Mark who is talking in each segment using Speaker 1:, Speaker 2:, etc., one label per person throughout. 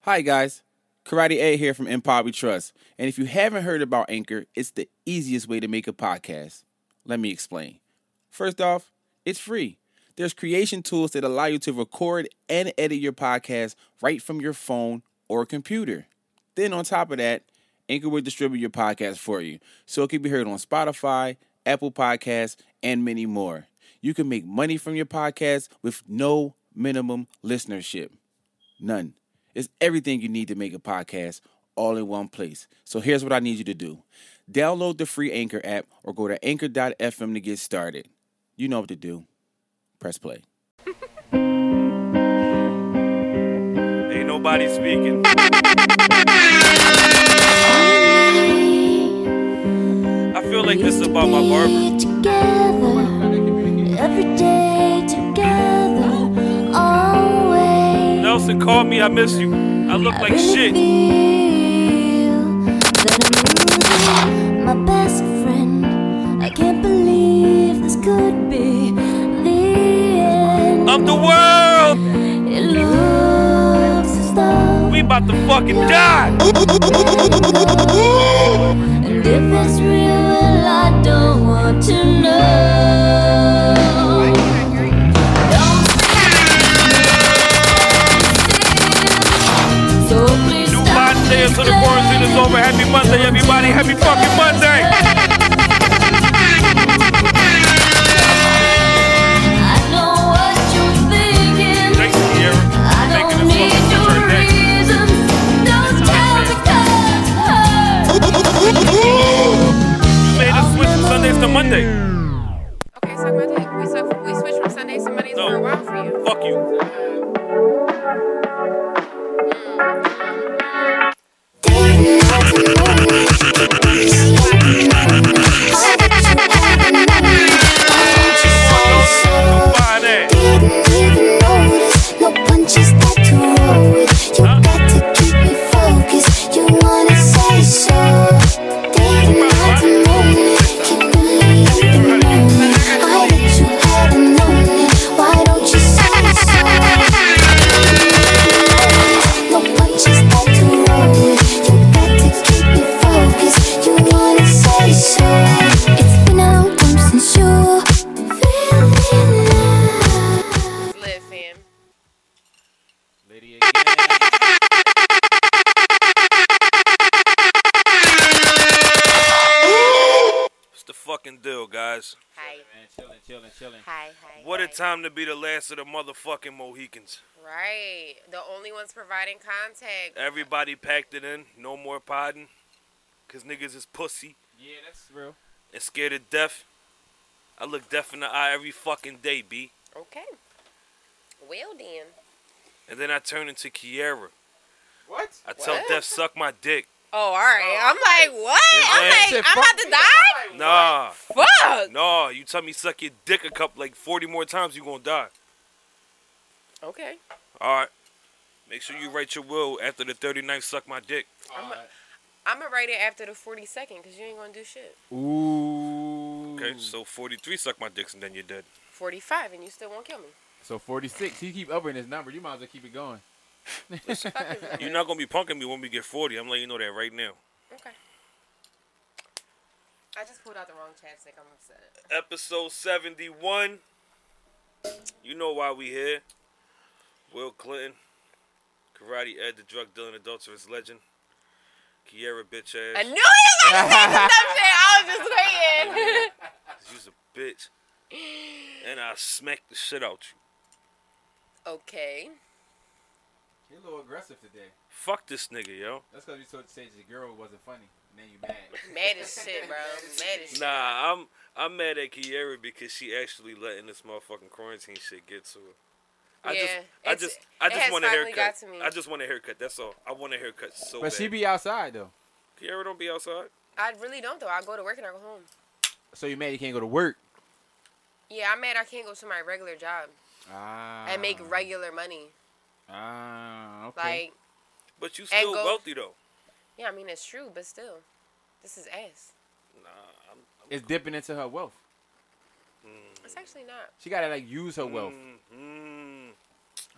Speaker 1: Hi guys, Karate Ed here from Empire We Trust. And if you haven't heard about Anchor, it's the easiest way to make a podcast. Let me explain. First off, it's free. There's creation tools that allow you to record and edit your podcast right from your phone or computer. Then on top of that, Anchor will distribute your podcast for you, so it can be heard on Spotify, Apple Podcasts, and many more. You can make money from your podcast with no minimum listenership. None. It's everything you need to make a podcast all in one place. So here's what I need you to do download the free Anchor app or go to anchor.fm to get started. You know what to do. Press play.
Speaker 2: Ain't nobody speaking. I feel like this is about my barber.
Speaker 3: Together, every day together, always.
Speaker 2: Nelson, call me. I miss you. I look like shit.
Speaker 3: Feel that I'm losing my best friend. I can't believe this could be the end.
Speaker 2: Of the world.
Speaker 3: It looks as though
Speaker 2: We about to fucking die.
Speaker 3: And if it's real, well, I don't want to know. Don't stand still. So please
Speaker 2: New
Speaker 3: stop
Speaker 2: bond day until the quarantine is over. Happy Monday, everybody. Happy fucking Monday.
Speaker 3: I know what you're thinking.
Speaker 2: Thank you, Kiara.
Speaker 3: I
Speaker 2: Thank
Speaker 3: don't
Speaker 2: you, this
Speaker 3: need your
Speaker 2: motherfucker. Thank you.
Speaker 3: reasons. Don't tell me 'cause it hurts.
Speaker 2: You made us switch from Sundays to Monday.
Speaker 4: Okay, suck my dick. We, suck, we switched from Sundays to Mondays
Speaker 2: No.
Speaker 4: for a while for you.
Speaker 2: Fuck you. Buy that.
Speaker 3: So it's been a long time since you feel me now.
Speaker 4: Live, fam.
Speaker 2: What's the fucking deal, guys?
Speaker 4: Hi. Hi, hi.
Speaker 2: What a
Speaker 4: hi.
Speaker 2: time to be the last of the motherfucking Mohicans.
Speaker 4: Right. The only ones providing contact.
Speaker 2: Everybody packed it in. No more podding. Cause niggas is pussy
Speaker 5: Yeah, that's real.
Speaker 2: and scared of death. I look death in the eye every fucking day, B.
Speaker 4: Okay. Well, then.
Speaker 2: And then I turn into Kiara.
Speaker 5: What?
Speaker 2: I tell
Speaker 4: What?
Speaker 2: Death suck my dick.
Speaker 4: Oh, all right. I'm like, what? I'm
Speaker 2: Yeah,
Speaker 4: like,
Speaker 5: said,
Speaker 4: I'm
Speaker 5: fuck
Speaker 4: about to die?
Speaker 2: Nah,
Speaker 4: Fuck.
Speaker 2: nah. You tell me suck your dick a couple like 40 more times, you gonna die.
Speaker 4: Okay.
Speaker 2: All right. Make sure you write your will after the 39th suck my dick.
Speaker 4: I'm going to write it after the 42nd because you ain't going to do shit.
Speaker 5: Ooh.
Speaker 2: Okay, so 43 suck my dicks and then you're dead.
Speaker 4: 45 and you still won't kill me.
Speaker 5: So 46. He keep upping his number. You might as well keep it going.
Speaker 2: You're not gonna be punking me when we get 40. I'm letting you know that right now.
Speaker 4: Okay. I just pulled out the wrong chapstick. I'm upset.
Speaker 2: Episode 71. You know why we here. Will Clinton, Karate Ed, the drug dealing adulterous legend. Kiara bitch
Speaker 4: I
Speaker 2: ass.
Speaker 4: knew you was gonna say some shit. I was just waiting.
Speaker 2: You's a bitch. And I smack the shit out you.
Speaker 4: okay.
Speaker 5: You're a little aggressive today.
Speaker 2: Fuck this nigga, yo.
Speaker 5: That's because you told said the girl wasn't funny. And then you mad.
Speaker 4: Mad as shit, bro. Mad as shit.
Speaker 2: Nah, I'm I'm mad at Kiara because she actually letting this motherfucking quarantine shit get to her. I
Speaker 4: Yeah,
Speaker 2: just, I
Speaker 4: it's-
Speaker 2: just, I
Speaker 4: it
Speaker 2: just
Speaker 4: has
Speaker 2: want a
Speaker 4: finally got
Speaker 2: haircut.
Speaker 4: to me.
Speaker 2: I just want a haircut. That's all. I want a haircut so
Speaker 5: but
Speaker 2: bad.
Speaker 5: she be outside, though.
Speaker 2: Kiara don't be outside.
Speaker 4: I really don't though. I go to work and I go home.
Speaker 5: So you mad you can't go to work.
Speaker 4: Yeah, I'm mad I can't go to my regular job
Speaker 5: Ah.
Speaker 4: and make regular money.
Speaker 5: Ah, okay.
Speaker 4: Like,
Speaker 2: But you still
Speaker 4: go-
Speaker 2: wealthy though.
Speaker 4: yeah, I mean it's true, but still, this is ass.
Speaker 2: Nah, I'm, I'm
Speaker 5: it's dipping into her wealth.
Speaker 4: It's actually not.
Speaker 5: She got to, like, use her wealth.
Speaker 2: Mm, mm.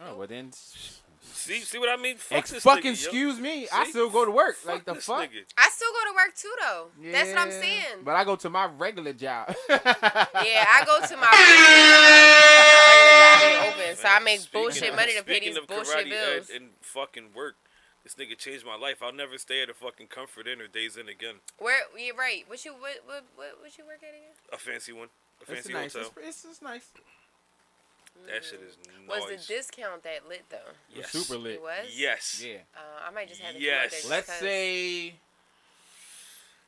Speaker 5: Oh, well, then.
Speaker 2: See, see what I mean? Fuck
Speaker 1: Ex-
Speaker 2: this
Speaker 1: fucking
Speaker 2: nigga, yo.
Speaker 1: excuse me. I
Speaker 2: See?
Speaker 1: still go to work.
Speaker 2: Fuck
Speaker 1: like the
Speaker 2: this
Speaker 1: fuck.
Speaker 2: nigga.
Speaker 4: I still go to work too, though. That's what I'm
Speaker 1: Yeah,
Speaker 4: saying.
Speaker 1: But I go to my regular job.
Speaker 4: yeah, I go to my regular job. and open, so I make
Speaker 2: Speaking
Speaker 4: bullshit
Speaker 2: of-
Speaker 4: money to pay
Speaker 2: speaking
Speaker 4: these
Speaker 2: of
Speaker 4: bullshit
Speaker 2: karate uh,
Speaker 4: bills.
Speaker 2: Ed and fucking work. This nigga changed my life. I'll never stay at a fucking Comfort Inn or Days Inn again.
Speaker 4: Where you're right. What you what what what, what you work at again?
Speaker 2: A fancy one. A
Speaker 1: It's
Speaker 2: fancy
Speaker 1: nice.
Speaker 2: hotel.
Speaker 1: It's, it's, it's nice.
Speaker 2: That shit is
Speaker 4: Was
Speaker 2: nice.
Speaker 4: the discount that lit though?
Speaker 2: Yes.
Speaker 1: It's super lit.
Speaker 4: It was.
Speaker 2: Yes.
Speaker 1: Yeah.
Speaker 4: Uh, I might just have to
Speaker 2: Yes.
Speaker 4: do like that.
Speaker 1: Let's
Speaker 4: because-
Speaker 1: say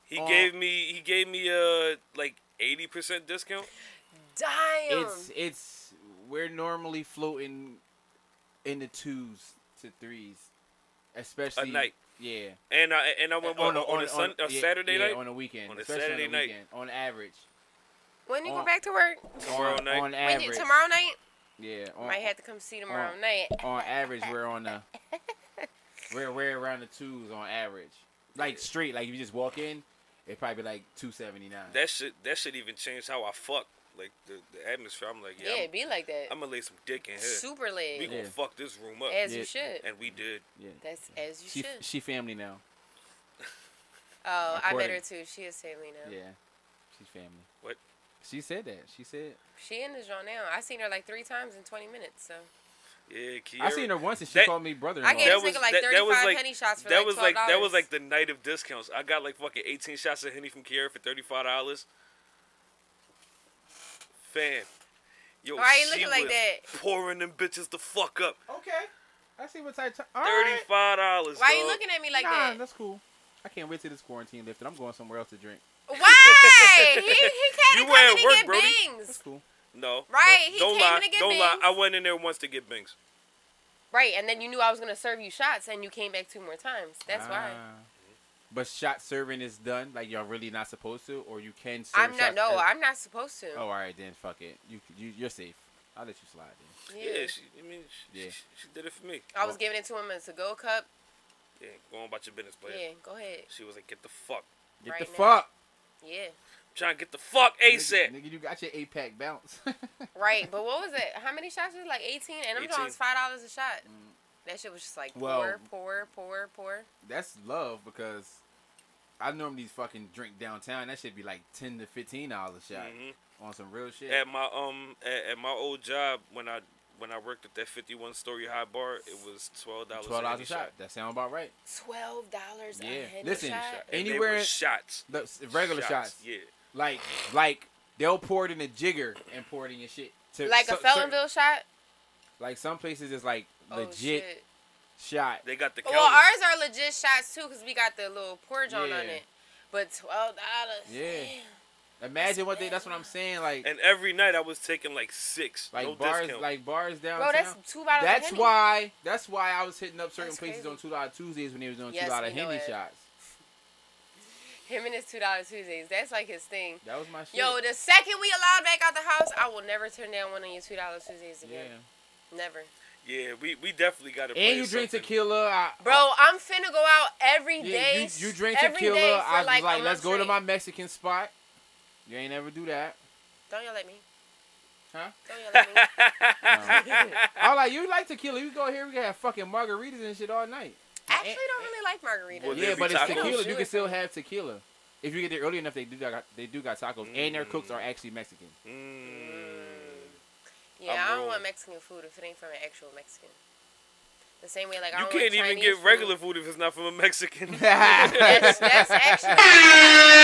Speaker 2: He
Speaker 4: Oh.
Speaker 1: Uh,
Speaker 2: gave me he gave me a like 80% discount.
Speaker 4: Damn.
Speaker 1: it's it's we're normally floating in the twos to threes, especially
Speaker 2: night.
Speaker 1: Yeah.
Speaker 2: And I and I went on, on, a sun, a
Speaker 1: yeah,
Speaker 2: Saturday
Speaker 1: yeah,
Speaker 2: night
Speaker 1: on a weekend,
Speaker 2: On a
Speaker 1: especially
Speaker 2: Saturday
Speaker 1: on a
Speaker 2: night.
Speaker 1: weekend, on average.
Speaker 4: when you
Speaker 1: on-
Speaker 4: go back to work?
Speaker 2: tomorrow
Speaker 1: on,
Speaker 2: night.
Speaker 1: on
Speaker 4: When
Speaker 1: average,
Speaker 4: you, tomorrow night?
Speaker 1: yeah, on,
Speaker 4: might have to come see tomorrow
Speaker 1: on-
Speaker 4: night.
Speaker 1: on average we're on a we're we're around the twos on average, like straight. Like if you just walk in, it probably be like two seventy nine.
Speaker 2: that shit that shit even changed how I fuck. Like the, the atmosphere. I'm like,
Speaker 4: Yeah,
Speaker 2: yeah,
Speaker 4: it'd be like that.
Speaker 2: I'm, I'm gonna lay some dick in here.
Speaker 4: Super lit.
Speaker 2: we gonna
Speaker 1: Yeah.
Speaker 2: fuck this room up.
Speaker 4: As
Speaker 1: Yeah.
Speaker 4: you should.
Speaker 2: and we did.
Speaker 1: yeah.
Speaker 4: That's as you
Speaker 1: She
Speaker 4: should.
Speaker 1: she family now.
Speaker 4: oh, I
Speaker 1: According-
Speaker 4: met her too. She is family now.
Speaker 1: Yeah, she's family.
Speaker 2: What?
Speaker 1: She said that. She said.
Speaker 4: She in the genre now. I seen her like three times in 20 minutes. So
Speaker 2: Yeah, Kiara.
Speaker 1: I seen her once and she
Speaker 2: That-
Speaker 1: called me brother.
Speaker 4: I gave
Speaker 2: Mm-hmm. That
Speaker 4: this
Speaker 2: was-
Speaker 4: nigga like
Speaker 2: that-
Speaker 4: 35
Speaker 2: that was like-
Speaker 4: honey shots for
Speaker 2: That
Speaker 4: like
Speaker 2: was
Speaker 4: $12.
Speaker 2: like that was like the night of discounts. I got like fucking 18 shots of Henny from Kiara for 35 dollars. Fan, yo,
Speaker 4: Why you
Speaker 2: she
Speaker 4: looking like
Speaker 2: was
Speaker 4: that?
Speaker 2: Pouring them bitches the fuck up.
Speaker 1: Okay. I see what type. Of, all right.
Speaker 2: 35 dollars.
Speaker 4: Why you looking at me like
Speaker 1: nah,
Speaker 4: that?
Speaker 1: that's cool. I can't wait till this quarantine lifted. I'm going somewhere else to drink.
Speaker 4: Why? he he
Speaker 2: You
Speaker 4: came to
Speaker 2: were at
Speaker 4: come in
Speaker 2: work,
Speaker 4: and get
Speaker 2: Brody.
Speaker 1: That's
Speaker 4: bings.
Speaker 1: cool.
Speaker 2: No,
Speaker 4: Right,
Speaker 2: no,
Speaker 4: he
Speaker 2: don't
Speaker 4: came
Speaker 2: lie.
Speaker 4: in to get
Speaker 2: don't lie.
Speaker 4: Bings.
Speaker 2: I went in there once to get Bings.
Speaker 4: Right, and then you knew I was gonna serve you shots, and you came back two more times. That's why.
Speaker 1: Ah. But shot serving is done. Like y'all really not supposed to, or you can. Serve
Speaker 4: I'm not.
Speaker 1: shots
Speaker 4: No,
Speaker 1: as-
Speaker 4: I'm not supposed to.
Speaker 1: Oh, all right then. Fuck it. You you you're safe. I'll let you slide. Then.
Speaker 2: Yeah, she, I mean, she,
Speaker 1: Yeah.
Speaker 2: she, she did it for me.
Speaker 4: I was giving it to him as a go cup.
Speaker 2: Yeah, go on about your business, player.
Speaker 4: Yeah, go ahead.
Speaker 2: She was like, get the fuck.
Speaker 1: Get
Speaker 4: Right
Speaker 1: the
Speaker 4: now.
Speaker 1: fuck.
Speaker 4: Yeah.
Speaker 2: Trying to get the fuck ASAP.
Speaker 1: Nigga, nigga, you got your eight pack bounce.
Speaker 4: Right, but what was it? How many shots was it? Like 18? And I'm
Speaker 2: 18.
Speaker 4: drawing five dollars a shot. That shit was just like
Speaker 1: Mm. Well-
Speaker 4: poor, poor, poor, poor.
Speaker 1: That's love because I normally fucking drink downtown. That should be like ten to fifteen dollars a shot
Speaker 2: Mhm.
Speaker 4: Mm-hmm.
Speaker 1: on some real shit.
Speaker 2: At my um at, at my old job when I when I worked at that 51 story high bar, it was twelve dollars.
Speaker 1: Twelve dollars a shot. That sound about right.
Speaker 4: Twelve dollars
Speaker 1: Yeah.
Speaker 4: a head
Speaker 1: Listen,
Speaker 4: shot.
Speaker 2: And Anywhere
Speaker 1: Anywhere-
Speaker 2: shots.
Speaker 1: The s- regular shots.
Speaker 2: Yeah.
Speaker 1: Like like they'll pour it in a jigger and pour it in your shit. To-
Speaker 4: Like
Speaker 1: so-
Speaker 4: a
Speaker 1: certain-
Speaker 4: Felonville shot.
Speaker 1: Like some places it's like
Speaker 4: Oh
Speaker 1: legit
Speaker 4: shit.
Speaker 1: shot.
Speaker 2: They got the counters.
Speaker 4: Well, ours are legit shots too, cause we got the little pour joint on
Speaker 1: Yeah.
Speaker 4: it. But twelve dollars.
Speaker 1: Yeah. Imagine what they. That's what I'm saying. Like
Speaker 2: and every night I was taking like six.
Speaker 1: like
Speaker 2: no
Speaker 1: bars
Speaker 2: discount.
Speaker 1: like bars downtown.
Speaker 4: Bro, that's two bottles. of
Speaker 1: That's
Speaker 4: Henny.
Speaker 1: why. That's why I was hitting up certain
Speaker 4: That's
Speaker 1: places
Speaker 4: crazy.
Speaker 1: on two dollar Tuesdays when they was doing
Speaker 4: Yes,
Speaker 1: two dollar
Speaker 4: we know
Speaker 1: Henny
Speaker 4: it.
Speaker 1: shots.
Speaker 4: him and his two dollar Tuesdays. That's like his thing.
Speaker 1: That was my shit.
Speaker 4: Yo, the second we allowed back out the house, I will never turn down one of your two dollar Tuesdays
Speaker 1: yeah.
Speaker 4: again. Never.
Speaker 2: yeah, we, we definitely got to.
Speaker 1: And you drink tequila, I,
Speaker 4: Bro, I'm finna go out every day.
Speaker 1: Yeah, you, you drink
Speaker 4: every
Speaker 1: tequila.
Speaker 4: day for
Speaker 1: I was like,
Speaker 4: a
Speaker 1: let's
Speaker 4: month
Speaker 1: go to
Speaker 4: straight."
Speaker 1: my Mexican spot. You ain't ever do that.
Speaker 4: Don't yell at me.
Speaker 1: Huh?
Speaker 4: Don't yell at me.
Speaker 1: I was like, you like tequila? You go here, we can have fucking margaritas and shit all night.
Speaker 4: I actually don't really like margaritas.
Speaker 2: Well,
Speaker 1: yeah,
Speaker 2: they
Speaker 1: but
Speaker 2: be
Speaker 1: it's
Speaker 2: tacos.
Speaker 1: tequila.
Speaker 4: They
Speaker 1: You
Speaker 4: do
Speaker 1: can
Speaker 4: it.
Speaker 1: still have tequila if you get there early enough. They do got they do got tacos, and their cooks
Speaker 2: Mm.
Speaker 1: are actually Mexican.
Speaker 4: Mm. yeah,
Speaker 2: I'm
Speaker 4: I don't
Speaker 2: wrong.
Speaker 4: want Mexican food if it ain't from an actual Mexican. The same way, like I
Speaker 2: You
Speaker 4: don't
Speaker 2: can't
Speaker 4: want
Speaker 2: even
Speaker 4: Chinese
Speaker 2: get
Speaker 4: food.
Speaker 2: regular food if it's not from a Mexican. Fuck you
Speaker 4: That's, that's actually
Speaker 2: talking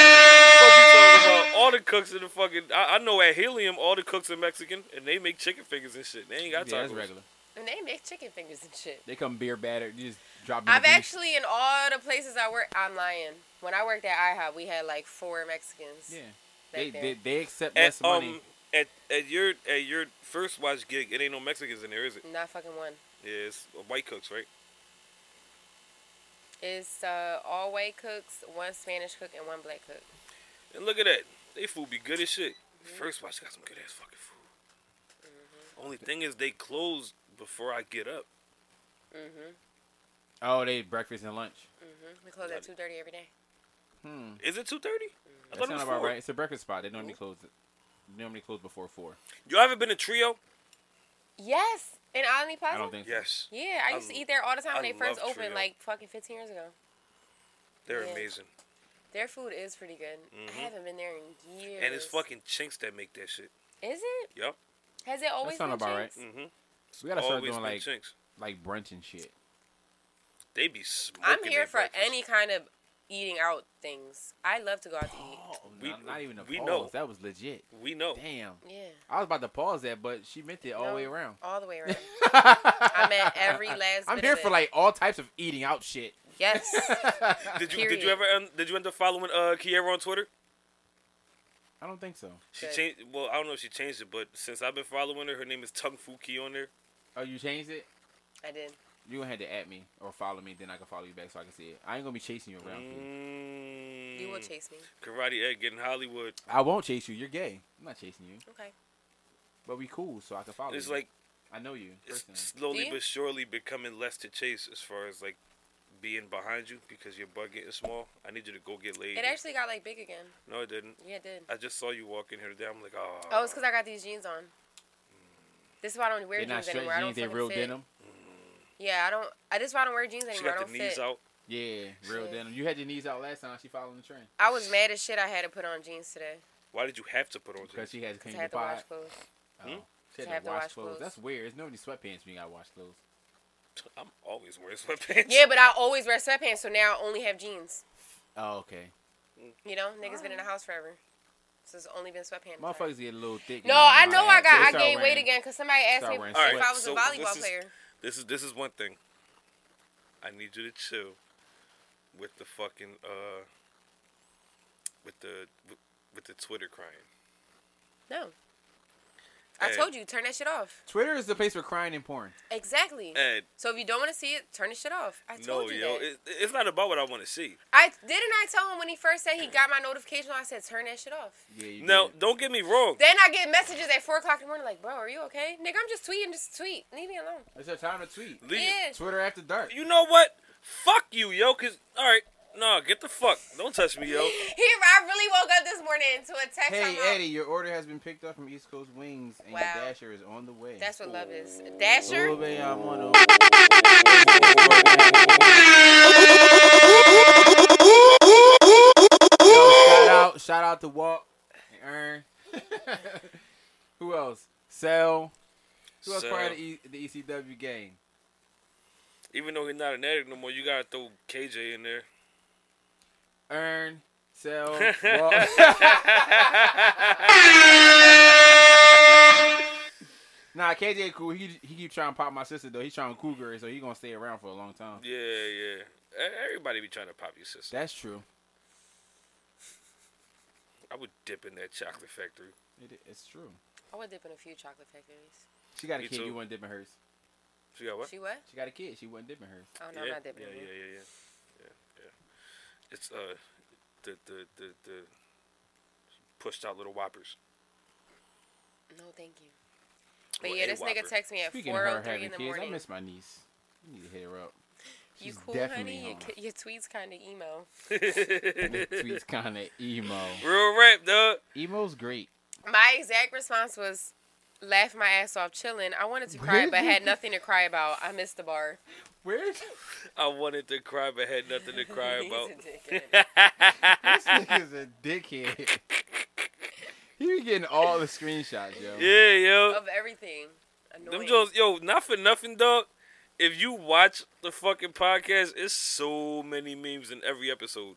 Speaker 2: about? All the cooks in the fucking. I, I know at Helium, all the cooks are Mexican, and they make chicken fingers and shit. They ain't
Speaker 1: yeah,
Speaker 2: got tacos.
Speaker 1: that's regular.
Speaker 4: and they make chicken fingers and shit.
Speaker 1: They come beer battered. You just drop. it in
Speaker 4: I've
Speaker 1: the grease.
Speaker 4: actually in all the places I work, I'm lying. When I worked at IHOP, we had like four Mexicans.
Speaker 1: Yeah. They,
Speaker 4: there.
Speaker 1: they they accept
Speaker 2: At,
Speaker 1: less money.
Speaker 2: um, at, at your at your first watch gig, it ain't no Mexicans in there, is it?
Speaker 4: Not fucking one.
Speaker 2: Yeah, it's uh, white cooks, right?
Speaker 4: It's uh, all white cooks, one Spanish cook, and one black cook.
Speaker 2: And look at that. They food be good as shit.
Speaker 1: Mm-hmm.
Speaker 2: First watch got some good ass fucking food. Only thing is they close before I get up.
Speaker 4: Mm-hmm.
Speaker 1: Oh, they breakfast and lunch.
Speaker 4: We close at two thirty every day.
Speaker 1: Hmm.
Speaker 2: Is it two thirty? I
Speaker 1: Mm-hmm. That
Speaker 2: thought it
Speaker 1: sound
Speaker 2: was
Speaker 1: about
Speaker 2: four.
Speaker 1: right. It's a breakfast spot. They normally close. Normally close before four.
Speaker 2: You ever been a trio?
Speaker 4: Yes, in Omni Plaza.
Speaker 1: I don't think so.
Speaker 2: Yes,
Speaker 4: Yeah, I used
Speaker 2: I
Speaker 4: to eat there all the time when
Speaker 2: I
Speaker 4: they first
Speaker 2: love
Speaker 4: opened,
Speaker 2: Trio.
Speaker 4: like fucking 15 years ago.
Speaker 2: they're
Speaker 4: Yeah.
Speaker 2: amazing,
Speaker 4: Their food is pretty good.
Speaker 2: Mhm.
Speaker 4: I haven't been there in years.
Speaker 2: and it's fucking chinks that make that shit.
Speaker 4: Is it?
Speaker 2: Yup.
Speaker 4: Has it always
Speaker 1: sound
Speaker 4: been Mm.
Speaker 1: about right.
Speaker 4: Chinks?
Speaker 2: Mm-hmm.
Speaker 1: We gotta start
Speaker 2: Always
Speaker 1: doing
Speaker 2: been
Speaker 1: like
Speaker 2: chinks.
Speaker 1: like brunch and shit.
Speaker 2: They be smoking.
Speaker 4: I'm here
Speaker 2: their
Speaker 4: for
Speaker 2: breakfast.
Speaker 4: any kind of eating out things. I love to go out to eat.
Speaker 2: Oh, We-
Speaker 1: not, not even a
Speaker 2: we
Speaker 1: pause.
Speaker 2: know. Oh.
Speaker 1: That was legit.
Speaker 2: We know.
Speaker 1: Damn.
Speaker 4: Yeah.
Speaker 1: I was about to pause that, but she meant it all the
Speaker 4: No,
Speaker 1: way around.
Speaker 4: All the way around.
Speaker 1: I'm
Speaker 4: at every last
Speaker 1: I'm
Speaker 4: bit
Speaker 1: here
Speaker 4: of
Speaker 1: for
Speaker 4: it.
Speaker 1: like all types of eating out shit.
Speaker 4: Yes.
Speaker 1: I
Speaker 2: Did you did
Speaker 4: Period.
Speaker 2: you ever um, did you end up following uh Kiera on Twitter?
Speaker 1: don't think so.
Speaker 2: She
Speaker 4: Good.
Speaker 2: changed. Well, I don't know if she changed it, but since I've been following her, her name is Tung Fu Ki on there.
Speaker 1: Oh, you changed it?
Speaker 4: I did.
Speaker 1: You gonna have to at me or follow me, then I can follow you back so I can see it. I ain't gonna be chasing you around. P.
Speaker 2: Mm,
Speaker 4: You will chase me.
Speaker 2: Karate Egg in Hollywood.
Speaker 1: I won't chase you. You're gay. I'm not chasing you,
Speaker 4: Okay.
Speaker 1: but we cool, so I can follow.
Speaker 2: It's
Speaker 1: you.
Speaker 2: like
Speaker 1: I know you.
Speaker 2: it's
Speaker 1: personally.
Speaker 4: Do
Speaker 2: slowly
Speaker 4: you?
Speaker 2: but surely becoming less to chase as far as like being behind you because your butt getting small. I need you to go get laid.
Speaker 4: It actually got like big again.
Speaker 2: no, it didn't.
Speaker 4: Yeah, it did.
Speaker 2: I just saw you walking here today. I'm like, oh.
Speaker 4: Oh, it's because I got these jeans on. This is why I don't wear
Speaker 1: They're not
Speaker 4: jeans
Speaker 1: stretch
Speaker 4: anymore. I don't
Speaker 1: jeans. They
Speaker 4: fucking
Speaker 1: real
Speaker 4: fit.
Speaker 1: denim.
Speaker 4: Yeah, I don't. I, this is why I don't wear jeans
Speaker 2: she
Speaker 4: anymore. I
Speaker 2: got
Speaker 4: don't
Speaker 2: the knees
Speaker 4: fit.
Speaker 2: out.
Speaker 1: Yeah, real
Speaker 4: Shit.
Speaker 1: denim. You had your knees out last time. She following the trend
Speaker 4: I was mad as shit. I had to put on jeans today.
Speaker 2: Why did you have to put on?
Speaker 1: because she has to clean
Speaker 4: Cause I
Speaker 1: the
Speaker 4: had to wash
Speaker 1: pot.
Speaker 4: clothes.
Speaker 1: Oh.
Speaker 2: Hmm?
Speaker 1: She
Speaker 4: To
Speaker 1: had
Speaker 4: have
Speaker 1: to wash clothes. That's weird. There's nobody sweatpants when you gotta wash clothes.
Speaker 2: jeans? I'm always wearing sweatpants.
Speaker 4: Yeah, but I always wear sweatpants, so now I only have jeans.
Speaker 1: Oh, okay.
Speaker 4: You know, niggas been in the house forever, so it's only been sweatpants.
Speaker 1: Motherfuckers get a little thick.
Speaker 4: No,
Speaker 1: now,
Speaker 4: I
Speaker 1: my
Speaker 4: know I
Speaker 1: ass. They
Speaker 4: got. I
Speaker 1: start
Speaker 4: gained weight
Speaker 1: wearing-
Speaker 4: again because somebody asked
Speaker 1: start
Speaker 4: me
Speaker 1: wearing
Speaker 4: if
Speaker 1: sweats.
Speaker 4: I was
Speaker 2: All
Speaker 4: a
Speaker 2: right, so this
Speaker 4: volleyball
Speaker 2: is-
Speaker 4: player.
Speaker 2: This is this is one thing. I need you to chill with the fucking uh with the with, with the Twitter crying.
Speaker 4: No. I
Speaker 2: Hey.
Speaker 4: told you, turn that shit off.
Speaker 1: Twitter is the place for crying and porn.
Speaker 4: Exactly.
Speaker 2: Ed,
Speaker 4: So if you don't want to see it, turn the shit off. I
Speaker 2: no,
Speaker 4: told you
Speaker 2: yo,
Speaker 4: that.
Speaker 2: it, it's not about what I want to see.
Speaker 4: I didn't. I tell him when he first said he got my notification. I said, turn that shit off.
Speaker 1: Yeah, you
Speaker 2: Now,
Speaker 1: did.
Speaker 2: don't get me wrong.
Speaker 4: Then I get messages at four o'clock in the morning, like, bro, are you okay? Nigga, I'm just tweeting, just tweet. Leave me alone.
Speaker 1: it's your time to tweet.
Speaker 2: Leave-
Speaker 4: Yeah.
Speaker 1: Twitter after dark.
Speaker 2: You know what? Fuck you, yo. Cause all right, no, get the fuck. Don't touch me, yo.
Speaker 4: He, I really woke up this morning to a text.
Speaker 1: Hey
Speaker 4: I'm out.
Speaker 1: Eddie, your order has been picked up from East Coast Wings, and your
Speaker 4: Wow.
Speaker 1: dasher is on the way.
Speaker 4: That's what love is.
Speaker 1: Ooh,
Speaker 4: Dasher.
Speaker 1: baby, I'm on the- Yo, shout out, shout out to Walt and Earn. Who else? Sel. Who else
Speaker 2: Sel.
Speaker 1: part of the, e- the ECW game?
Speaker 2: Even though he's not an addict no more, you gotta throw KJ in there.
Speaker 1: Earn, Sel, Walt. nah, KJ cool. He he keep trying to pop my sister though. He's trying to cougar, her, so he gonna stay around for a long time.
Speaker 2: Yeah, yeah. E- Everybody be trying to pop your sister.
Speaker 1: That's true.
Speaker 2: I would dip in that chocolate factory.
Speaker 1: It, it's true.
Speaker 4: I would dip in a few chocolate factories.
Speaker 1: She got a
Speaker 2: Me
Speaker 1: kid.
Speaker 2: too.
Speaker 1: You wasn't dipping hers.
Speaker 2: So you got what?
Speaker 4: She what?
Speaker 1: She got a kid. She wasn't dipping hers.
Speaker 4: Oh no,
Speaker 2: yeah,
Speaker 4: I'm not dipping.
Speaker 2: yeah,
Speaker 4: in
Speaker 2: yeah,
Speaker 4: it.
Speaker 2: yeah, yeah, yeah, yeah. It's uh, the the the the pushed out little whoppers.
Speaker 4: No, thank you. But
Speaker 2: Well,
Speaker 4: yeah,
Speaker 2: a
Speaker 4: this nigga
Speaker 2: Whopper.
Speaker 4: texted me at
Speaker 1: Speaking of her
Speaker 4: 4:03
Speaker 1: having
Speaker 4: in the
Speaker 1: kids, I
Speaker 4: morning.
Speaker 1: miss my niece. You need to hit her up.
Speaker 4: You
Speaker 1: She's
Speaker 4: cool,
Speaker 1: definitely
Speaker 4: honey? Your,
Speaker 1: home.
Speaker 4: ki- your tweets kind of emo.
Speaker 1: Nick tweets kind of emo.
Speaker 2: Real rap, dog.
Speaker 1: Emo's great.
Speaker 4: My exact response was, "Laugh my ass off, chilling." I wanted to cry,
Speaker 1: Really?
Speaker 4: but had nothing to cry about. I missed the bar.
Speaker 1: Where's
Speaker 2: I wanted to cry, but had nothing to cry
Speaker 4: He's
Speaker 2: about.
Speaker 4: a dickhead.
Speaker 1: this nigga's a dickhead? He be getting all the screenshots, yo.
Speaker 2: Yeah, yo.
Speaker 4: of everything.
Speaker 2: Them
Speaker 4: Annoying.
Speaker 2: Jones, yo, not for nothing, dog. If you watch the fucking podcast, it's so many memes in every episode.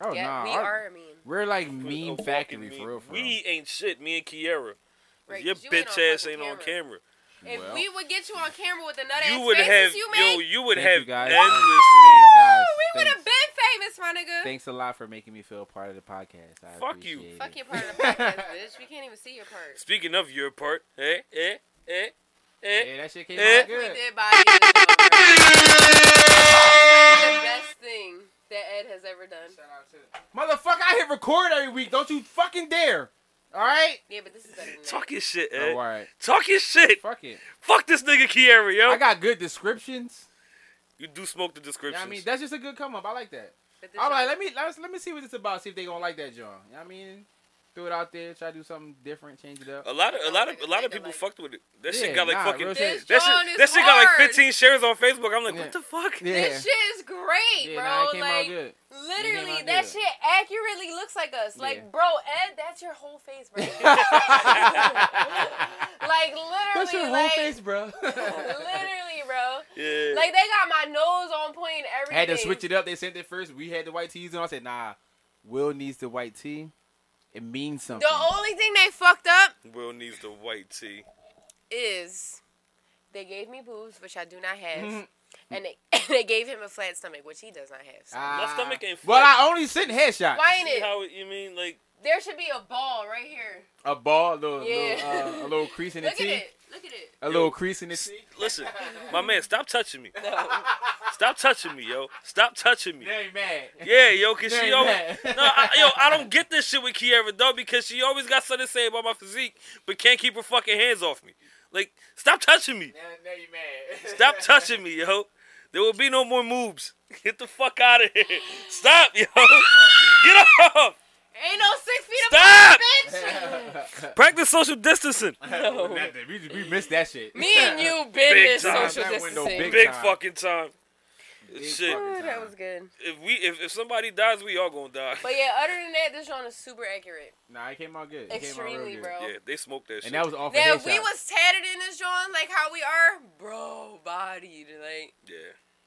Speaker 1: Oh
Speaker 4: yeah,
Speaker 1: nah,
Speaker 4: we
Speaker 1: our-
Speaker 4: are mean.
Speaker 1: We're like
Speaker 2: A
Speaker 1: meme
Speaker 2: walking
Speaker 1: factory
Speaker 2: meme.
Speaker 1: for real. For
Speaker 2: we ain't shit. Me and Kiera.
Speaker 4: Right,
Speaker 2: Your
Speaker 4: 'cause you ain't
Speaker 2: bitch
Speaker 4: on
Speaker 2: ass ain't
Speaker 4: fucking
Speaker 2: on camera.
Speaker 1: real.
Speaker 4: If
Speaker 1: Well,
Speaker 4: we would get you on camera with the nut ass
Speaker 2: You would
Speaker 4: faces
Speaker 2: have,
Speaker 4: you
Speaker 2: yo,
Speaker 4: make,
Speaker 2: you would
Speaker 1: Thank
Speaker 2: have
Speaker 1: you, guys.
Speaker 2: endless memes.
Speaker 1: guys,
Speaker 4: we would
Speaker 1: thanks,
Speaker 4: have been famous, my nigga.
Speaker 1: thanks a lot for making me feel part of the podcast. I
Speaker 2: Fuck you.
Speaker 1: appreciate
Speaker 4: Fuck
Speaker 1: it.
Speaker 4: your part of the podcast, bitch. We can't even see your part.
Speaker 2: Speaking of your part, eh, eh, eh, eh.
Speaker 1: Yeah, that shit came
Speaker 2: Eh.
Speaker 1: out
Speaker 4: We
Speaker 1: good.
Speaker 4: did buy you this over. the best thing that Ed has ever done.
Speaker 1: Motherfucker, I hit record every week. Don't you fucking dare. All right.
Speaker 4: Yeah, but this is better than that.
Speaker 2: Talk your shit,
Speaker 1: All
Speaker 2: Ed.
Speaker 1: right.
Speaker 2: Talk your shit.
Speaker 1: Fuck it.
Speaker 2: Fuck this nigga Kiera, yo.
Speaker 1: I got good descriptions.
Speaker 2: you do smoke the
Speaker 1: You know
Speaker 2: descriptions.
Speaker 1: what I mean, that's just a good come up. I like that.
Speaker 4: But this
Speaker 1: I'm like,
Speaker 4: is-
Speaker 1: let me let us let me see what it's about. See if they gonna like that, John. You know what I mean, Throw it out there. Try to do something different. Change it up.
Speaker 2: A lot of a lot of a lot of
Speaker 4: Nigga,
Speaker 2: people
Speaker 4: like-
Speaker 2: fucked with it. That
Speaker 1: Yeah,
Speaker 2: shit got like
Speaker 1: nah,
Speaker 2: fucking.
Speaker 1: real
Speaker 2: That
Speaker 1: shit.
Speaker 4: This
Speaker 2: shit,
Speaker 4: drawing is
Speaker 2: that shit got
Speaker 4: hard.
Speaker 2: like 15 shares on Facebook. I'm like,
Speaker 1: Yeah.
Speaker 2: what the fuck?
Speaker 1: Yeah.
Speaker 4: This shit is great,
Speaker 1: yeah,
Speaker 4: bro.
Speaker 1: nah, it came
Speaker 4: like
Speaker 1: out good.
Speaker 4: literally,
Speaker 1: out
Speaker 4: that
Speaker 1: good.
Speaker 4: shit accurately looks like us. Like,
Speaker 1: Yeah.
Speaker 4: bro, Ed, that's your whole face, bro. like literally,
Speaker 1: That's your whole
Speaker 4: like
Speaker 1: face, bro.
Speaker 4: literally, bro.
Speaker 2: Yeah.
Speaker 4: Like they got my nose on point and everything.
Speaker 1: had to switch it up. They sent it first. We had the white tees, and I said, "Nah, Will needs the white tee. It means something."
Speaker 4: The only thing they fucked up
Speaker 2: Will needs the white tee.
Speaker 4: is they gave me boobs, which I do not have,
Speaker 1: Mhm.
Speaker 4: and they they gave him a flat stomach, which he does not have. So.
Speaker 1: Ah.
Speaker 2: My stomach ain't
Speaker 1: Well,
Speaker 2: flat.
Speaker 1: I only sent headshots.
Speaker 4: Why ain't
Speaker 2: See
Speaker 4: it?
Speaker 2: how it- you mean like
Speaker 4: There should be a ball right here.
Speaker 1: A ball, a little,
Speaker 4: Yeah.
Speaker 1: little, uh, a little crease in the
Speaker 4: Look at
Speaker 1: tee,
Speaker 4: it. Look at it.
Speaker 1: a little crease in the tee.
Speaker 2: listen, my man, stop touching me. Stop touching me, yo. Stop touching me.
Speaker 1: They ain't mad.
Speaker 2: Yeah, yo, cause
Speaker 1: They
Speaker 2: she
Speaker 1: ain't
Speaker 2: always
Speaker 1: mad.
Speaker 2: no, I, yo, I don't get this shit with Kiera though because she always got something to say about my physique, but can't keep her fucking hands off me. Like, stop touching me.
Speaker 1: Now, now you mad.
Speaker 2: Stop touching me, yo. There will be no more moves. Get the fuck out of here. Stop, yo. Get off.
Speaker 4: Ain't no six feet
Speaker 2: Stop!
Speaker 4: apart, bitch.
Speaker 2: Practice social distancing.
Speaker 1: Nothing. we, we missed that shit.
Speaker 4: Me and you been
Speaker 2: Big
Speaker 4: this
Speaker 2: time.
Speaker 4: social
Speaker 1: That window
Speaker 4: distancing.
Speaker 1: big
Speaker 2: Big
Speaker 1: time.
Speaker 2: fucking time. Shit.
Speaker 4: Ooh, that was good.
Speaker 2: If we if, if somebody dies, we all gonna die.
Speaker 4: But yeah, other than that, this joint is super accurate.
Speaker 1: Nah, it came out good. It came out real
Speaker 4: Extremely,
Speaker 1: good.
Speaker 4: bro.
Speaker 2: Yeah, they smoked that shit.
Speaker 1: And that was off
Speaker 4: Now,
Speaker 1: of
Speaker 4: if we
Speaker 1: headshots.
Speaker 4: was tatted in this joint, like how we are, bro, bodied. Like,
Speaker 2: yeah.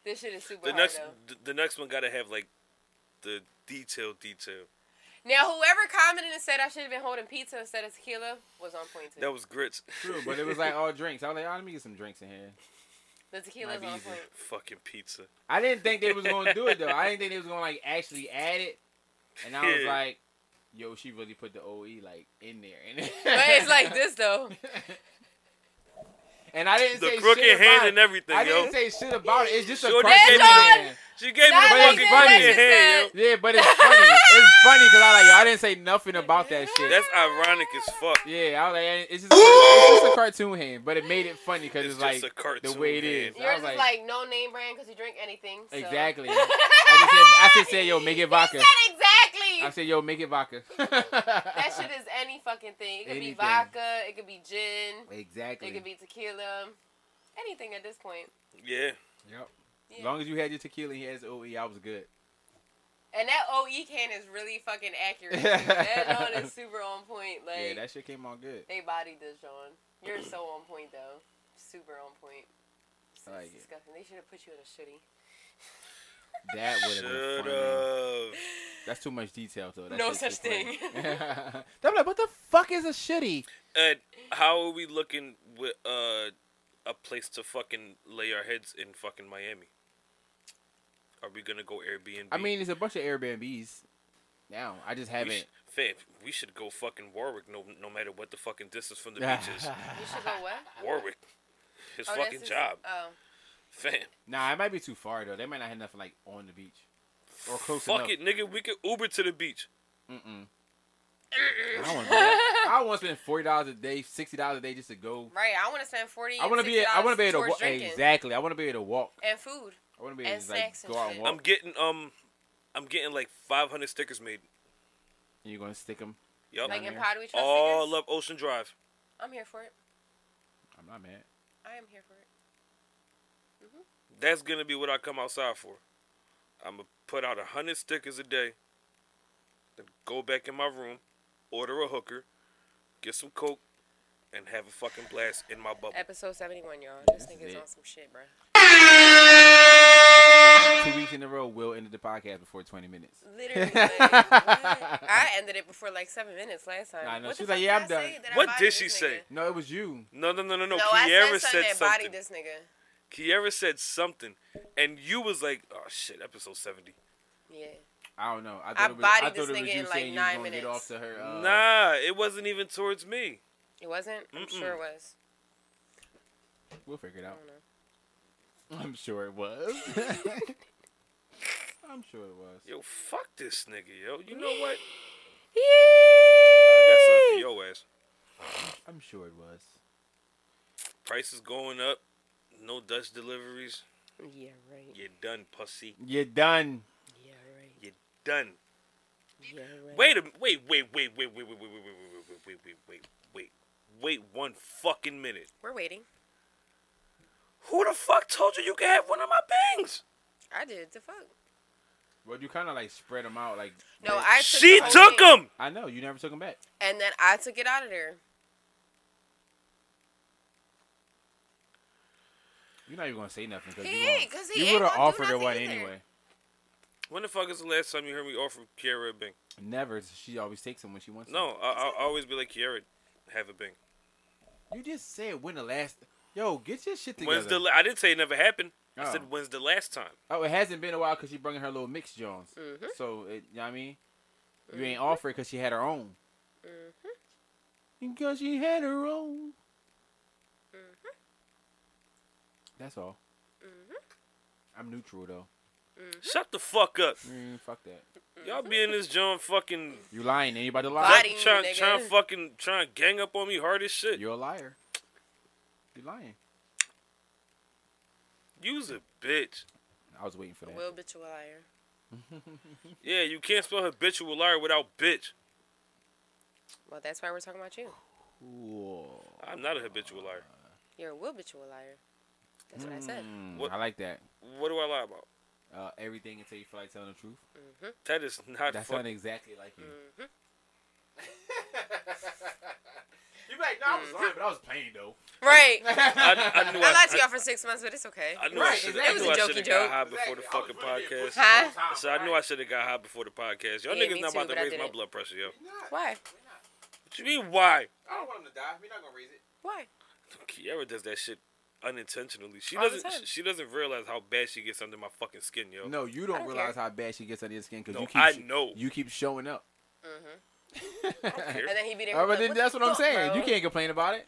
Speaker 4: this shit is super
Speaker 2: The
Speaker 4: hard,
Speaker 2: next
Speaker 4: though.
Speaker 2: the, the next one gotta have like the detail detail.
Speaker 4: Now, whoever commented and said I should have been holding pizza instead of tequila was on point, too.
Speaker 2: That was grits.
Speaker 1: True, but it was like all drinks. I was like, oh, let me get some drinks in here.
Speaker 4: the tequila's
Speaker 1: might be
Speaker 4: on
Speaker 1: easy.
Speaker 4: point.
Speaker 2: Fucking pizza.
Speaker 1: I didn't think they was gonna do it though. I didn't think they was gonna like actually add it. And I was
Speaker 2: Yeah.
Speaker 1: like, yo, she really put the OE like in there. And
Speaker 4: But it's like this, though.
Speaker 1: And I didn't
Speaker 2: The
Speaker 1: say
Speaker 2: crooked
Speaker 1: shit
Speaker 2: hand
Speaker 1: about
Speaker 2: and
Speaker 1: it.
Speaker 2: everything,
Speaker 1: I
Speaker 2: yo.
Speaker 1: didn't say shit about it. It's just a
Speaker 2: Sure,
Speaker 1: crooked
Speaker 4: they
Speaker 1: hand.
Speaker 2: She gave me the
Speaker 4: Not
Speaker 1: like
Speaker 2: fucking
Speaker 1: that, like
Speaker 2: crooked
Speaker 1: you
Speaker 2: hand,
Speaker 4: said.
Speaker 1: Yeah, but it's funny. it's funny because I like yo, I didn't say nothing about that
Speaker 2: yo.
Speaker 1: shit.
Speaker 2: That's ironic as fuck.
Speaker 1: yeah, I was like, it's just, it's just a cartoon hand, but it made it funny because
Speaker 2: It's
Speaker 1: it's,
Speaker 2: just a
Speaker 1: like
Speaker 2: cartoon
Speaker 1: the way it
Speaker 2: hand.
Speaker 1: is. I
Speaker 4: Yours
Speaker 1: was
Speaker 4: is like no name brand because you drink anything. so-
Speaker 1: exactly. I just said, I just said, yo, make it
Speaker 4: He
Speaker 1: vodka.
Speaker 4: said exactly.
Speaker 1: I said, yo, make it vodka.
Speaker 4: That shit is any fucking thing. It could
Speaker 1: Anything.
Speaker 4: be vodka, it could be gin,
Speaker 1: exactly.
Speaker 4: it could be tequila, anything at this point.
Speaker 2: Yeah.
Speaker 1: Yep. As
Speaker 4: Yeah.
Speaker 1: long as you had your tequila and he has OE, I was good.
Speaker 4: and that OE can is really fucking accurate. too. that one is super on point. Like
Speaker 1: yeah, that shit came out good.
Speaker 4: they bodied this, John. You're so on point though. Super on point. It's
Speaker 1: I like it.
Speaker 4: disgusting. They should have put you in a shitty.
Speaker 1: That would have been
Speaker 2: Should
Speaker 1: funny.
Speaker 2: have.
Speaker 1: That's too much detail, though. That
Speaker 4: No
Speaker 1: shit's too
Speaker 4: such thing.
Speaker 1: funny. They're like, what the fuck is a shitty?
Speaker 2: And how are we looking with uh, a place to fucking lay our heads in fucking Miami? Are we gonna go Airbnb?
Speaker 1: I mean, it's a bunch of Airbnbs now. I just
Speaker 2: we
Speaker 1: haven't.
Speaker 2: sh- fam, we should go fucking Warwick, no, no matter what the fucking distance from the beach is.
Speaker 4: You should go what?
Speaker 2: Warwick, his
Speaker 4: Oh, that's
Speaker 2: fucking
Speaker 4: his-
Speaker 2: job,
Speaker 4: Oh.
Speaker 2: fam.
Speaker 1: nah, it might be too far, though. They might not have nothing like on the beach or close
Speaker 2: Fuck
Speaker 1: enough.
Speaker 2: it, nigga. We could Uber to the beach.
Speaker 1: Mm-mm. I don't want to. I want to spend forty dollars a day, sixty dollars a day just to go.
Speaker 4: Right. I wanna spend forty
Speaker 1: I want to be. I want to be able to
Speaker 4: towards
Speaker 1: walk.
Speaker 4: drinking
Speaker 1: Exactly. I want to be able to walk.
Speaker 4: and food.
Speaker 1: I want to be able
Speaker 4: And
Speaker 1: to just, like
Speaker 4: snacks and
Speaker 1: go out and
Speaker 4: shit.
Speaker 1: walk.
Speaker 2: I'm getting um, I'm getting like 500 stickers made.
Speaker 1: And you're gonna stick them.
Speaker 2: Yup.
Speaker 4: Like in
Speaker 1: there.
Speaker 4: Pottery Trust
Speaker 2: All
Speaker 4: Stickers?
Speaker 2: up Ocean Drive.
Speaker 4: I'm here for it.
Speaker 1: I'm not mad.
Speaker 4: I am here for it.
Speaker 2: That's gonna be what I come outside for. I'm gonna put out a hundred stickers a day. Then go back in my room, order a hooker, get some coke, and have a fucking blast in my bubble.
Speaker 4: Episode 71, y'all. This
Speaker 1: This is
Speaker 4: nigga's
Speaker 1: it.
Speaker 4: on some shit, bro.
Speaker 1: Two weeks in a row, Will ended the podcast before 20 minutes.
Speaker 4: Literally, like, what? I ended it before like seven minutes last time.
Speaker 1: Nah, I know.
Speaker 4: What
Speaker 1: She
Speaker 4: the
Speaker 1: was like,
Speaker 4: fuck
Speaker 1: "Yeah,
Speaker 4: did
Speaker 1: I'm
Speaker 4: I say
Speaker 1: done."
Speaker 4: that I
Speaker 2: What
Speaker 4: bodied
Speaker 2: did
Speaker 4: this
Speaker 2: she
Speaker 4: nigga?
Speaker 2: say?
Speaker 1: No, it was you.
Speaker 2: No, no, no, no, no.
Speaker 4: No,
Speaker 2: Kiera
Speaker 4: I said something
Speaker 2: said
Speaker 4: that
Speaker 2: something.
Speaker 4: bodied this nigga.
Speaker 2: Kiera said something, and you was like, "Oh shit, episode 70."
Speaker 4: Yeah.
Speaker 1: I don't know. I thought
Speaker 4: I
Speaker 1: it was, I
Speaker 4: bodied
Speaker 1: thought
Speaker 4: this
Speaker 1: it was
Speaker 4: nigga
Speaker 1: you
Speaker 4: in, like,
Speaker 1: saying you was
Speaker 4: nine
Speaker 1: gonna get
Speaker 4: minutes.
Speaker 1: off to her. Uh,
Speaker 2: nah, it wasn't even towards me.
Speaker 4: It wasn't? I'm sure
Speaker 2: Mm-mm.
Speaker 4: it was.
Speaker 1: We'll figure it
Speaker 4: I
Speaker 1: out.
Speaker 4: don't know.
Speaker 1: I'm sure it was. I'm sure it was.
Speaker 2: Yo, fuck this nigga, yo. You know what? I got
Speaker 4: I
Speaker 2: something for your ass.
Speaker 1: I'm sure it was.
Speaker 2: Prices going up. No Dutch deliveries.
Speaker 4: Yeah, right.
Speaker 2: You're done, pussy.
Speaker 1: You're done.
Speaker 4: Yeah, right.
Speaker 2: Done.
Speaker 4: Yeah, right.
Speaker 2: Wait a wait, wait, wait, wait, wait, wait, wait, wait, wait, wait, wait, wait, wait, wait, wait, wait one fucking minute.
Speaker 4: We're waiting.
Speaker 2: Who the fuck told you you can have one of my bangs?
Speaker 4: I did. The fuck?
Speaker 1: Well, you kind of like spread them out. Like
Speaker 4: No,
Speaker 1: like-
Speaker 4: I took
Speaker 2: She
Speaker 4: the whole
Speaker 2: took
Speaker 4: thing,
Speaker 2: him.
Speaker 1: I know you never took them back.
Speaker 4: and then I took it out of there.
Speaker 1: You're not even gonna say nothing because
Speaker 4: He
Speaker 1: you
Speaker 4: ain't,
Speaker 1: gonna-
Speaker 4: 'cause he
Speaker 1: you
Speaker 4: ain't
Speaker 1: would've
Speaker 4: gonna do
Speaker 1: offered her
Speaker 4: nothing
Speaker 1: one
Speaker 4: either.
Speaker 1: anyway.
Speaker 2: When the fuck is the last time you heard me offer Kiara a bang?
Speaker 1: Never. She always takes them when she wants.
Speaker 2: No, I, I always be like Kiara, have a bang.
Speaker 1: them. You just said when the last. Yo, get your shit together.
Speaker 2: When's the? la- I didn't say it never happened. I
Speaker 1: Oh.
Speaker 2: said when's the last time?
Speaker 1: Oh, it hasn't been a while because she bringing her little mix Jones.
Speaker 4: Mhm.
Speaker 1: So, it, you know what I mean? You ain't offer it because she had her own.
Speaker 4: Mm-hmm.
Speaker 1: Because she had her own.
Speaker 4: Mm-hmm.
Speaker 1: That's all. I'm neutral, though.
Speaker 4: Mm-hmm.
Speaker 2: Shut the fuck up.
Speaker 1: Mm, fuck that.
Speaker 2: Y'all be in this joint fucking
Speaker 1: You lying. Anybody lie?
Speaker 4: Body,
Speaker 2: trying,
Speaker 4: nigga.
Speaker 2: trying fucking trying to gang up on me hard as shit.
Speaker 1: You're a liar. You lying.
Speaker 2: You's a bitch.
Speaker 1: I was waiting for that.
Speaker 4: Will bitch a liar.
Speaker 2: Yeah, you can't spell habitual liar without bitch.
Speaker 4: Well, that's why we're talking about you.
Speaker 1: Cool.
Speaker 2: I'm not a habitual liar.
Speaker 4: You're a will bitch a liar. That's what I said.
Speaker 1: Mm,
Speaker 2: What-
Speaker 1: I like that.
Speaker 2: What do I lie about?
Speaker 1: Uh, everything until you feel like telling the truth.
Speaker 2: That is not e-
Speaker 1: That
Speaker 2: fucking.
Speaker 1: sounded exactly like you.
Speaker 4: Mm-hmm.
Speaker 1: you be like, no,
Speaker 4: Mm-hmm.
Speaker 1: I was lying, but I was playing though.
Speaker 4: Right.
Speaker 2: I, I knew I,
Speaker 4: I lied to
Speaker 2: I,
Speaker 4: y'all for six months, but it's okay.
Speaker 2: I knew I
Speaker 1: Right,
Speaker 2: should
Speaker 1: exactly.
Speaker 4: It
Speaker 2: have
Speaker 4: was a
Speaker 2: got
Speaker 4: jokey joke.
Speaker 2: high before the fucking podcast.
Speaker 4: Huh?
Speaker 2: I said I knew I should have got high before the podcast. Y'all
Speaker 4: Yeah,
Speaker 2: niggas
Speaker 4: me
Speaker 2: not
Speaker 4: too,
Speaker 2: about
Speaker 4: but
Speaker 2: to
Speaker 4: I
Speaker 2: raise my
Speaker 4: didn't.
Speaker 2: blood pressure, yo.
Speaker 4: Why?
Speaker 2: What you mean why?
Speaker 1: I don't want him to die. We're not gonna raise it.
Speaker 4: Why?
Speaker 2: Kiara does that shit unintentionally. She
Speaker 4: All the
Speaker 2: doesn't.
Speaker 4: time.
Speaker 2: She doesn't realize how bad she gets under my fucking skin, yo.
Speaker 1: No, you don't,
Speaker 4: don't
Speaker 1: realize
Speaker 4: care.
Speaker 1: how bad she gets under your skin because
Speaker 2: No,
Speaker 1: you keep.
Speaker 2: I
Speaker 1: sh-
Speaker 2: know.
Speaker 1: You keep showing up.
Speaker 2: I don't care.
Speaker 4: And then he be there.
Speaker 1: Oh, but
Speaker 4: like,
Speaker 1: then
Speaker 4: Mm-hmm. the
Speaker 1: that's what I'm
Speaker 4: fuck,
Speaker 1: saying.
Speaker 4: bro?
Speaker 1: You can't complain about it.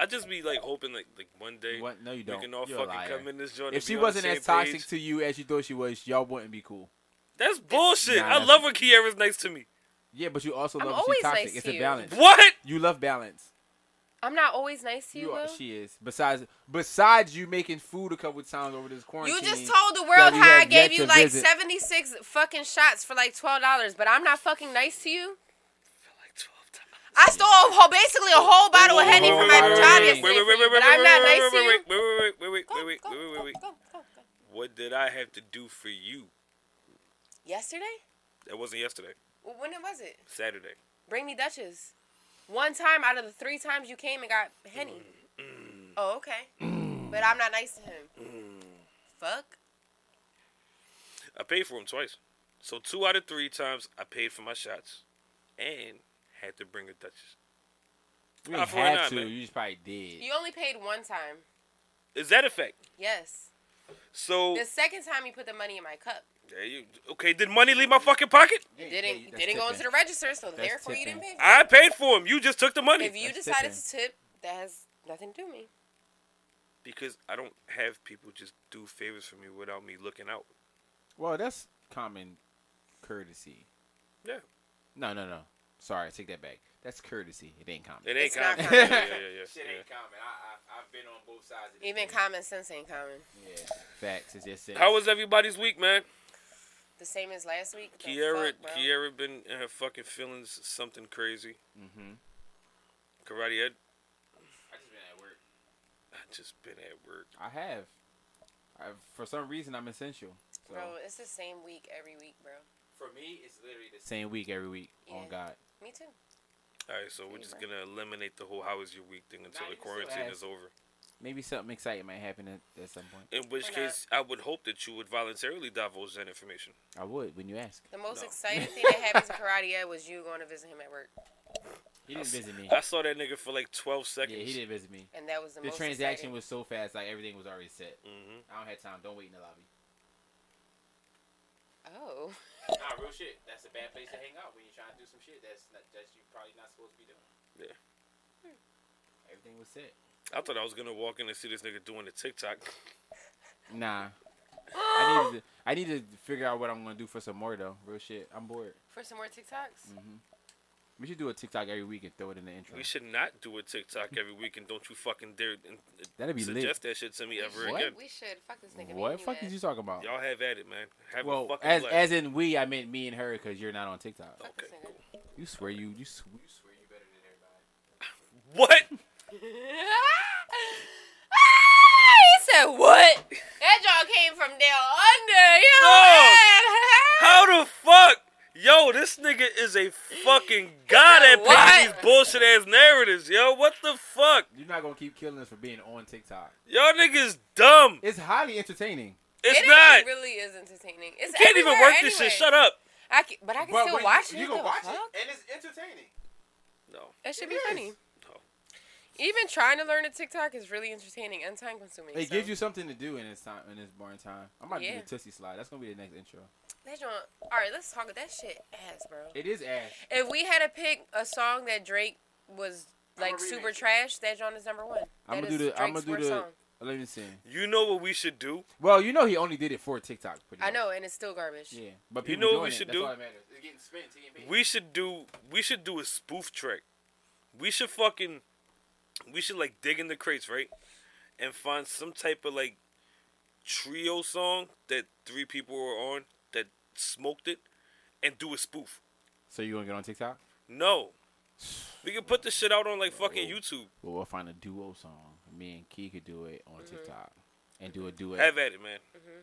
Speaker 2: I just be like hoping like like one day
Speaker 1: What? No, you
Speaker 2: we
Speaker 1: don't.
Speaker 2: can all
Speaker 1: You're a
Speaker 2: fucking
Speaker 1: liar.
Speaker 2: come in this joint.
Speaker 1: if
Speaker 2: and
Speaker 1: she
Speaker 2: be on the
Speaker 1: wasn't
Speaker 2: same
Speaker 1: as toxic
Speaker 2: page.
Speaker 1: to you as you thought she was, y'all wouldn't be cool.
Speaker 2: that's bullshit.
Speaker 1: Nah,
Speaker 2: I
Speaker 1: that's-
Speaker 2: love when Kiara's nice to me.
Speaker 1: Yeah, but you also
Speaker 4: I'm
Speaker 1: love when
Speaker 4: always
Speaker 1: she's toxic.
Speaker 4: nice
Speaker 1: it's
Speaker 4: to
Speaker 1: a
Speaker 4: you.
Speaker 1: balance.
Speaker 2: What?
Speaker 1: You love balance.
Speaker 4: I'm not always nice to you,
Speaker 1: You are,
Speaker 4: Will.
Speaker 1: she is. Besides, besides you making food a couple times over this quarantine.
Speaker 4: You just told the world
Speaker 1: we
Speaker 4: how I
Speaker 1: have yet
Speaker 4: gave you
Speaker 1: to
Speaker 4: like
Speaker 1: visit.
Speaker 4: 76 fucking shots for like $12, but I'm not fucking nice to you.
Speaker 2: Like 12 times.
Speaker 4: I stole a whole, basically a whole bottle of Henny from my
Speaker 1: wait,
Speaker 4: job
Speaker 1: wait,
Speaker 4: yesterday. for you, But I'm not nice to you.
Speaker 2: wait, wait, wait, wait, wait,
Speaker 4: Go,
Speaker 2: wait,
Speaker 4: go,
Speaker 2: wait, wait,
Speaker 4: go,
Speaker 2: wait.
Speaker 4: go, go, go.
Speaker 2: What did I have to do for you?
Speaker 4: Yesterday?
Speaker 2: That wasn't yesterday.
Speaker 4: Well, when it was it?
Speaker 2: Saturday.
Speaker 4: Bring me Duchess. One time out of the three times you came and got Henny.
Speaker 1: Mm,
Speaker 4: Oh, okay. But I'm not nice to him.
Speaker 1: Mm.
Speaker 4: Fuck.
Speaker 2: I paid for them twice. So two out of three times I paid for my shots, and had to bring a Duchess.
Speaker 1: You didn't
Speaker 2: Nah, for right now,
Speaker 1: have to.
Speaker 2: man.
Speaker 1: You just probably did.
Speaker 4: You only paid one time.
Speaker 2: Is that a fact?
Speaker 4: Yes.
Speaker 2: So
Speaker 4: The second time you put the money in my cup.
Speaker 2: there you, okay, did money leave my fucking pocket?
Speaker 1: Hey,
Speaker 4: Didn't
Speaker 1: hey, that's
Speaker 4: didn't go
Speaker 1: tipping.
Speaker 4: into the register, so therefore you
Speaker 1: tipping.
Speaker 4: didn't pay for
Speaker 2: I paid for them. You just took the money
Speaker 4: it. If you
Speaker 1: That's
Speaker 4: decided
Speaker 1: tipping.
Speaker 4: to tip, that has nothing to do with me.
Speaker 2: because I don't have people just do favors for me without me looking out.
Speaker 1: Well, that's common courtesy.
Speaker 2: Yeah,
Speaker 1: No, no, no. Sorry, I take that back. That's courtesy. It ain't common.
Speaker 2: it ain't
Speaker 4: It's not
Speaker 2: common.
Speaker 4: common.
Speaker 2: yeah, yeah, yeah, yeah, yeah.
Speaker 1: common. I, I, I've been on both sides of
Speaker 4: Even common sense ain't common.
Speaker 1: Yeah. Facts. It's just sense.
Speaker 2: How was everybody's week, man?
Speaker 4: The same as last week. The
Speaker 2: Kiara,
Speaker 4: fuck, bro?
Speaker 2: Kiara been in her fucking feelings something crazy.
Speaker 1: Mm-hmm.
Speaker 2: Karate Ed,
Speaker 1: I just been at work.
Speaker 2: I just been at work.
Speaker 1: I have. I, for some reason, I'm essential. So
Speaker 4: Bro, it's the same week every week, bro.
Speaker 1: for me, it's literally the same week every week. On
Speaker 4: Yeah.
Speaker 1: God.
Speaker 4: Me too.
Speaker 2: All right, so we're just gonna eliminate the whole "How is your week?" thing until
Speaker 1: Nah, you
Speaker 2: the
Speaker 1: can still
Speaker 2: quarantine
Speaker 1: ask.
Speaker 2: is over.
Speaker 1: Maybe something exciting might happen at, at some point.
Speaker 2: In which
Speaker 4: Why not?
Speaker 2: case, I would hope that you would voluntarily divulge that information.
Speaker 1: I would when you ask.
Speaker 4: The most
Speaker 2: No.
Speaker 4: exciting thing that happened to Karate Ed was you going to visit him at work,
Speaker 1: He didn't visit me.
Speaker 2: I saw that nigga for like 12
Speaker 1: Yeah,
Speaker 2: seconds.
Speaker 1: he didn't visit me.
Speaker 4: and that was the,
Speaker 1: The
Speaker 4: most
Speaker 1: transaction
Speaker 4: exciting.
Speaker 1: was so fast, like everything was already set.
Speaker 2: hmm
Speaker 1: I don't have time. Don't wait in the lobby.
Speaker 4: Oh,
Speaker 1: Nah, real shit. That's a bad place to hang out when you're trying to do some shit that's not, that you probably not supposed to be doing.
Speaker 2: Yeah.
Speaker 1: Everything was set.
Speaker 2: I thought I was gonna walk in and see this nigga doing the TikTok.
Speaker 1: Nah. I need to, I need to figure out what I'm gonna do for some more though. Real shit. I'm bored.
Speaker 4: for some more TikToks.
Speaker 1: Mhm. We should do a TikTok every week and throw it in the intro.
Speaker 2: We should not do a TikTok every week, and don't you fucking dare and
Speaker 1: That'd be lit.
Speaker 2: suggest that shit to me ever
Speaker 1: What?
Speaker 2: again.
Speaker 4: We should. Fuck this nigga.
Speaker 1: What fuck is you talking about?
Speaker 2: Y'all have at it, man. Have a
Speaker 1: Well,
Speaker 2: fucking
Speaker 1: as
Speaker 2: blast.
Speaker 1: as in we, I meant me and her because you're not on TikTok.
Speaker 4: Fuck this
Speaker 2: Okay,
Speaker 4: nigga.
Speaker 1: You swear you you, sw- you swear you better than everybody.
Speaker 2: what?
Speaker 4: Ah, he said, "What?" That y'all came from down under. You
Speaker 2: How the
Speaker 4: know what?
Speaker 2: fuck? Yo, this nigga is a fucking god at picking
Speaker 4: What?
Speaker 2: these bullshit ass narratives, yo. What the fuck?
Speaker 1: You're not gonna keep killing us for being on TikTok.
Speaker 2: Y'all niggas dumb.
Speaker 1: It's highly entertaining.
Speaker 2: It's
Speaker 4: It
Speaker 2: not.
Speaker 4: actually really is entertaining. It's
Speaker 2: Can't even work this shit. Shut up.
Speaker 4: I can, but I can still
Speaker 1: when
Speaker 4: watch
Speaker 1: you,
Speaker 4: it.
Speaker 1: You can
Speaker 4: the
Speaker 1: watch
Speaker 4: fuck?
Speaker 1: it, and it's entertaining.
Speaker 2: No.
Speaker 4: That should
Speaker 1: It
Speaker 4: be
Speaker 1: is.
Speaker 4: funny.
Speaker 2: No.
Speaker 4: Even trying to learn a TikTok is really entertaining and time consuming.
Speaker 1: It
Speaker 4: so.
Speaker 1: gives you something to do in this time in this boring time. I'm about
Speaker 4: Yeah.
Speaker 1: to do the Tootsie slide. That's gonna be the next intro.
Speaker 4: That joint. All right, let's talk. That shit ass, bro.
Speaker 1: It is ass.
Speaker 4: If we had to pick a song that Drake was
Speaker 1: I'ma
Speaker 4: like super
Speaker 1: remix it.
Speaker 4: trash, that joint is number one.
Speaker 1: I'm
Speaker 4: That
Speaker 1: gonna do
Speaker 4: is
Speaker 1: the. I'm
Speaker 4: Drake's
Speaker 1: gonna do
Speaker 4: worst
Speaker 1: the.
Speaker 4: song.
Speaker 1: Let me see.
Speaker 2: You know what we should do?
Speaker 1: Well, you know he only did it for TikTok. Pretty
Speaker 4: I
Speaker 1: much.
Speaker 4: know, and it's still garbage.
Speaker 1: Yeah, but
Speaker 2: You
Speaker 1: people
Speaker 2: know what
Speaker 1: doing
Speaker 2: we
Speaker 1: it.
Speaker 2: should
Speaker 1: That's
Speaker 2: do?
Speaker 1: all that matters. It's getting spent. TNB.
Speaker 2: We should do we should do a spoof track. We should fucking we should like dig in the crates, right? And find some type of like trio song that three people were on that smoked it and do a spoof.
Speaker 1: So you gonna get on TikTok?
Speaker 2: No. We can put this shit out on like fucking YouTube.
Speaker 1: Well, we'll find a duo song. Me and Key could do it
Speaker 4: Mm-hmm.
Speaker 1: on TikTok and do a duet.
Speaker 2: Have at it, man.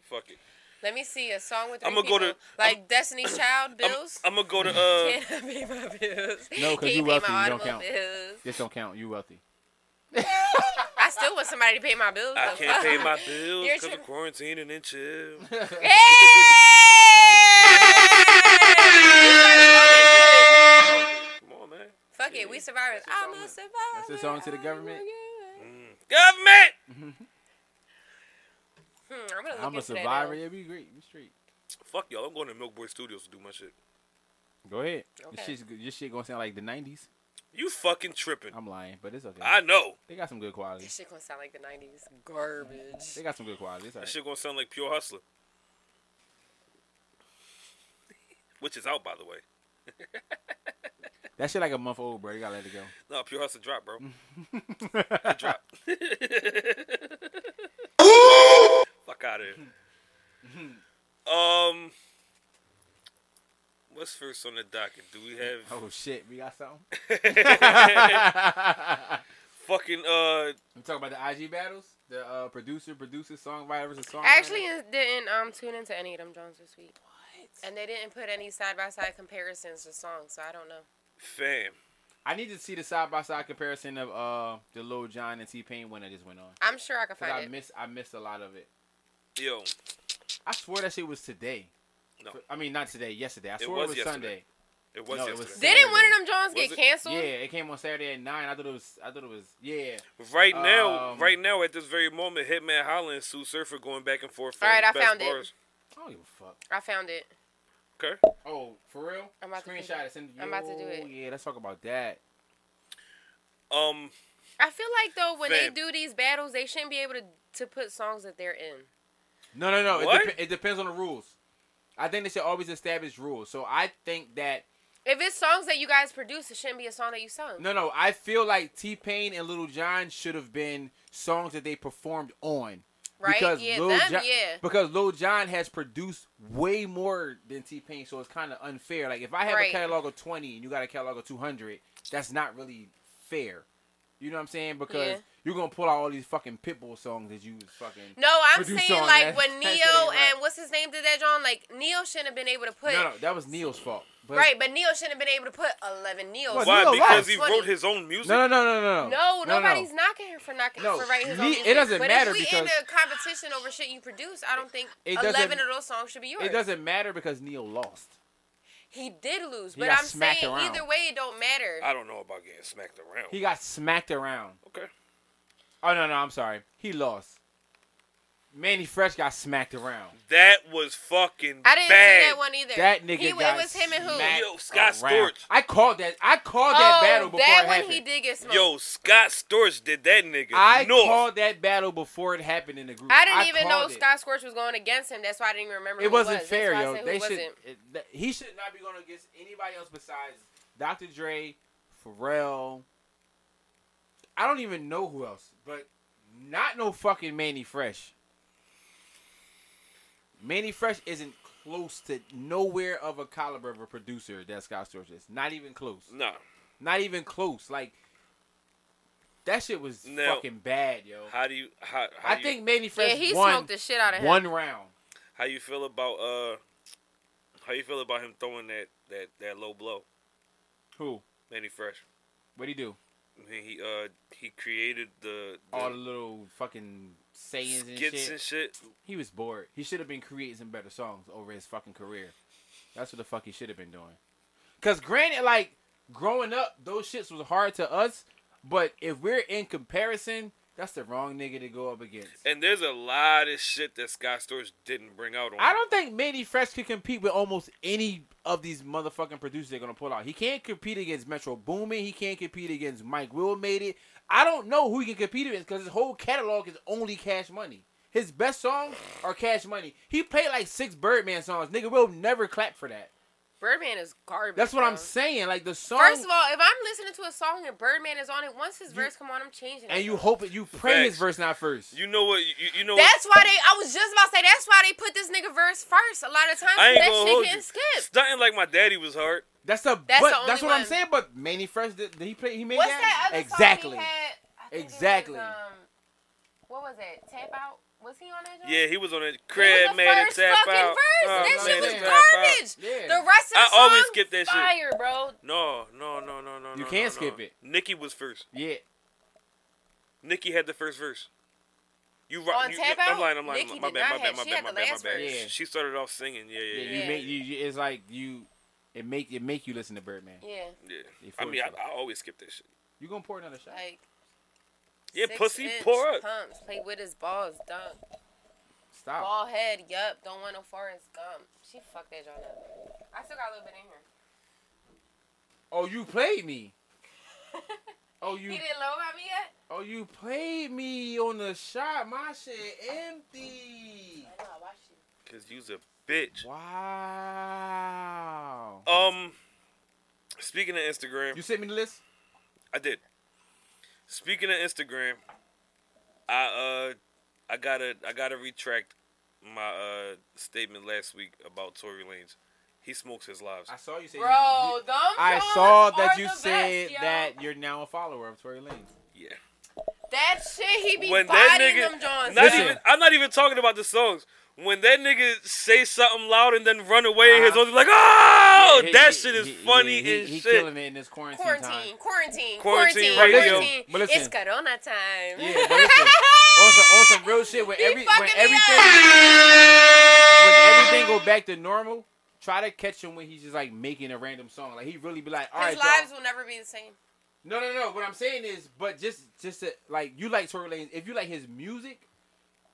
Speaker 2: Fuck it.
Speaker 4: Let me see a song with. 3
Speaker 2: I'ma go to-
Speaker 4: people. like Destiny's Child
Speaker 2: I'm,
Speaker 4: bills.
Speaker 2: I'm gonna go to uh
Speaker 4: Can I pay my bills?
Speaker 1: No, 'cause you
Speaker 4: Can pay
Speaker 1: wealthy,
Speaker 4: my
Speaker 1: you don't
Speaker 4: automobile
Speaker 1: count.
Speaker 4: bills?
Speaker 1: This don't count. You wealthy.
Speaker 4: I still want somebody to pay my bills.
Speaker 2: I
Speaker 4: though.
Speaker 2: can't pay my bills
Speaker 4: You're
Speaker 2: because of
Speaker 4: tryna-
Speaker 2: quarantine and then chill.
Speaker 4: Hey! We survivors.
Speaker 2: Come on, man.
Speaker 4: Fuck it, we survivors. I'm a survivor.
Speaker 1: That's a song to the government.
Speaker 2: Government!
Speaker 4: Hmm, I'm gonna look
Speaker 1: I'm a
Speaker 4: into that
Speaker 1: survivor.
Speaker 4: now.
Speaker 1: Yeah, be great. Be straight.
Speaker 2: Fuck y'all. I'm going to Milk Boy Studios to do my shit.
Speaker 1: Go ahead. This,
Speaker 4: Okay.
Speaker 1: shit's, good- this shit gonna sound like the '90s.
Speaker 2: You fucking tripping.
Speaker 1: I'm lying, but it's okay.
Speaker 2: I know.
Speaker 1: they got some good quality.
Speaker 4: This shit gonna sound like the '90s garbage.
Speaker 1: They got some good quality. It's all
Speaker 2: That
Speaker 1: right.
Speaker 2: shit gonna sound like Pure Hustler. Which is out, by the way.
Speaker 1: That shit like a month old, bro. You gotta let it go.
Speaker 2: No, Pure Hustler drop, bro. It drop. Fuck out of here. Um, what's first on the docket? Do we have
Speaker 1: Oh shit, we got something.
Speaker 2: fucking uh?
Speaker 1: We talking about the IG battles, the uh, producer, producer, songwriter versus songwriter.
Speaker 4: I actually didn't um tune into any of them Jones this week, and they didn't put any side by side comparisons to songs, so I don't know.
Speaker 2: Fam,
Speaker 1: I need to see the side by side comparison of uh the Lil Jon and T Pain one that just went on.
Speaker 4: I'm sure I can
Speaker 1: Cause
Speaker 4: find
Speaker 1: I
Speaker 4: it.
Speaker 1: miss I missed a lot of it.
Speaker 2: yo,
Speaker 1: I swear that shit was today.
Speaker 2: No.
Speaker 1: I mean not today, yesterday. I
Speaker 2: It
Speaker 1: swear
Speaker 2: was
Speaker 1: it was
Speaker 2: yesterday.
Speaker 1: Sunday.
Speaker 2: it was
Speaker 1: No, it was
Speaker 2: yesterday.
Speaker 4: Didn't one of them
Speaker 2: Was
Speaker 4: Jones get
Speaker 2: it?
Speaker 4: canceled?
Speaker 1: Yeah, it came on Saturday at nine. I thought it was I thought it was yeah.
Speaker 2: Right now,
Speaker 1: Um,
Speaker 2: right now, at this very moment, Hitman Holla and Sue Surfer going back and forth. for
Speaker 4: All right,
Speaker 2: the
Speaker 4: I
Speaker 2: best
Speaker 4: found it.
Speaker 2: bars.
Speaker 1: I don't give a fuck.
Speaker 4: I found it.
Speaker 2: Okay.
Speaker 1: Oh, for real?
Speaker 4: I'm about to do
Speaker 1: Screenshot
Speaker 4: it.
Speaker 1: it. Send
Speaker 4: I'm about to do
Speaker 1: Yo,
Speaker 4: it.
Speaker 1: Yeah, let's talk about that.
Speaker 2: Um,
Speaker 4: I feel like though when
Speaker 2: Fam.
Speaker 4: they do these battles, they shouldn't be able to to put songs that they're in.
Speaker 1: No, no, no.
Speaker 2: What?
Speaker 1: It, dep- it depends on the rules. I think they should always establish rules. So I think that
Speaker 4: If it's songs that you guys produce, it shouldn't be a song that you sung.
Speaker 1: No, no. I feel like T Pain and Little John should have been songs that they performed on.
Speaker 4: Right?
Speaker 1: Because
Speaker 4: Yeah,
Speaker 1: Lil
Speaker 4: them,
Speaker 1: Jon-
Speaker 4: yeah.
Speaker 1: Because Lil John has produced way more than T Pain, so it's kind of unfair. Like if I have
Speaker 4: Right.
Speaker 1: a catalog of twenty and you got a catalog of two hundred, that's not really fair. You know what I'm saying? Because
Speaker 4: Yeah.
Speaker 1: you're gonna pull out all these fucking Pitbull songs that you was fucking.
Speaker 4: No, I'm
Speaker 1: Produce
Speaker 4: saying
Speaker 1: song,
Speaker 4: like
Speaker 1: that-
Speaker 4: when
Speaker 1: that
Speaker 4: Neo
Speaker 1: shit ain't right.
Speaker 4: and what's his name did that John, like Neo shouldn't have been able to put
Speaker 1: No, no, that was Neil's fault. But
Speaker 4: right, but Neo shouldn't have been able to put eleven Neo's.
Speaker 1: Well,
Speaker 2: why?
Speaker 1: Lil Nas.
Speaker 2: Because he
Speaker 4: Funny.
Speaker 2: wrote his own music.
Speaker 1: No, no, no, no, no, no.
Speaker 4: No, nobody's knocking him for knocking
Speaker 1: No,
Speaker 4: for writing his own
Speaker 1: me- it
Speaker 4: music.
Speaker 1: doesn't
Speaker 4: but
Speaker 1: matter
Speaker 4: if we in
Speaker 1: because-
Speaker 4: a competition over shit you produce, I don't think
Speaker 1: It doesn't-
Speaker 4: eleven of those songs should be yours.
Speaker 1: It doesn't matter because Neil lost.
Speaker 4: He did lose,
Speaker 1: He
Speaker 4: but
Speaker 1: got
Speaker 4: I'm
Speaker 1: smacked
Speaker 4: saying
Speaker 1: around.
Speaker 4: either way, it don't matter.
Speaker 2: I don't know about getting smacked around.
Speaker 1: He got smacked around.
Speaker 2: okay.
Speaker 1: Oh no, no, I'm sorry. He lost. Manny Fresh got smacked around.
Speaker 2: That was fucking
Speaker 4: I didn't
Speaker 2: bad.
Speaker 4: see that one either.
Speaker 1: That nigga
Speaker 4: He,
Speaker 1: got
Speaker 4: it was him and who? Oh,
Speaker 1: smacked
Speaker 2: Yo, Scott
Speaker 1: around.
Speaker 2: Storch.
Speaker 1: I called that. I called that battle before
Speaker 4: that
Speaker 1: it
Speaker 4: one
Speaker 1: happened.
Speaker 4: he did get smoked.
Speaker 2: Yo, Scott Storch did that nigga.
Speaker 1: I
Speaker 2: North.
Speaker 1: called that battle before it happened in the group.
Speaker 4: I didn't even know
Speaker 1: called it.
Speaker 4: Scott Scorch was going against him. That's why I didn't remember. who
Speaker 1: It wasn't
Speaker 4: was.
Speaker 1: fair,
Speaker 4: That's why I
Speaker 1: yo.
Speaker 4: said who
Speaker 1: They should.
Speaker 4: wasn't.
Speaker 1: it- that- he should not be going against anybody else besides Dr. Dre, Pharrell. I don't even know who else, but not no fucking Manny Fresh. Manny Fresh isn't close to nowhere of a caliber of a producer that Scott Storch is. Not even close.
Speaker 2: Nah.
Speaker 1: Not even close. Like that shit was
Speaker 2: Now-
Speaker 1: fucking bad, yo.
Speaker 2: How do you how, how
Speaker 1: I
Speaker 2: do you,
Speaker 1: think Manny Fresh
Speaker 4: Yeah, he
Speaker 1: won
Speaker 4: smoked the shit out of him.
Speaker 1: one round.
Speaker 2: how you feel about uh how you feel about him throwing that that that low blow,
Speaker 1: Who?
Speaker 2: Manny Fresh?
Speaker 1: What'd he do?
Speaker 2: I mean, he uh he created the, the
Speaker 1: All the little fucking sayings and
Speaker 2: skits
Speaker 1: shit.
Speaker 2: and shit.
Speaker 1: He was bored. He should have been creating some better songs over his fucking career. That's what the fuck he should have been doing. Cause granted, like growing up, those shits was hard to us. But if we're in comparison, that's the wrong nigga to go up against.
Speaker 2: And there's a lot of shit that Scott Storch didn't bring out on.
Speaker 1: I don't think Manny Fresh could compete with almost any of these motherfucking producers they're gonna pull out. He can't compete against Metro Boomin. He can't compete against Mike Will made it. I don't know who he can compete against because his whole catalog is only Cash Money. His best songs are Cash Money. He played like six Birdman songs. Nigga will never clap for that.
Speaker 4: Birdman is garbage.
Speaker 1: That's what
Speaker 4: bro.
Speaker 1: I'm saying. Like the song,
Speaker 4: First of all, if I'm listening to a song and Birdman is on it, once his verse come on, I'm changing.
Speaker 1: and
Speaker 4: it.
Speaker 1: you hope it, you pray his
Speaker 2: Facts.
Speaker 1: verse not first.
Speaker 2: You know what? You, you know what?
Speaker 4: That's why they. I was just about to say. That's why they put this nigga verse first. A lot of times
Speaker 2: I ain't
Speaker 4: that
Speaker 2: gonna
Speaker 4: shit
Speaker 2: hold
Speaker 4: getting
Speaker 2: you.
Speaker 4: skipped.
Speaker 2: Stunting like my daddy was hard.
Speaker 1: that's the
Speaker 4: That's
Speaker 1: but
Speaker 4: the only
Speaker 1: that's what I'm
Speaker 4: one.
Speaker 1: saying. But Manny Fresh did, did he play? He made
Speaker 4: What's
Speaker 1: that
Speaker 4: that other
Speaker 1: exactly.
Speaker 4: song he had? I think it was,
Speaker 1: Exactly.
Speaker 4: um, what was it? Tap out. Was he on that? joint?
Speaker 2: Yeah, he was on it.
Speaker 4: It
Speaker 2: Crab
Speaker 4: was the
Speaker 2: made it
Speaker 4: first
Speaker 2: tap
Speaker 4: fucking
Speaker 2: out.
Speaker 4: verse.
Speaker 2: Oh,
Speaker 4: that shit
Speaker 2: made
Speaker 4: was
Speaker 2: it
Speaker 1: man.
Speaker 2: tap out.
Speaker 4: garbage.
Speaker 1: Yeah.
Speaker 4: The rest of the
Speaker 2: I always
Speaker 4: song,
Speaker 2: skip that shit.
Speaker 4: fire, bro.
Speaker 2: No, no, no, no, no.
Speaker 1: You
Speaker 2: no,
Speaker 1: can
Speaker 2: no,
Speaker 1: skip
Speaker 2: no.
Speaker 1: it.
Speaker 2: Nikki was first.
Speaker 1: Yeah,
Speaker 2: Nikki had the first verse. You rock.
Speaker 4: On
Speaker 2: you,
Speaker 4: Tap
Speaker 2: I'm
Speaker 4: Out?
Speaker 2: lying. I'm lying.
Speaker 4: Nikki
Speaker 2: my
Speaker 4: did
Speaker 2: bad.
Speaker 4: not
Speaker 2: My bad.
Speaker 4: have-
Speaker 2: My
Speaker 4: she
Speaker 2: bad.
Speaker 4: had
Speaker 2: My
Speaker 4: the
Speaker 2: bad. My
Speaker 4: last
Speaker 2: bad.
Speaker 1: verse. Yeah.
Speaker 2: She started off singing. Yeah, yeah,
Speaker 1: yeah,
Speaker 2: yeah.
Speaker 1: you
Speaker 4: Yeah.
Speaker 1: make you, you. It's like you. It make it make you listen to Birdman.
Speaker 4: Yeah,
Speaker 2: yeah.
Speaker 1: You
Speaker 2: I mean,
Speaker 1: forced it.
Speaker 2: I, I always skip that shit.
Speaker 1: You gonna pour another shot?
Speaker 4: like
Speaker 2: Yeah,
Speaker 4: six
Speaker 2: pussy,
Speaker 4: inch
Speaker 2: pour up.
Speaker 4: Pumps, play with his balls, dunk.
Speaker 1: Stop.
Speaker 4: Ball head, yup. Don't want no Forrest Gump. She fucked that joint up. I still got a little bit in here.
Speaker 1: Oh, you played me. Oh you.
Speaker 4: He didn't know about me yet.
Speaker 1: Oh you played me on the shot. My shit empty.
Speaker 4: I know. I watched you.
Speaker 2: Cause you's a bitch.
Speaker 1: Wow.
Speaker 2: Um, speaking of Instagram,
Speaker 1: You sent me the list.
Speaker 2: I did. Speaking of Instagram, I uh, I gotta I gotta retract my uh statement last week about Tory Lanez. He smokes his lives.
Speaker 1: I saw you say.
Speaker 4: Bro,
Speaker 1: you-
Speaker 4: them
Speaker 1: I
Speaker 4: joints
Speaker 1: saw
Speaker 4: are
Speaker 1: that you
Speaker 4: the
Speaker 1: said
Speaker 4: best, yo.
Speaker 1: that you're now a follower of Tory Lanez.
Speaker 2: Yeah.
Speaker 4: That shit he be
Speaker 2: When
Speaker 4: when
Speaker 2: that
Speaker 4: bodying
Speaker 2: nigga-
Speaker 4: them joints.
Speaker 2: Not
Speaker 1: Listen.
Speaker 2: even I'm not even talking about the songs. When that nigga say something loud and then run
Speaker 1: Uh-huh.
Speaker 2: away, his own like, oh,
Speaker 1: Yeah, he-
Speaker 2: that
Speaker 1: he-
Speaker 2: shit is
Speaker 1: he-
Speaker 2: funny
Speaker 1: he, he,
Speaker 2: as
Speaker 1: he
Speaker 2: shit.
Speaker 1: killing it in this quarantine, time.
Speaker 4: Quarantine, quarantine,
Speaker 2: Quarantine
Speaker 4: quarantine,
Speaker 2: radio.
Speaker 4: quarantine.
Speaker 1: But listen.
Speaker 4: It's Corona time.
Speaker 1: Yeah, but listen, on some, on some real shit, when,
Speaker 4: He
Speaker 1: every, when
Speaker 4: fucking me
Speaker 1: everything
Speaker 4: Eh.
Speaker 1: when everything go back to normal, try to catch him when he's just like making a random song. Like he really be like, all right,
Speaker 4: His
Speaker 1: y'all."
Speaker 4: lives will never be the same.
Speaker 1: no, no, no. What I'm saying is, but just just to, like you like Tory Lanez, if you like his music,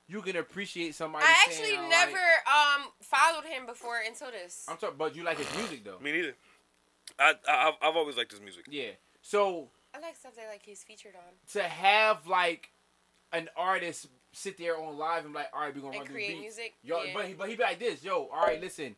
Speaker 1: you can appreciate somebody.
Speaker 4: I actually
Speaker 1: saying,
Speaker 4: never
Speaker 1: Like,
Speaker 4: um followed him before until this.
Speaker 1: I'm talking, but you like his music though.
Speaker 2: Me neither. I, I I've- I've always liked his music.
Speaker 1: Yeah. So
Speaker 4: I like stuff that like he's featured on.
Speaker 1: to have like an artist sit there on live and be like, all right, we're gonna
Speaker 4: And
Speaker 1: run through
Speaker 4: create
Speaker 1: beats.
Speaker 4: music,
Speaker 1: Y'all,
Speaker 4: yeah.
Speaker 1: but he, but he be like this, yo, all right, listen,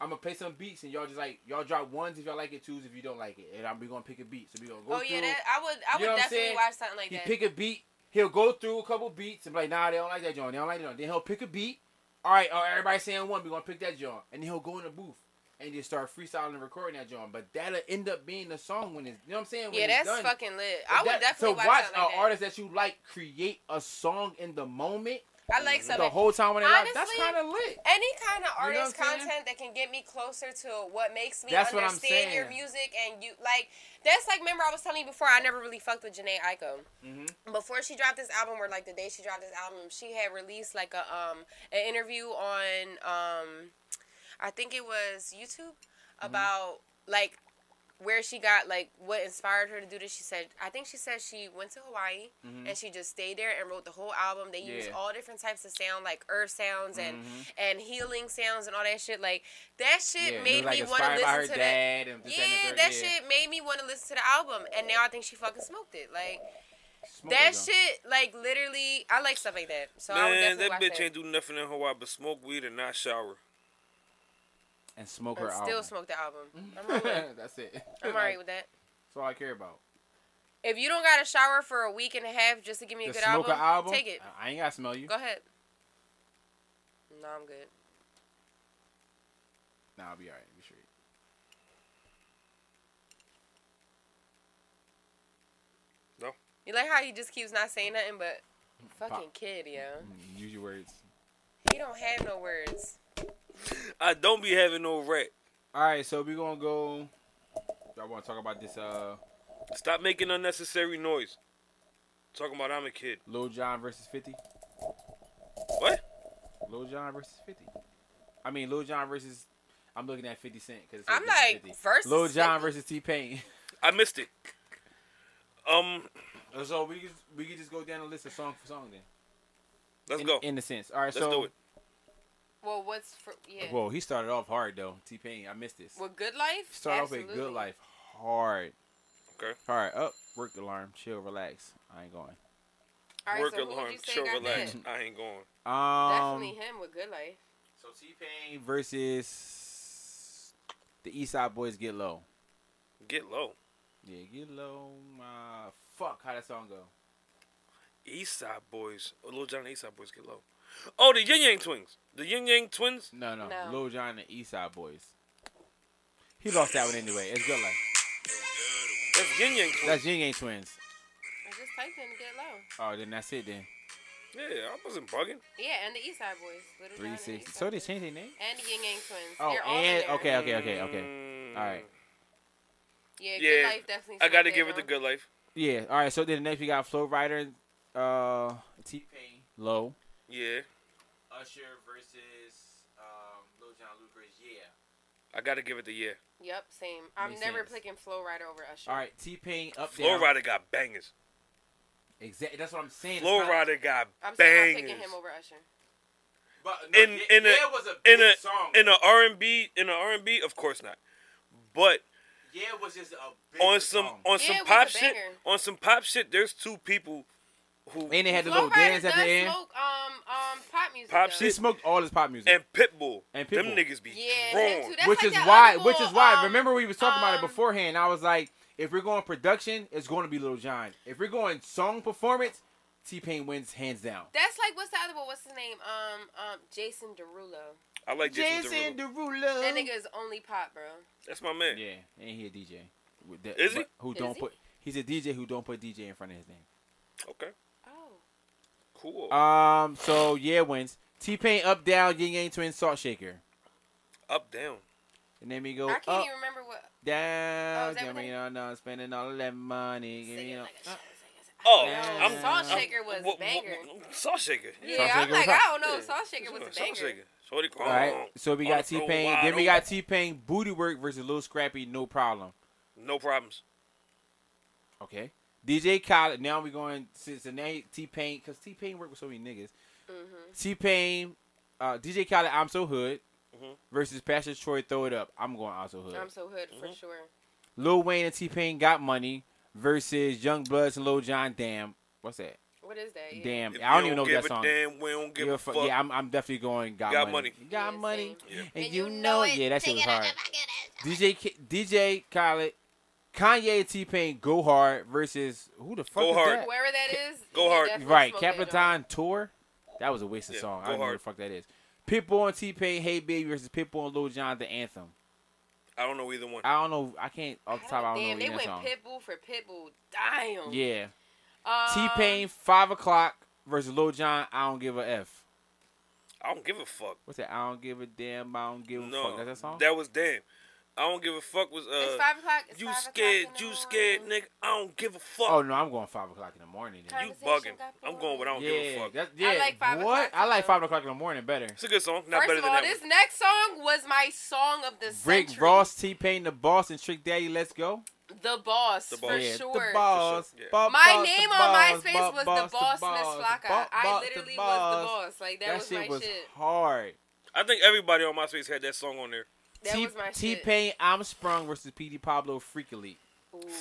Speaker 1: I'm gonna play some beats and y'all just like y'all drop ones if y'all like it, twos if you don't like it, and I'm we gonna pick a beat, so we gonna go
Speaker 4: oh
Speaker 1: through.
Speaker 4: yeah, that, I would I
Speaker 1: You know
Speaker 4: would
Speaker 1: what I'm
Speaker 4: definitely
Speaker 1: saying?
Speaker 4: watch something like
Speaker 1: he
Speaker 4: that.
Speaker 1: pick a beat, he'll go through a couple beats and be like, nah, they don't like that joint, they don't like that joint. Then he'll pick a beat. All right, oh, everybody saying one, we gonna pick that joint, and then he'll go in the booth. And just start freestyling and recording that joint, but that'll end up being the song when it's you know what I'm saying. When
Speaker 4: yeah,
Speaker 1: it's
Speaker 4: that's
Speaker 1: done.
Speaker 4: fucking lit. I would
Speaker 1: That-
Speaker 4: definitely
Speaker 1: to watch,
Speaker 4: watch something
Speaker 1: an
Speaker 4: like that.
Speaker 1: artist that you like create a song in the moment,
Speaker 4: I like
Speaker 1: the
Speaker 4: something.
Speaker 1: whole time when they live. That's
Speaker 4: Honestly,
Speaker 1: kind of lit.
Speaker 4: Any kind of
Speaker 1: You know
Speaker 4: artist
Speaker 1: what I'm saying?
Speaker 4: content that can get me closer to what makes me
Speaker 1: That's what I'm
Speaker 4: understand your
Speaker 1: saying.
Speaker 4: music and you like that's like remember I was telling you before I never really fucked with Janae Aiko.
Speaker 1: Mm-hmm.
Speaker 4: Before she dropped this album or like the day she dropped this album, she had released like a um an interview on um I think it was YouTube
Speaker 1: Mm-hmm.
Speaker 4: about like where she got like what inspired her to do this. She said, I think she said she went to Hawaii and she just stayed there and wrote the whole album. They used
Speaker 1: Mm-hmm. Yeah.
Speaker 4: all different types of sound, like earth sounds and and healing sounds and all that shit. Like that
Speaker 1: and
Speaker 4: shit
Speaker 1: it
Speaker 4: made
Speaker 1: was, like,
Speaker 4: me want to
Speaker 1: inspired by her
Speaker 4: listen to that.
Speaker 1: dad and this,
Speaker 4: Yeah,
Speaker 1: and the third,
Speaker 4: that
Speaker 1: yeah.
Speaker 4: shit made me want to listen to the album, and now I think she fucking smoked it. Like
Speaker 1: Smoke it,
Speaker 4: that
Speaker 1: though.
Speaker 4: shit, like literally, I like stuff like that. So I would
Speaker 2: Man,
Speaker 4: definitely
Speaker 2: that
Speaker 4: watch
Speaker 2: bitch
Speaker 4: that.
Speaker 2: ain't do nothing in Hawaii but smoke weed and not shower.
Speaker 5: and smoke her
Speaker 4: and
Speaker 5: album.
Speaker 4: still smoke the album. I'm all right.
Speaker 5: That's it.
Speaker 4: I'm all right with that.
Speaker 5: That's all I care about.
Speaker 4: If you don't got a shower for a week and a half just to give me a
Speaker 5: The
Speaker 4: good
Speaker 5: smoke
Speaker 4: album,
Speaker 5: a album.
Speaker 4: take it.
Speaker 5: I I ain't gotta smell you.
Speaker 4: Go ahead. No, I'm good.
Speaker 5: Nah, I'll be all right. Be straight.
Speaker 4: You like how he just keeps not saying nothing but fucking
Speaker 5: Pop.
Speaker 4: kid, yo.
Speaker 5: Mm, Use your words.
Speaker 4: He don't have no words.
Speaker 2: I don't be having no rap.
Speaker 5: All right, so we gonna go. Y'all want to talk about this uh,
Speaker 2: Stop making unnecessary noise. Talking about I'm a kid.
Speaker 5: Lil John versus Fifty?
Speaker 2: What?
Speaker 5: Lil John versus Fifty. I mean, Lil John versus. I'm looking at Fifty Cent because
Speaker 4: I'm like, versus
Speaker 5: Lil
Speaker 4: 50?
Speaker 5: John versus T Pain.
Speaker 2: I missed it. Um,
Speaker 5: Uh, so we could, we could just go down the list of song for song then.
Speaker 2: let's
Speaker 5: in,
Speaker 2: go.
Speaker 5: In the sense, all right.
Speaker 2: Let's
Speaker 5: so
Speaker 2: do it.
Speaker 4: Well, what's for yeah?
Speaker 5: Whoa, he started off hard though. T Pain, I missed this.
Speaker 4: With good life.
Speaker 5: Start off with
Speaker 4: Absolutely.
Speaker 5: Good Life hard.
Speaker 2: Okay.
Speaker 5: Hard up, work alarm, chill, relax. I ain't going.
Speaker 4: All right,
Speaker 2: Work
Speaker 4: so who would
Speaker 2: alarm,
Speaker 4: you say
Speaker 2: chill,
Speaker 4: got
Speaker 2: relax.
Speaker 4: that?
Speaker 2: I ain't going.
Speaker 5: Um,
Speaker 4: Definitely him with good life.
Speaker 5: so T Pain versus the East Side Boys get low.
Speaker 2: Get low.
Speaker 5: Yeah, get low. My fuck, how that song go?
Speaker 2: East Side Boys. Oh, Lil Jon and East Side Boys get low. Oh, the Yin Yang Twins. The Yin Yang Twins.
Speaker 5: No, no,
Speaker 4: No.
Speaker 5: Lil Jon and East Side Boys. He lost that one anyway. It's Good Life.
Speaker 2: That's Yin Yang Twins.
Speaker 5: That's Ying Yang Twins.
Speaker 4: I just typed in get low.
Speaker 5: Oh, then that's it then.
Speaker 2: yeah, I wasn't bugging.
Speaker 4: Yeah, and the East Side Boys. Little John
Speaker 5: Three
Speaker 4: and the
Speaker 5: six.
Speaker 4: East
Speaker 5: So
Speaker 4: Side
Speaker 5: they
Speaker 4: Boys.
Speaker 5: changed their name.
Speaker 4: And the Yin Yang Twins.
Speaker 5: Oh,
Speaker 4: They're all in
Speaker 5: and-
Speaker 4: there.
Speaker 5: okay, okay. All right.
Speaker 4: Yeah,
Speaker 2: Yeah,
Speaker 4: good life definitely.
Speaker 2: I gotta
Speaker 4: snuck
Speaker 2: give
Speaker 4: in
Speaker 2: it the
Speaker 4: on-
Speaker 2: good life.
Speaker 5: Yeah. All right. So then next we got Flow Rider, uh, T Pain, Low,
Speaker 2: Yeah,
Speaker 5: Usher versus um, Lil Jon Lucas. Yeah.
Speaker 2: I gotta give it the yeah.
Speaker 4: Yep, same. I'm
Speaker 5: Makes
Speaker 4: never
Speaker 5: sense.
Speaker 4: picking Flow Rider over Usher.
Speaker 5: All right. T Pain up
Speaker 2: Flow
Speaker 5: down.
Speaker 2: Rider got bangers.
Speaker 5: Exactly. That's what I'm saying.
Speaker 2: Flow
Speaker 5: It's not-
Speaker 2: Rider got
Speaker 4: I'm still not
Speaker 2: bangers.
Speaker 4: picking him over Usher.
Speaker 5: But,
Speaker 2: in-
Speaker 5: yeah-
Speaker 2: in a-
Speaker 5: yeah was a
Speaker 2: in
Speaker 5: big
Speaker 2: a-
Speaker 5: song.
Speaker 2: In the R and B, in the R and B, of course not. But
Speaker 5: yeah it was just a big
Speaker 2: on some
Speaker 5: song.
Speaker 2: on
Speaker 4: Yeah,
Speaker 2: some
Speaker 4: it was
Speaker 2: pop
Speaker 4: a
Speaker 2: shit,
Speaker 4: banger.
Speaker 2: on some pop shit, there's two people who
Speaker 5: and they had the
Speaker 4: Flow
Speaker 5: little
Speaker 4: Rider
Speaker 5: dance at
Speaker 4: does
Speaker 5: the end.
Speaker 4: smoke um um pop music.
Speaker 2: Pop
Speaker 4: though.
Speaker 5: She
Speaker 2: shit.
Speaker 5: smoked all his pop music.
Speaker 2: and Pitbull.
Speaker 5: And
Speaker 2: Them
Speaker 5: Pitbull.
Speaker 2: niggas be
Speaker 4: Yeah, him
Speaker 2: wrong.
Speaker 4: too. That's
Speaker 5: which
Speaker 4: like
Speaker 5: is
Speaker 4: that
Speaker 5: why,
Speaker 4: other
Speaker 5: which
Speaker 4: little,
Speaker 5: is why.
Speaker 4: um,
Speaker 5: Remember we was talking about it
Speaker 4: um,
Speaker 5: beforehand. I was like, if we're going production, it's going to be Lil Jon. If we're going song performance, T Pain wins hands down.
Speaker 4: That's like what's the other one? What's his name? Um um Jason Derulo.
Speaker 2: I like Jason, Derulo.
Speaker 5: Derulo.
Speaker 4: That nigga is only pop, bro.
Speaker 2: That's my man.
Speaker 5: Yeah, and he a DJ. With that-
Speaker 2: Is he?
Speaker 5: but Who
Speaker 4: Is
Speaker 5: don't
Speaker 4: he?
Speaker 5: put? He's a DJ who don't put DJ in front of his name.
Speaker 2: Okay,
Speaker 4: Oh,
Speaker 2: cool.
Speaker 5: Um. So yeah, wins. T Pain up down. Ying Yang Twin Salt Shaker.
Speaker 2: Up down.
Speaker 5: And then we go
Speaker 4: I
Speaker 5: up
Speaker 4: can't even remember what. Oh,
Speaker 5: down.
Speaker 4: is that
Speaker 5: give
Speaker 4: what
Speaker 5: me
Speaker 4: they-
Speaker 5: no no spending all of that money. Give
Speaker 4: Sing
Speaker 5: me
Speaker 4: it
Speaker 5: no-
Speaker 4: like a
Speaker 5: uh,
Speaker 4: shot, sing it-
Speaker 2: Oh,
Speaker 5: Yeah.
Speaker 2: I'm,
Speaker 5: Salt
Speaker 2: I'm-
Speaker 4: Shaker was
Speaker 2: wha- wha-
Speaker 4: banger.
Speaker 2: wha- Salt shaker. Yeah.
Speaker 4: Yeah,
Speaker 5: Salt
Speaker 4: I'm
Speaker 5: Shaker was
Speaker 4: like
Speaker 5: hot.
Speaker 4: I don't know. Salt Shaker was a
Speaker 2: Salt
Speaker 4: banger.
Speaker 2: shaker. Shorty
Speaker 5: All
Speaker 2: Oh,
Speaker 5: right. So we got T
Speaker 2: Arms go
Speaker 5: Pain.
Speaker 2: wide
Speaker 5: Then we
Speaker 2: open.
Speaker 5: got T Pain Booty Work versus Lil Scrappy. No problem.
Speaker 2: No problems.
Speaker 5: Okay. DJ Khaled. Now we going since the name T Pain because T Pain worked with so many niggas.
Speaker 4: Mm-hmm.
Speaker 5: T Pain, uh, DJ Khaled. I'm so hood.
Speaker 2: Mhm.
Speaker 5: Versus Pastor Troy, throw it up. I'm going also hood.
Speaker 4: I'm so hood
Speaker 5: Mm-hmm.
Speaker 4: for
Speaker 2: Mhm.
Speaker 4: sure.
Speaker 5: Lil Wayne and T Pain got money versus Young Bloods and Lil John. Damn, what's that?
Speaker 4: What is that? Yeah.
Speaker 5: Damn,
Speaker 2: If
Speaker 5: I don't
Speaker 2: you
Speaker 5: even know
Speaker 2: give
Speaker 5: that song.
Speaker 2: A damn, we don't give
Speaker 5: Yeah,
Speaker 2: a
Speaker 5: fu-
Speaker 2: fuck.
Speaker 5: Yeah, I'm, I'm definitely going. Got,
Speaker 2: Got
Speaker 5: money.
Speaker 2: money.
Speaker 5: Got
Speaker 4: Yeah,
Speaker 5: money.
Speaker 2: same. Yeah.
Speaker 5: And, you know it. Yeah, that
Speaker 3: Take
Speaker 5: shit was
Speaker 3: it out
Speaker 5: hard.
Speaker 3: the bucket.
Speaker 5: DJ K- DJ Khaled, Kanye and T Pain go hard versus who the fuck
Speaker 2: Go
Speaker 5: is
Speaker 2: hard.
Speaker 5: that?
Speaker 4: Wherever that is.
Speaker 2: Go
Speaker 4: you
Speaker 2: hard.
Speaker 4: definitely
Speaker 5: Right,
Speaker 4: smoke that joint.
Speaker 5: Capitan Tour. That was a waste of
Speaker 2: Yeah,
Speaker 5: song.
Speaker 2: go
Speaker 5: I don't know who
Speaker 2: hard.
Speaker 5: the fuck that is. Pitbull and T Pain, Hey Baby versus Pitbull and Lil Jon, the anthem.
Speaker 2: I don't know either one.
Speaker 5: I don't know. I can't off the top. I don't
Speaker 4: Damn,
Speaker 5: know
Speaker 4: they
Speaker 5: any of
Speaker 4: went
Speaker 5: that song.
Speaker 4: Pitbull for Pitbull. Damn.
Speaker 5: yeah,
Speaker 4: Um,
Speaker 5: T Pain Five O'clock versus Lil Jon. I don't give a f.
Speaker 2: I don't give a fuck.
Speaker 5: What's that? I don't give a damn. I don't give a
Speaker 2: No,
Speaker 5: fuck. That's that song.
Speaker 2: was damn. I don't give a fuck. Was
Speaker 4: It's
Speaker 2: uh,
Speaker 4: five o'clock. It's
Speaker 2: you
Speaker 4: five
Speaker 2: scared?
Speaker 4: O'clock in
Speaker 2: You
Speaker 4: the
Speaker 2: scared,
Speaker 4: morning.
Speaker 2: nigga? I don't give a fuck.
Speaker 5: oh no, I'm going five o'clock in the morning. Then.
Speaker 2: you
Speaker 4: Conversation
Speaker 2: bugging?
Speaker 4: got
Speaker 2: I'm going with I don't
Speaker 5: yeah,
Speaker 2: give a fuck.
Speaker 5: That, yeah.
Speaker 4: like five
Speaker 5: what?
Speaker 4: o'clock
Speaker 5: I like
Speaker 4: too.
Speaker 5: five o'clock in the morning better.
Speaker 2: It's a good song. Not
Speaker 4: First
Speaker 2: better
Speaker 4: of
Speaker 2: than
Speaker 4: all,
Speaker 2: that
Speaker 4: this
Speaker 2: one.
Speaker 4: next song was my song of the
Speaker 5: Rick
Speaker 4: century.
Speaker 5: Ross, T Pain, the boss, and Trick Daddy. Let's go.
Speaker 4: the boss,
Speaker 2: The
Speaker 4: for
Speaker 2: Boss.
Speaker 5: Yeah,
Speaker 4: sure.
Speaker 5: The boss.
Speaker 2: For sure, yeah.
Speaker 5: Bo-
Speaker 4: My
Speaker 5: boss,
Speaker 4: name
Speaker 5: the
Speaker 4: on
Speaker 5: boss,
Speaker 4: MySpace
Speaker 5: bo-
Speaker 4: was
Speaker 5: boss,
Speaker 4: the boss, Miss
Speaker 5: boss,
Speaker 4: Flocka.
Speaker 5: the bo-
Speaker 4: I
Speaker 5: boss,
Speaker 4: literally
Speaker 5: the
Speaker 4: was the
Speaker 5: boss.
Speaker 4: boss. Like that,
Speaker 5: That
Speaker 4: was
Speaker 5: shit
Speaker 4: my
Speaker 5: was
Speaker 4: shit.
Speaker 5: hard.
Speaker 2: I think everybody on MySpace had that song on there.
Speaker 4: That
Speaker 5: T-
Speaker 4: was my shit.
Speaker 5: T-Pain, I'm Sprung versus PD Pablo, Freak Elite.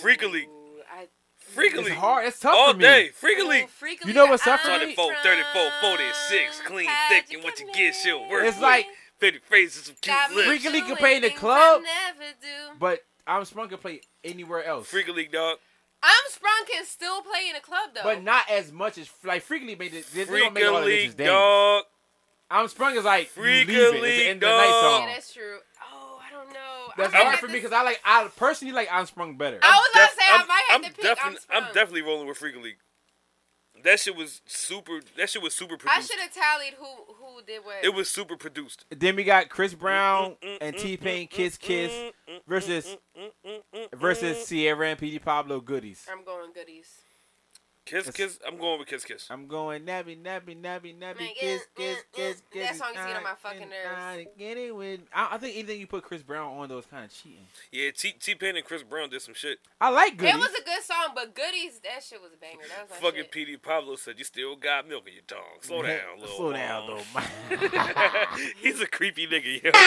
Speaker 2: Freak Elite.
Speaker 4: Ooh, I-
Speaker 2: Freakily.
Speaker 5: It's hard. It's tough
Speaker 2: All
Speaker 5: for me.
Speaker 2: day. Freakily.
Speaker 4: Ooh, Freak
Speaker 5: You know
Speaker 4: Elite,
Speaker 5: what's up for
Speaker 4: I'm
Speaker 5: me?
Speaker 2: 34, 34, 46, clean,
Speaker 4: How'd
Speaker 2: thick,
Speaker 4: you
Speaker 2: and what you
Speaker 4: come
Speaker 2: get, she'll
Speaker 4: in?
Speaker 2: work
Speaker 5: It's like
Speaker 2: Fifty phrases of cute
Speaker 4: Got me
Speaker 2: lips.
Speaker 5: Freaky Leak
Speaker 4: doing
Speaker 5: can play in the
Speaker 4: things I
Speaker 5: club.
Speaker 4: never do.
Speaker 5: But I'm sprung can play anywhere else.
Speaker 2: Freaky leak dog.
Speaker 4: I'm sprung can still play in the club though.
Speaker 5: But not as much as like frequently made it. They, they don't make a lot
Speaker 2: Freaky
Speaker 5: of this
Speaker 2: leak
Speaker 5: dance.
Speaker 2: dog.
Speaker 5: I'm sprung is like you leave
Speaker 2: Freaky
Speaker 5: it. It's
Speaker 2: Leak
Speaker 5: the end of the night
Speaker 2: Dog.
Speaker 5: song.
Speaker 4: yeah, that's true. Oh, I don't know.
Speaker 5: That's
Speaker 4: I might
Speaker 5: hard
Speaker 4: have
Speaker 5: for
Speaker 4: to-
Speaker 5: me because I like I personally like I'm sprung better.
Speaker 4: I was about to
Speaker 2: Def-
Speaker 4: say I might have to pick.
Speaker 2: definitely,
Speaker 4: I'm,
Speaker 2: I'm definitely rolling with Freaky leak. That shit was super. That shit was super
Speaker 4: I
Speaker 2: produced.
Speaker 4: should have tallied who who did what.
Speaker 2: It was super produced.
Speaker 5: Then we got Chris
Speaker 2: Mm,
Speaker 5: Brown and T Pain Kiss Kiss
Speaker 2: mm,
Speaker 5: versus versus Sierra and PD Pablo Goodies.
Speaker 4: I'm going goodies.
Speaker 2: Kiss, kiss. I'm going with kiss, kiss.
Speaker 5: I'm going nabby nabby nabby nabby
Speaker 4: Man,
Speaker 5: kiss
Speaker 4: mm,
Speaker 5: kiss
Speaker 4: mm,
Speaker 5: kiss
Speaker 4: mm.
Speaker 5: kiss.
Speaker 4: That song used to get on my fucking
Speaker 5: and
Speaker 4: nerves.
Speaker 5: I Get it with I, I think anything you put Chris Brown on though is kind of cheating.
Speaker 2: Yeah, T T Pain and Chris Brown did some shit.
Speaker 5: I like Goodies.
Speaker 4: It was a good song, but goodies that shit was a banger. That was my
Speaker 2: Fucking PD
Speaker 4: shit.
Speaker 2: Pablo said, "You still got milk in your tongue. Slow down, little
Speaker 5: Slow down,
Speaker 2: mom."
Speaker 5: little man. Then we
Speaker 2: He's a creepy nigga, yo.
Speaker 5: got,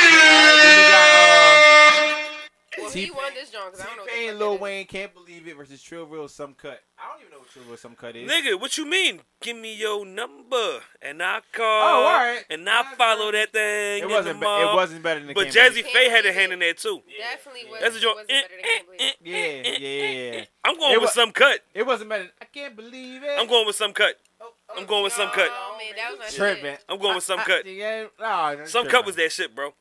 Speaker 4: Well, he
Speaker 5: T-Pain-
Speaker 4: won this joint because I don't know.
Speaker 5: um,
Speaker 4: what the fuck
Speaker 5: T-Pain,
Speaker 4: that
Speaker 5: Lil
Speaker 4: is.
Speaker 5: Wayne, Can't Believe It versus Trill Real Some Cut. I don't even know what Trill Real Some Cut is.
Speaker 2: Nigga, what you mean? Give me your number and I call.
Speaker 5: Oh, all right.
Speaker 2: And I follow that thing.
Speaker 5: it
Speaker 2: in
Speaker 5: wasn't.
Speaker 2: The
Speaker 5: Be-
Speaker 2: mall.
Speaker 5: it wasn't better than.
Speaker 2: But
Speaker 5: Can't Believe
Speaker 2: Jazzy
Speaker 5: It.
Speaker 2: Faye had a hand in that too.
Speaker 4: Definitely was.
Speaker 2: That's a joint. eh,
Speaker 4: wasn't better than Can't Believe. It.
Speaker 5: Yeah, yeah, yeah.
Speaker 2: I'm going
Speaker 5: It
Speaker 2: with
Speaker 5: wa-
Speaker 2: some cut.
Speaker 5: It wasn't better. I can't believe it.
Speaker 2: I'm going with some cut. eh, I'm going with some cut.
Speaker 4: Oh man, that was my
Speaker 5: tripping.
Speaker 4: shit.
Speaker 2: I'm going with some
Speaker 5: I-
Speaker 2: cut.
Speaker 5: yeah, nah, that's
Speaker 2: Some
Speaker 5: tripping.
Speaker 2: cut was that shit, bro.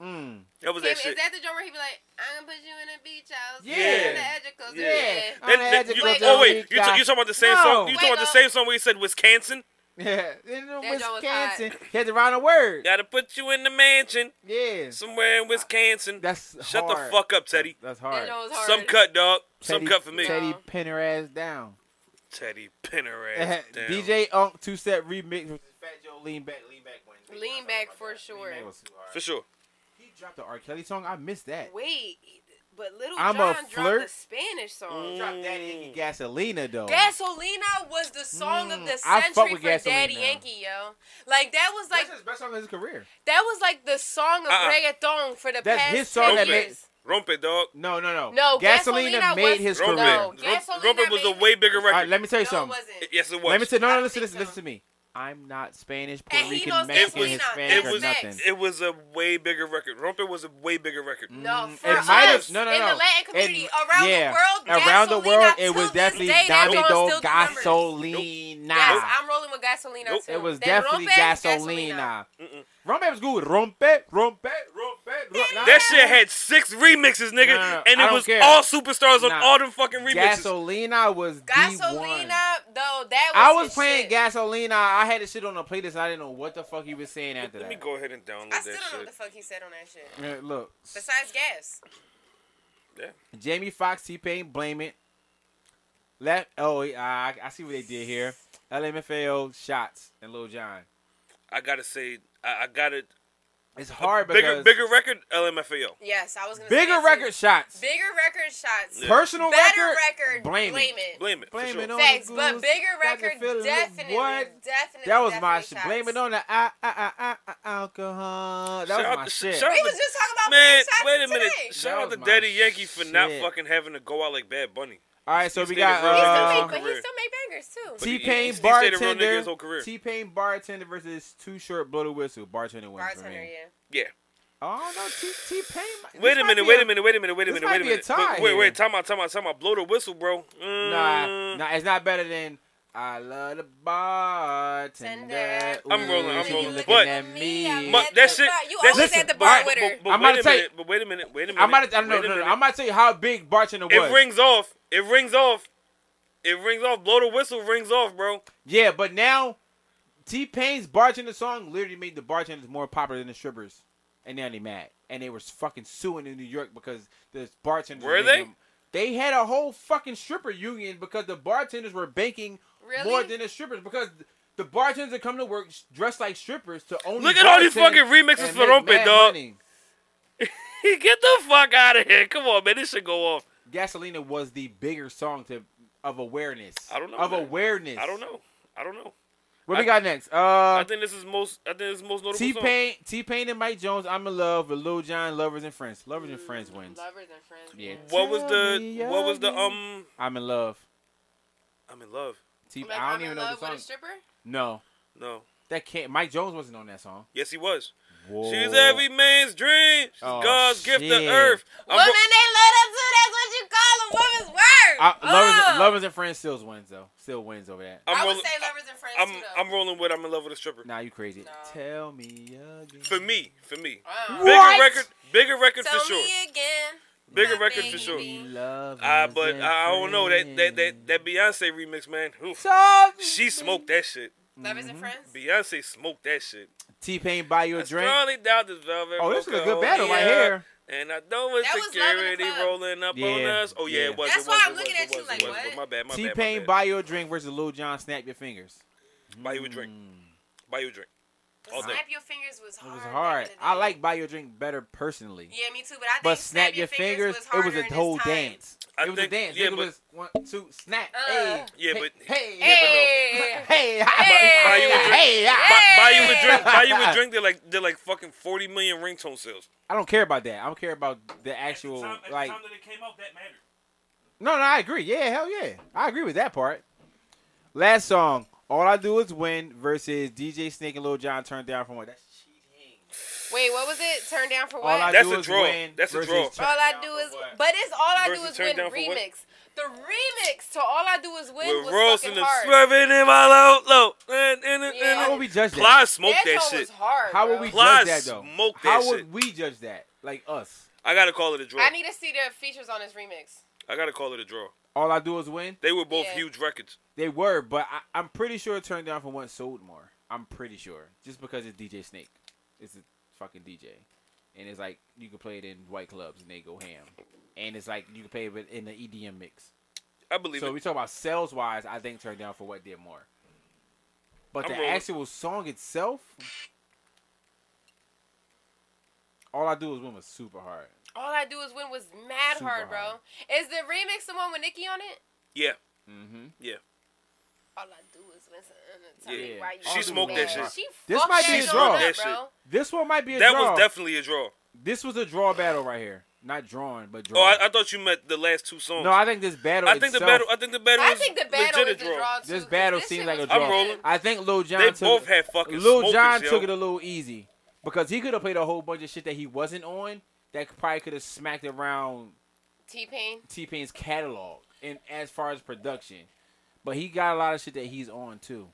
Speaker 5: Mm.
Speaker 2: That was
Speaker 4: Can't-
Speaker 2: that
Speaker 4: Is
Speaker 2: shit.
Speaker 4: that the joint where he be like, "I'm gonna put you in a beach house,
Speaker 5: Yeah.
Speaker 4: on the edge of coast,
Speaker 5: Yeah.
Speaker 4: yeah.
Speaker 5: I'm
Speaker 2: That-
Speaker 5: an
Speaker 2: that-
Speaker 5: adjective
Speaker 2: you-
Speaker 4: Wait,
Speaker 2: oh
Speaker 4: no.
Speaker 2: wait, you,
Speaker 5: guy.
Speaker 2: you talking about the same
Speaker 5: No.
Speaker 2: song? You talking about the
Speaker 4: Wait,
Speaker 2: same song where he said Wisconsin?
Speaker 5: Yeah, in
Speaker 4: joint was hot.
Speaker 5: Wisconsin, he had to rhyme a word.
Speaker 2: Gotta put you in the mansion
Speaker 5: Yeah,
Speaker 2: somewhere in Wisconsin.
Speaker 5: that's
Speaker 2: Shut
Speaker 5: hard.
Speaker 2: the fuck up, Teddy.
Speaker 5: That's
Speaker 4: That
Speaker 5: hard.
Speaker 4: joint was hard.
Speaker 2: Some cut, dog. Some
Speaker 5: Teddy-
Speaker 2: cut for me.
Speaker 5: Teddy pin her ass down.
Speaker 2: Teddy Pinner ass
Speaker 5: Uh-huh.
Speaker 2: down.
Speaker 5: DJ Unk two set remix. with Fat Joe lean back, lean back one.
Speaker 4: Lean Back for sure.
Speaker 2: for sure.
Speaker 5: He dropped the R. Kelly song. I missed that.
Speaker 4: Wait, but Little
Speaker 5: I'm a
Speaker 4: John dropped the
Speaker 5: flirt.
Speaker 4: Spanish
Speaker 5: He
Speaker 2: Mm.
Speaker 4: song.
Speaker 5: dropped that in Gasolina though.
Speaker 4: Gasolina was the song of the
Speaker 5: Mm, I fuck
Speaker 4: century
Speaker 5: with
Speaker 4: for Daddy
Speaker 5: Gasolina.
Speaker 4: Yankee, yo. Like that was like
Speaker 5: that's his best song of his career.
Speaker 4: that was like the song of
Speaker 2: Uh-uh.
Speaker 4: reggaeton for the
Speaker 5: That's
Speaker 4: past
Speaker 5: his song
Speaker 4: 10
Speaker 2: that made-
Speaker 4: years.
Speaker 2: Rompe, dog.
Speaker 5: No, no, no.
Speaker 4: No,
Speaker 5: Gasolina,
Speaker 4: Gasolina
Speaker 5: made
Speaker 4: was-
Speaker 5: his
Speaker 4: No,
Speaker 2: Rompe.
Speaker 5: career.
Speaker 4: Gasolina
Speaker 2: Rom- Rompe was a
Speaker 4: made-
Speaker 2: way bigger
Speaker 5: All
Speaker 2: record.
Speaker 5: right, let me tell you
Speaker 4: no, it
Speaker 5: something.
Speaker 4: wasn't.
Speaker 2: yes, it was.
Speaker 5: Let me say no,
Speaker 4: I
Speaker 5: no,
Speaker 4: don't
Speaker 5: listen,
Speaker 4: think
Speaker 5: listen,
Speaker 4: so.
Speaker 5: listen to me. I'm not Spanish,
Speaker 4: And
Speaker 5: Puerto
Speaker 4: he
Speaker 5: Rican,
Speaker 4: knows
Speaker 5: Mexican,
Speaker 2: Gasolina.
Speaker 5: Hispanic,
Speaker 2: It
Speaker 5: or
Speaker 2: was-
Speaker 5: nothing.
Speaker 2: it was a way bigger record. Rompe was a way bigger record.
Speaker 4: No,
Speaker 5: Mm,
Speaker 4: for us,
Speaker 2: might have-
Speaker 5: no, no,
Speaker 4: in the
Speaker 5: no.
Speaker 4: Latin
Speaker 5: It-
Speaker 4: community, around
Speaker 5: yeah,
Speaker 4: the world,
Speaker 5: around the world,
Speaker 4: Gasolina,
Speaker 5: it was
Speaker 4: till this
Speaker 5: definitely
Speaker 4: day, that
Speaker 5: Dame
Speaker 4: joint
Speaker 5: Do
Speaker 4: still do numbers.
Speaker 5: Gasolina.
Speaker 4: Yes, I'm rolling with Gasolina,
Speaker 2: Nope.
Speaker 4: too.
Speaker 5: It was
Speaker 4: That
Speaker 5: definitely
Speaker 4: Rompe was
Speaker 5: Gasolina. Rompe was good. Rompe, rompe, rompe, rompe.
Speaker 2: That shit had six remixes, nigga,
Speaker 5: No, no, no.
Speaker 2: and
Speaker 5: I
Speaker 2: it
Speaker 5: don't
Speaker 2: was
Speaker 5: care.
Speaker 2: all superstars on
Speaker 5: Nah.
Speaker 2: all them fucking remixes.
Speaker 5: Gasolina was the one.
Speaker 4: Gasolina, though, that was
Speaker 5: I was
Speaker 4: his
Speaker 5: playing
Speaker 4: shit.
Speaker 5: Gasolina. I had this shit on the playlist. And I didn't know what the fuck he was saying after
Speaker 2: Let me
Speaker 5: that.
Speaker 2: go ahead and download
Speaker 4: I
Speaker 2: that
Speaker 4: still don't know what
Speaker 2: shit.
Speaker 4: the fuck he said on that shit.
Speaker 5: Yeah, Look,
Speaker 4: Besides gas.
Speaker 5: Jamie Foxx, T Pain, blame it. Left. Oh, I, I see what they did here. LMFAO shots and Lil Jon.
Speaker 2: I gotta say, I, I got it.
Speaker 5: It's hard
Speaker 2: Bigger,
Speaker 5: because
Speaker 2: bigger record, LMFAO.
Speaker 4: Yes, I was going to
Speaker 5: bigger record shots,
Speaker 4: Bigger record shots.
Speaker 2: Yeah.
Speaker 5: personal
Speaker 4: Better
Speaker 5: record,
Speaker 4: record.
Speaker 5: blame, it.
Speaker 4: it.
Speaker 2: Blame it.
Speaker 5: Blame
Speaker 2: for sure.
Speaker 5: it on
Speaker 4: Facts,
Speaker 5: the
Speaker 4: but
Speaker 5: goose,
Speaker 4: bigger
Speaker 5: got the
Speaker 4: record
Speaker 5: feeling,
Speaker 4: definitely,
Speaker 5: What?
Speaker 4: definitely.
Speaker 5: That was my
Speaker 4: definitely
Speaker 5: shit.
Speaker 4: shots.
Speaker 5: Blame it on the ah, ah, ah, ah, ah, alcohol. That
Speaker 2: Shout out
Speaker 5: was my
Speaker 2: to-
Speaker 5: shit.
Speaker 2: shout out
Speaker 4: We was just talking about
Speaker 2: Man,
Speaker 4: shots
Speaker 2: wait a minute.
Speaker 4: today.
Speaker 5: That
Speaker 2: Shout out
Speaker 5: was
Speaker 2: to
Speaker 5: my
Speaker 2: Daddy Yankee for not
Speaker 5: shit.
Speaker 2: fucking having to go out like Bad Bunny.
Speaker 5: All right, so
Speaker 2: He
Speaker 5: we
Speaker 2: stayed
Speaker 5: got
Speaker 2: real nigga
Speaker 4: He still
Speaker 2: his
Speaker 4: make,
Speaker 2: whole
Speaker 5: uh,
Speaker 4: but
Speaker 2: career.
Speaker 4: he still made bangers too.
Speaker 2: he-
Speaker 5: T
Speaker 2: he
Speaker 5: Pain
Speaker 2: stayed a real nigga his whole
Speaker 5: bartender.
Speaker 2: career.
Speaker 5: T Pain bartender versus Two Short blow the whistle. Bartender wins for
Speaker 4: Bartender,
Speaker 5: me.
Speaker 4: yeah.
Speaker 2: Yeah.
Speaker 5: Oh no, T T Pain.
Speaker 2: Wait a minute. Wait a minute. Wait a minute. Wait a
Speaker 5: this
Speaker 2: minute. Wait
Speaker 5: might
Speaker 2: a
Speaker 5: be a
Speaker 2: minute.
Speaker 5: tie
Speaker 2: Wait, wait,
Speaker 5: here.
Speaker 2: wait. Time out. Time out. Time out. Blow the whistle, bro.
Speaker 5: Nah,
Speaker 2: Mm.
Speaker 5: nah, it's not better than I love the bartender.
Speaker 4: I'm
Speaker 2: rolling, I'm
Speaker 5: she
Speaker 2: rolling.
Speaker 5: looking
Speaker 2: But-
Speaker 5: at me.
Speaker 4: I'm
Speaker 2: Mu-
Speaker 4: at
Speaker 2: that
Speaker 4: the
Speaker 2: shit-
Speaker 4: bar. You
Speaker 2: that-
Speaker 4: always
Speaker 5: Listen,
Speaker 4: at the
Speaker 5: all
Speaker 4: bar
Speaker 5: right,
Speaker 4: with her.
Speaker 2: But, but
Speaker 5: I'm
Speaker 2: wait
Speaker 5: about
Speaker 2: a
Speaker 5: to say-
Speaker 2: minute. But wait a minute. Wait a minute.
Speaker 5: I'm about to. I
Speaker 2: wait
Speaker 5: don't know.
Speaker 2: a
Speaker 5: No, no,
Speaker 2: minute.
Speaker 5: I'm about to tell you how big bartender was.
Speaker 2: It rings off. It rings off. It rings off. Blow the whistle rings off, bro.
Speaker 5: Yeah, but now T Pain's bartender song literally made the bartenders more popular than the strippers, and now they mad, and they were fucking suing in New York because the bartenders
Speaker 2: Were
Speaker 5: making
Speaker 2: they?
Speaker 5: them- They had a whole fucking stripper union because the bartenders were banking
Speaker 4: Really?
Speaker 5: more than the strippers because the bartenders that come to work dressed like strippers to only
Speaker 2: Look at all these
Speaker 5: bartend
Speaker 2: fucking remixes
Speaker 5: and
Speaker 2: for
Speaker 5: make
Speaker 2: Rompe,
Speaker 5: mad
Speaker 2: dog.
Speaker 5: money.
Speaker 2: Get the fuck out of here. Come on, man. This should go off.
Speaker 5: Gasolina was the bigger song to of awareness.
Speaker 2: I don't know,
Speaker 5: of
Speaker 2: man.
Speaker 5: awareness.
Speaker 2: I don't know. I don't know.
Speaker 5: What
Speaker 2: I-
Speaker 5: we got next? Uh,
Speaker 2: I think this is most. I think this is most notable.
Speaker 5: T
Speaker 2: song.
Speaker 5: Pain, T Pain and Mike Jones. I'm in love with Lil Jon, Lovers and Friends. Lovers and Friends wins.
Speaker 4: Lovers and friends.
Speaker 5: Yeah.
Speaker 4: wins.
Speaker 2: What was
Speaker 5: Tell
Speaker 2: the?
Speaker 5: me
Speaker 2: What was the?
Speaker 5: again.
Speaker 2: Um.
Speaker 5: I'm in love.
Speaker 2: I'm in love.
Speaker 5: T,
Speaker 4: Like,
Speaker 5: I
Speaker 4: I'm
Speaker 5: don't even
Speaker 4: in
Speaker 5: know
Speaker 4: love
Speaker 5: the
Speaker 4: with
Speaker 5: song.
Speaker 4: a stripper.
Speaker 5: No,
Speaker 2: No.
Speaker 5: that can't. Mike Jones wasn't on that song.
Speaker 2: Yes, he was. She's every man's dream. She's
Speaker 5: Oh,
Speaker 2: God's gift
Speaker 5: shit.
Speaker 2: to earth. I'm ro-
Speaker 4: women, they love them too. That's what you call a woman's word.
Speaker 5: I, lovers,
Speaker 4: Ugh.
Speaker 5: lovers and friends still wins though. Still wins over that.
Speaker 2: I'm
Speaker 4: I would
Speaker 2: rolling-
Speaker 4: say lovers and friends
Speaker 2: I'm
Speaker 4: too. Though.
Speaker 2: I'm rolling with I'm in love with a stripper.
Speaker 5: Nah, you crazy.
Speaker 4: No.
Speaker 5: Tell me again.
Speaker 2: For me, for me.
Speaker 4: Wow.
Speaker 2: Bigger
Speaker 5: What?
Speaker 2: record, bigger record
Speaker 4: Tell
Speaker 2: for sure.
Speaker 4: me again.
Speaker 2: Bigger
Speaker 4: my
Speaker 2: record for
Speaker 4: baby.
Speaker 2: sure.
Speaker 5: We love
Speaker 2: Uh,
Speaker 5: us
Speaker 2: but
Speaker 5: and
Speaker 2: I don't know that that that, that Beyonce remix, man. Oof.
Speaker 5: friends.
Speaker 2: She smoked that shit.
Speaker 4: Lovers and friends.
Speaker 2: Beyonce smoked that shit.
Speaker 5: T-Pain buy you a
Speaker 2: I
Speaker 5: drink.
Speaker 2: strongly doubt this velvet.
Speaker 5: Oh, this is a
Speaker 2: Roca
Speaker 5: good battle right
Speaker 2: Olia,
Speaker 5: here.
Speaker 2: And I know it's
Speaker 4: That was Love in the
Speaker 2: security
Speaker 4: Club.
Speaker 2: rolling up on
Speaker 5: Yeah.
Speaker 2: us. Oh yeah,
Speaker 5: Yeah.
Speaker 2: it was.
Speaker 4: That's
Speaker 2: it was,
Speaker 4: why
Speaker 2: it
Speaker 4: I'm
Speaker 2: was,
Speaker 4: looking
Speaker 2: it
Speaker 4: at you
Speaker 2: was,
Speaker 4: like,
Speaker 2: it was,
Speaker 4: what?
Speaker 2: My bad. My bad.
Speaker 5: T-Pain
Speaker 2: My bad.
Speaker 5: buy you a drink versus Lil Jon snap your fingers.
Speaker 2: Buy you a drink.
Speaker 5: Mm.
Speaker 2: Buy you a drink. All day.
Speaker 4: Snap your fingers was
Speaker 5: It
Speaker 4: hard.
Speaker 5: was
Speaker 4: back
Speaker 5: hard.
Speaker 4: in the
Speaker 5: I
Speaker 4: day.
Speaker 5: like buy you a drink better personally.
Speaker 4: Yeah, me too. But I think
Speaker 5: But snap your fingers, it was
Speaker 4: harder
Speaker 5: a
Speaker 4: in this
Speaker 5: whole
Speaker 4: time.
Speaker 5: dance.
Speaker 2: I
Speaker 5: it was
Speaker 2: think-
Speaker 5: a dance.
Speaker 2: yeah,
Speaker 5: it
Speaker 2: but-
Speaker 5: was one, two, snap.
Speaker 4: Uh.
Speaker 5: hey,
Speaker 2: Yeah,
Speaker 5: hey,
Speaker 2: but-
Speaker 5: hey,
Speaker 4: Hey.
Speaker 5: hey, hey,
Speaker 2: Buy you a drink.
Speaker 5: hey, I-
Speaker 2: Buy, buy you a drink.
Speaker 5: Yeah.
Speaker 2: Buy you a drink. They're like they're like fucking forty million ringtone sales.
Speaker 5: I don't care about that. I don't care about the actual like.
Speaker 2: that it came out, that mattered.
Speaker 5: No, no, I agree. Yeah, hell yeah, I agree with that part. Last song, all I do is win versus DJ Snake and Lil Jon turned down from what? That's cheating.
Speaker 4: Wait, what was it? Turn down for
Speaker 5: All
Speaker 4: what?
Speaker 5: I
Speaker 2: That's
Speaker 5: do
Speaker 2: a
Speaker 5: is
Speaker 2: draw.
Speaker 5: win
Speaker 2: That's a
Speaker 5: versus
Speaker 2: draw.
Speaker 5: turn
Speaker 4: all I
Speaker 5: down
Speaker 4: do
Speaker 5: for
Speaker 4: is,
Speaker 5: what?
Speaker 4: but it's all I do
Speaker 2: Versus
Speaker 4: is
Speaker 2: Turn
Speaker 4: win
Speaker 2: Down for What?
Speaker 4: remix. The remix to all I do is win
Speaker 2: With
Speaker 4: was
Speaker 2: Ross
Speaker 4: fucking
Speaker 2: and the
Speaker 4: hard.
Speaker 2: swerving in my low low. And, and, and,
Speaker 4: Yeah.
Speaker 5: How would
Speaker 2: and,
Speaker 5: we judge that?
Speaker 2: Ply smoked that
Speaker 4: joint
Speaker 2: shit.
Speaker 4: was hard.
Speaker 5: How
Speaker 4: bro.
Speaker 5: would we
Speaker 2: Plus,
Speaker 5: judge that though?
Speaker 2: smoke that
Speaker 5: How would
Speaker 2: shit.
Speaker 5: we judge that? Like us.
Speaker 2: I gotta call it a draw.
Speaker 4: I need to see the features on this remix.
Speaker 2: I gotta call it a draw.
Speaker 5: All I do is win.
Speaker 2: They were both
Speaker 4: Yeah.
Speaker 2: huge records.
Speaker 5: They were, but I, I'm pretty sure turned down for one sold more. I'm pretty sure, just because it's DJ Snake, it's a fucking DJ, and it's like you can play it in white clubs and they go ham, and it's like you can play it in the EDM mix.
Speaker 2: I believe
Speaker 5: So
Speaker 2: it.
Speaker 5: we talk about sales wise, I think turned down for what did more. But
Speaker 2: I'm
Speaker 5: the
Speaker 2: rolling.
Speaker 5: actual song itself, all I do is win was super hard.
Speaker 4: All I do is win was mad
Speaker 5: Super
Speaker 4: hard, bro.
Speaker 5: hard.
Speaker 4: Is the remix the one with Nicki on it?
Speaker 2: yeah,
Speaker 5: Mm-hmm.
Speaker 4: All I do is win. Tell me
Speaker 5: Yeah.
Speaker 4: why you
Speaker 5: She
Speaker 4: so
Speaker 5: smoked
Speaker 4: mad.
Speaker 5: that shit.
Speaker 4: She
Speaker 5: This
Speaker 4: fucked
Speaker 5: might
Speaker 4: that
Speaker 5: be a
Speaker 4: joint
Speaker 5: draw.
Speaker 4: up,
Speaker 2: That shit.
Speaker 4: bro.
Speaker 5: This one might be a
Speaker 2: that
Speaker 5: draw.
Speaker 2: was definitely a draw.
Speaker 5: this was a draw battle right here, not drawing, but
Speaker 2: Oh,
Speaker 5: draw.
Speaker 2: I, I thought you meant the last two songs.
Speaker 5: no, I think this battle.
Speaker 2: I think the
Speaker 5: itself-
Speaker 2: battle. I think the battle.
Speaker 4: I
Speaker 2: was
Speaker 4: think the battle
Speaker 2: legit
Speaker 4: is a draw. too,
Speaker 5: This
Speaker 4: 'cause
Speaker 5: battle
Speaker 4: shit
Speaker 5: seems like a
Speaker 4: was
Speaker 5: draw.
Speaker 2: I'm rolling.
Speaker 5: I think Lil John
Speaker 2: They
Speaker 5: took
Speaker 2: both had fucking
Speaker 5: Lil
Speaker 2: smokers,
Speaker 5: John
Speaker 2: yo.
Speaker 5: took it a little easy because he could have played a whole bunch of shit that he wasn't on that probably could have smacked around
Speaker 4: T Pain.
Speaker 5: T Pain's catalog and as far as production, but he got a lot of shit that he's on too.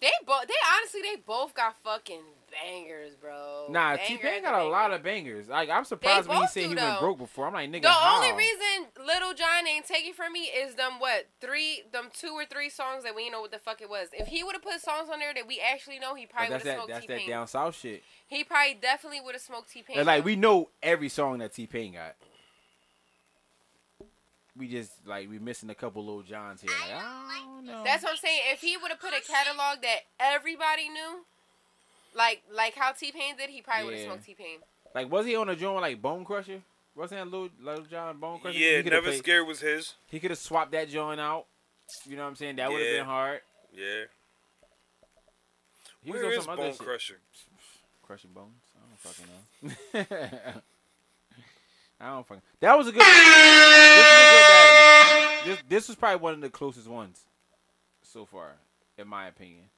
Speaker 4: They both. They honestly, they both got fucking bangers, bro.
Speaker 5: Nah,
Speaker 4: Banger
Speaker 5: T Pain
Speaker 4: after
Speaker 5: got a
Speaker 4: banger.
Speaker 5: lot of bangers. Like I'm surprised when he
Speaker 4: both
Speaker 5: said
Speaker 4: do,
Speaker 5: he
Speaker 4: though.
Speaker 5: went broke before. I'm like nigga,
Speaker 4: The
Speaker 5: how?
Speaker 4: only reason Little John ain't taking from me is them what three, them two or three songs that we ain't know what the fuck it was. If he would have put songs on there that we actually know, he
Speaker 5: Like,
Speaker 4: probably would
Speaker 5: that's
Speaker 4: have
Speaker 5: that
Speaker 4: smoked
Speaker 5: that's
Speaker 4: T
Speaker 5: that
Speaker 4: Pain.
Speaker 5: down south shit.
Speaker 4: He probably definitely would have smoked T Pain.
Speaker 5: And like we know every song that T Pain got. We just like we missing a couple little Johns here. Like, I don't know.
Speaker 4: That's what I'm saying. If he would have
Speaker 2: Oh,
Speaker 4: put a catalog that everybody knew, like like how T Pain did, he probably would have
Speaker 5: Yeah.
Speaker 4: smoked T Pain.
Speaker 5: like was he on a joint with, like Bone Crusher? Wasn't that little little John Bone Crusher?
Speaker 2: Yeah,
Speaker 5: he coulda
Speaker 2: never
Speaker 5: played-
Speaker 2: scared was his.
Speaker 5: He could have swapped that joint uh, out. You know what I'm saying? That would have
Speaker 2: Yeah.
Speaker 5: been hard.
Speaker 2: Yeah.
Speaker 5: He was
Speaker 2: Where
Speaker 5: on
Speaker 2: is
Speaker 5: some other
Speaker 2: Bone
Speaker 5: shit.
Speaker 2: Crusher?
Speaker 5: Crushing bones. I don't fucking know. I don't fucking. That was a good. This was, a good battle. This, this was probably one of the closest ones so far, in my opinion.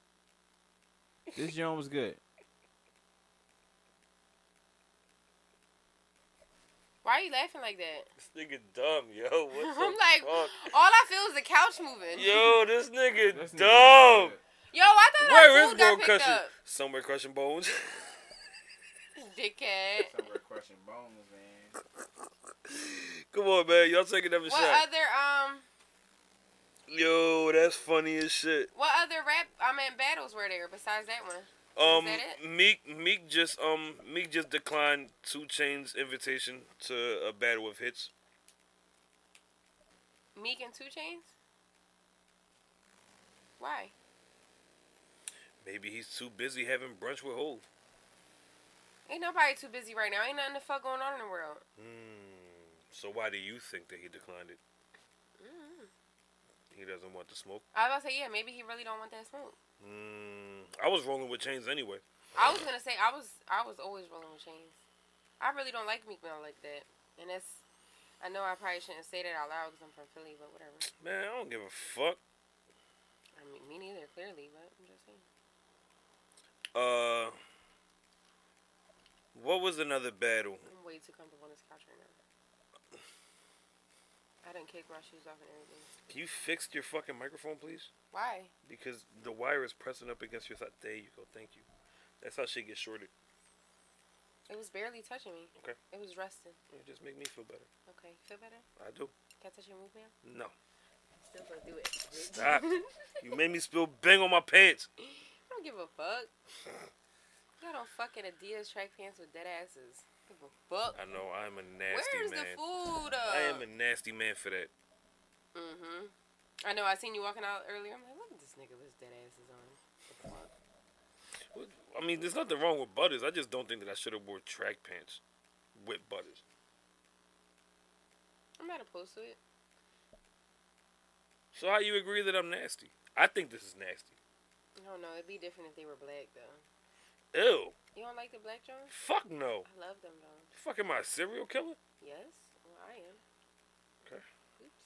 Speaker 5: This joint was good.
Speaker 4: Why are you laughing like that?
Speaker 2: This nigga dumb, yo. What the
Speaker 4: I'm like, all
Speaker 2: fuck?
Speaker 4: I feel is the couch moving.
Speaker 2: Yo, this nigga
Speaker 5: This nigga was
Speaker 2: dumb.
Speaker 5: good.
Speaker 4: Yo, I thought
Speaker 2: Where
Speaker 4: our
Speaker 2: is
Speaker 4: food got
Speaker 2: Bone
Speaker 4: picked
Speaker 2: Crusher?
Speaker 4: up.
Speaker 2: Somewhere crushing bones.
Speaker 4: Dickhead.
Speaker 5: Somewhere crushing bones, man.
Speaker 2: Come on, man. Y'all taking another
Speaker 4: What
Speaker 2: shot.
Speaker 4: other um
Speaker 2: Yo, that's funny as shit.
Speaker 4: what other rap I mean battles were there besides that one?
Speaker 2: Um,
Speaker 4: that it?
Speaker 2: Meek Meek just um Meek just declined Two Chain's invitation to a battle of hits.
Speaker 4: Meek and Two Chains? Why?
Speaker 2: Maybe he's too busy having brunch with Hov.
Speaker 4: Ain't nobody too busy right now. Ain't nothing the fuck going on in the world.
Speaker 2: Hmm. So why do you think that he declined it?
Speaker 4: Mm-hmm.
Speaker 2: He doesn't want to smoke.
Speaker 4: I was about to say, yeah, maybe he really don't want that smoke.
Speaker 2: Mm, I was rolling with Chains anyway.
Speaker 4: I was gonna say I was I was always rolling with chains. I really don't like Meek Mill like that. And that's I know I probably shouldn't say that out loud because I'm from Philly, but whatever.
Speaker 2: Man, I don't give a fuck.
Speaker 4: I mean, me neither, clearly, but I'm just saying.
Speaker 2: Uh, What was another battle?
Speaker 4: I'm way too comfortable on this couch right now. I didn't kick my shoes off and everything.
Speaker 2: Can you fix your fucking microphone, please?
Speaker 4: Why?
Speaker 2: Because the wire is pressing up against your side. There you go. Thank you. That's how shit gets shorted.
Speaker 4: It was barely touching me.
Speaker 2: Okay.
Speaker 4: It was resting.
Speaker 2: It just make me feel better.
Speaker 4: Okay. You feel better?
Speaker 2: I do.
Speaker 4: Can I touch your move now?
Speaker 2: No.
Speaker 4: Still gonna do it. bitch.
Speaker 2: Stop. you made me spill bang on my pants.
Speaker 4: I don't give a fuck. Y'all don't fucking Adidas track pants with dead asses. Give a fuck.
Speaker 2: I know. I'm a nasty
Speaker 4: Where's
Speaker 2: man.
Speaker 4: the food? Uh,
Speaker 2: I am a nasty man for that.
Speaker 4: Mm-hmm. I know. I seen you walking out earlier. I'm like, look at this nigga with his dead asses on. The fuck?
Speaker 2: I mean, there's nothing wrong with butters. I just don't think that I should have wore track pants with butters.
Speaker 4: I'm not opposed to it.
Speaker 2: So how you agree that I'm nasty? I think this is nasty.
Speaker 4: I don't know. It'd be different if they were black though.
Speaker 2: Ew.
Speaker 4: You don't like the black Jones?
Speaker 2: Fuck no.
Speaker 4: I love them though.
Speaker 2: Fuck am I a serial killer?
Speaker 4: Yes. Well, I am.
Speaker 2: Okay.
Speaker 4: Oops.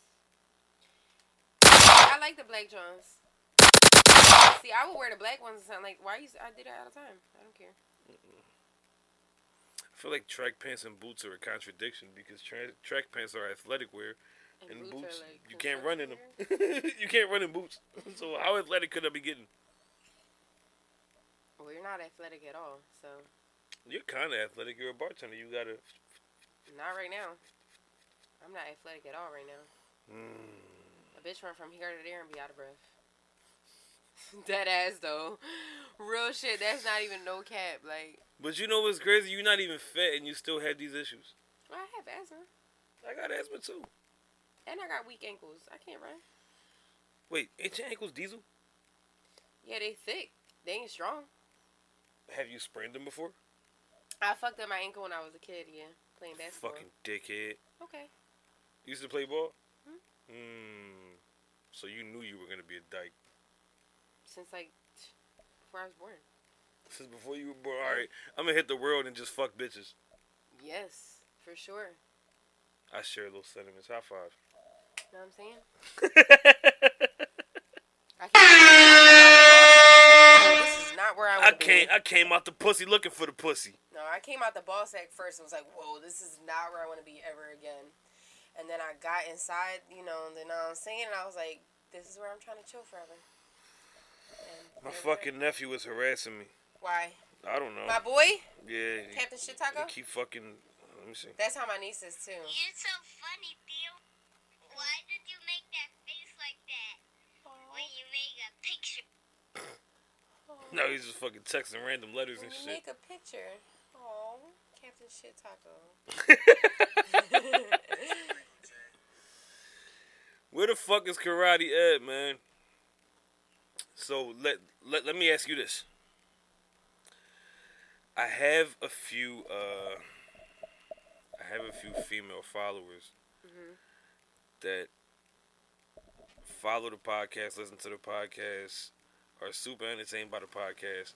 Speaker 4: I like the black Jones. See, I would wear the black ones or something. Like, why you? s- I did that all the time. I don't care.
Speaker 2: I feel like track pants and boots are a contradiction because tra- track pants are athletic wear and,
Speaker 4: are,
Speaker 2: boots
Speaker 4: like,
Speaker 2: you can't run in them.
Speaker 4: construction
Speaker 2: you can't run in boots. So how athletic could I be getting?
Speaker 4: gear. Well, you're not athletic at all, so
Speaker 2: You're kind of athletic. You're a bartender. You gotta.
Speaker 4: not right now. I'm not athletic at all right now.
Speaker 2: Hmm.
Speaker 4: A bitch run from here to there and be out of breath. Dead ass though. Real shit. That's not even no cap. Like,
Speaker 2: But you know what's crazy? You're not even fat and you still have these issues.
Speaker 4: well, I have asthma
Speaker 2: I got asthma too.
Speaker 4: and I got weak ankles. I can't run.
Speaker 2: Wait, ain't your ankles diesel?
Speaker 4: Yeah, they thick. They ain't strong.
Speaker 2: Have you sprained them before?
Speaker 4: I fucked up my ankle when I was a kid. Yeah, playing basketball.
Speaker 2: Fucking dickhead.
Speaker 4: Okay.
Speaker 2: You used to play ball. Hmm. So you knew you were gonna be a dyke
Speaker 4: Since like before I was born.
Speaker 2: since before you were born. All right, I'm gonna hit the world and just fuck bitches.
Speaker 4: Yes, for sure.
Speaker 2: I share those sentiments. High five.
Speaker 4: know what I'm saying? I can't. this is not where I
Speaker 2: I
Speaker 4: want to be.
Speaker 2: came, I came out the pussy looking for the pussy.
Speaker 4: No, I came out the ball sack first and was like, whoa, this is not where I want to be ever again. And then I got inside, you know, and then I'm saying, and I was like, this is where I'm trying to chill forever. And
Speaker 2: My
Speaker 4: here we are.
Speaker 2: fucking nephew was harassing me.
Speaker 4: Why?
Speaker 2: I don't know.
Speaker 4: My boy,
Speaker 2: Yeah. Oh. he-
Speaker 4: Captain Shit
Speaker 2: They
Speaker 4: Taco?
Speaker 2: keep fucking. Let me see.
Speaker 4: That's how my niece is, too.
Speaker 6: You're so funny, Theo. Why did you make that face like that when you make a picture?
Speaker 2: No, he's just fucking texting random letters
Speaker 4: When
Speaker 2: and
Speaker 4: you
Speaker 2: shit.
Speaker 4: make a picture, oh, Captain Shit Taco.
Speaker 2: Where the fuck is karate at, man? So let let, let me ask you this. I have a few uh I have a few female followers that follow the podcast, listen to the podcast, are super entertained by the podcast.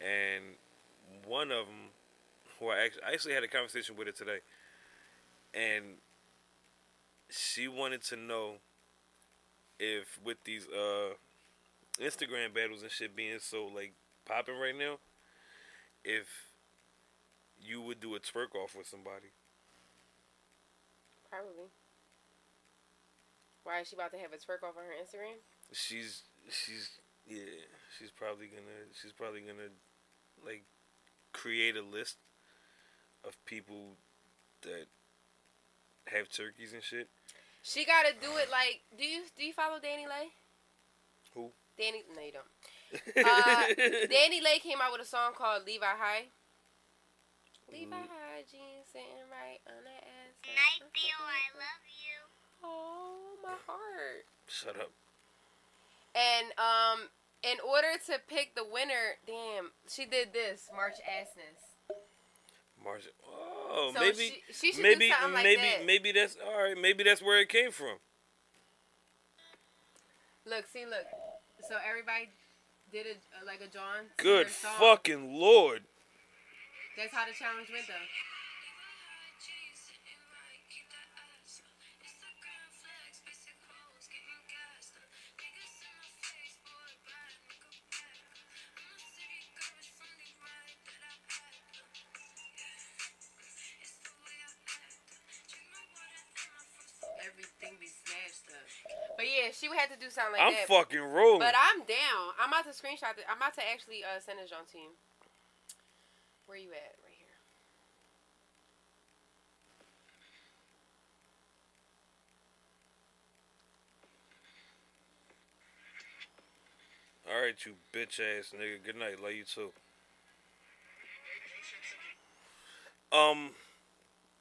Speaker 2: And one of them who I actually, I actually had a conversation with her today and she wanted to know if with these uh Instagram battles and shit being so like popping right now, if you would do a twerk off with somebody.
Speaker 4: Probably. Why is she about to have a twerk off on her Instagram?
Speaker 2: She's she's yeah, she's probably gonna she's probably gonna like create a list of people that have turkeys and shit.
Speaker 4: She gotta do it like do you do you follow Danny Lay?
Speaker 2: Who?
Speaker 4: Danny no you don't. Uh, Danny Lay came out with a song called Levi High. Levi
Speaker 2: Mm.
Speaker 4: High jeans sitting right on that ass.
Speaker 6: Night, Theo, I love you.
Speaker 4: Oh my heart.
Speaker 2: Shut up.
Speaker 4: And um in order to pick the winner, damn, she did this, March Assness.
Speaker 2: Margin. Oh,
Speaker 4: So
Speaker 2: maybe
Speaker 4: she- she should do
Speaker 2: maybe
Speaker 4: something like
Speaker 2: maybe
Speaker 4: that.
Speaker 2: maybe that's all right. Maybe that's where it came from.
Speaker 4: Look, see look. So everybody did a like a John. Cena
Speaker 2: Good
Speaker 4: song.
Speaker 2: fucking lord.
Speaker 4: That's how the challenge went though. Yeah, she would have to do something like
Speaker 2: I'm
Speaker 4: that.
Speaker 2: fucking rolling.
Speaker 4: But I'm down. I'm about to screenshot it. I'm about to actually uh, send this on to you. Where you at? Right here.
Speaker 2: All right, you bitch ass nigga. Good night. Love you too. Um,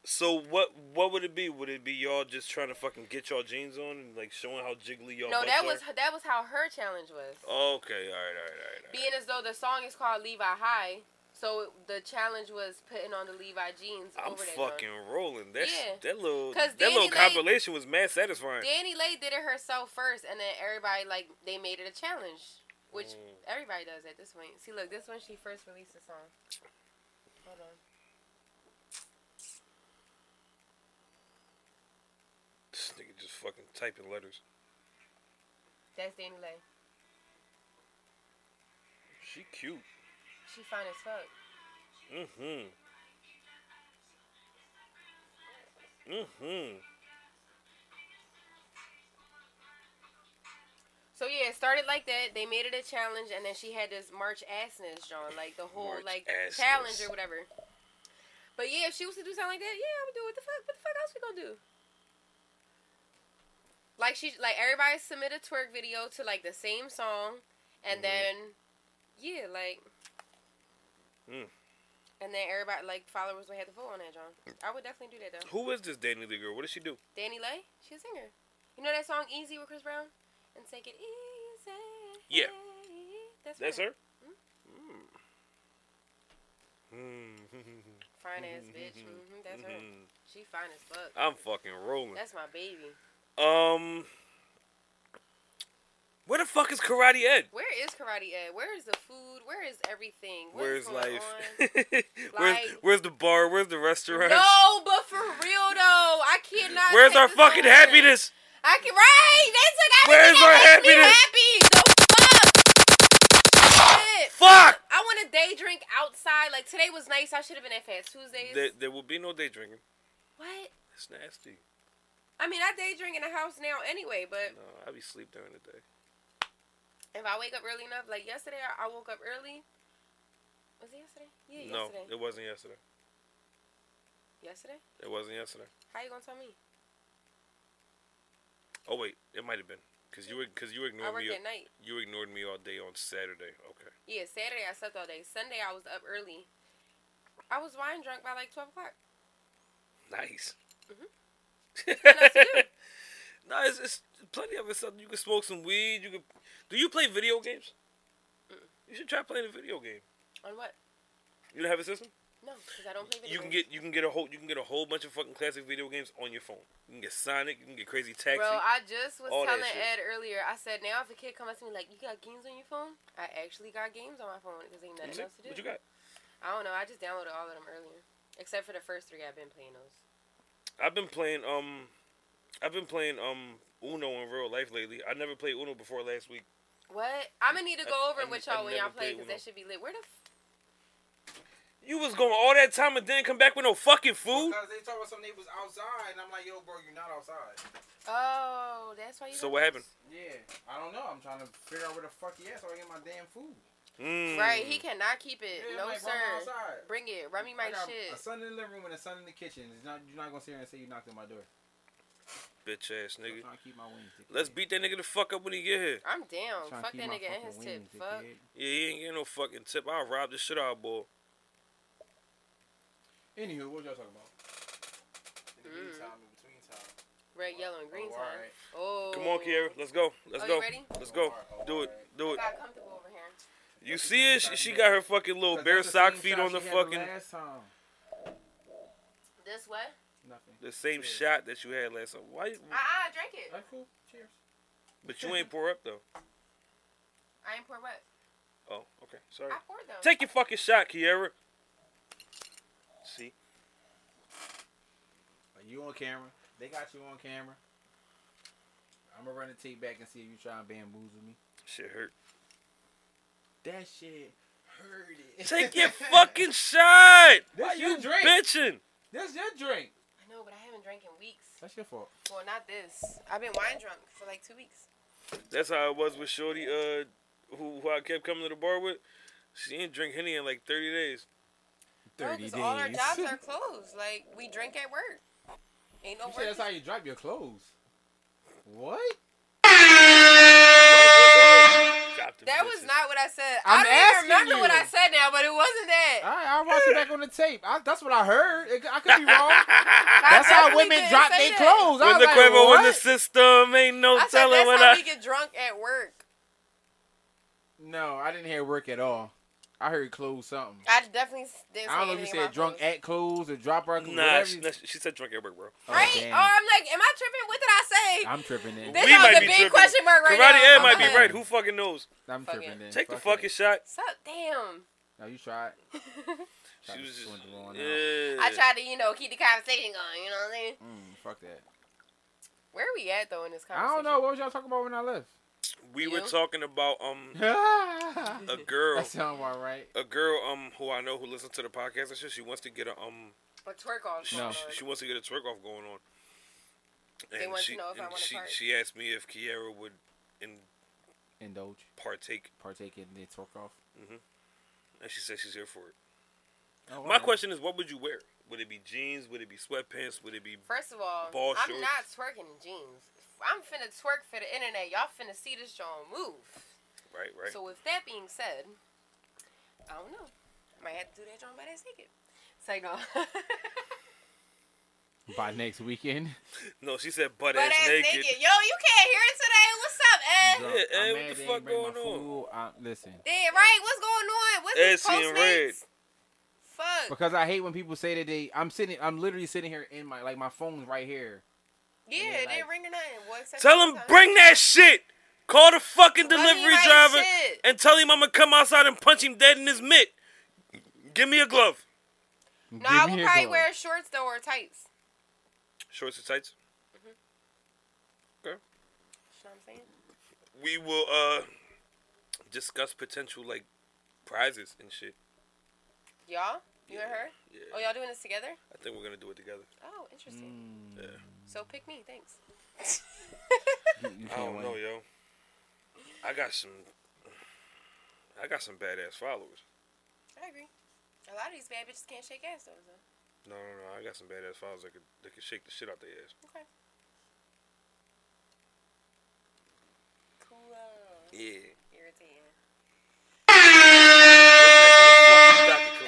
Speaker 2: so what? What would it be? Would it be y'all just trying to fucking get y'all jeans on and like showing how jiggly y'all?
Speaker 4: No,
Speaker 2: butts
Speaker 4: that
Speaker 2: are?
Speaker 4: was that was how her challenge was.
Speaker 2: Oh. Okay. All right. All right. All right. All right.
Speaker 4: Being as though the song is called Levi High, so the challenge was putting on the Levi jeans
Speaker 2: I'm
Speaker 4: over that.
Speaker 2: fucking
Speaker 4: joint.
Speaker 2: rolling. That's
Speaker 4: Yeah.
Speaker 2: that little
Speaker 4: 'Cause
Speaker 2: that
Speaker 4: Danny
Speaker 2: little
Speaker 4: Lay-
Speaker 2: compilation was mad satisfying.
Speaker 4: Danny Lay did it herself first, and then everybody like they made it a challenge, which
Speaker 2: Mm.
Speaker 4: everybody does at this point. See, look, this one she first released the song. Hold on.
Speaker 2: This nigga just fucking typing letters.
Speaker 4: That's Danny Lay.
Speaker 2: She cute.
Speaker 4: She fine as fuck.
Speaker 2: Mm-hmm. Mm-hmm.
Speaker 4: So yeah, it started like that. They made it a challenge, and then she had this March assness, John, like the whole
Speaker 2: March
Speaker 4: like
Speaker 2: assness.
Speaker 4: challenge or whatever. But yeah, if she was to do something like that, yeah, I would do it. What the fuck? What the fuck else we gonna do? Like she, like everybody submit a twerk video to like the same song,
Speaker 2: Mm-hmm.
Speaker 4: and then yeah, like.
Speaker 2: Mm.
Speaker 4: And then everybody, like followers, would have to vote on that, John. I would definitely do that though.
Speaker 2: Who is this Danny Lee girl? What does she do?
Speaker 4: Danny Lay, she's a singer. You know that song "Easy" with Chris Brown, and take it easy.
Speaker 2: Yeah.
Speaker 4: that's,
Speaker 2: That's
Speaker 4: her.
Speaker 2: her. Mm.
Speaker 4: Fine ass
Speaker 2: Mm-hmm,
Speaker 4: bitch. hmm that's her.
Speaker 2: Mm.
Speaker 4: She fine as fuck.
Speaker 2: I'm fucking rolling.
Speaker 4: That's my baby.
Speaker 2: Um, where the fuck is Karate Ed?
Speaker 4: Where is karate at? Where is the food? Where is everything? What is
Speaker 2: Where's
Speaker 4: going
Speaker 2: life?
Speaker 4: on?
Speaker 2: where's
Speaker 4: Like-
Speaker 2: where's the bar? Where's the restaurant?
Speaker 4: No, but for real though, I cannot.
Speaker 2: Where's
Speaker 4: take
Speaker 2: our
Speaker 4: this
Speaker 2: fucking
Speaker 4: on.
Speaker 2: happiness?
Speaker 4: I can right. They took
Speaker 2: Where's
Speaker 4: everything
Speaker 2: our
Speaker 4: that makes me
Speaker 2: happiness?
Speaker 4: happy. The fuck. Shit.
Speaker 2: Fuck.
Speaker 4: I want a day drink outside. Like today was nice. I should have been at Fast Tuesdays.
Speaker 2: There, there will be no day drinking.
Speaker 4: what?
Speaker 2: It's nasty.
Speaker 4: I mean, I day drink in the house now anyway. But
Speaker 2: No, I be sleep during the day.
Speaker 4: if I wake up early enough, like yesterday, I I woke up early. Was it yesterday? Yeah,
Speaker 2: no,
Speaker 4: yesterday.
Speaker 2: it wasn't yesterday.
Speaker 4: Yesterday?
Speaker 2: It wasn't yesterday.
Speaker 4: How you gonna tell me?
Speaker 2: Oh wait, it might have been because you were because you
Speaker 4: I
Speaker 2: ignored me.
Speaker 4: worked at night.
Speaker 2: You ignored me all day on Saturday. Okay.
Speaker 4: Yeah, Saturday I slept all day. Sunday I was up early. I was wine drunk by like twelve o'clock.
Speaker 2: Nice.
Speaker 4: Mm-hmm. else to do.
Speaker 2: no, it's, it's plenty of it. Something you can smoke some weed. You can. Do you play video games? You should try playing a video game.
Speaker 4: On what?
Speaker 2: You don't have a system.
Speaker 4: No, because I don't play video
Speaker 2: You can
Speaker 4: games.
Speaker 2: get you can get a whole you can get a whole bunch of fucking classic video games on your phone. You can get Sonic. You can get Crazy Taxi.
Speaker 4: Bro, I just was
Speaker 2: all that
Speaker 4: telling
Speaker 2: shit.
Speaker 4: Ed earlier. I said now if a kid comes up to me like, "You got games on your phone?" I actually got games on my phone because ain't nothing
Speaker 2: Music?
Speaker 4: else to do.
Speaker 2: What you got?
Speaker 4: I don't know. I just downloaded all of them earlier, except for the first three. I've been playing those.
Speaker 2: I've been playing um, I've been playing um Uno in real life lately. I never played Uno before last week.
Speaker 4: What? I'm gonna need to
Speaker 2: I-
Speaker 4: go over
Speaker 2: I-
Speaker 4: it
Speaker 2: I
Speaker 4: with y'all when
Speaker 2: never
Speaker 4: y'all play
Speaker 2: played
Speaker 4: because
Speaker 2: Uno.
Speaker 4: that should be lit. Where the f-
Speaker 2: You was going all that time and didn't come back with no fucking food.
Speaker 5: Because they talking about something they was outside, and I'm like, yo, bro, you're not outside.
Speaker 4: Oh, that's why you.
Speaker 2: So
Speaker 4: got
Speaker 2: what happened?
Speaker 5: Yeah, I don't know. I'm trying to figure out where the fuck he is so I get my damn food.
Speaker 4: those.
Speaker 2: Mm.
Speaker 4: Right, he cannot keep it.
Speaker 5: Yeah,
Speaker 4: no
Speaker 5: like, bro, I'm
Speaker 4: sir.
Speaker 5: outside.
Speaker 4: Bring it. Run me my
Speaker 5: I got
Speaker 4: shit.
Speaker 5: A son in the living room and a son in the kitchen. It's not, you're not gonna sit here and say you knocked on my door.
Speaker 2: Hmm, Bitch ass
Speaker 5: I'm
Speaker 2: nigga.
Speaker 5: trying to keep my wings. thick,
Speaker 2: Let's
Speaker 5: kid.
Speaker 2: beat that nigga the fuck up when he get here.
Speaker 4: I'm
Speaker 5: I'm
Speaker 4: down.
Speaker 5: trying to
Speaker 4: Oh, Fuck
Speaker 5: keep
Speaker 4: that
Speaker 5: my
Speaker 4: nigga and
Speaker 5: fucking
Speaker 4: his tip.
Speaker 5: wings, thick,
Speaker 4: Fuck.
Speaker 5: kid.
Speaker 2: Yeah, he ain't getting no fucking tip. I'll rob the shit out of boy.
Speaker 5: Anywho, what y'all talking about?
Speaker 7: In the meantime, in between time.
Speaker 4: Red, yellow, and green
Speaker 5: Oh,
Speaker 4: time.
Speaker 5: alright.
Speaker 4: Oh.
Speaker 2: Come on, Kiara. Let's go. Let's
Speaker 4: Oh,
Speaker 2: go.
Speaker 4: you ready?
Speaker 2: Let's go.
Speaker 7: Alright,
Speaker 2: Do it.
Speaker 7: alright.
Speaker 2: Do
Speaker 4: I
Speaker 2: it.
Speaker 4: got comfortable over here.
Speaker 2: You see it? She, she got her fucking little bare
Speaker 5: That's the same
Speaker 2: sock feet
Speaker 5: shot
Speaker 2: on the
Speaker 5: she had
Speaker 2: fucking.
Speaker 5: Last time.
Speaker 4: This what?
Speaker 5: Nothing.
Speaker 2: The same shot that you had last time. Why? you-
Speaker 5: Hmm.
Speaker 4: Ah, uh-uh, drink it.
Speaker 5: That's cool. Cheers.
Speaker 2: But you ain't pour up though.
Speaker 4: I ain't pour what?
Speaker 2: Oh, okay. Sorry.
Speaker 4: I poured them.
Speaker 2: Take your fucking shot, Kiara. See?
Speaker 5: Are you on camera? They got you on camera. I'm gonna run the tape back and see if you try and bamboozle me.
Speaker 2: Shit hurt.
Speaker 5: That shit hurt it.
Speaker 2: Take your fucking shot.
Speaker 5: This
Speaker 2: Why
Speaker 5: your
Speaker 2: you
Speaker 5: drink.
Speaker 2: bitching?
Speaker 5: That's your drink.
Speaker 4: I know know, but I haven't drank in weeks.
Speaker 5: That's your fault.
Speaker 4: Well, not this. I've been wine drunk for like two weeks.
Speaker 2: That's how it was with Shorty, uh, who, who I kept coming to the bar with. She didn't drink Henny in like 30 days.
Speaker 4: No, Oh, 'cause all our jobs are closed. Like we drink at work. Ain't no
Speaker 5: You said
Speaker 4: work.
Speaker 5: that's how you drop your clothes. What?
Speaker 2: Dropped them
Speaker 4: That was
Speaker 2: bitches.
Speaker 4: not what I said.
Speaker 5: I'm
Speaker 4: I'm I do not even
Speaker 5: asking
Speaker 4: remember what
Speaker 5: you. Ah,
Speaker 4: I said now, but it wasn't that.
Speaker 5: All right, I'll watch it back on the tape. I, that's what I heard. It- I could be wrong. That's how
Speaker 4: definitely
Speaker 5: women
Speaker 4: didn't
Speaker 5: drop
Speaker 4: say
Speaker 5: their
Speaker 4: that.
Speaker 5: clothes. I
Speaker 2: When
Speaker 5: was
Speaker 2: the
Speaker 5: like,
Speaker 2: quiver
Speaker 5: what?
Speaker 2: in the system, ain't no
Speaker 4: I said
Speaker 2: telling what
Speaker 4: that's how
Speaker 2: I.
Speaker 4: we get drunk at work.
Speaker 5: No, I didn't hear work at all. I heard clothes something.
Speaker 4: I definitely s- didn't.
Speaker 5: I don't know if
Speaker 4: say
Speaker 5: you
Speaker 4: anything
Speaker 5: said
Speaker 4: about
Speaker 5: drunk
Speaker 4: clothes.
Speaker 5: at clothes or drop our clothes.
Speaker 2: Nah,
Speaker 5: whatever
Speaker 2: she,
Speaker 5: you-
Speaker 2: nah, she said drunk at work, bro.
Speaker 5: Oh,
Speaker 4: right?
Speaker 5: damn.
Speaker 4: Oh, I'm like, am I tripping? What did I say?
Speaker 5: I'm tripping in.
Speaker 4: this
Speaker 2: We
Speaker 4: is
Speaker 2: might
Speaker 4: a
Speaker 2: be
Speaker 4: big
Speaker 2: tripping.
Speaker 4: question mark right
Speaker 2: Karate
Speaker 4: now.
Speaker 2: Ed might
Speaker 5: I'm
Speaker 2: be
Speaker 5: not-
Speaker 2: right. Who fucking knows?
Speaker 5: I'm
Speaker 4: Fuck
Speaker 5: tripping
Speaker 4: it.
Speaker 5: in.
Speaker 2: Take the
Speaker 5: Fuck
Speaker 2: fucking
Speaker 5: it.
Speaker 2: shot.
Speaker 4: So damn.
Speaker 5: No, you tried. Try
Speaker 2: She
Speaker 5: to
Speaker 2: was just.
Speaker 5: swindle on out.
Speaker 2: Yeah.
Speaker 4: I tried to, you know, keep the conversation going. You know what I mean?
Speaker 5: Mm, fuck that.
Speaker 4: Where are we at though in this
Speaker 5: I
Speaker 4: conversation?
Speaker 5: don't know. What was y'all talking about when I left?
Speaker 2: We were
Speaker 4: You?
Speaker 2: talking about um a
Speaker 5: that
Speaker 2: girl,
Speaker 5: sounds about right.
Speaker 2: a girl um who I know who listens to the podcast and shit. She wants to get a um
Speaker 4: A twerk off.
Speaker 2: she,
Speaker 5: No.
Speaker 2: she wants to get a twerk off going on.
Speaker 4: They want to
Speaker 2: she,
Speaker 4: know if I
Speaker 2: and
Speaker 4: wanna
Speaker 2: she,
Speaker 4: part.
Speaker 2: she asked me if Kiara would in
Speaker 5: Indulge,
Speaker 2: partake,
Speaker 5: partake in the twerk off.
Speaker 2: and she said she's here for it. My
Speaker 5: Oh, alright.
Speaker 2: question is, what would you wear? Would it be jeans? Would it be sweatpants? Would it be?
Speaker 4: First of all,
Speaker 2: Ball
Speaker 4: I'm
Speaker 2: shorts.
Speaker 4: not twerking in jeans. I'm finna twerk for the internet. Y'all finna see this joint move.
Speaker 2: Right, right.
Speaker 4: So with that being said, I don't know. I might have to do that joint by that ticket. So you know.
Speaker 5: by next weekend.
Speaker 2: no, she said butt
Speaker 4: Butt
Speaker 2: ass
Speaker 4: ass
Speaker 2: naked.
Speaker 4: naked. Yo, you can't hear it today. What's up, eh?
Speaker 5: I'm
Speaker 4: Ed?
Speaker 5: drunk.
Speaker 2: Yeah, hey,
Speaker 5: I'm
Speaker 2: what
Speaker 5: mad
Speaker 2: the
Speaker 5: they
Speaker 2: fuck
Speaker 5: ain't bring
Speaker 2: going
Speaker 5: my
Speaker 2: on?
Speaker 5: food. I- Uh, listen,
Speaker 4: Yeah, right. What's going on? What's
Speaker 2: Ed
Speaker 4: this
Speaker 2: seeing red.
Speaker 4: Postmates? Fuck.
Speaker 5: because I hate when people say that they. I'm sitting. I'm literally sitting here in my like my phone's right here.
Speaker 4: Yeah,
Speaker 5: Yeah,
Speaker 4: it
Speaker 5: like-
Speaker 4: didn't ring or nothing. Well, except
Speaker 2: Tell
Speaker 4: for
Speaker 2: him
Speaker 4: this time.
Speaker 2: bring that shit. Call the fucking
Speaker 4: Why he
Speaker 2: delivery
Speaker 4: write
Speaker 2: driver
Speaker 4: shit?
Speaker 2: and tell him I'm gonna come outside and punch him dead in his mitt. Give me a glove.
Speaker 5: Give
Speaker 4: No, I
Speaker 5: me
Speaker 4: would
Speaker 5: a
Speaker 4: probably
Speaker 5: glove.
Speaker 4: wear shorts though or tights.
Speaker 2: Shorts and tights.
Speaker 4: You know what I'm saying?
Speaker 2: We will uh discuss potential like prizes and shit.
Speaker 4: Y'all? You and her?
Speaker 2: Yeah.
Speaker 4: Oh, y'all doing this together?
Speaker 2: I think we're gonna do it together.
Speaker 4: Oh, interesting.
Speaker 5: Mm,
Speaker 2: Yeah.
Speaker 4: So pick me, thanks.
Speaker 5: you- you
Speaker 2: I
Speaker 5: can't
Speaker 2: don't know,
Speaker 5: wait.
Speaker 2: yo. I got some. I got some badass followers.
Speaker 4: I agree. A lot of these bad bitches can't shake ass though. So.
Speaker 2: No, no, no. I got some badass followers that could that could shake the shit out their ass.
Speaker 4: Okay. Cool.
Speaker 2: Yeah.
Speaker 4: Irritating.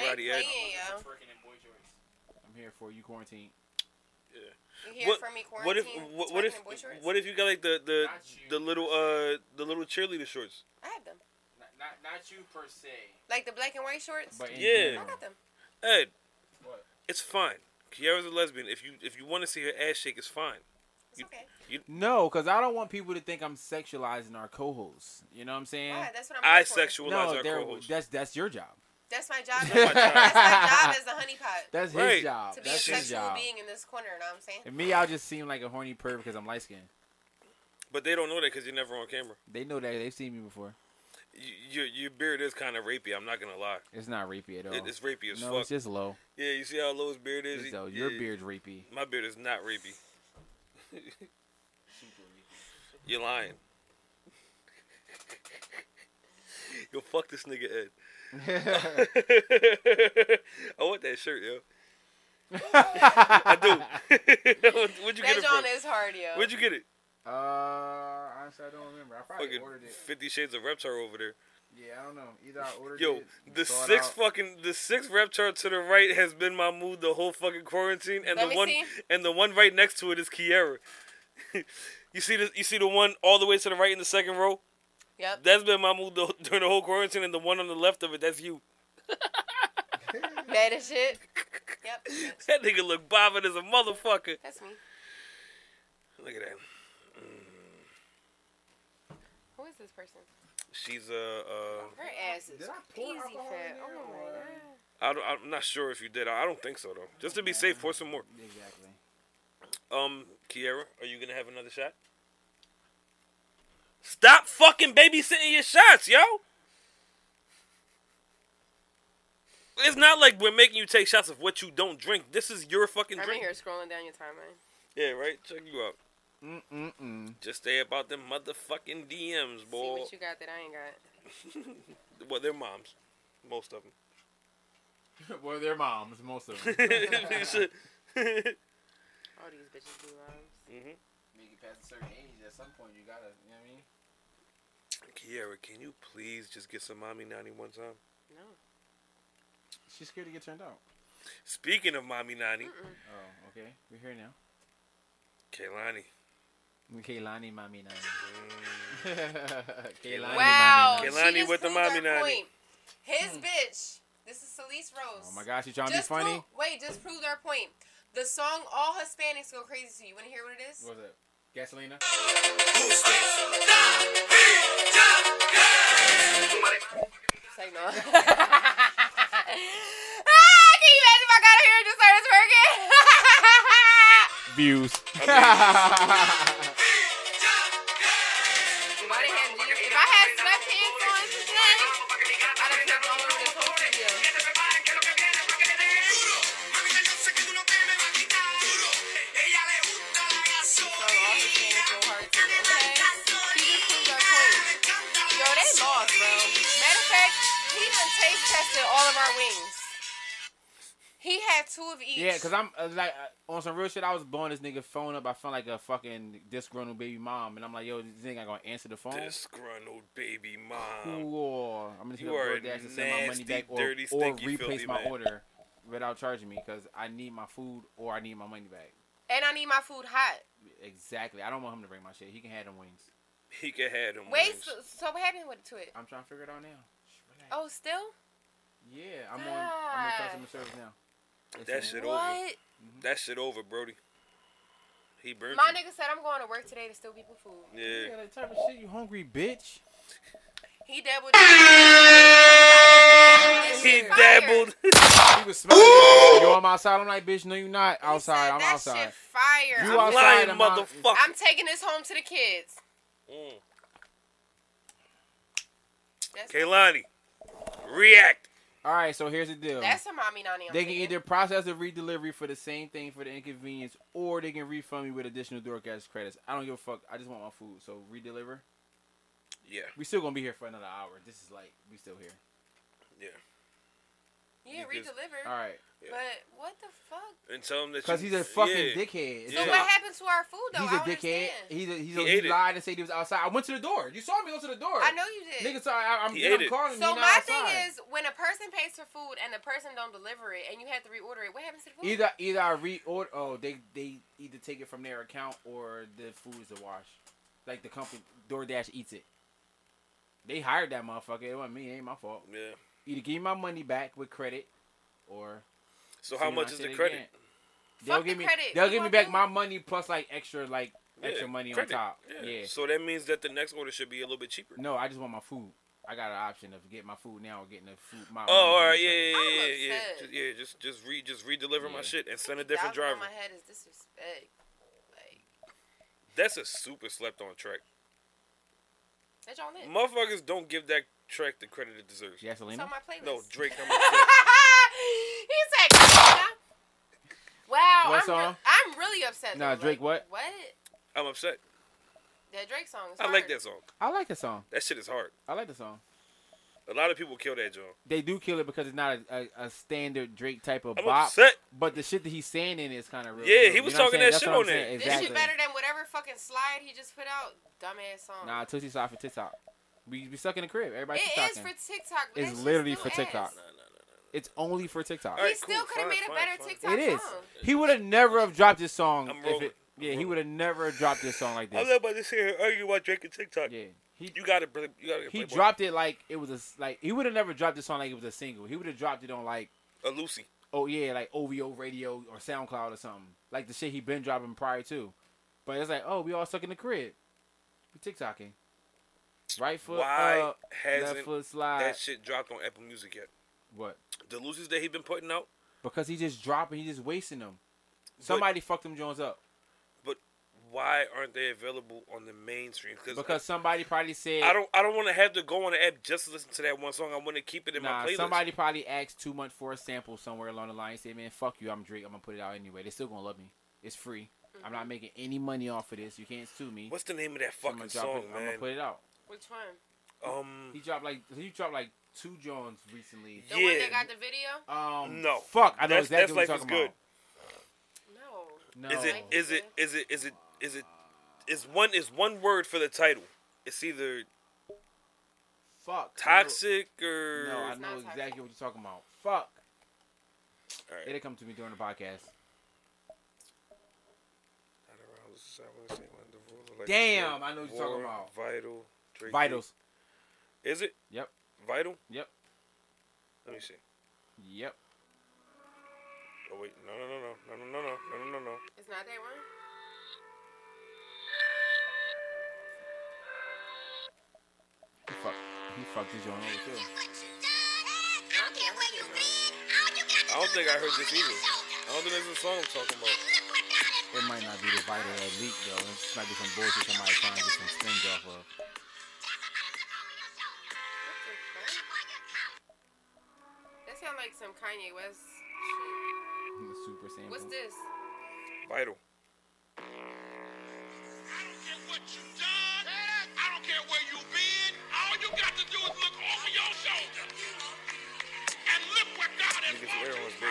Speaker 4: They
Speaker 2: Karate Ed.
Speaker 4: playing, yo.
Speaker 5: I'm here for you, quarantine.
Speaker 4: You hear
Speaker 2: What-
Speaker 4: from me
Speaker 2: What if
Speaker 4: quarantine?
Speaker 2: what, what if what if you got like the the,
Speaker 5: Not you.
Speaker 2: the little uh the little cheerleader shorts?
Speaker 4: I have them.
Speaker 5: Not, not, not you per se,
Speaker 4: Like the black and white shorts?
Speaker 5: but in
Speaker 2: Yeah.
Speaker 4: I
Speaker 5: general.
Speaker 4: got them.
Speaker 2: Ed,
Speaker 5: What?
Speaker 2: it's fine. Kiara's a lesbian. If you if you want to see her ass shake, it's fine.
Speaker 4: It's okay.
Speaker 5: No, because I don't want people to think I'm sexualizing our co-hosts. You know what I'm saying?
Speaker 4: Why? That's what I'm
Speaker 2: I
Speaker 4: here for.
Speaker 2: sexualize
Speaker 5: No,
Speaker 2: our
Speaker 5: they're-
Speaker 2: co-host.
Speaker 5: that's that's your job.
Speaker 4: That's my job. That's
Speaker 5: That's my
Speaker 4: my
Speaker 5: job.
Speaker 4: job as a honeypot.
Speaker 5: That's
Speaker 2: Right.
Speaker 5: his job.
Speaker 4: to be a
Speaker 5: That's his
Speaker 4: sexual
Speaker 5: job.
Speaker 4: being in this corner, you know what I'm saying?
Speaker 5: And me, I just seem like a horny perv because I'm light skinned.
Speaker 2: But they don't know that because you're never on camera.
Speaker 5: They know that they've seen me before.
Speaker 2: Y- Your your beard is kind of rapey. I'm not gonna lie.
Speaker 5: It's not rapey at all.
Speaker 2: It, it's rapey as
Speaker 5: no,
Speaker 2: fuck.
Speaker 5: it's just low.
Speaker 2: Yeah, you see how low his beard is.
Speaker 5: It's
Speaker 2: He-
Speaker 5: low. Your
Speaker 2: yeah,
Speaker 5: beard's rapey.
Speaker 2: My beard is not rapey. You're lying. yo, fuck this nigga Ed.
Speaker 5: Uh,
Speaker 2: I want that shirt, yo. I do. Where'd you get it
Speaker 4: That
Speaker 2: from?
Speaker 4: John is hard, yo.
Speaker 2: Where'd you get it?
Speaker 5: Uh, honestly, I don't remember. I probably
Speaker 2: Fucking Fifty Shades of Reptar over there.
Speaker 5: Yeah, I don't know. Either I ordered
Speaker 2: Yo, the six fucking the six Reptar to the right has been my mood the whole fucking quarantine, and
Speaker 4: Let
Speaker 2: the
Speaker 4: me
Speaker 2: one
Speaker 4: see.
Speaker 2: and the one right next to it is Kiera. you see the you see the one all the way to the right in the second row.
Speaker 4: Yep.
Speaker 2: That's been my mood the, during the whole quarantine, and the one on the left of it, that's you.
Speaker 4: Bad as shit. Yep. that's-
Speaker 2: That nigga look bothered as a motherfucker.
Speaker 4: That's me.
Speaker 2: Look at that.
Speaker 4: Who is this person?
Speaker 2: She's uh, uh
Speaker 4: Her ass is
Speaker 5: Did I pour
Speaker 4: crazy
Speaker 5: alcohol in
Speaker 4: fat.
Speaker 5: there
Speaker 4: Oh my
Speaker 5: or-
Speaker 4: god.
Speaker 2: I don't, I'm not sure if you did. I don't think so though. Just to be safe, pour some more.
Speaker 5: Exactly.
Speaker 2: Um, Kiera, are you gonna have another shot? Stop fucking babysitting your shots, yo. it's not like we're making you take shots of what you don't drink. This is your fucking
Speaker 4: I'm in
Speaker 2: drink.
Speaker 4: here scrolling down your timeline.
Speaker 2: Yeah, right. Check you out.
Speaker 5: Mm-mm-mm.
Speaker 2: Just stay about them motherfucking DMs,
Speaker 4: See
Speaker 2: boy.
Speaker 4: what you got that I ain't got.
Speaker 2: well, they're moms, most of them.
Speaker 5: well, their moms, most of them.
Speaker 2: yeah,
Speaker 4: All these bitches do lives.
Speaker 7: Make it past a certain age, at some point you gotta, you know what I mean?
Speaker 2: Kiara, can you please just get some mommy ninety one time?
Speaker 4: No.
Speaker 5: She's scared to get turned out.
Speaker 2: Speaking of mommy ninety,
Speaker 5: Oh, okay. We're here now.
Speaker 2: Kaylani. Mm.
Speaker 5: Kaylani, mommy, nani.
Speaker 2: Mommy,
Speaker 4: Wow.
Speaker 2: mommy, mommy.
Speaker 4: she just
Speaker 2: Kalani with the
Speaker 4: proved our
Speaker 2: mommy, nani.
Speaker 4: point. His bitch. This is Celeste Rose.
Speaker 5: Hmm. Oh my gosh, you trying to be
Speaker 4: Just
Speaker 5: funny?
Speaker 4: prove- wait, just proved our point. The song "All Hispanics Go Crazy" to you. Want to hear what it is?
Speaker 5: What was it? Gasolina?
Speaker 4: It's like no. ah, can you imagine if I got here and just started twerking?
Speaker 5: Views.
Speaker 4: if I didn't have jeans, if I had sweatpants on today, I'd have kept on with this whole video. So all Hispanics go hard to you, okay? She just proved our point. Yo, they lost, bro. Matter of fact, he done taste tested all of our wings. He had two of each.
Speaker 5: Yeah, because I'm uh, like, uh, on some real shit, I was blowing this nigga phone up. I felt like a fucking disgruntled baby mom. And I'm like, yo, this nigga ain't going to answer the phone.
Speaker 2: Disgruntled baby mom.
Speaker 5: Cool. I'm just
Speaker 2: um, You
Speaker 5: gonna
Speaker 2: are
Speaker 5: go
Speaker 2: a
Speaker 5: dash and send my money
Speaker 2: nasty,
Speaker 5: back or,
Speaker 2: dirty,
Speaker 5: or
Speaker 2: stinky, filthy
Speaker 5: replace my
Speaker 2: man.
Speaker 5: order without charging me because I need my food or I need my money back.
Speaker 4: And I need my food hot.
Speaker 5: Exactly. I don't want him to bring my shit. He can have them wings.
Speaker 2: He could have them.
Speaker 4: Wait,
Speaker 2: wings.
Speaker 4: so, so what happened with to it?
Speaker 5: I'm trying to figure it out now. Shh, relax.
Speaker 4: Oh, still?
Speaker 5: Yeah, I'm on, I'm on customer service now. It's
Speaker 2: That
Speaker 5: in-
Speaker 2: shit over.
Speaker 4: What?
Speaker 2: That shit over, Brody. He burnt.
Speaker 4: My
Speaker 2: you.
Speaker 4: nigga said I'm going to work today to steal people food.
Speaker 5: Yeah,
Speaker 2: Yeah.
Speaker 5: that type of shit. You hungry, bitch?
Speaker 4: He dabbled. This
Speaker 2: He
Speaker 4: shit fire.
Speaker 2: dabbled.
Speaker 5: He was smiling. you on my side? I'm like, bitch. No, you not.
Speaker 4: He
Speaker 5: Outside.
Speaker 4: said,
Speaker 5: I'm
Speaker 4: that
Speaker 5: outside.
Speaker 4: Shit fire.
Speaker 5: You
Speaker 4: I'm,
Speaker 5: outside,
Speaker 2: Lying
Speaker 5: I'm out.
Speaker 2: motherfucker.
Speaker 4: I'm taking this home to the kids.
Speaker 2: Mm.
Speaker 4: That's,
Speaker 2: Kaylani, react.
Speaker 5: All right. So here's the deal.
Speaker 4: that's a mommy nanny. I'm
Speaker 5: they can
Speaker 4: thinking.
Speaker 5: either process a redelivery for the same thing for the inconvenience, or they can refund me with additional DoorDash credits. I don't give a fuck. I just want my food. So redeliver.
Speaker 2: Yeah,
Speaker 5: We still gonna be here for another hour. This is like we still here.
Speaker 2: yeah.
Speaker 4: yeah
Speaker 2: Niggas.
Speaker 4: redeliver.
Speaker 5: All right.
Speaker 4: But what the fuck?
Speaker 2: And tell him that.
Speaker 5: Because
Speaker 2: you-
Speaker 5: he's a fucking
Speaker 2: yeah.
Speaker 5: dickhead. It's
Speaker 4: So
Speaker 2: Yeah.
Speaker 4: what
Speaker 5: like-
Speaker 4: happened to our food though?
Speaker 5: He's
Speaker 4: I
Speaker 5: a
Speaker 4: don't
Speaker 5: dickhead.
Speaker 4: understand.
Speaker 5: He's a, he's
Speaker 2: He
Speaker 5: a,
Speaker 2: ate
Speaker 5: he
Speaker 2: it.
Speaker 5: lied and said he was outside. I went to the door. You saw me go to the door.
Speaker 4: I know you did.
Speaker 5: Nigga, sorry. I, I'm,
Speaker 2: He
Speaker 5: then
Speaker 2: ate
Speaker 5: I'm
Speaker 2: it.
Speaker 5: calling him.
Speaker 4: So
Speaker 5: He not
Speaker 4: my
Speaker 5: outside.
Speaker 4: thing is, when a person pays for food and the person don't deliver it, and you have to reorder it, what happens to the food?
Speaker 5: either either I reorder. Oh, they they either take it from their account or the food is a wash. Like the company DoorDash eats it. They hired that motherfucker. It wasn't me. It ain't my fault.
Speaker 2: Yeah.
Speaker 5: Either give me my money back with credit, or
Speaker 2: So
Speaker 5: see
Speaker 2: how
Speaker 5: when I
Speaker 2: much is
Speaker 5: see
Speaker 2: the
Speaker 5: it
Speaker 2: credit?
Speaker 5: again. They'll
Speaker 4: Fuck
Speaker 5: give
Speaker 4: the
Speaker 5: me
Speaker 4: credit.
Speaker 5: they'll
Speaker 4: You
Speaker 5: give me
Speaker 4: want
Speaker 5: back
Speaker 4: me?
Speaker 5: my money plus like extra like
Speaker 2: Yeah,
Speaker 5: extra money
Speaker 2: credit.
Speaker 5: on top. yeah.
Speaker 2: So that means that the next order should be a little bit cheaper.
Speaker 5: No, I just want my food. I got an option of getting my food now or getting the food. My
Speaker 2: Oh, all right, yeah, yeah,
Speaker 4: I'm
Speaker 2: yeah, yeah,
Speaker 4: upset.
Speaker 2: yeah. Just, yeah, just just re just redeliver my
Speaker 5: Yeah.
Speaker 2: shit and send a different driver.
Speaker 4: $50,000 on My head is disrespect. Like
Speaker 2: That's a super slept on track.
Speaker 4: that's all it.
Speaker 2: Motherfuckers don't give that track the credit it deserves.
Speaker 4: It's
Speaker 5: Gasolina.
Speaker 4: on my playlist.
Speaker 2: No, Drake, I'm upset.
Speaker 4: he said, "Gasolina." "Wow,
Speaker 5: What
Speaker 4: I'm, re-
Speaker 5: song?
Speaker 4: I'm really upset."
Speaker 5: Nah,
Speaker 4: though.
Speaker 5: Drake
Speaker 4: Like,
Speaker 5: what?
Speaker 4: What?
Speaker 2: I'm upset.
Speaker 4: That Drake song. Is
Speaker 2: I
Speaker 4: hard.
Speaker 2: like that song.
Speaker 5: I like the song.
Speaker 2: That shit is hard.
Speaker 5: I like the song.
Speaker 2: A lot of people kill that joint.
Speaker 5: They do kill it because it's not a, a, a standard Drake type of
Speaker 2: I'm
Speaker 5: bop,
Speaker 2: upset.
Speaker 5: but the shit that he's saying in it is kind of real.
Speaker 2: Yeah,
Speaker 5: too.
Speaker 2: he was
Speaker 5: You know what
Speaker 2: talking
Speaker 5: I'm
Speaker 2: that
Speaker 5: saying? That's
Speaker 2: shit
Speaker 5: what
Speaker 2: on it.
Speaker 5: I'm saying.
Speaker 4: This shit better than whatever fucking slide he just put out. Dumbass song.
Speaker 5: Nah, Tootsie Slide for TikTok. We we stuck in the crib. Everybody
Speaker 4: it
Speaker 5: TikToking.
Speaker 4: is for TikTok. but
Speaker 5: It's
Speaker 4: that shit's
Speaker 5: literally
Speaker 4: still
Speaker 5: for TikTok.
Speaker 4: ass.
Speaker 5: it's only for TikTok.
Speaker 2: All
Speaker 4: He
Speaker 2: right,
Speaker 4: still
Speaker 2: cool,
Speaker 4: could
Speaker 2: fine,
Speaker 4: have made a
Speaker 2: fine,
Speaker 4: better
Speaker 2: fine.
Speaker 4: TikTok
Speaker 5: It is.
Speaker 4: song.
Speaker 5: He would have never have dropped this song.
Speaker 2: I'm
Speaker 5: if
Speaker 2: rolling.
Speaker 5: it, yeah,
Speaker 2: I'm
Speaker 5: he would have never have dropped this song like
Speaker 2: I'm
Speaker 5: this.
Speaker 2: not about to sit here and argue about Drake and TikTok.
Speaker 5: Yeah, he
Speaker 2: You gotta, br- you gotta.
Speaker 5: he
Speaker 2: Playboy.
Speaker 5: dropped it like it was a s- like he would have never dropped this song like it was a single. He would have dropped it on like
Speaker 2: a Lucy.
Speaker 5: oh yeah, like OVO radio or SoundCloud or something. Like the shit he been dropping prior to. But it's like, oh, we all stuck in the crib. We TikToking. Right foot
Speaker 2: Why
Speaker 5: up, left
Speaker 2: hasn't
Speaker 5: foot slide.
Speaker 2: that shit dropped on Apple Music yet?
Speaker 5: what?
Speaker 2: The Lucy's that he been putting out,
Speaker 5: Because he just dropping, he just wasting them. Somebody fucked them Jones up.
Speaker 2: why aren't they available on the mainstream?
Speaker 5: because somebody probably said
Speaker 2: I don't I don't want to have to go on the app just to listen to that one song. I want to keep it in
Speaker 5: Nah,
Speaker 2: my playlist.
Speaker 5: somebody probably asked too much for a sample somewhere along the line. Say, man, fuck you. I'm Drake. I'm gonna put it out anyway. They're still gonna love me. It's free. I'm
Speaker 4: Mm-hmm.
Speaker 5: not making any money off of this. You can't sue me.
Speaker 2: What's the name of that
Speaker 5: I'm gonna
Speaker 2: fucking
Speaker 5: drop
Speaker 2: song,
Speaker 5: it- I'm gonna
Speaker 2: man?
Speaker 5: put it out.
Speaker 4: Which one?
Speaker 2: Um,
Speaker 5: He dropped like he dropped like two Johns recently.
Speaker 4: The one
Speaker 2: Yeah.
Speaker 4: that got the video?
Speaker 5: Um,
Speaker 2: No.
Speaker 5: Fuck, I know
Speaker 2: That's-
Speaker 5: exactly
Speaker 2: that's
Speaker 5: what you're
Speaker 2: Life
Speaker 5: talking
Speaker 2: is
Speaker 5: about.
Speaker 4: No.
Speaker 5: No.
Speaker 2: is it is it is it is it is it is one is one word for the title? It's either
Speaker 5: fuck
Speaker 2: toxic
Speaker 5: No,
Speaker 2: or
Speaker 5: no, I
Speaker 4: It's not
Speaker 5: know
Speaker 4: toxic.
Speaker 5: exactly what you're talking about. Fuck.
Speaker 2: All right.
Speaker 5: It'll come to me during the podcast. Damn, I know what you're talking about.
Speaker 2: Vital. Drake.
Speaker 5: Vitals.
Speaker 2: Is it?
Speaker 5: Yep.
Speaker 2: Vital?
Speaker 5: Yep.
Speaker 2: Let me see.
Speaker 5: Yep.
Speaker 2: Oh wait, no, no, no, no, no, no, no, no, no, no, no.
Speaker 4: It's not that one?
Speaker 5: He fucked. He fucked his John over too.
Speaker 2: I don't think I heard this either. I don't think this is the song I'm talking about.
Speaker 5: It might not be the vital elite though. It might be some bullshit somebody trying to get some strings off of.
Speaker 4: What the fuck? That sound like some Kanye West shit.
Speaker 5: The super sample.
Speaker 4: What's this?
Speaker 2: Vital. Niggas air horns, bro.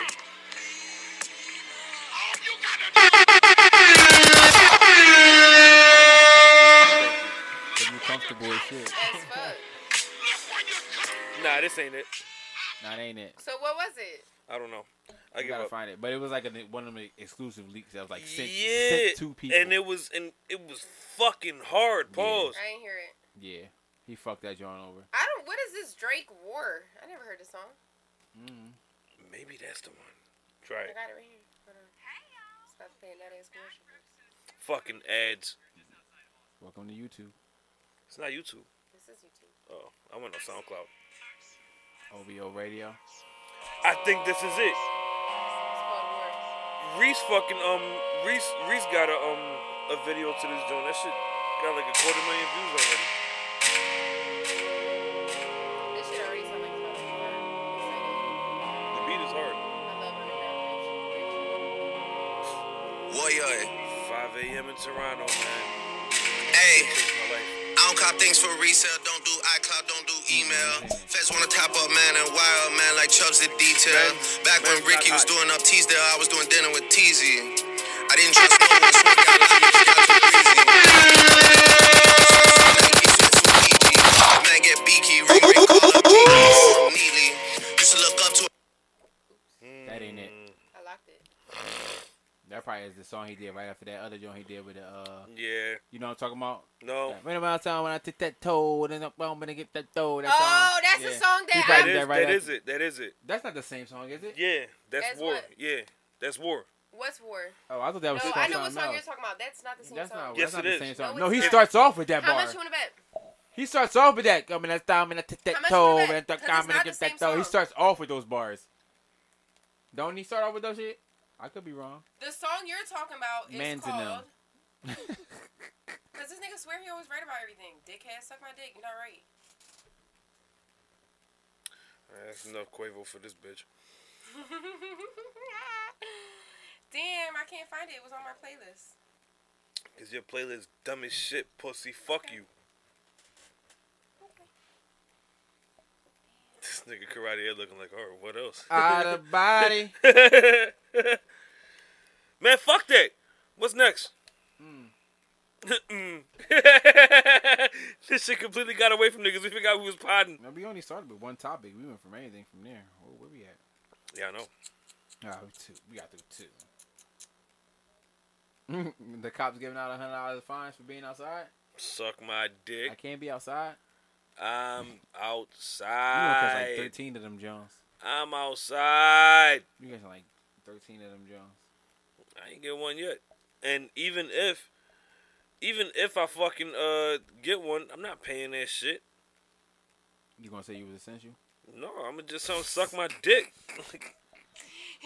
Speaker 5: Get me comfortable as shit.
Speaker 4: As fuck.
Speaker 2: Nah, this ain't it.
Speaker 5: Nah, that ain't it.
Speaker 4: So what was it?
Speaker 2: I don't know. I
Speaker 5: You
Speaker 2: give
Speaker 5: gotta
Speaker 2: up.
Speaker 5: find it. But it was like a, one of the exclusive leaks that was like sent,
Speaker 2: yeah,
Speaker 5: sent to people.
Speaker 2: and it was and it was fucking hard. Pause.
Speaker 4: I didn't hear it.
Speaker 5: yeah, he fucked that John over.
Speaker 4: I don't. What is this Drake War? I never heard this song.
Speaker 2: Maybe that's the one. Try
Speaker 4: I
Speaker 2: it.
Speaker 4: got it right here. Hold on. Stop playing that ass commercial.
Speaker 2: Fucking ads.
Speaker 5: Welcome to YouTube.
Speaker 2: It's not YouTube.
Speaker 4: This is YouTube.
Speaker 2: Oh, I went on SoundCloud.
Speaker 5: OVO Radio.
Speaker 2: I think this is it.
Speaker 4: It's called War.
Speaker 2: Reese fucking um Reese Reese got a um a video to this joint. That shit got like a quarter million views already.
Speaker 4: This shit already sound like it's about to be fun. Exciting.
Speaker 2: The beat is hard.
Speaker 4: I love underground.
Speaker 8: Warrior,
Speaker 2: 5 a.m. in Toronto, man.
Speaker 8: hey,
Speaker 2: Changed my life.
Speaker 8: I don't cop things for resale, don't do iCloud, don't do email. Feds wanna top up, man, and wild, man, like Chubbs did detail. Back when Ricky was doing up Teasdale, I was doing dinner with Teasy. I didn't trust no one, so it got loud, it got too breezy. Man, get beaky, ring, ring, call up Teasy, neatly. Used to look up to
Speaker 5: That ain't it.
Speaker 4: I locked it.
Speaker 5: That probably is the song he did right after that other joint he did with the, uh,
Speaker 2: Yeah.
Speaker 5: you know what I'm talking about?
Speaker 4: Oh.
Speaker 2: No.
Speaker 5: Right about time when I took that toe, and then I'm gonna get that toe. That
Speaker 4: Oh,
Speaker 5: song.
Speaker 4: that's the
Speaker 5: Yeah.
Speaker 4: song
Speaker 5: He
Speaker 4: that
Speaker 5: probably
Speaker 2: That
Speaker 5: did
Speaker 4: I,
Speaker 2: is,
Speaker 5: that right
Speaker 2: that
Speaker 5: after-
Speaker 2: is it. That is it.
Speaker 5: That's not the same song, is it?
Speaker 2: Yeah. That's,
Speaker 4: That's
Speaker 2: war.
Speaker 4: what?
Speaker 2: Yeah. That's war.
Speaker 4: What's War?
Speaker 5: Oh, I thought that
Speaker 4: No,
Speaker 5: was. just
Speaker 4: I
Speaker 5: on
Speaker 4: know what
Speaker 5: something
Speaker 4: song
Speaker 5: else.
Speaker 4: you're talking about. That's not the same
Speaker 5: That's
Speaker 4: song.
Speaker 5: not,
Speaker 2: Yes,
Speaker 5: that's not
Speaker 2: it
Speaker 5: the
Speaker 2: is.
Speaker 5: same song.
Speaker 4: No,
Speaker 5: No,
Speaker 4: it's
Speaker 5: he
Speaker 4: not.
Speaker 5: starts off with that
Speaker 4: How
Speaker 5: bar.
Speaker 4: much you wanna bet?
Speaker 5: He starts off with that. I mean, that's time and I take that
Speaker 4: How much you
Speaker 5: toe
Speaker 4: wanna
Speaker 5: and
Speaker 4: bet?
Speaker 5: that
Speaker 4: 'Cause
Speaker 5: time
Speaker 4: it's
Speaker 5: and I
Speaker 4: not
Speaker 5: get
Speaker 4: the
Speaker 5: that
Speaker 4: same
Speaker 5: toe. He
Speaker 4: song.
Speaker 5: starts off with those bars. Don't he start off with those shit? I could be wrong.
Speaker 4: The song you're talking about is
Speaker 5: Man to
Speaker 4: called.
Speaker 5: know.
Speaker 4: Cause this nigga swear he always right about everything. Dickhead, suck my dick. You're not right.
Speaker 2: Alright, that's enough Quavo for this bitch.
Speaker 4: Damn, I can't find it. It was on my playlist.
Speaker 2: Cause your playlist dumb as shit, pussy. Fuck you. This nigga karate head looking like, alright, what else?
Speaker 5: Out of body.
Speaker 2: Man, fuck that. What's next? Mm. this shit completely got away from niggas. We forgot we was podding.
Speaker 5: now, we only started with one topic. We went from anything from there. Where, where we at?
Speaker 2: Yeah, I know.
Speaker 5: Ah, we two. We got through two. the cops giving out a hundred dollars fines for being outside.
Speaker 2: Suck my
Speaker 5: I
Speaker 2: dick.
Speaker 5: can't be outside.
Speaker 2: I'm
Speaker 5: You gonna catch like
Speaker 2: outside.
Speaker 5: thirteen of them Jones.
Speaker 2: I'm outside.
Speaker 5: You catch like thirteen of them Jones.
Speaker 2: I ain't get one yet. And even if, even if I fucking uh get one, I'm not paying that shit.
Speaker 5: You gonna say you was essential?
Speaker 2: No, I'ma just sound suck my dick.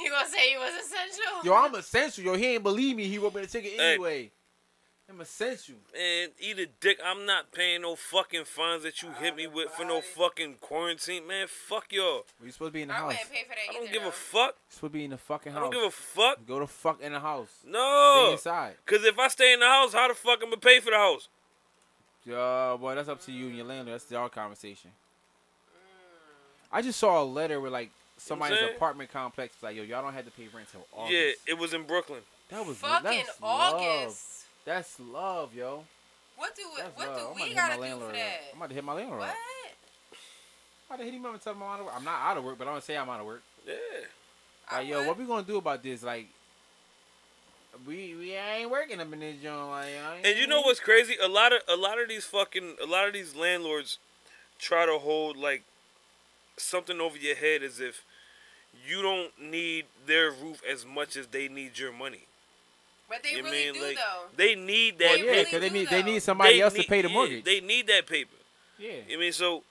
Speaker 4: You gonna say he was essential?
Speaker 5: Yo, I'm essential. Yo, he ain't believe me. He wrote me the ticket
Speaker 2: Hey.
Speaker 5: anyway. I'm essential.
Speaker 2: And eat a dick. I'm not paying no fucking fines that you hit me with for no fucking quarantine, man. Fuck y'all.
Speaker 5: Well, you supposed to be in the
Speaker 4: I
Speaker 5: house.
Speaker 4: wouldn't pay for that
Speaker 2: I
Speaker 4: either.
Speaker 2: don't give
Speaker 4: though.
Speaker 2: a fuck.
Speaker 5: supposed to be in the fucking
Speaker 2: I
Speaker 5: house.
Speaker 2: don't
Speaker 1: Oh.
Speaker 2: give a fuck.
Speaker 5: Go to fuck in the house. Stay
Speaker 2: No.
Speaker 5: inside.
Speaker 2: Cause if I stay in the house, how the fuck I'm gonna pay for the house?
Speaker 5: Yeah, boy, that's up to you and your landlord. That's y'all conversation. I just saw a letter where like somebody's
Speaker 2: saying?
Speaker 5: apartment complex was like, yo, y'all don't have to pay rent till
Speaker 1: Oh.
Speaker 5: August.
Speaker 2: Yeah, it was in Brooklyn.
Speaker 5: that was
Speaker 4: Fucking
Speaker 5: that's Love.
Speaker 4: August.
Speaker 5: That's love, yo.
Speaker 4: What do
Speaker 5: That's
Speaker 4: what
Speaker 5: love. I'm
Speaker 4: do
Speaker 5: about
Speaker 4: we
Speaker 5: to hit my
Speaker 4: gotta do for
Speaker 5: landlord.
Speaker 4: that?
Speaker 5: up. I'm about to hit my landlord.
Speaker 4: What?
Speaker 5: up. I'm about to hit him up and tell him I'm out of work. I'm not out of work, but I'm gonna say I'm out of work.
Speaker 2: Yeah.
Speaker 4: I
Speaker 5: Like, yo,
Speaker 4: would.
Speaker 5: what we gonna do about this? Like, we we ain't working up in this joint. Like, I ain't-
Speaker 2: And you know
Speaker 4: Mm-hmm.
Speaker 2: what's crazy? A lot of a lot of these fucking a lot of these landlords try to hold like something over your head as if you don't need their roof as much as they need your money.
Speaker 4: But they
Speaker 2: you
Speaker 4: really
Speaker 2: mean
Speaker 4: do
Speaker 2: like
Speaker 4: though.
Speaker 2: they need that
Speaker 4: They
Speaker 5: Yeah,
Speaker 4: really
Speaker 2: paper.
Speaker 5: because they
Speaker 4: do,
Speaker 5: need they
Speaker 4: though.
Speaker 5: need somebody
Speaker 2: They
Speaker 5: else
Speaker 2: need-
Speaker 5: to pay the
Speaker 2: yeah,
Speaker 5: mortgage.
Speaker 2: They need that paper.
Speaker 5: yeah.
Speaker 2: I mean, so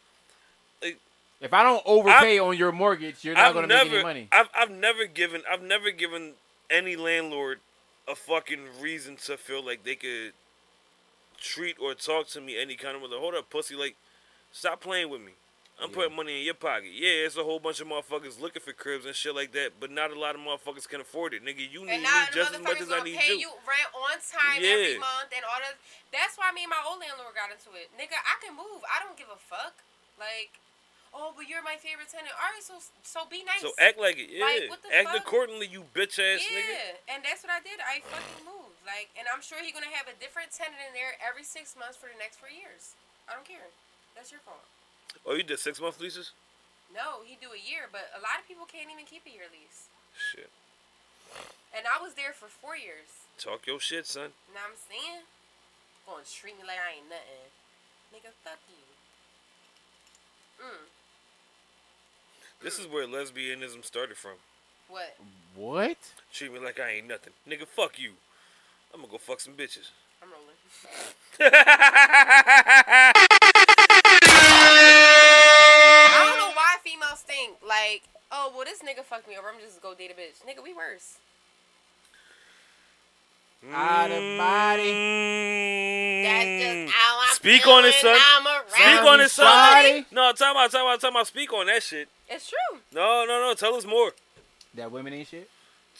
Speaker 5: If I don't overpay on your mortgage, you're not
Speaker 2: I've
Speaker 5: gonna
Speaker 2: never,
Speaker 5: make any money.
Speaker 2: I've I've never given I've never given any landlord a fucking reason to feel like they could treat or talk to me any kind of way. Like, Hold up, pussy! Like, stop playing with me. I'm putting money in your pocket. Yeah, it's a whole bunch of motherfuckers looking for cribs and shit like that, but not a lot of motherfuckers can afford it. Nigga, you need
Speaker 4: And
Speaker 2: me
Speaker 4: now the
Speaker 2: just as much
Speaker 4: motherfuckers
Speaker 2: as I
Speaker 4: gonna
Speaker 2: need
Speaker 4: pay
Speaker 2: you.
Speaker 4: you rent on time every
Speaker 2: Yeah.
Speaker 4: month and all that. That's why me and my old landlord got into it. Nigga, I can move. I don't give a fuck. Like, oh, but you're my favorite tenant. All right, so so be nice.
Speaker 2: So act like it. Yeah,
Speaker 4: Like, what the
Speaker 2: act
Speaker 4: fuck?
Speaker 2: accordingly, you bitch ass nigga.
Speaker 4: yeah, and that's what I did. I fucking moved. Like, and I'm sure he's gonna have a different tenant in there every six months for the next four years. I don't care. That's your fault.
Speaker 2: Oh, you did six month leases?
Speaker 4: No, he do a year, but a lot of people can't even keep a year lease.
Speaker 2: Shit,
Speaker 4: And I was there for four years.
Speaker 2: talk your shit, son.
Speaker 4: Know what I'm saying? Gonna treat me like I ain't nothing. Nigga, fuck you. Mm.
Speaker 2: This is where lesbianism started from.
Speaker 4: What?
Speaker 5: What?
Speaker 2: Treat me like I ain't nothing. Nigga, fuck you. I'm gonna go fuck some bitches.
Speaker 4: I'm rolling. I don't know why females think like, oh well, this nigga fucked me over. I'm just gonna go date a bitch. Nigga, we worse.
Speaker 5: Out of
Speaker 4: Mm.
Speaker 5: body.
Speaker 4: That's
Speaker 5: Mm.
Speaker 4: just how I'm
Speaker 2: Mm. Speak on it,
Speaker 4: feeling.
Speaker 2: son.
Speaker 4: I'm around.
Speaker 2: Speak on it, son.
Speaker 5: Sorry.
Speaker 2: No, time about, time out, time out. Speak on that shit.
Speaker 4: It's true.
Speaker 2: No, no, no. Tell us more.
Speaker 5: That women ain't shit.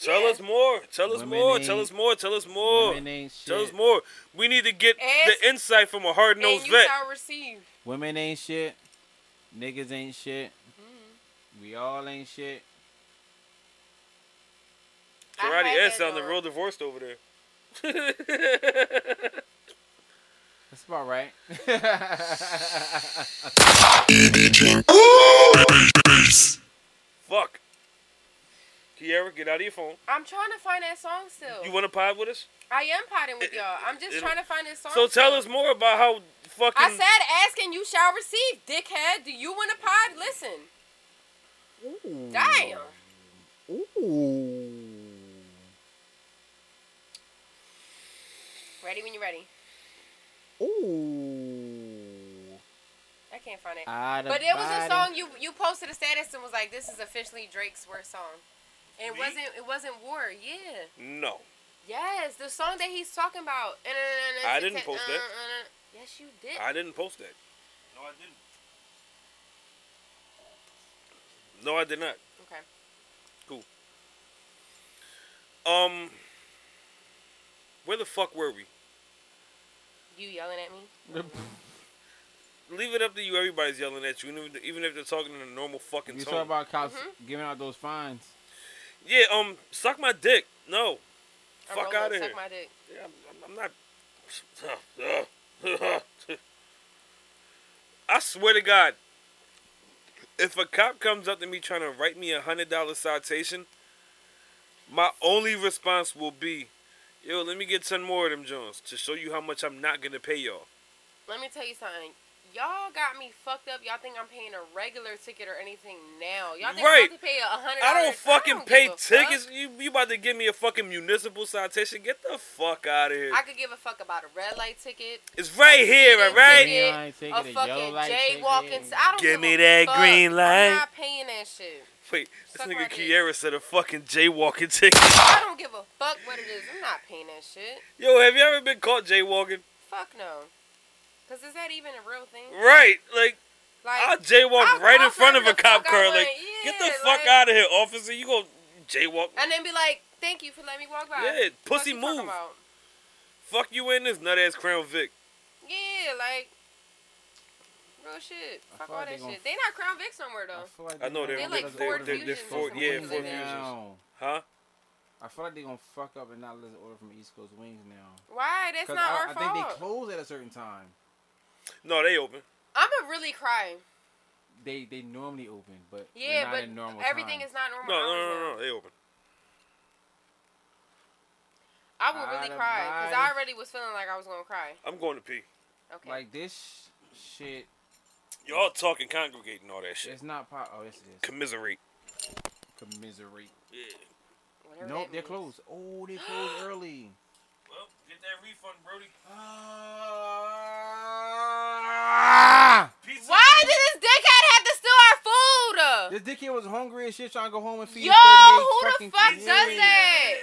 Speaker 2: Tell
Speaker 4: Yeah.
Speaker 2: us more. Tell us
Speaker 5: Women
Speaker 2: more.
Speaker 5: ain't-
Speaker 2: Tell us more. Tell us more.
Speaker 5: Women ain't shit.
Speaker 2: Tell us more. We need to get
Speaker 4: Ask-
Speaker 2: the insight from a hard
Speaker 4: and
Speaker 2: nosed
Speaker 4: you
Speaker 2: vet.
Speaker 4: shall receive.
Speaker 5: Women ain't shit. Niggas ain't shit. We all ain't shit.
Speaker 4: I
Speaker 2: Karate
Speaker 4: had
Speaker 2: S
Speaker 4: that
Speaker 2: sounded
Speaker 4: though.
Speaker 2: real divorced over there.
Speaker 5: That's about right.
Speaker 2: Fuck. Kiara, get out of your phone.
Speaker 4: I'm trying to find that song still.
Speaker 2: You want to pod with us?
Speaker 4: I am potting with y'all. I'm just
Speaker 2: It'll-
Speaker 4: trying to find this song.
Speaker 2: So tell
Speaker 4: still.
Speaker 2: us more about how fucking.
Speaker 4: I said, ask and you shall receive, dickhead. Do you want a pod? Listen. Damn. Ready when you're ready. I can't find it.
Speaker 5: Out of
Speaker 4: but it was a
Speaker 5: body.
Speaker 4: song you you posted a status and was like, "This is officially Drake's worst song." And it
Speaker 2: Me?
Speaker 4: wasn't it wasn't War, yeah.
Speaker 2: No.
Speaker 4: Yes, the song that he's talking about.
Speaker 2: I didn't post that.
Speaker 4: Yes, you did.
Speaker 2: I didn't post that. No, I didn't. No, I did not.
Speaker 4: Okay.
Speaker 2: Um, where the fuck were we?
Speaker 4: You yelling at me?
Speaker 2: Leave it up to you. Everybody's yelling at you, even if, even if they're talking in a normal fucking
Speaker 5: You
Speaker 2: tone.
Speaker 5: talk about cops
Speaker 4: Mm-hmm.
Speaker 5: giving out those fines.
Speaker 2: yeah. Um, suck my dick. No.
Speaker 4: I'm
Speaker 2: Fuck
Speaker 4: rolling,
Speaker 2: out of
Speaker 4: suck
Speaker 2: here.
Speaker 4: my dick.
Speaker 2: Yeah, I'm, I'm not. I swear to God, if a cop comes up to me trying to write me a hundred dollar citation, my only response will be, "Yo, let me get ten more of them Jones to show you how much I'm not gonna pay y'all."
Speaker 4: Let me tell you something. Y'all got me fucked up. Y'all think I'm paying a regular ticket or anything now. Y'all think
Speaker 2: Right.
Speaker 4: I'm about to pay a hundred
Speaker 2: I don't
Speaker 4: dollars?
Speaker 2: fucking
Speaker 4: give
Speaker 2: pay
Speaker 4: a fuck.
Speaker 2: tickets. You you about to give me a fucking municipal citation? Get the fuck out of here!
Speaker 4: I could give a fuck about a red light ticket,
Speaker 2: it's right here,
Speaker 4: Green
Speaker 2: all right?
Speaker 4: ticket,
Speaker 5: Green light ticket,
Speaker 4: a
Speaker 5: a
Speaker 4: fucking
Speaker 5: yellow light
Speaker 4: jaywalking.
Speaker 5: ticket.
Speaker 4: I don't
Speaker 2: Give
Speaker 4: give
Speaker 2: me
Speaker 4: a
Speaker 2: that
Speaker 4: fuck.
Speaker 2: green light.
Speaker 4: I'm not paying that shit.
Speaker 2: Wait, this
Speaker 4: Fuck
Speaker 2: nigga
Speaker 4: right in.
Speaker 2: Kiera said a fucking jaywalking ticket.
Speaker 4: I don't give a fuck what it is. I'm not paying that shit.
Speaker 2: Yo, have you ever been caught jaywalking?
Speaker 4: Fuck no. Cause is that even a real thing?
Speaker 2: Right, like
Speaker 4: Like
Speaker 2: I'll jaywalk
Speaker 4: I'll
Speaker 2: right in
Speaker 4: walk
Speaker 2: front
Speaker 4: right
Speaker 2: of a
Speaker 4: the
Speaker 2: cop
Speaker 4: fuck
Speaker 2: car.
Speaker 4: out,
Speaker 2: Like,
Speaker 4: like,
Speaker 2: get the
Speaker 4: yeah,
Speaker 2: fuck
Speaker 4: like-
Speaker 2: out of here, officer. You gonna jaywalk?
Speaker 4: and then be like, "Thank you for letting me walk by."
Speaker 2: Yeah,
Speaker 4: Fuck
Speaker 2: pussy
Speaker 4: you talking
Speaker 2: move.
Speaker 4: about?
Speaker 2: Fuck you in this nut ass Crown Vic.
Speaker 4: Yeah, like real shit.
Speaker 5: I
Speaker 4: Fuck
Speaker 5: feel
Speaker 4: all
Speaker 5: like
Speaker 4: that
Speaker 5: they gon-
Speaker 4: shit. They not Crown Vic somewhere though.
Speaker 5: feel like
Speaker 2: I know they're-
Speaker 4: They're
Speaker 5: gonna
Speaker 4: like
Speaker 5: let us
Speaker 4: Ford
Speaker 5: order
Speaker 4: Fusions
Speaker 5: this
Speaker 4: or
Speaker 5: Ford-
Speaker 4: something like that.
Speaker 5: now.
Speaker 2: Huh?
Speaker 5: I feel like they're gonna fuck up and not let us order from East Coast Wings now.
Speaker 4: Why? That's
Speaker 5: 'Cause
Speaker 4: not
Speaker 5: I,
Speaker 4: our
Speaker 5: I
Speaker 4: fault.
Speaker 5: think they close at a certain time.
Speaker 2: No, they open.
Speaker 4: I'm gonna really cry.
Speaker 5: They they normally open, but they're
Speaker 4: Yeah,
Speaker 5: not
Speaker 4: but
Speaker 5: in normal
Speaker 4: everything
Speaker 5: time.
Speaker 4: is not normal.
Speaker 2: No, no,
Speaker 4: hours
Speaker 2: no,
Speaker 4: now.
Speaker 2: no, no, they open.
Speaker 4: I would really
Speaker 5: Out of
Speaker 4: cry because I
Speaker 5: body.
Speaker 4: already was feeling like I was gonna cry.
Speaker 2: I'm going to pee.
Speaker 4: Okay.
Speaker 5: like this shit.
Speaker 2: Y'all talking, congregating, all that shit.
Speaker 5: It's not pop. Oh, yes it is.
Speaker 2: Commiserate.
Speaker 5: Commiserate.
Speaker 2: Yeah.
Speaker 4: whatever
Speaker 5: Nope,
Speaker 4: that
Speaker 5: they're
Speaker 4: means.
Speaker 5: closed. Oh, they closed early.
Speaker 2: Well, get that refund, Brody.
Speaker 5: Ah!
Speaker 2: Pizza.
Speaker 4: Why did this dickhead have to steal our food?
Speaker 5: This dickhead was hungry as shit trying to go home and feed
Speaker 4: Yo,
Speaker 5: 38
Speaker 4: who the
Speaker 5: fucking
Speaker 4: fuck does
Speaker 5: kids.
Speaker 4: that?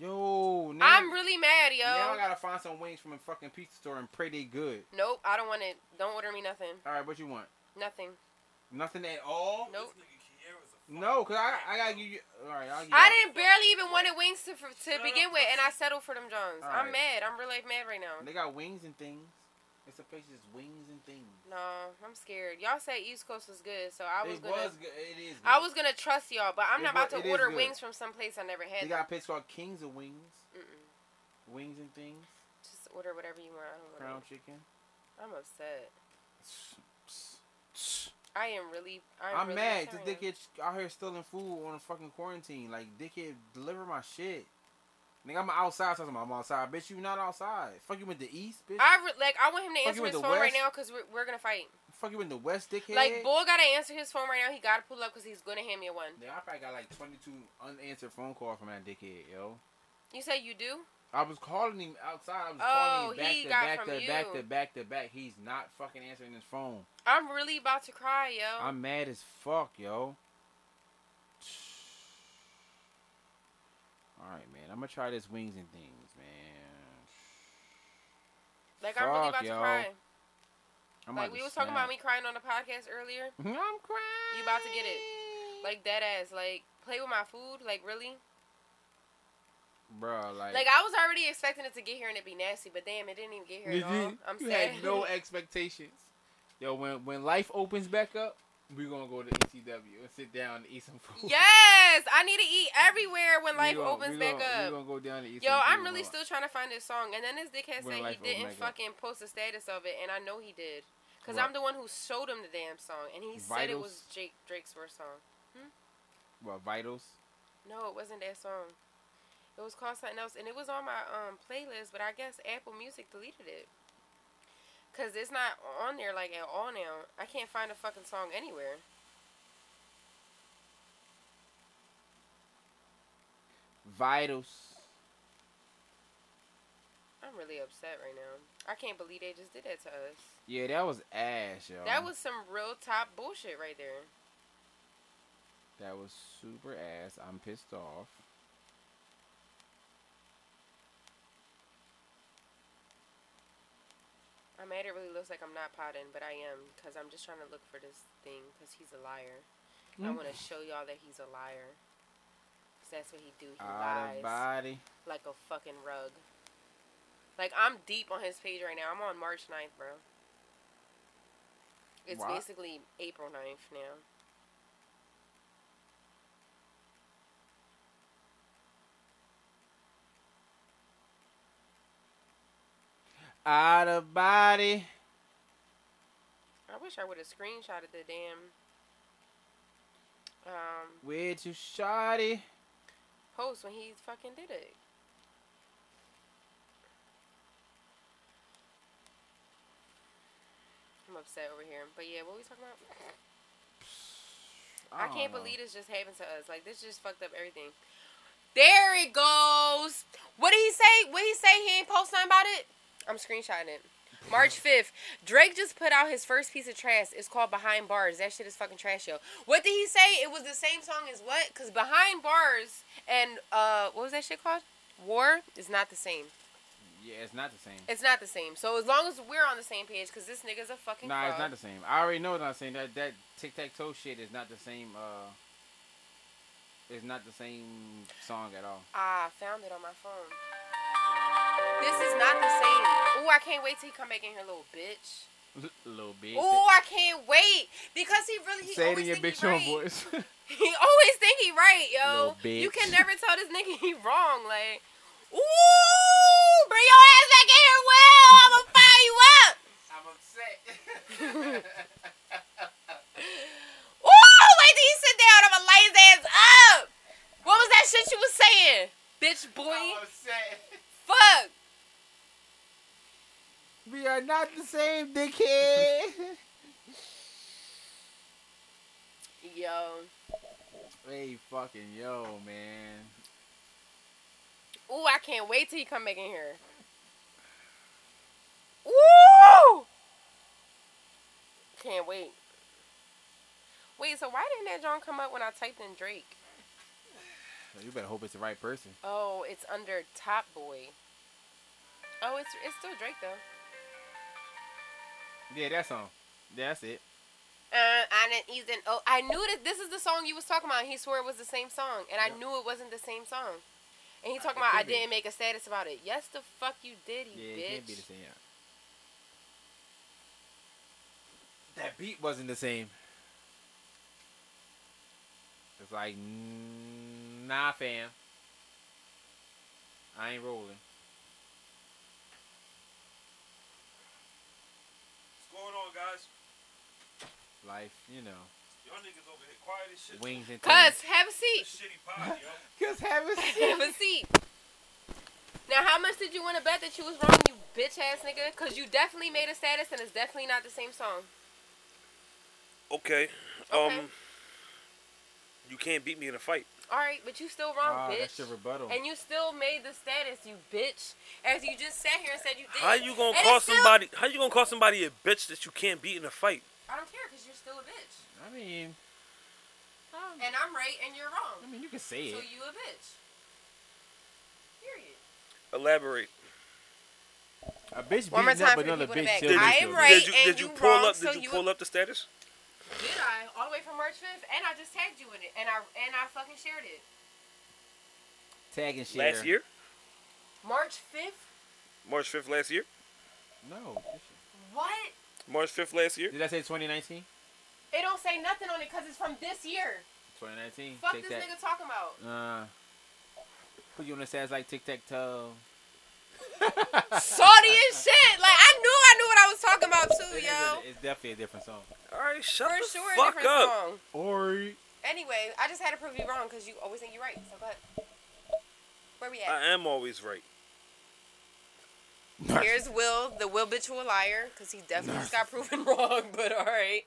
Speaker 5: Yo, now,
Speaker 4: I'm really mad, yo.
Speaker 5: now I gotta find some wings from a fucking pizza store and pray they good.
Speaker 4: nope, I don't want it. Don't order me nothing.
Speaker 5: All right, what you want?
Speaker 4: Nothing.
Speaker 5: Nothing at all?
Speaker 4: Nope.
Speaker 5: No, cause I I gotta give you. All right, I'll give you.
Speaker 4: I didn't barely even wanted wings to, for, to begin with, and I settled for them Jones.
Speaker 5: All
Speaker 4: I'm
Speaker 5: right.
Speaker 4: mad. I'm really mad right now.
Speaker 5: They got wings and things. It's a place that's wings and things.
Speaker 4: No, I'm scared. Y'all said East Coast was good, so I was
Speaker 5: it
Speaker 4: gonna.
Speaker 5: was good. It is. Good.
Speaker 4: I was gonna trust y'all, but I'm
Speaker 5: It
Speaker 4: not
Speaker 5: wa-
Speaker 4: about
Speaker 5: it
Speaker 4: to
Speaker 5: is
Speaker 4: order
Speaker 5: good.
Speaker 4: wings from some place I never had.
Speaker 5: They got a place called Kings of Wings.
Speaker 4: Mm-mm.
Speaker 5: Wings and things.
Speaker 4: Just order whatever you want. I don't
Speaker 5: Crown
Speaker 4: want. it.
Speaker 5: chicken.
Speaker 4: I'm upset. I am really. I'm,
Speaker 5: I'm
Speaker 4: really
Speaker 5: mad.
Speaker 4: upset
Speaker 5: This
Speaker 4: right now.
Speaker 5: dickhead out here stealing food on a fucking quarantine. Like, dickhead, deliver my shit. Nigga, I'm outside. So I'm I'm outside. Bitch, you not outside. Fuck you in the east, bitch.
Speaker 4: I re- like. I want him to
Speaker 5: Fuck
Speaker 4: answer
Speaker 5: you
Speaker 4: his
Speaker 5: with
Speaker 4: phone
Speaker 5: the
Speaker 4: right
Speaker 5: West.
Speaker 4: now because we're, we're gonna fight.
Speaker 5: Fuck you in the west, dickhead.
Speaker 4: Like, Bull gotta answer his phone right now. He gotta pull up because he's gonna hand me a one.
Speaker 5: Nigga, I probably got like 22 unanswered phone calls from that dickhead, yo.
Speaker 4: You say you do?
Speaker 5: I was calling him outside. I was
Speaker 4: Oh,
Speaker 5: calling him back
Speaker 4: he
Speaker 5: to
Speaker 4: got
Speaker 5: back
Speaker 4: from
Speaker 5: to back
Speaker 4: you.
Speaker 5: to back to back. He's not fucking answering his phone.
Speaker 4: I'm really about to cry, yo.
Speaker 5: I'm mad as fuck, yo. All right, man. I'm gonna try this wings and things, man.
Speaker 4: like, I'm really
Speaker 5: fuck,
Speaker 4: about to
Speaker 5: yo.
Speaker 4: cry.
Speaker 5: I'm
Speaker 4: Like,
Speaker 5: about
Speaker 4: we
Speaker 5: to
Speaker 4: was talking
Speaker 5: snap.
Speaker 4: about me crying on the podcast earlier.
Speaker 5: I'm crying.
Speaker 4: You about to get it. Like, dead ass. Like, play with my food. Like, really?
Speaker 5: bro? Like,
Speaker 4: Like, I was already expecting it to get here and it be nasty, but damn, it didn't even get here at all.
Speaker 5: you,
Speaker 4: I'm
Speaker 5: you
Speaker 4: sad.
Speaker 5: had no expectations. Yo, when when life opens back up, we're gonna go to ECW and sit down and eat some food.
Speaker 4: yes! I need to eat everywhere when
Speaker 5: We
Speaker 4: life
Speaker 5: gonna-
Speaker 4: opens
Speaker 5: we
Speaker 4: back
Speaker 5: gonna-
Speaker 4: up.
Speaker 5: We gonna go down and eat
Speaker 4: Yo,
Speaker 5: some
Speaker 4: I'm
Speaker 5: food,
Speaker 4: really
Speaker 5: bro.
Speaker 4: still trying to find this song. And then this dickhead
Speaker 5: When
Speaker 4: said he
Speaker 5: life opened
Speaker 4: didn't
Speaker 5: back up.
Speaker 4: fucking post the status of it, and I know he did. Because
Speaker 5: Right.
Speaker 4: I'm the one who showed him the damn song, and he said it was
Speaker 5: Vitals?
Speaker 4: Jake Drake's first song.
Speaker 5: Well, vitals.
Speaker 4: No, it wasn't that song. It was called something else, and it was on my um playlist, but I guess Apple Music deleted it. Cause it's not on there like at all now. I can't find a fucking song anywhere.
Speaker 5: Vitals.
Speaker 4: I'm really upset right now. I can't believe they just did that to us.
Speaker 5: Yeah, that was ass, yo.
Speaker 4: That was some real top bullshit right there.
Speaker 5: that was super ass. I'm pissed off.
Speaker 4: I'm mad it really looks like I'm not potting, but I am, cause I'm just trying to look for this thing, cause he's a liar. I
Speaker 5: Mm.
Speaker 4: want to show y'all that he's a liar. Cause that's what he do. He
Speaker 5: Out of
Speaker 4: lies.
Speaker 5: body.
Speaker 4: like a fucking rug. Like I'm deep on his page right now. I'm on March 9th, bro. It's
Speaker 5: Why-
Speaker 4: basically April 9th now.
Speaker 5: Out of body.
Speaker 4: I wish I would have screenshotted the damn um
Speaker 5: Where to shoddy?
Speaker 4: post when he fucking did it. I'm upset over here. But yeah, what we talking about? I, can't believe this just happened to us. Like this just fucked up everything. There it goes. What did he say? What did he say? He ain't post nothing about it. I'm screenshotting it. March 5th, Drake just put out his first piece of trash. It's called Behind Bars. That shit is fucking trash, yo. What did he say? It was the same song as what? Because Behind Bars and, uh, what was that shit called? War is not the same.
Speaker 5: Yeah, it's not the same.
Speaker 4: It's not the same. So as long as we're on the same page, because this nigga's a fucking
Speaker 5: Nah, it's
Speaker 4: fraud.
Speaker 5: not the same. I already know what I'm saying. That that tic tac toe shit is not the same. Uh, it's not the same song at all.
Speaker 4: Ah, I found it on my phone. This is not the same. Ooh, I can't wait till he come back in here, little bitch.
Speaker 5: A little bit.
Speaker 4: Ooh, I can't wait because he really he
Speaker 5: Say it
Speaker 4: always
Speaker 5: in your
Speaker 4: think he
Speaker 5: bitch own
Speaker 4: right.
Speaker 5: voice.
Speaker 4: He always think he right, yo.
Speaker 5: Little bitch.
Speaker 4: You can never tell this nigga he wrong. Like, ooh, bring your ass back in here, Will. I'ma fire you up.
Speaker 7: I'm upset.
Speaker 4: Ooh, wait till you sit down. I'ma light his ass up. What was that shit you was saying, bitch boy?
Speaker 7: I'm upset.
Speaker 4: Fuck.
Speaker 5: we are not the same, dickhead.
Speaker 4: Yo.
Speaker 5: hey, fucking yo, man.
Speaker 4: Ooh, I can't wait till you come back in here. Ooh! Can't wait. Wait, so why didn't that John come up when I typed in Drake?
Speaker 5: You better hope it's the right person.
Speaker 4: Oh, it's under Top Boy. Oh, it's it's still Drake though.
Speaker 5: Yeah, that song. Yeah, that's it.
Speaker 4: Uh, I didn't even. Oh, I knew that this is the song you was talking about. He swore it was the same song, and I knew it wasn't the same song. And he talking
Speaker 5: it
Speaker 4: about I
Speaker 5: could be.
Speaker 4: didn't make a status about it. Yes, the fuck you did, you
Speaker 5: Yeah,
Speaker 4: bitch.
Speaker 5: it can't be the same. That beat wasn't the same. It's like, mm, nah, fam. I ain't rolling.
Speaker 2: What's going on, guys?
Speaker 5: Life, you know,
Speaker 2: Y'all niggas over here quiet as shit.
Speaker 5: wings and
Speaker 4: Cuz, have a seat.
Speaker 2: Shitty pod, yo.
Speaker 5: cause have a
Speaker 4: Have a seat. Now, how much did you want to bet that you was wrong, you bitch ass nigga? Because you definitely made a status and it's definitely not the same song.
Speaker 2: Okay.
Speaker 4: Okay.
Speaker 2: Um, you can't beat me in a fight.
Speaker 4: All right, but you still
Speaker 5: Ah,
Speaker 4: wrong,
Speaker 5: that's
Speaker 4: bitch.
Speaker 5: your rebuttal.
Speaker 4: And you still made the status, you bitch. As you just sat here and said you did.
Speaker 2: How you gonna
Speaker 4: And
Speaker 2: call
Speaker 4: it's still-
Speaker 2: somebody? How you gonna call somebody a bitch that you can't beat in a fight?
Speaker 4: I don't care because you're still a bitch.
Speaker 5: I mean, I
Speaker 4: And I'm right and you're wrong.
Speaker 5: mean, you can say
Speaker 4: So
Speaker 5: it.
Speaker 4: you a bitch. Period.
Speaker 2: Elaborate.
Speaker 5: A bitch
Speaker 4: One more
Speaker 5: beating up
Speaker 4: time for the
Speaker 5: another
Speaker 4: people in the
Speaker 5: bitch.
Speaker 4: back.
Speaker 5: still
Speaker 4: I
Speaker 5: bitch
Speaker 4: am
Speaker 5: though.
Speaker 4: right.
Speaker 2: did you
Speaker 4: and
Speaker 2: did you
Speaker 4: you
Speaker 2: pull
Speaker 4: wrong,
Speaker 2: up?
Speaker 4: so
Speaker 2: Did you
Speaker 4: you-
Speaker 2: pull up the status?
Speaker 4: Did I? All the way from March 5th. And I just tagged you in it. And I, and I fucking shared it.
Speaker 5: Tag and share.
Speaker 2: Last year,
Speaker 4: March 5th?
Speaker 2: March fifth last year,
Speaker 5: No. this year.
Speaker 4: What?
Speaker 2: March fifth last year.
Speaker 5: Did I say 2019?
Speaker 4: It don't say nothing on it because it's from this year.
Speaker 5: 2019.
Speaker 4: Fuck
Speaker 5: Take
Speaker 4: this
Speaker 5: that.
Speaker 4: nigga talking about.
Speaker 5: Uh, put you on the sides like tic tac toe.
Speaker 4: Salty and shit. Like I knew I knew what I was talking about too,
Speaker 5: It is a-
Speaker 4: yo.
Speaker 5: It's definitely a different song.
Speaker 2: All right, shut
Speaker 4: For
Speaker 2: the
Speaker 4: sure, a
Speaker 2: fuck
Speaker 4: different
Speaker 2: up.
Speaker 4: song.
Speaker 5: Or
Speaker 4: Anyway, I just had to prove you wrong because you always think you're right. So go ahead. Where we
Speaker 2: I
Speaker 4: at?
Speaker 2: am always right. Uh,
Speaker 4: Here's Will, the Will habitual liar, because he definitely just got proven wrong. But all right.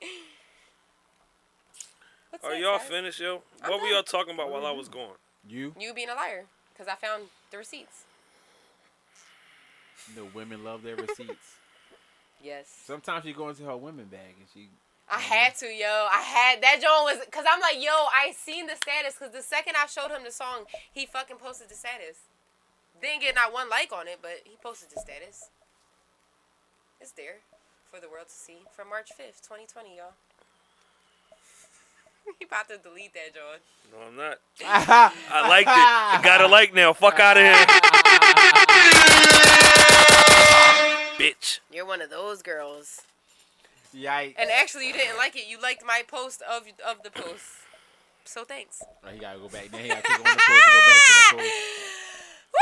Speaker 4: What's
Speaker 2: Are
Speaker 4: that,
Speaker 2: y'all
Speaker 4: guys?
Speaker 2: finished, yo?
Speaker 4: I'm
Speaker 2: What were
Speaker 4: done.
Speaker 2: y'all talking about while I was gone?
Speaker 5: you,
Speaker 4: You being a liar because I found the receipts.
Speaker 5: the women love their receipts.
Speaker 4: Yes.
Speaker 5: Sometimes she go into her women bag and she.
Speaker 4: I had to, yo. I had that John was because I'm like, yo, I seen the status because the second I showed him the song, he fucking posted the status. Didn't get not one like on it, but he posted the status. It's there for the world to see from March 5th, 2020, y'all. he about to delete that, John.
Speaker 2: No, I'm not. I liked it. I gotta like now. Fuck out of here, bitch.
Speaker 4: You're one of those girls.
Speaker 5: Yikes!
Speaker 4: And actually, you didn't like it. You liked my post of of the post. So thanks.
Speaker 5: Oh, he gotta go back. Then he gotta take on the post and go back to
Speaker 4: Woo!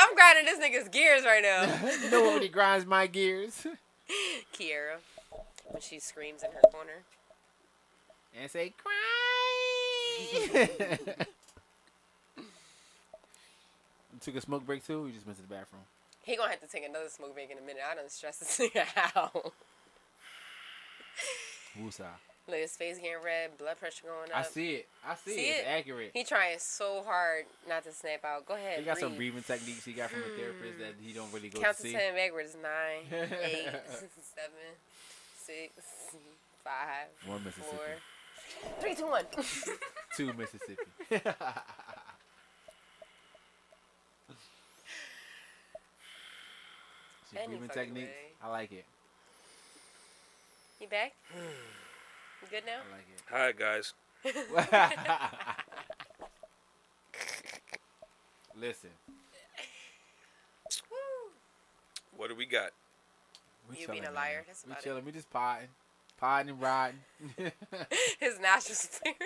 Speaker 4: I'm grinding this nigga's gears right now.
Speaker 5: the post. you know what really grinds my gears?
Speaker 4: Kiera when she screams in her corner.
Speaker 5: And say cry. Took a smoke break too. We just went to the bathroom.
Speaker 4: He gonna have to take another smoke break in a minute. I done stressed this nigga out.
Speaker 5: Woosah.
Speaker 4: Look, his face getting red, blood pressure going up.
Speaker 1: I see it. I see,
Speaker 4: See
Speaker 1: it. It's
Speaker 4: it?
Speaker 1: accurate.
Speaker 4: He trying so hard not to snap out. Go ahead.
Speaker 1: He got some
Speaker 4: breathe.
Speaker 1: breathing techniques he got from a therapist that he don't really go
Speaker 4: Count
Speaker 1: to
Speaker 4: to
Speaker 1: see.
Speaker 4: ten backwards. Nine, eight, seven, six, five,
Speaker 1: One Mississippi,
Speaker 4: four, three, two, one.
Speaker 1: two Mississippi. It's a
Speaker 4: Any
Speaker 1: breathing
Speaker 4: fucking
Speaker 1: techniques.
Speaker 4: way.
Speaker 1: I like it.
Speaker 4: you back? You good now?
Speaker 1: I like it.
Speaker 2: Hi guys.
Speaker 1: Listen,
Speaker 4: Woo.
Speaker 2: What do we got?
Speaker 1: Uh, we
Speaker 4: You
Speaker 1: chilling,
Speaker 4: being
Speaker 1: man.
Speaker 4: a liar, that's
Speaker 1: we
Speaker 4: about it.
Speaker 1: chilling. We just potting, potting and riding.
Speaker 4: His nostrils clear.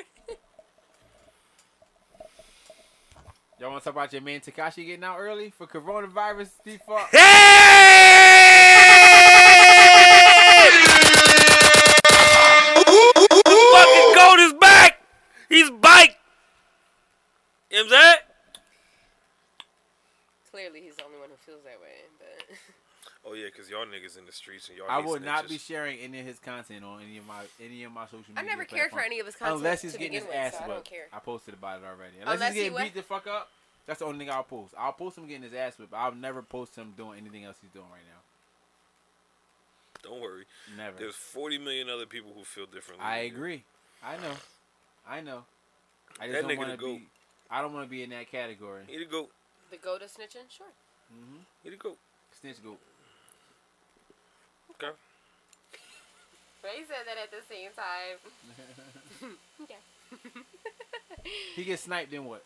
Speaker 1: Y'all want to talk about your man Takashi getting out early for coronavirus default?
Speaker 2: Fucking goat is back. He's back. You know what I'm saying?
Speaker 4: Clearly, he's the only one who feels that way. But
Speaker 2: Oh yeah, cause y'all niggas in the streets and y'all.
Speaker 1: I
Speaker 2: hate
Speaker 1: will not
Speaker 2: snitches.
Speaker 1: be sharing any of his content on any of my any of my social media.
Speaker 4: I never cared for
Speaker 1: platforms.
Speaker 4: any of his content
Speaker 1: unless he's
Speaker 4: to
Speaker 1: getting
Speaker 4: begin
Speaker 1: his
Speaker 4: with,
Speaker 1: ass
Speaker 4: so I don't
Speaker 1: whipped.
Speaker 4: care.
Speaker 1: I, posted about it already. Unless,
Speaker 4: Unless he
Speaker 1: he's getting
Speaker 4: wa-
Speaker 1: beat the fuck up, that's the only thing I'll post. I'll post him getting his ass whipped. I'll never post him doing anything else he's doing right now.
Speaker 2: Don't worry.
Speaker 1: Never.
Speaker 2: There's 40 million other people who feel differently.
Speaker 1: I
Speaker 2: than you.
Speaker 1: agree. I know. I know. I just
Speaker 2: That
Speaker 1: don't
Speaker 2: nigga
Speaker 1: want
Speaker 2: the
Speaker 1: to
Speaker 2: goat.
Speaker 1: be. I don't want to be in that category.
Speaker 2: Here you go.
Speaker 4: The go to snitching, sure.
Speaker 2: Here you go.
Speaker 1: Snitch goat.
Speaker 2: Okay.
Speaker 4: But he said that at the same time.
Speaker 1: He gets sniped, then what?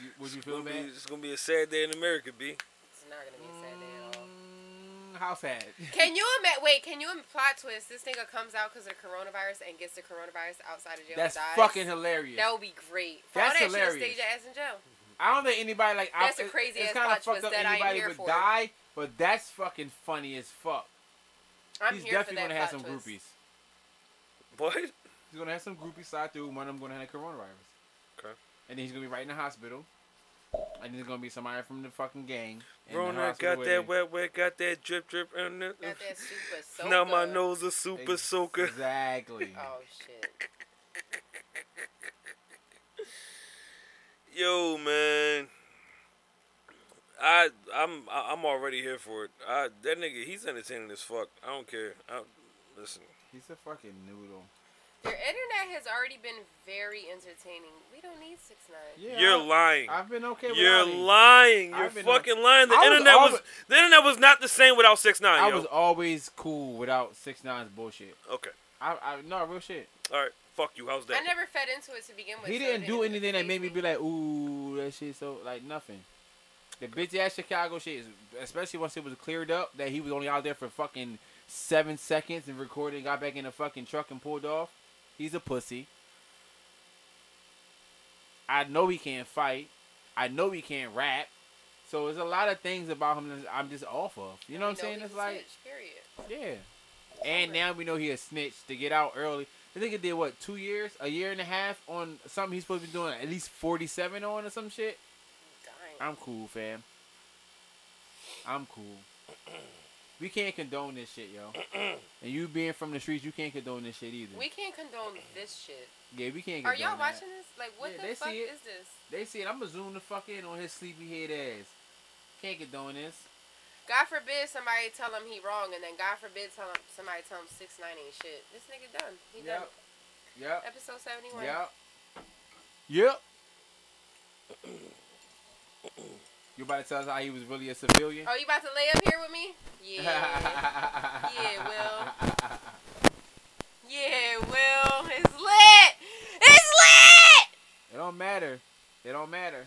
Speaker 1: You, would you
Speaker 2: It's
Speaker 1: feel
Speaker 2: gonna, be,
Speaker 1: bad?
Speaker 2: it's gonna be a sad day in America, B.
Speaker 4: It's not gonna be a sad day at all.
Speaker 1: Mm, how sad?
Speaker 4: Can you imagine? Wait, can you im- plot twist? This nigga comes out because of the coronavirus and gets the coronavirus outside of jail.
Speaker 1: That's
Speaker 4: and dies.
Speaker 1: fucking hilarious.
Speaker 4: That would be great. For
Speaker 1: That's
Speaker 4: all that
Speaker 1: hilarious.
Speaker 4: shit, just stay your ass in jail.
Speaker 1: I don't think anybody like. I-
Speaker 4: That's a
Speaker 1: it-
Speaker 4: crazy
Speaker 1: It's
Speaker 4: ass
Speaker 1: kind
Speaker 4: plot
Speaker 1: of fucked
Speaker 4: twist
Speaker 1: up.
Speaker 4: that I am
Speaker 1: Anybody
Speaker 4: here
Speaker 1: would
Speaker 4: for.
Speaker 1: die, but that's fucking funny as fuck.
Speaker 4: I'm
Speaker 1: He's
Speaker 4: here
Speaker 1: definitely
Speaker 4: for that
Speaker 1: gonna have some
Speaker 4: plot twist.
Speaker 1: groupies.
Speaker 2: What?
Speaker 1: He's gonna have some groupies side through. One of them gonna have coronavirus.
Speaker 2: Okay.
Speaker 1: And then he's gonna be right in the hospital. And there's gonna be somebody from the fucking gang. in the
Speaker 2: Rona
Speaker 1: hospital
Speaker 2: got
Speaker 1: with
Speaker 2: that
Speaker 1: him.
Speaker 2: wet, wet, got that drip, drip, and the-
Speaker 4: Got that super soda.
Speaker 2: now my nose is super soaker.
Speaker 1: Exactly.
Speaker 4: Oh shit.
Speaker 2: Yo, man. I I'm I- I'm already here for it. I, that nigga, he's entertaining as fuck. I don't care. I, listen,
Speaker 1: He's a fucking noodle.
Speaker 4: Your internet has already been very entertaining. We don't need six nine.
Speaker 1: Yeah,
Speaker 2: you're
Speaker 1: I-
Speaker 2: lying.
Speaker 1: I've been okay.
Speaker 2: You're
Speaker 1: without him.
Speaker 2: lying. You're
Speaker 1: I've been
Speaker 2: fucking lying. The
Speaker 1: I was
Speaker 2: internet was,
Speaker 1: alwa-
Speaker 2: the internet was not the same without six nine.
Speaker 1: I
Speaker 2: Yo.
Speaker 1: was always cool without six nines bullshit.
Speaker 2: okay.
Speaker 1: I, I no real shit.
Speaker 2: All right. Fuck you. How's that?
Speaker 4: I never fed into it to begin with.
Speaker 1: He
Speaker 4: so
Speaker 1: didn't
Speaker 4: it
Speaker 1: do
Speaker 4: really
Speaker 1: anything that made me
Speaker 4: faze
Speaker 1: be like, ooh, that shit so like nothing. The bitch ass Chicago shit, is, especially once it was cleared up that he was only out there for fucking seven seconds and recorded, got back in the fucking truck and pulled off. He's a pussy. I know he can't fight. I know he can't rap. So there's a lot of things about him that I'm just off of. You know what I'm saying?
Speaker 4: he's
Speaker 1: It's
Speaker 4: a
Speaker 1: like
Speaker 4: snitch, period.
Speaker 1: yeah. And now we know he a snitch to get out early. The nigga did what, two years, a year and a half on something he's supposed to be doing at least forty seven on or some shit.
Speaker 4: Dying.
Speaker 1: I'm cool, fam. I'm cool. We can't condone this shit, yo. And you being from the streets, you can't condone this shit either.
Speaker 4: We can't condone this shit.
Speaker 1: yeah, we can't.
Speaker 4: Are
Speaker 1: Condone
Speaker 4: y'all
Speaker 1: that.
Speaker 4: watching this? Like, what
Speaker 1: Yeah,
Speaker 4: the
Speaker 1: they
Speaker 4: fuck
Speaker 1: see it.
Speaker 4: is this?
Speaker 1: They see it. I'ma zoom the fuck in on his sleepy head ass. Can't condone this.
Speaker 4: God forbid somebody tell him he wrong, and then God forbid tell him, somebody tell him six nine ain't shit. This nigga done. He done.
Speaker 1: Yep. Yep.
Speaker 4: Episode seventy one.
Speaker 1: Yep. Yep. You about to tell us how he was really a civilian?
Speaker 4: Oh, you about to lay up here with me? Yeah. yeah, Will. Yeah, Will. It's lit. It's lit.
Speaker 1: It don't matter. It don't matter.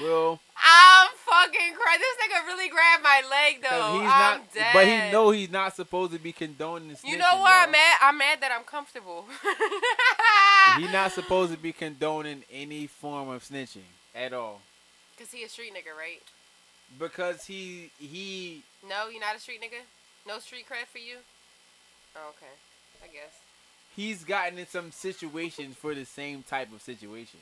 Speaker 1: Will,
Speaker 4: I'm fucking crying. This nigga really grabbed my leg
Speaker 1: 'cause
Speaker 4: though.
Speaker 1: he's
Speaker 4: I'm
Speaker 1: not,
Speaker 4: dead.
Speaker 1: but he know he's not supposed to be condoning snitching.
Speaker 4: You know where
Speaker 1: yo.
Speaker 4: I'm at? I'm mad that I'm comfortable.
Speaker 1: He's not supposed to be condoning any form of snitching at all
Speaker 4: Cause he a street nigga, right?
Speaker 1: because he he
Speaker 4: No, you not a street nigga. No street cred for you. Oh, okay, I guess.
Speaker 1: he's gotten in some situations for the same type of situation.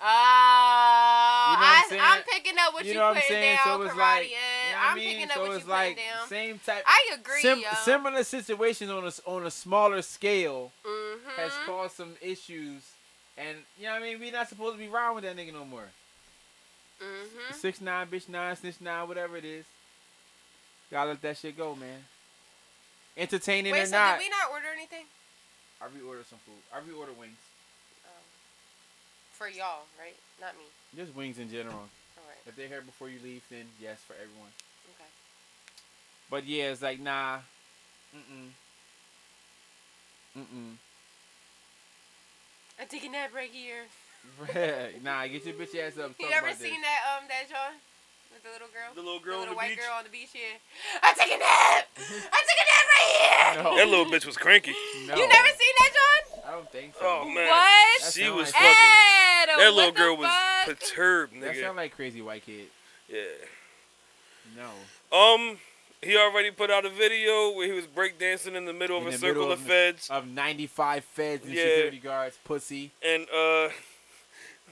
Speaker 4: Oh, I,
Speaker 1: I'm
Speaker 4: I'm
Speaker 1: saying?
Speaker 4: picking up what you,
Speaker 1: you know what I'm
Speaker 4: putting
Speaker 1: saying?
Speaker 4: down,
Speaker 1: So it's
Speaker 4: karate.
Speaker 1: like,
Speaker 4: yeah.
Speaker 1: you know what I
Speaker 4: I'm
Speaker 1: mean?
Speaker 4: picking up
Speaker 1: so
Speaker 4: what you
Speaker 1: it's
Speaker 4: putting
Speaker 1: like
Speaker 4: down.
Speaker 1: same type.
Speaker 4: I agree,
Speaker 1: sim-
Speaker 4: yo.
Speaker 1: similar situations on a s- on a smaller scale
Speaker 4: mm-hmm.
Speaker 1: has caused some issues, and you know what I mean. We not supposed to be riding with that nigga no more.
Speaker 4: mm-hmm.
Speaker 1: Six nine, bitch nine, snitch nine, whatever it is. Gotta let that shit go, man. Entertaining
Speaker 4: Wait,
Speaker 1: or
Speaker 4: so
Speaker 1: not,
Speaker 4: did we not order anything
Speaker 1: I reordered some food. I reordered wings,
Speaker 4: Um, for y'all? Right? Not me.
Speaker 1: just wings in general.
Speaker 4: All right.
Speaker 1: If they're here before you leave, then yes for everyone.
Speaker 4: Okay.
Speaker 1: But yeah, it's like nah. Mm mm. Mm
Speaker 4: I'm taking that break here.
Speaker 1: mm. nah, get your bitch ass up. and
Speaker 4: You
Speaker 1: talk
Speaker 4: ever
Speaker 1: about this.
Speaker 4: seen that um that John with the little girl?
Speaker 2: The little girl
Speaker 4: the
Speaker 2: on
Speaker 4: little
Speaker 2: the
Speaker 4: white
Speaker 2: beach.
Speaker 4: girl on the beach. Yeah. I'm taking that. I'm taking that right here.
Speaker 1: No.
Speaker 2: That little bitch was cranky.
Speaker 1: No.
Speaker 4: You never seen that John?
Speaker 1: I don't think so.
Speaker 2: Oh man,
Speaker 4: What?
Speaker 1: That's
Speaker 2: she
Speaker 1: not
Speaker 2: was
Speaker 1: like-
Speaker 2: fucking. That
Speaker 4: Adam, what
Speaker 2: little
Speaker 4: the
Speaker 2: girl was
Speaker 4: fuck?
Speaker 2: perturbed,
Speaker 1: that
Speaker 2: nigga.
Speaker 1: sound like crazy white kid.
Speaker 2: yeah.
Speaker 1: No.
Speaker 2: Um, he already put out a video where he was breakdancing in the middle
Speaker 1: In
Speaker 2: of a
Speaker 1: the uh,
Speaker 2: circle
Speaker 1: middle
Speaker 2: of
Speaker 1: of-
Speaker 2: feds,
Speaker 1: Of 95 feds and
Speaker 2: Yeah.
Speaker 1: security guards, pussy.
Speaker 2: and uh,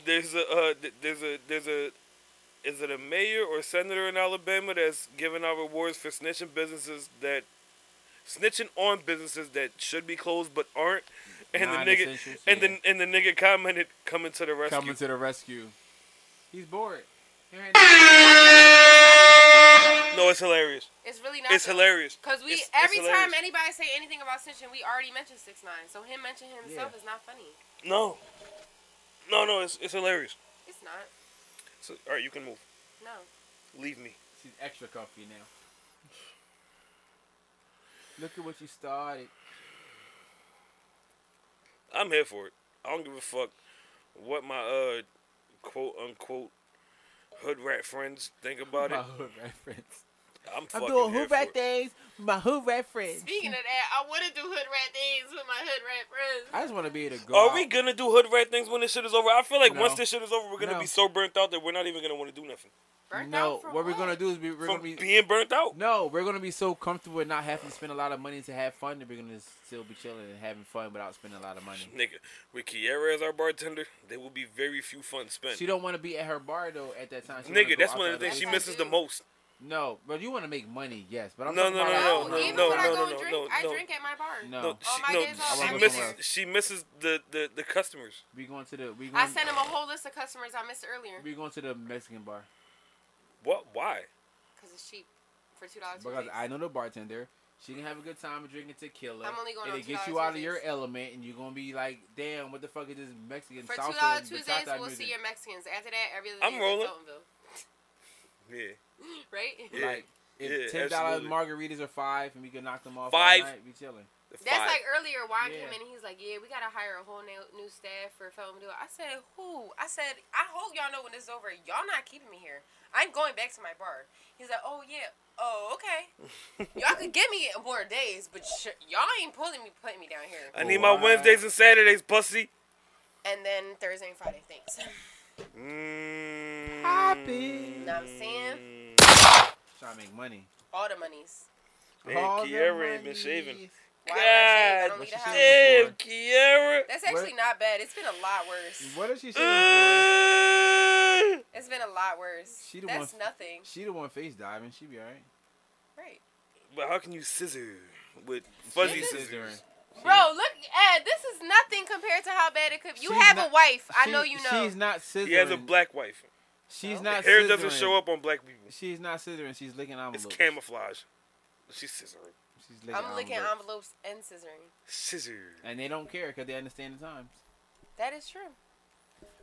Speaker 2: there's a uh, th- there's a there's a is it a mayor or senator in Alabama that's giving out rewards for snitching businesses that snitching on businesses that should be closed but aren't, and the nigga
Speaker 1: Non-essentials,
Speaker 2: and
Speaker 1: yeah.
Speaker 2: the and the nigga commented coming to the rescue.
Speaker 1: Coming to the rescue. He's bored.
Speaker 2: no, it's hilarious.
Speaker 4: It's really not.
Speaker 2: It's hilarious.
Speaker 4: Because we
Speaker 2: It's- it's
Speaker 4: every time
Speaker 2: hilarious. anybody
Speaker 4: anybody say anything about snitching, we already mentioned six nine. So him mentioning himself
Speaker 1: Yeah.
Speaker 4: is not funny.
Speaker 2: No, no, no, it's it's hilarious.
Speaker 4: It's not.
Speaker 2: So, all right, you can move.
Speaker 4: No.
Speaker 2: Leave me.
Speaker 1: She's extra comfy now. Look at what you started.
Speaker 2: I'm here for it. I don't give a fuck what my uh quote unquote hood rat friends think about
Speaker 1: My
Speaker 2: it.
Speaker 1: hood reference.
Speaker 2: I'm
Speaker 1: I'm
Speaker 2: fucking
Speaker 1: doing
Speaker 2: here
Speaker 1: hood
Speaker 2: for
Speaker 1: rat
Speaker 2: it.
Speaker 1: things. My hood reference.
Speaker 4: Speaking of that, I want to do hood rat things with my hood rat friends.
Speaker 1: I just want to be able to go.
Speaker 2: Are
Speaker 1: out.
Speaker 2: we gonna do hood rat things when this shit is over? I feel like
Speaker 1: No.
Speaker 2: once this shit is over, we're gonna
Speaker 1: No.
Speaker 2: be so burnt out that we're not even gonna want to do nothing.
Speaker 4: Burnt
Speaker 1: No,
Speaker 4: out from
Speaker 1: what we're gonna do is we, we're
Speaker 2: From
Speaker 1: gonna be
Speaker 2: being burnt out.
Speaker 1: No, we're gonna be so comfortable and not having to spend a lot of money to have fun that we're gonna still be chilling and having fun without spending a lot of money.
Speaker 2: Nigga, with Kiera as our bartender, there will be very few fun spent.
Speaker 1: She don't want to be at her bar though at that time. She wanna
Speaker 2: Nigga,
Speaker 1: go
Speaker 2: that's one of the
Speaker 1: outside
Speaker 2: things she
Speaker 4: the
Speaker 2: misses
Speaker 4: house.
Speaker 2: the most.
Speaker 1: No, but you want to make money, yes. But I'm
Speaker 2: No,
Speaker 1: talking
Speaker 2: no,
Speaker 1: about
Speaker 2: no,
Speaker 4: No,
Speaker 1: like-
Speaker 2: no,
Speaker 4: even
Speaker 2: no,
Speaker 4: when I
Speaker 2: no,
Speaker 4: go
Speaker 2: no,
Speaker 4: and
Speaker 2: no,
Speaker 4: drink,
Speaker 2: no,
Speaker 4: I
Speaker 2: no.
Speaker 4: drink at my bar.
Speaker 1: No.
Speaker 2: No,
Speaker 4: On
Speaker 2: she,
Speaker 4: Oh my
Speaker 2: no,
Speaker 4: days off,
Speaker 1: I
Speaker 2: she
Speaker 1: wanna go
Speaker 2: misses.
Speaker 1: somewhere.
Speaker 2: She misses the the the customers.
Speaker 1: We going to the we going.
Speaker 4: I sent him a whole list of customers I missed earlier
Speaker 1: we going to the Mexican bar
Speaker 2: What? Why?
Speaker 4: because it's cheap for two dollars.
Speaker 1: because I know the bartender. She can have a good time drinking tequila.
Speaker 4: I'm only going
Speaker 1: and
Speaker 4: on
Speaker 1: it gets
Speaker 4: $2
Speaker 1: you out of
Speaker 4: Tuesdays.
Speaker 1: your element, and you're gonna be like, "Damn, what the fuck is this Mexican
Speaker 4: For
Speaker 1: salsa
Speaker 4: two dollar
Speaker 1: and
Speaker 4: Tuesdays,
Speaker 1: bachata
Speaker 4: we'll
Speaker 1: music?"
Speaker 4: see your Mexicans. After that, every other day
Speaker 2: I'm
Speaker 4: is at
Speaker 2: rolling.
Speaker 4: Feltonville.
Speaker 2: Yeah.
Speaker 4: right?
Speaker 2: Yeah.
Speaker 1: Like, if
Speaker 2: Yeah,
Speaker 1: ten dollar
Speaker 2: absolutely.
Speaker 1: margaritas are five, and we can knock them off all
Speaker 2: Five.
Speaker 1: night, we chilling.
Speaker 2: The
Speaker 4: That's
Speaker 2: five.
Speaker 4: like earlier. Juan
Speaker 1: Yeah.
Speaker 4: came in and he's like, "Yeah, we gotta hire a whole new, new staff for Feltonville." I said, "Who?" I said, "I hope y'all know when this is over. Y'all not keeping me here. I'm going back to my bar." He's like, "Oh yeah." Oh okay. y'all could give me more days, but sh- y'all ain't pulling me, putting me down here.
Speaker 2: I need my
Speaker 1: Why?
Speaker 2: Wednesdays and Saturdays, pussy.
Speaker 4: And then Thursday and Friday, thanks.
Speaker 2: Mm.
Speaker 1: Happy.
Speaker 4: know what I'm saying?
Speaker 1: Trying to make money.
Speaker 4: All the monies.
Speaker 2: Man, Kiara ain't been shaving.
Speaker 4: Why would I shave? I
Speaker 2: God
Speaker 4: don't leave the
Speaker 1: damn.
Speaker 4: house.
Speaker 2: Damn, Kiara.
Speaker 4: That's actually
Speaker 1: What?
Speaker 4: not bad. It's been a lot worse.
Speaker 1: What is she
Speaker 2: Ah!
Speaker 1: shaving for?
Speaker 2: Uh,
Speaker 4: It's been a lot worse.
Speaker 1: She the
Speaker 4: That's
Speaker 1: one-
Speaker 4: nothing.
Speaker 1: She the one face diving. She be alright.
Speaker 4: Right.
Speaker 2: but how can you scissor with fuzzy
Speaker 4: She's
Speaker 2: scissors?
Speaker 4: Bro, look, Ed, this is nothing compared to how bad it could You
Speaker 1: She's
Speaker 4: have
Speaker 1: not-
Speaker 4: a wife. I
Speaker 1: She-
Speaker 4: know you know.
Speaker 1: She's not scissoring.
Speaker 2: He has a black wife.
Speaker 1: She's
Speaker 2: The
Speaker 1: not.
Speaker 2: hair
Speaker 1: scissoring.
Speaker 2: doesn't show up on black people.
Speaker 1: She's not scissoring. She's licking envelopes.
Speaker 2: It's camouflage. She's scissoring.
Speaker 1: She's licking
Speaker 4: I'm licking
Speaker 1: envelopes.
Speaker 4: envelopes and scissoring.
Speaker 2: Scissor.
Speaker 1: And they don't care because they understand the times.
Speaker 4: That is true.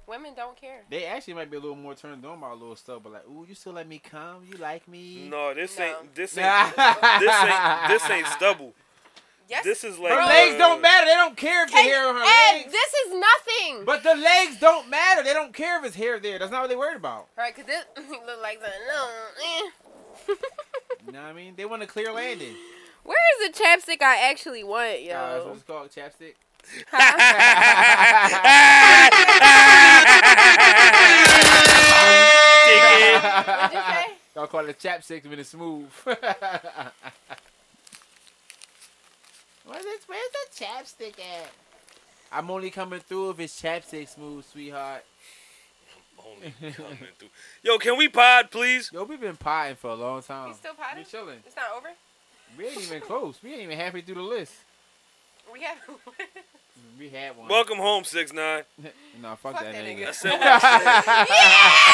Speaker 4: Women don't care.
Speaker 1: They actually might be a little more turned on by a little stuff, but like, ooh, you still let me come? You like me?
Speaker 2: No, this
Speaker 4: No.
Speaker 2: ain't. This ain't. this ain't.
Speaker 1: ain't.
Speaker 2: This ain't stubble.
Speaker 4: Yes.
Speaker 2: This is like.
Speaker 1: Her
Speaker 4: Bro.
Speaker 1: legs
Speaker 2: uh,
Speaker 1: don't matter. They don't care if the
Speaker 4: Ed,
Speaker 1: hair on her
Speaker 4: Ed,
Speaker 1: legs.
Speaker 4: this is nothing.
Speaker 1: But the legs don't matter. They don't care if it's hair there. That's not what they worried about.
Speaker 4: right, because this look like something. No, eh.
Speaker 1: You know what I mean? They want a clear landing.
Speaker 4: Where is the chapstick I actually want, yo?
Speaker 1: Uh, so it's called chapstick.
Speaker 2: Dickhead.
Speaker 4: What'd you say?
Speaker 1: Y'all call it chapstick when it's smooth. Where's this? Where's the chapstick at? I'm only coming through if it's chapstick smooth, sweetheart.
Speaker 2: Only coming through. Yo, can we pod, please?
Speaker 5: Yo, we've been potting for a long time.
Speaker 4: We still potting?
Speaker 5: We chilling.
Speaker 4: It's not over.
Speaker 5: We ain't even close. We ain't even halfway through the list.
Speaker 4: We have.
Speaker 5: We had one.
Speaker 2: Welcome home, six nine.
Speaker 5: No, fuck, that, nigga.
Speaker 2: I said what I said.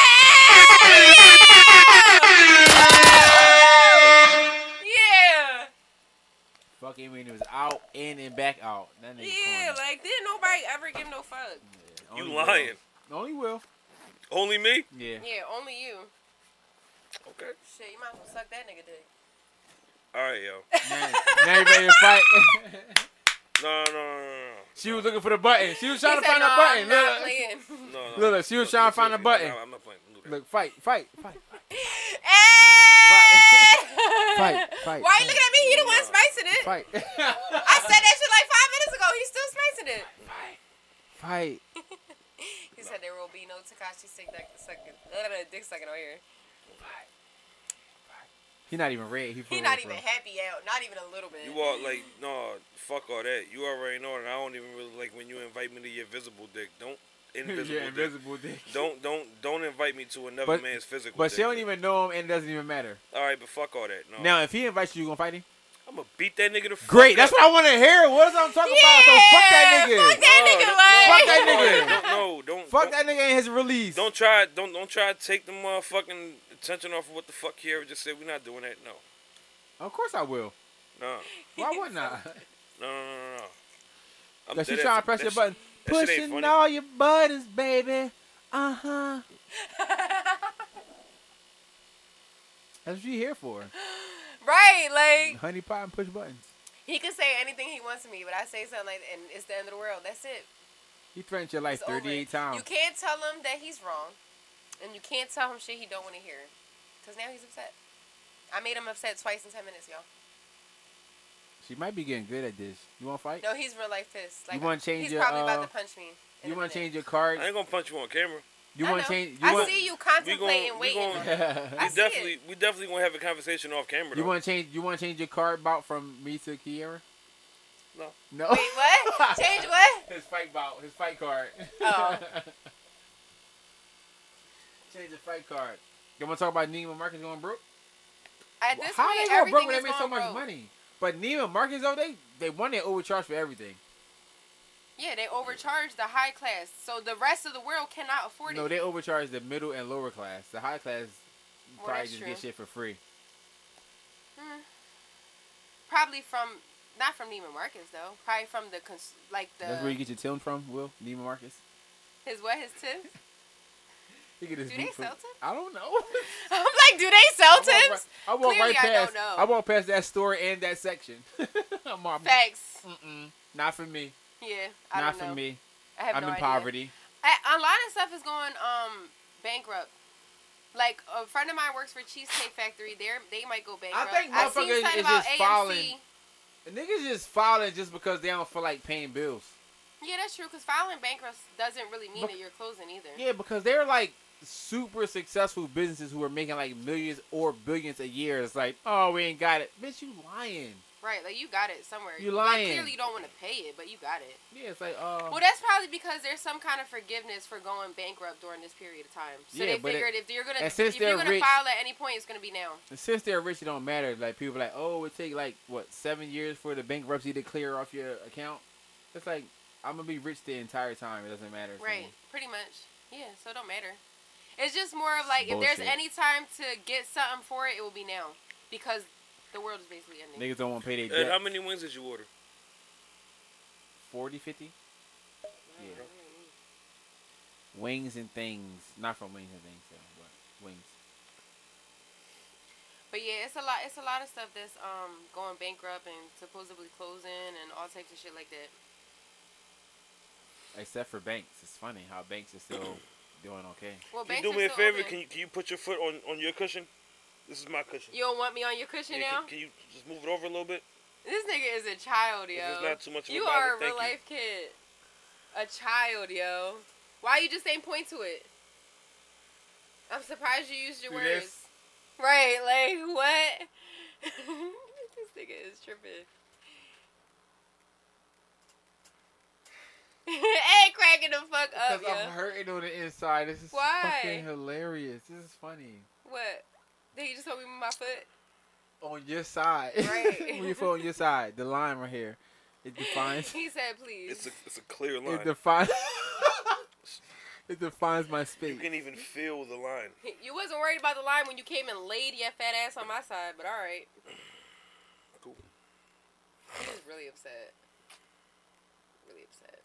Speaker 4: yeah.
Speaker 5: Fuck him when he was out, in, and back out. That nigga.
Speaker 4: Yeah.
Speaker 5: corny.
Speaker 4: Like, didn't nobody ever give no fuck.
Speaker 2: You
Speaker 5: Only
Speaker 2: lying.
Speaker 5: Will. Only Will.
Speaker 2: Only me?
Speaker 5: Yeah.
Speaker 4: Yeah, only you.
Speaker 2: Okay.
Speaker 4: Shit, you might as well suck that nigga dick.
Speaker 2: All right, yo.
Speaker 5: Man, now you ready to fight.
Speaker 2: No, no, no,
Speaker 5: she was looking for the button. She was trying
Speaker 4: He
Speaker 5: to
Speaker 4: said,
Speaker 5: find
Speaker 4: "No,
Speaker 5: that button.
Speaker 4: I'm not
Speaker 5: Look,
Speaker 4: playing."
Speaker 2: no, no, no.
Speaker 5: Look, look, she was trying to find a
Speaker 2: seriously,
Speaker 5: button.
Speaker 2: No, I'm not playing. Do that.
Speaker 5: look, fight, fight, fight.
Speaker 4: Hey!
Speaker 5: Fight, fight,
Speaker 4: Why
Speaker 5: fight.
Speaker 4: you looking at me? He the one spicing it.
Speaker 5: Fight.
Speaker 4: I said that shit like five minutes ago. He's still spicing it.
Speaker 5: fight.
Speaker 4: He said there will be no Takashi sick dick sucking. Uh, dick sucking on here.
Speaker 5: He not even red. He,
Speaker 4: He
Speaker 5: purple,
Speaker 4: not
Speaker 5: bro.
Speaker 4: even happy out. Not even a little bit.
Speaker 2: You all like, no, fuck all that. You already know, and I don't even really like when you invite me to your visible dick. Don't invisible.
Speaker 5: yeah,
Speaker 2: dick.
Speaker 5: invisible dick.
Speaker 2: Don't don't don't invite me to another
Speaker 5: But-
Speaker 2: man's physical.
Speaker 5: But she
Speaker 2: dick.
Speaker 5: don't even know him, and it doesn't even matter.
Speaker 2: All right, but fuck all that. No,
Speaker 5: Now, if he invites you, you gonna fight him?
Speaker 2: I'm gonna beat that nigga to fuck
Speaker 5: Great.
Speaker 2: up.
Speaker 5: That's what I want to hear. What is I'm talking about? So fuck that
Speaker 4: Yeah,
Speaker 5: nigga. Oh,
Speaker 4: Fuck that nigga.
Speaker 5: fuck
Speaker 4: Like.
Speaker 5: that
Speaker 2: No,
Speaker 5: nigga.
Speaker 2: don't- No, don't
Speaker 5: Fuck
Speaker 2: don't-
Speaker 5: that nigga and his release.
Speaker 2: Don't try don't don't try to take the motherfucking attention off of what the fuck he ever just said. We're not doing that. No,
Speaker 5: Of course I will.
Speaker 2: no,
Speaker 5: Why wouldn't I?
Speaker 2: no, no, no, no. I'm
Speaker 5: That she
Speaker 2: dead
Speaker 5: trying
Speaker 2: ass-
Speaker 5: to press
Speaker 2: that
Speaker 5: your
Speaker 2: sh-
Speaker 5: button.
Speaker 2: that shit ain't
Speaker 5: Pushing
Speaker 2: funny.
Speaker 5: all your buttons, baby. Uh huh. That's what you here for.
Speaker 4: Right, like
Speaker 5: Honey pot and push buttons.
Speaker 4: he could say anything he wants to me, but I say something like, and it's the end of the world. That's it.
Speaker 5: He threatened your life
Speaker 4: It's over.
Speaker 5: 38
Speaker 4: You
Speaker 5: times.
Speaker 4: can't tell him that he's wrong, and you can't tell him shit he don't want to hear, cause now he's upset. I made him upset twice in ten minutes, y'all.
Speaker 5: She might be getting good at this. You want to fight?
Speaker 4: No, he's real life pissed. Like
Speaker 5: You wanna change
Speaker 4: He's
Speaker 5: your,
Speaker 4: probably
Speaker 5: uh,
Speaker 4: about to punch me. in
Speaker 5: You
Speaker 4: a
Speaker 5: want
Speaker 4: minute.
Speaker 5: to change your card?
Speaker 2: I ain't gonna punch you on camera.
Speaker 5: You
Speaker 4: I
Speaker 5: want
Speaker 4: know.
Speaker 5: to change?
Speaker 4: I
Speaker 5: You want?
Speaker 4: see you
Speaker 2: We
Speaker 4: contemplating,
Speaker 2: gon' we
Speaker 4: waiting.
Speaker 2: gon'
Speaker 4: on it. I
Speaker 2: we
Speaker 4: see
Speaker 2: definitely
Speaker 4: it.
Speaker 2: we definitely gonna have a conversation off camera.
Speaker 5: You
Speaker 2: though.
Speaker 5: want to change? You want to change your card bout from me to Kiera?
Speaker 2: No.
Speaker 5: No.
Speaker 4: Wait, what? change what?
Speaker 5: his fight bout, his fight card.
Speaker 4: Oh.
Speaker 5: change the fight card. You want to talk about Neiman Marcus going broke?
Speaker 4: At this
Speaker 5: How
Speaker 4: point,
Speaker 5: they go broke
Speaker 4: everything
Speaker 5: when they
Speaker 4: is
Speaker 5: make so
Speaker 4: going
Speaker 5: much
Speaker 4: broke.
Speaker 5: money? But Neiman Marcus though, they they won they overcharge for everything.
Speaker 4: Yeah, they overcharge the high class, so the rest of the world cannot afford
Speaker 5: No,
Speaker 4: it.
Speaker 5: they overcharge the middle and lower class. The high class
Speaker 4: Well,
Speaker 5: probably
Speaker 4: that's
Speaker 5: just
Speaker 4: true.
Speaker 5: get shit for free.
Speaker 4: Probably from not from Neiman Marcus though. Probably from the cons- like the
Speaker 5: That's where you get your tin from, Will Neiman Marcus.
Speaker 4: his what his tips.
Speaker 5: You get his
Speaker 4: Do they
Speaker 5: boot from-
Speaker 4: sell tips?
Speaker 5: I don't know.
Speaker 4: I'm like, do they sell
Speaker 5: I walk
Speaker 4: tips?
Speaker 5: right- I walk
Speaker 4: Clearly,
Speaker 5: right
Speaker 4: I don't
Speaker 5: past.
Speaker 4: know.
Speaker 5: I walk past that store and that section. I'm all,
Speaker 4: Facts.
Speaker 5: Mm-mm, not for me.
Speaker 4: Yeah, I
Speaker 5: Mm. not
Speaker 4: don't know.
Speaker 5: for me.
Speaker 4: I have
Speaker 5: I'm
Speaker 4: no
Speaker 5: in
Speaker 4: idea.
Speaker 5: poverty.
Speaker 4: A, a lot of stuff is going um bankrupt. Like a friend of mine works for Cheesecake Factory. They they might go bankrupt.
Speaker 5: think
Speaker 4: I've seen
Speaker 5: motherfuckers
Speaker 4: something
Speaker 5: is
Speaker 4: about
Speaker 5: just
Speaker 4: AMC.
Speaker 5: filing. And niggas just filing just because they don't feel like paying bills.
Speaker 4: Yeah, that's true. Cause filing bankrupt doesn't really mean
Speaker 5: Bec-
Speaker 4: that you're closing either.
Speaker 5: Yeah, because they're like super successful businesses who are making like millions or billions a year. It's like, oh, we ain't got it. Bitch, you lying.
Speaker 4: Right. Like you got it somewhere.
Speaker 5: You
Speaker 4: Like,
Speaker 5: lying.
Speaker 4: clearly you don't want to pay it, but you got it.
Speaker 5: Yeah, it's like, uh,
Speaker 4: Well, that's probably because there's some kind of forgiveness for going bankrupt during this period of time. So
Speaker 5: Yeah,
Speaker 4: they
Speaker 5: but it-
Speaker 4: figured if you're gonna
Speaker 5: and since
Speaker 4: if you're
Speaker 5: they're
Speaker 4: gonna
Speaker 5: rich-
Speaker 4: file at any point, it's gonna be now.
Speaker 5: since they're rich, it don't matter. Like people are like, oh, it take like what seven years for the bankruptcy to clear off your account. It's like I'm gonna be rich the entire time. It doesn't matter. to
Speaker 4: Right,
Speaker 5: me.
Speaker 4: pretty much. Yeah, so it don't matter. It's just more of like if there's
Speaker 5: Bullshit.
Speaker 4: any time to get something for it, it will be now because the world is basically ending.
Speaker 5: Niggas don't want to pay their
Speaker 2: Ed, how
Speaker 5: debt.
Speaker 2: many wings did you order?
Speaker 5: 40, 50? Yeah. Wings and things. Not from Wings and Things, though, but Wings.
Speaker 4: But yeah, it's a lot. It's a lot of stuff that's um going bankrupt and supposedly closing and all types of shit like that.
Speaker 5: Except for banks. It's funny how banks are still doing okay.
Speaker 4: Well,
Speaker 2: Can
Speaker 4: banks
Speaker 2: you do me
Speaker 4: are
Speaker 2: a
Speaker 4: still
Speaker 2: favor?
Speaker 4: open.
Speaker 2: Can you can you put your foot on on your cushion? This is my cushion.
Speaker 4: You don't want me on your cushion
Speaker 2: Yeah,
Speaker 4: now?
Speaker 2: can, can you just move it over a little bit?
Speaker 4: This nigga is a child, yo.
Speaker 2: If it's not too much of a
Speaker 4: you
Speaker 2: bother,
Speaker 4: are a
Speaker 2: thank
Speaker 4: real
Speaker 2: you.
Speaker 4: life kid. A child, yo. Why you just ain't point to it? I'm surprised you used your
Speaker 5: Do
Speaker 4: words.
Speaker 5: this.
Speaker 4: Right, like what? this nigga is tripping. hey, cracking the fuck up,
Speaker 5: Because
Speaker 4: yo.
Speaker 5: I'm hurting on the inside. This is
Speaker 4: Oh, Why?
Speaker 5: fucking hilarious. This is funny.
Speaker 4: What? Did he just hold me with my foot?
Speaker 5: On your side.
Speaker 4: Right.
Speaker 5: when you feel on your side, the line right here, it defines.
Speaker 4: He said, please.
Speaker 2: It's a, it's a clear line.
Speaker 5: it defines. it defines my
Speaker 2: You
Speaker 5: space.
Speaker 2: can even feel the line.
Speaker 4: you wasn't worried about the line when you came and laid your fat ass on my side, but all right.
Speaker 2: Cool.
Speaker 4: He was really upset. Really upset.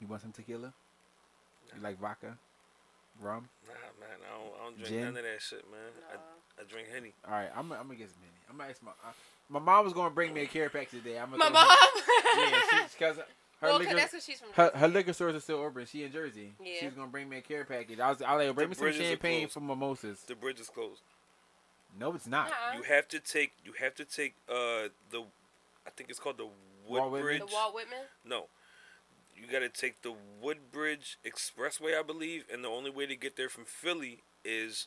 Speaker 5: You want some tequila? You like vodka, rum?
Speaker 2: Nah, man, I don't, I don't drink
Speaker 5: Gin?
Speaker 2: none of that shit, man.
Speaker 4: Nah.
Speaker 2: I, I drink Henny.
Speaker 5: All right, I'm, I'm gonna get some many. I'm gonna ask my. Uh, my mom was gonna bring me a care package today. I'm gonna
Speaker 4: My
Speaker 5: throw
Speaker 4: mom.
Speaker 5: her- Yeah, she's because her
Speaker 4: well, 'cause
Speaker 5: liquor.
Speaker 4: that's what she's from.
Speaker 5: Her, her liquor stores are still open. She in Jersey.
Speaker 4: Yeah.
Speaker 5: She was gonna bring me a care package. I was, I was like, bring me some
Speaker 2: bridges are
Speaker 5: champagne
Speaker 2: closed.
Speaker 5: for mimosas.
Speaker 2: The bridge is closed.
Speaker 5: No, it's not.
Speaker 4: Uh-uh.
Speaker 2: You have to take. You have to take. Uh, the, I think it's called the
Speaker 5: Walt Whitman?
Speaker 2: Woodbridge.
Speaker 4: The Walt Whitman.
Speaker 2: No, you got to take the Woodbridge Expressway, I believe, and the only way to get there from Philly is.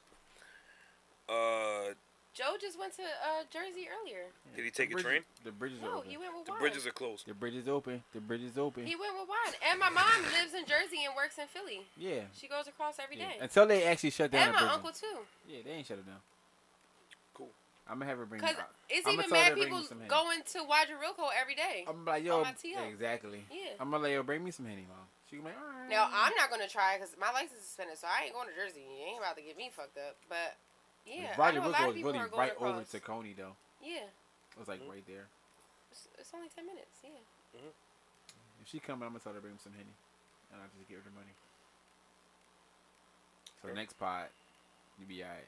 Speaker 2: Uh,
Speaker 4: Joe just went to uh, Jersey earlier.
Speaker 2: did he take
Speaker 5: the
Speaker 2: a
Speaker 5: bridges-
Speaker 2: train?
Speaker 5: The bridges are
Speaker 4: No,
Speaker 5: open.
Speaker 4: he went with
Speaker 2: The
Speaker 4: wine.
Speaker 2: bridges are closed.
Speaker 5: The bridge is open. The bridge is open.
Speaker 4: He went with wine. And my mom lives in Jersey and works in Philly.
Speaker 5: yeah.
Speaker 4: She goes across every
Speaker 5: yeah.
Speaker 4: day.
Speaker 5: Until they actually shut down
Speaker 4: And
Speaker 5: the
Speaker 4: my
Speaker 5: bridge.
Speaker 4: uncle too.
Speaker 5: Yeah, they ain't shut it down.
Speaker 2: Cool.
Speaker 5: I'm gonna have her bring.
Speaker 4: Cause
Speaker 5: I-
Speaker 4: it's
Speaker 5: I'ma
Speaker 4: even
Speaker 5: tell her
Speaker 4: mad
Speaker 5: to bring
Speaker 4: people
Speaker 5: you some Henny.
Speaker 4: going to Wadrilco every day.
Speaker 5: I'm like, yo,
Speaker 4: on my TL.
Speaker 5: exactly.
Speaker 4: Yeah.
Speaker 5: I'm gonna like, yo, bring me some henny, mom. She gonna be like, all right.
Speaker 4: Now I'm not gonna try because my license is suspended, so I ain't going to Jersey. You ain't about to get me fucked up. But yeah, I
Speaker 5: Roddy
Speaker 4: know a
Speaker 5: Wilco
Speaker 4: lot of
Speaker 5: was
Speaker 4: people
Speaker 5: really
Speaker 4: are going
Speaker 5: right
Speaker 4: across.
Speaker 5: over to Coney though.
Speaker 4: yeah,
Speaker 5: It was like
Speaker 4: Mm.
Speaker 5: right there.
Speaker 4: it's, it's only ten minutes. Yeah,
Speaker 5: If she coming, I'm gonna tell her to bring me some henny, and I'll just give her the money. So
Speaker 2: Sure.
Speaker 5: next pod, you be alright.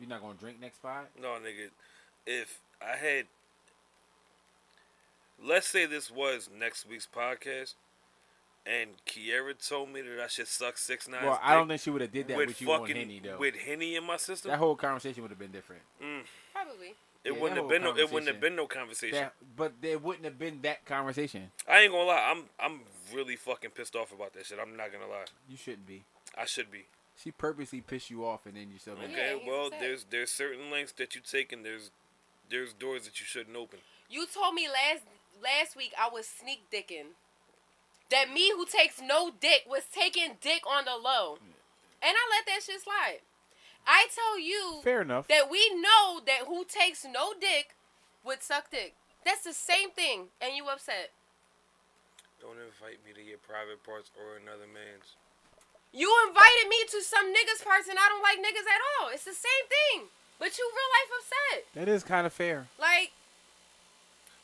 Speaker 5: You're not gonna drink next pod.
Speaker 2: No, nigga. If I had, let's say this was next week's podcast, and Kiera told me that I should suck six nine.
Speaker 5: well, I don't think she would have did that with, you on henny though.
Speaker 2: with henny in my system.
Speaker 5: that whole conversation would have been different.
Speaker 4: probably.
Speaker 2: it
Speaker 5: yeah, that
Speaker 2: wouldn't have
Speaker 5: whole
Speaker 2: been no. It wouldn't
Speaker 5: conversation.
Speaker 2: have been no conversation.
Speaker 5: That, but there wouldn't have been that conversation.
Speaker 2: I ain't gonna lie. I'm I'm really fucking pissed off about that shit. I'm not gonna lie.
Speaker 5: You shouldn't be.
Speaker 2: I should be.
Speaker 5: She purposely pissed you off, and then you still. mad.
Speaker 2: Okay.
Speaker 4: he's
Speaker 2: well,
Speaker 4: upset.
Speaker 2: there's there's certain lengths that you take, and there's there's doors that you shouldn't open.
Speaker 4: You told me last last week I was sneak dicking. That me who takes no dick was taking dick on the low, and I let that shit slide. I tell you,
Speaker 5: Fair enough.
Speaker 4: that we know that who takes no dick would suck dick. That's the same thing, and you upset.
Speaker 2: Don't invite me to your private parts or another man's.
Speaker 4: You invited me to some niggas parts, and I don't like niggas at all. It's the same thing, but you real life upset.
Speaker 5: that is kind of fair.
Speaker 4: Like,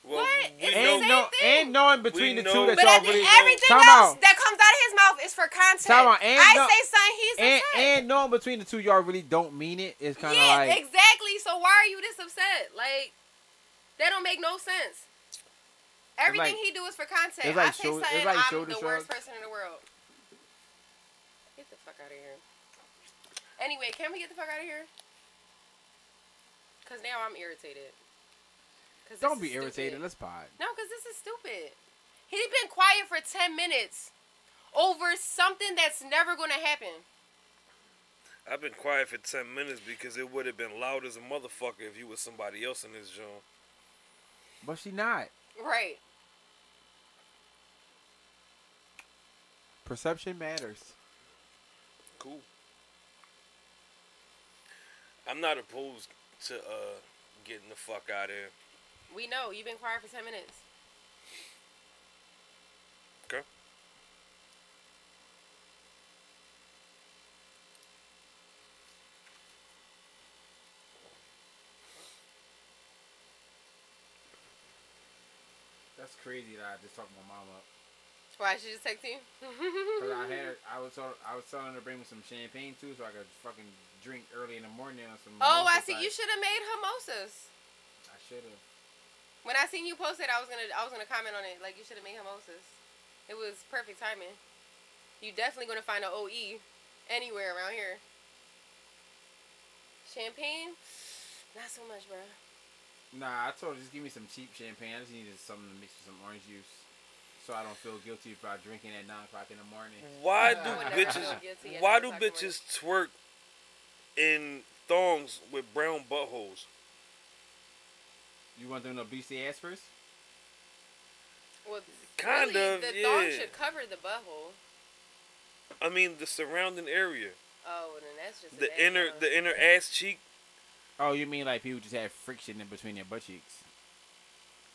Speaker 2: Well,
Speaker 4: What?
Speaker 2: we
Speaker 4: It's the
Speaker 2: know-
Speaker 4: same
Speaker 5: And no,
Speaker 4: thing.
Speaker 5: and knowing between
Speaker 2: We
Speaker 5: the two
Speaker 2: know-
Speaker 5: that
Speaker 4: but
Speaker 5: y'all
Speaker 4: at the,
Speaker 5: really
Speaker 4: everything
Speaker 5: Time
Speaker 4: else
Speaker 5: out.
Speaker 4: that comes out of his mouth is for content.
Speaker 5: Time out, and
Speaker 4: I
Speaker 5: no-
Speaker 4: say something, he's
Speaker 5: and,
Speaker 4: upset.
Speaker 5: and knowing between the two y'all really don't mean it. It's kind of
Speaker 4: yeah,
Speaker 5: like
Speaker 4: exactly. So why are you this upset? Like, that don't make no sense. Everything
Speaker 5: like-
Speaker 4: he do is for content.
Speaker 5: it's like
Speaker 4: I say
Speaker 5: shoulder- it's
Speaker 4: something,
Speaker 5: like
Speaker 4: I'm
Speaker 5: shoulder
Speaker 4: the worst
Speaker 5: shrugs.
Speaker 4: person in the world. Get the fuck out of here. Anyway, can we get the fuck out of here? Cause now I'm irritated. 'Cause this
Speaker 5: don't
Speaker 4: is
Speaker 5: be irritated.
Speaker 4: stupid.
Speaker 5: Let's pod.
Speaker 4: No, because this is stupid. He's been quiet for 10 minutes over something that's never going to happen.
Speaker 2: I've been quiet for ten minutes because it would have been loud as a motherfucker if you was somebody else in this joint.
Speaker 5: But she not.
Speaker 4: Right.
Speaker 5: Perception matters.
Speaker 2: Cool. I'm not opposed to uh getting the fuck out of here.
Speaker 4: We know. You've been quiet for 10 minutes.
Speaker 2: Okay.
Speaker 5: That's crazy that I just talked my mom up.
Speaker 4: Why she just texted you?
Speaker 5: Cause I had I was tell, I was telling her to bring me some champagne too, so I could fucking drink early in the morning on some.
Speaker 4: oh, I
Speaker 5: mimosas,
Speaker 4: see. You
Speaker 5: like,
Speaker 4: should have made mimosas.
Speaker 5: I should have.
Speaker 4: When I seen you post it, I was gonna I was gonna comment on it. Like you should have made mimosas. It was perfect timing. You definitely gonna find an OE anywhere around here. Champagne, not so much, bro.
Speaker 5: Nah, I told her just give me some cheap champagne. I just needed something to mix with some orange juice, so I don't feel guilty about drinking at nine o'clock in the morning.
Speaker 2: Why
Speaker 5: I would
Speaker 2: do
Speaker 5: never
Speaker 2: bitches
Speaker 4: feel guilty at
Speaker 2: why do
Speaker 4: nine o'clock in the
Speaker 2: bitches twerk in thongs with brown buttholes?
Speaker 5: You want them to beat their ass first?
Speaker 4: Well,
Speaker 2: Kind
Speaker 4: really,
Speaker 2: of,
Speaker 4: The
Speaker 2: yeah.
Speaker 4: thong should cover the butthole.
Speaker 2: I mean, the surrounding area,
Speaker 4: Oh, well, then that's just a
Speaker 2: the
Speaker 4: bad
Speaker 2: inner,
Speaker 4: thong.
Speaker 2: the inner ass cheek.
Speaker 5: Oh, you mean like people just have friction in between their butt cheeks?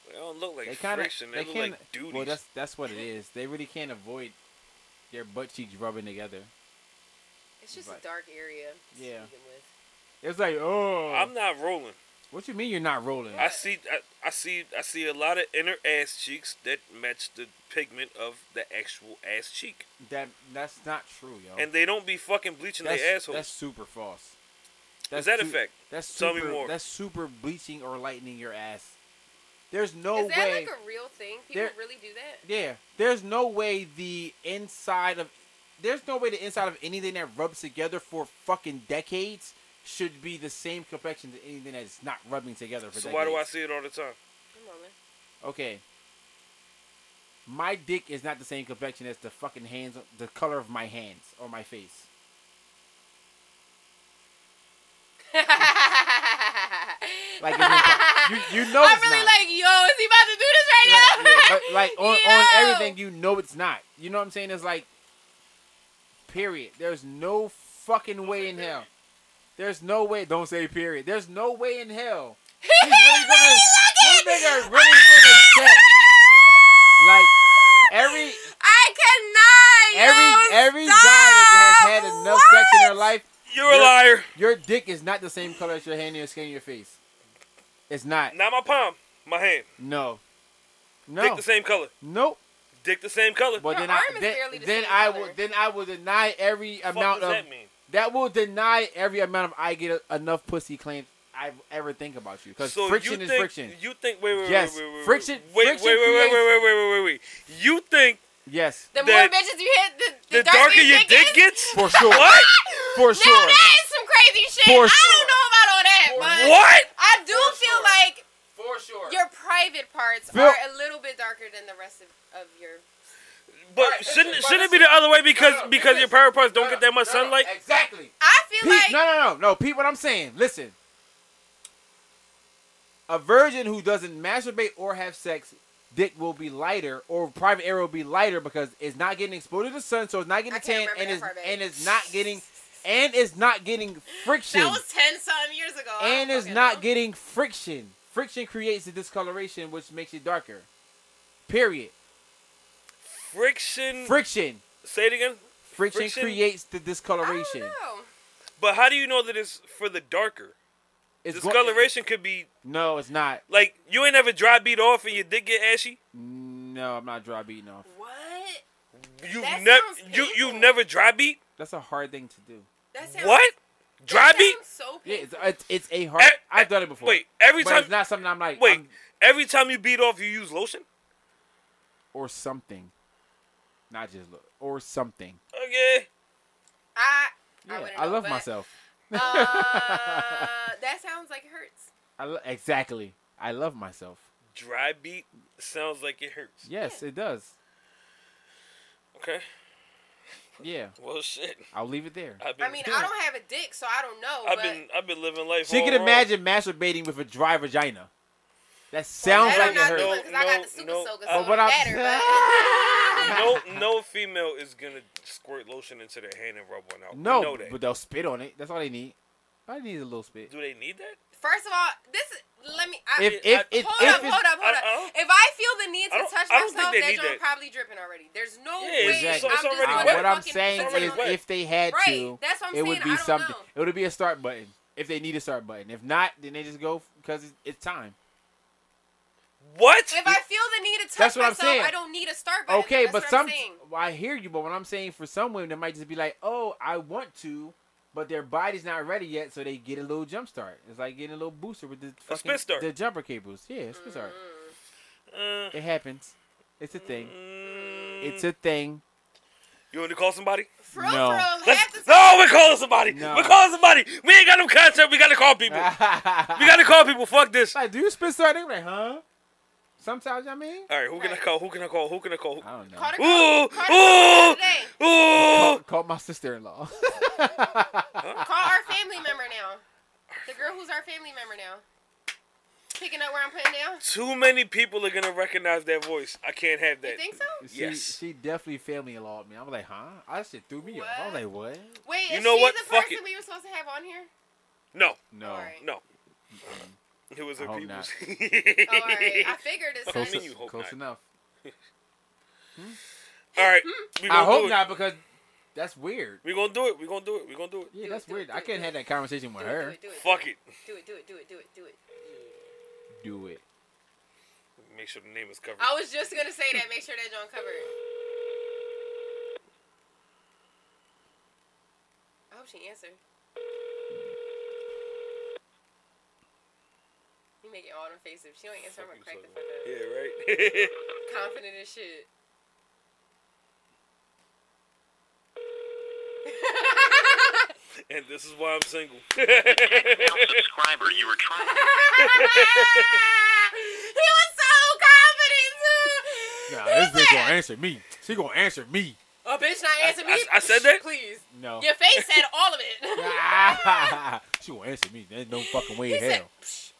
Speaker 2: They don't look like
Speaker 5: they kind of
Speaker 2: friction. They, look
Speaker 5: can.
Speaker 2: like duties.
Speaker 5: well, that's that's what it is. They really can't avoid their butt cheeks rubbing together.
Speaker 4: It's just
Speaker 5: Right.
Speaker 4: a dark area. to
Speaker 5: Yeah.
Speaker 4: begin with.
Speaker 5: It's like, oh,
Speaker 2: I'm not rolling.
Speaker 5: what you mean you're not rolling?
Speaker 2: I see, I, I see, I see a lot of inner ass cheeks that match the pigment of the actual ass cheek,
Speaker 5: that that's not true, yo.
Speaker 2: and they don't be fucking bleaching
Speaker 5: that's,
Speaker 2: their assholes.
Speaker 5: that's super false.
Speaker 2: Is that a
Speaker 5: su-
Speaker 2: fact?
Speaker 5: That's
Speaker 2: Tell
Speaker 5: super,
Speaker 2: me more.
Speaker 5: That's super bleaching or lightening your ass. There's no
Speaker 4: Is that
Speaker 5: way.
Speaker 4: like a real thing? People
Speaker 5: There-
Speaker 4: really do that?
Speaker 5: Yeah, there's no way the inside of there's no way the inside of anything that rubs together for fucking decades should be the same complexion to anything that's not rubbing together for
Speaker 2: so
Speaker 5: decades.
Speaker 2: why do I see it all the time?
Speaker 4: Come on, man.
Speaker 5: Okay. My dick is not the same complexion as the fucking hands, the color of my hands or my face. Like, it's impo- you, you know
Speaker 4: I'm
Speaker 5: it's
Speaker 4: really
Speaker 5: not.
Speaker 4: like, yo, is he about to do this right
Speaker 5: Yeah,
Speaker 4: now?
Speaker 5: yeah, but like on, on
Speaker 4: Yo.
Speaker 5: everything, you know it's not. You know what I'm saying? It's like, period. There's no fucking way in hell. There's no way. Don't say period. There's no way in hell. He's really gonna, this nigga really gonna check. Like every
Speaker 4: I cannot.
Speaker 5: every
Speaker 4: yo,
Speaker 5: every guy
Speaker 4: stop.
Speaker 5: that has had enough sex in their
Speaker 4: What?
Speaker 5: life,
Speaker 2: You're a
Speaker 5: You're-
Speaker 2: liar.
Speaker 5: your dick is not the same color as your hand and your skin and your face. It's not.
Speaker 2: Not my palm, my hand.
Speaker 5: No.
Speaker 2: Dick
Speaker 5: No.
Speaker 2: the same color.
Speaker 5: Nope.
Speaker 2: Dick the same color.
Speaker 5: But
Speaker 4: Your
Speaker 5: then
Speaker 4: arm
Speaker 5: I
Speaker 4: is
Speaker 5: then,
Speaker 4: barely the
Speaker 5: then
Speaker 4: same
Speaker 5: I
Speaker 4: color.
Speaker 5: will then I will deny every
Speaker 2: Fuck
Speaker 5: amount
Speaker 2: does
Speaker 5: of
Speaker 2: that mean?
Speaker 5: that will deny every amount of I get a, enough pussy claims I ever think about you because
Speaker 2: So you
Speaker 5: friction is
Speaker 2: think-
Speaker 5: friction.
Speaker 2: You think? Wait, wait, wait,
Speaker 5: Yes,
Speaker 2: wait, wait, wait,
Speaker 5: friction-
Speaker 2: Wait,
Speaker 5: friction
Speaker 2: wait, wait, wait,
Speaker 5: creates-
Speaker 2: wait, wait, wait, wait, wait. You think
Speaker 5: Yes,
Speaker 4: The more
Speaker 2: that-
Speaker 4: bitches you hit, the, the,
Speaker 2: the darker your dick
Speaker 4: is?
Speaker 2: gets?
Speaker 5: for sure,
Speaker 2: What?
Speaker 5: for
Speaker 4: Now
Speaker 5: sure.
Speaker 4: that is some crazy shit. I
Speaker 5: For sure.
Speaker 4: don't know about all that, but
Speaker 2: What?
Speaker 4: I do feel
Speaker 5: sure.
Speaker 4: like
Speaker 5: For sure.
Speaker 4: your private parts
Speaker 5: Bill-
Speaker 4: are a little bit darker than the rest of, of your.
Speaker 2: But shouldn't shouldn't it be the other way because
Speaker 5: No, no,
Speaker 2: because your power parts don't get that much
Speaker 5: No, no,
Speaker 2: sunlight?
Speaker 5: Exactly.
Speaker 4: I feel
Speaker 5: Pete,
Speaker 4: like
Speaker 5: no, no, no, no, Pete. What I'm saying, listen. A virgin who doesn't masturbate or have sex, dick will be lighter, or private area will be lighter because it's not getting exposed to the sun, so it's not getting
Speaker 4: I can't
Speaker 5: tan,
Speaker 4: remember
Speaker 5: and
Speaker 4: that
Speaker 5: it's
Speaker 4: part, babe.
Speaker 5: and it's not getting and it's not getting friction,
Speaker 4: that was ten something years ago. I
Speaker 5: and
Speaker 4: don't
Speaker 5: it's
Speaker 4: fucking
Speaker 5: not
Speaker 4: know.
Speaker 5: getting friction. Friction creates the discoloration, which makes it darker. Period.
Speaker 2: Friction.
Speaker 5: Friction.
Speaker 2: Say it again.
Speaker 5: Friction,
Speaker 2: Friction-
Speaker 5: creates the
Speaker 4: I
Speaker 5: discoloration.
Speaker 4: don't know.
Speaker 2: But how do you know that it's for the darker?
Speaker 5: It's go-
Speaker 2: Discoloration could be
Speaker 5: no, it's not.
Speaker 2: like you ain't ever dry beat off and your dick get ashy.
Speaker 5: No, I'm not dry beating off.
Speaker 4: What?
Speaker 2: You
Speaker 4: That
Speaker 2: never
Speaker 4: sounds
Speaker 2: you you
Speaker 4: painful.
Speaker 2: never dry beat.
Speaker 5: That's a hard thing to do.
Speaker 4: That sounds,
Speaker 2: What?
Speaker 4: that
Speaker 2: Dry beat?
Speaker 4: sounds So
Speaker 5: Yeah,
Speaker 4: painful.
Speaker 5: it's it's, it's a hard.
Speaker 2: Eh,
Speaker 5: I've done it before.
Speaker 2: Wait, every
Speaker 5: but
Speaker 2: time
Speaker 5: it's not something I'm like
Speaker 2: wait,
Speaker 5: I'm-
Speaker 2: every time you beat off you use lotion?
Speaker 5: or something. Not just look or something.
Speaker 2: Okay.
Speaker 4: I. I,
Speaker 5: Yeah,
Speaker 4: wouldn't
Speaker 5: I,
Speaker 4: know,
Speaker 5: love
Speaker 4: but,
Speaker 5: myself.
Speaker 4: uh, that sounds like it hurts.
Speaker 5: I lo- exactly. I love myself.
Speaker 2: Dry beat sounds like it hurts.
Speaker 5: Yes, it does.
Speaker 2: Okay.
Speaker 5: Yeah,
Speaker 2: Well shit.
Speaker 5: I'll leave it there.
Speaker 2: I've been
Speaker 4: I mean, I don't have a dick, so I don't know.
Speaker 2: I've
Speaker 4: but
Speaker 2: been I've been living life.
Speaker 5: She
Speaker 2: all
Speaker 5: can
Speaker 2: wrong.
Speaker 5: imagine masturbating with a dry vagina. That sounds
Speaker 4: that
Speaker 5: like it
Speaker 4: I'm not
Speaker 5: hurts.
Speaker 4: doing because I got
Speaker 2: No,
Speaker 4: the super
Speaker 2: no, Uh,
Speaker 4: soaker,
Speaker 2: no.
Speaker 4: so
Speaker 2: But
Speaker 4: it's
Speaker 5: what I'm-
Speaker 4: better. But
Speaker 2: No no female is gonna squirt lotion into their hand and rub one out. We
Speaker 5: No,
Speaker 2: know that.
Speaker 5: but they'll spit on it. That's all they need. All they need is a little spit.
Speaker 2: Do they need that?
Speaker 4: first of all, this is, let me. I,
Speaker 5: If if if,
Speaker 4: hold
Speaker 5: if
Speaker 4: up,
Speaker 5: it's-
Speaker 4: hold up, hold
Speaker 2: I-
Speaker 4: up.
Speaker 2: I don't-
Speaker 4: if I feel the need
Speaker 2: I
Speaker 4: to
Speaker 2: don't-
Speaker 4: touch
Speaker 2: I don't think
Speaker 4: myself,
Speaker 2: they
Speaker 4: that
Speaker 2: need
Speaker 4: joint
Speaker 2: that.
Speaker 4: probably dripping already. There's no
Speaker 2: Yeah,
Speaker 4: way.
Speaker 2: it's- it's-
Speaker 5: Exactly.
Speaker 2: it's
Speaker 4: I'm just
Speaker 2: already
Speaker 5: Uh,
Speaker 4: gonna
Speaker 2: wet.
Speaker 5: what I'm
Speaker 4: fucking
Speaker 5: saying
Speaker 4: put it
Speaker 5: is,
Speaker 4: on-
Speaker 2: wet.
Speaker 5: if they had
Speaker 4: Right,
Speaker 5: to,
Speaker 4: that's what I'm
Speaker 5: it would
Speaker 4: saying,
Speaker 5: be
Speaker 4: I don't
Speaker 5: something.
Speaker 4: know.
Speaker 5: It would be a start button if they need a start button. If not, then they just go because it's, it's time.
Speaker 2: What?
Speaker 4: If I feel the need to touch
Speaker 5: That's what I'm
Speaker 4: myself,
Speaker 5: saying.
Speaker 4: I don't need a start button.
Speaker 5: Okay,
Speaker 4: though.
Speaker 5: but
Speaker 4: That's what
Speaker 5: some
Speaker 4: I'm saying.
Speaker 5: well, I hear you, but what I'm saying for some women, they might just be like, "Oh, I want to." But their body's not ready yet, so they get a little jump start. It's like getting a little booster with the
Speaker 2: spit
Speaker 5: fucking
Speaker 2: start.
Speaker 5: the jumper cables. Yeah, it's spit start.
Speaker 2: Uh,
Speaker 5: It happens. It's a thing.
Speaker 2: Mm-hmm.
Speaker 5: It's a thing.
Speaker 2: you want to call somebody?
Speaker 4: For real,
Speaker 5: No.
Speaker 4: for real, half the
Speaker 2: Let's, no, we're calling somebody.
Speaker 5: No.
Speaker 2: We're calling somebody. We ain't got no concept. We gotta call people. we gotta call people. Fuck this. All
Speaker 5: like, do you spit start? They're like, huh? Sometimes I mean,
Speaker 2: right, who can I call? Who can I call? Who can I call?
Speaker 5: I don't know.
Speaker 4: Carter
Speaker 2: Ooh,
Speaker 4: Carter
Speaker 2: ooh.
Speaker 4: called today.
Speaker 2: Ooh,
Speaker 5: Call, call my sister-in-law.
Speaker 4: Call our family member now. The girl who's our family member now. picking up where I'm putting down?
Speaker 2: Too many people are gonna recognize that voice. I can't have
Speaker 4: You
Speaker 2: that.
Speaker 4: think so?
Speaker 5: She,
Speaker 2: Yes.
Speaker 5: she definitely family law me. I was like, huh? I shit threw me off. I was like, what?
Speaker 4: Wait,
Speaker 2: You
Speaker 4: is
Speaker 2: know
Speaker 4: she
Speaker 2: what?
Speaker 4: the
Speaker 2: Fuck
Speaker 4: person
Speaker 2: it.
Speaker 4: we were supposed to have on here?
Speaker 2: No,
Speaker 5: No.
Speaker 4: Alright.
Speaker 2: no. It was
Speaker 5: I
Speaker 2: her
Speaker 5: hope
Speaker 2: people's.
Speaker 4: Oh, all right. I figured it's
Speaker 2: Close
Speaker 4: not.
Speaker 5: Close,
Speaker 2: mean,
Speaker 5: e-
Speaker 2: you hope
Speaker 5: close
Speaker 2: not.
Speaker 5: enough.
Speaker 2: All right,
Speaker 4: Hmm.
Speaker 2: we gonna
Speaker 5: I
Speaker 2: do
Speaker 5: hope
Speaker 2: it.
Speaker 5: not because that's weird.
Speaker 2: We gonna do it. We gonna do it. We gonna do it.
Speaker 5: Yeah,
Speaker 4: it,
Speaker 5: that's
Speaker 4: do it,
Speaker 5: weird.
Speaker 4: do
Speaker 5: I
Speaker 4: it,
Speaker 5: can't
Speaker 4: do
Speaker 5: have that conversation with
Speaker 4: Do
Speaker 5: her.
Speaker 4: it, do it, do
Speaker 2: Fuck it.
Speaker 4: it, do it, do it, do it, do it.
Speaker 5: Do it.
Speaker 2: Make sure the name is covered.
Speaker 4: I was just gonna say that. Make sure that John covered. I hope she answered. You make it all them faces. If she don't answer, I'm gonna crack the fuck up.
Speaker 2: Yeah, right.
Speaker 4: Confident as shit.
Speaker 2: and this is why I'm single.
Speaker 9: subscriber you were trying to
Speaker 4: he was so confident too.
Speaker 5: Nah,
Speaker 4: He was
Speaker 5: this bitch
Speaker 4: like,
Speaker 5: gonna answer me. She gonna answer me.
Speaker 4: A bitch not answer
Speaker 2: I-
Speaker 4: me.
Speaker 2: I said that?
Speaker 4: Please.
Speaker 5: No.
Speaker 4: Your face said all of it.
Speaker 5: she gonna answer me. There's no fucking way in
Speaker 4: He said,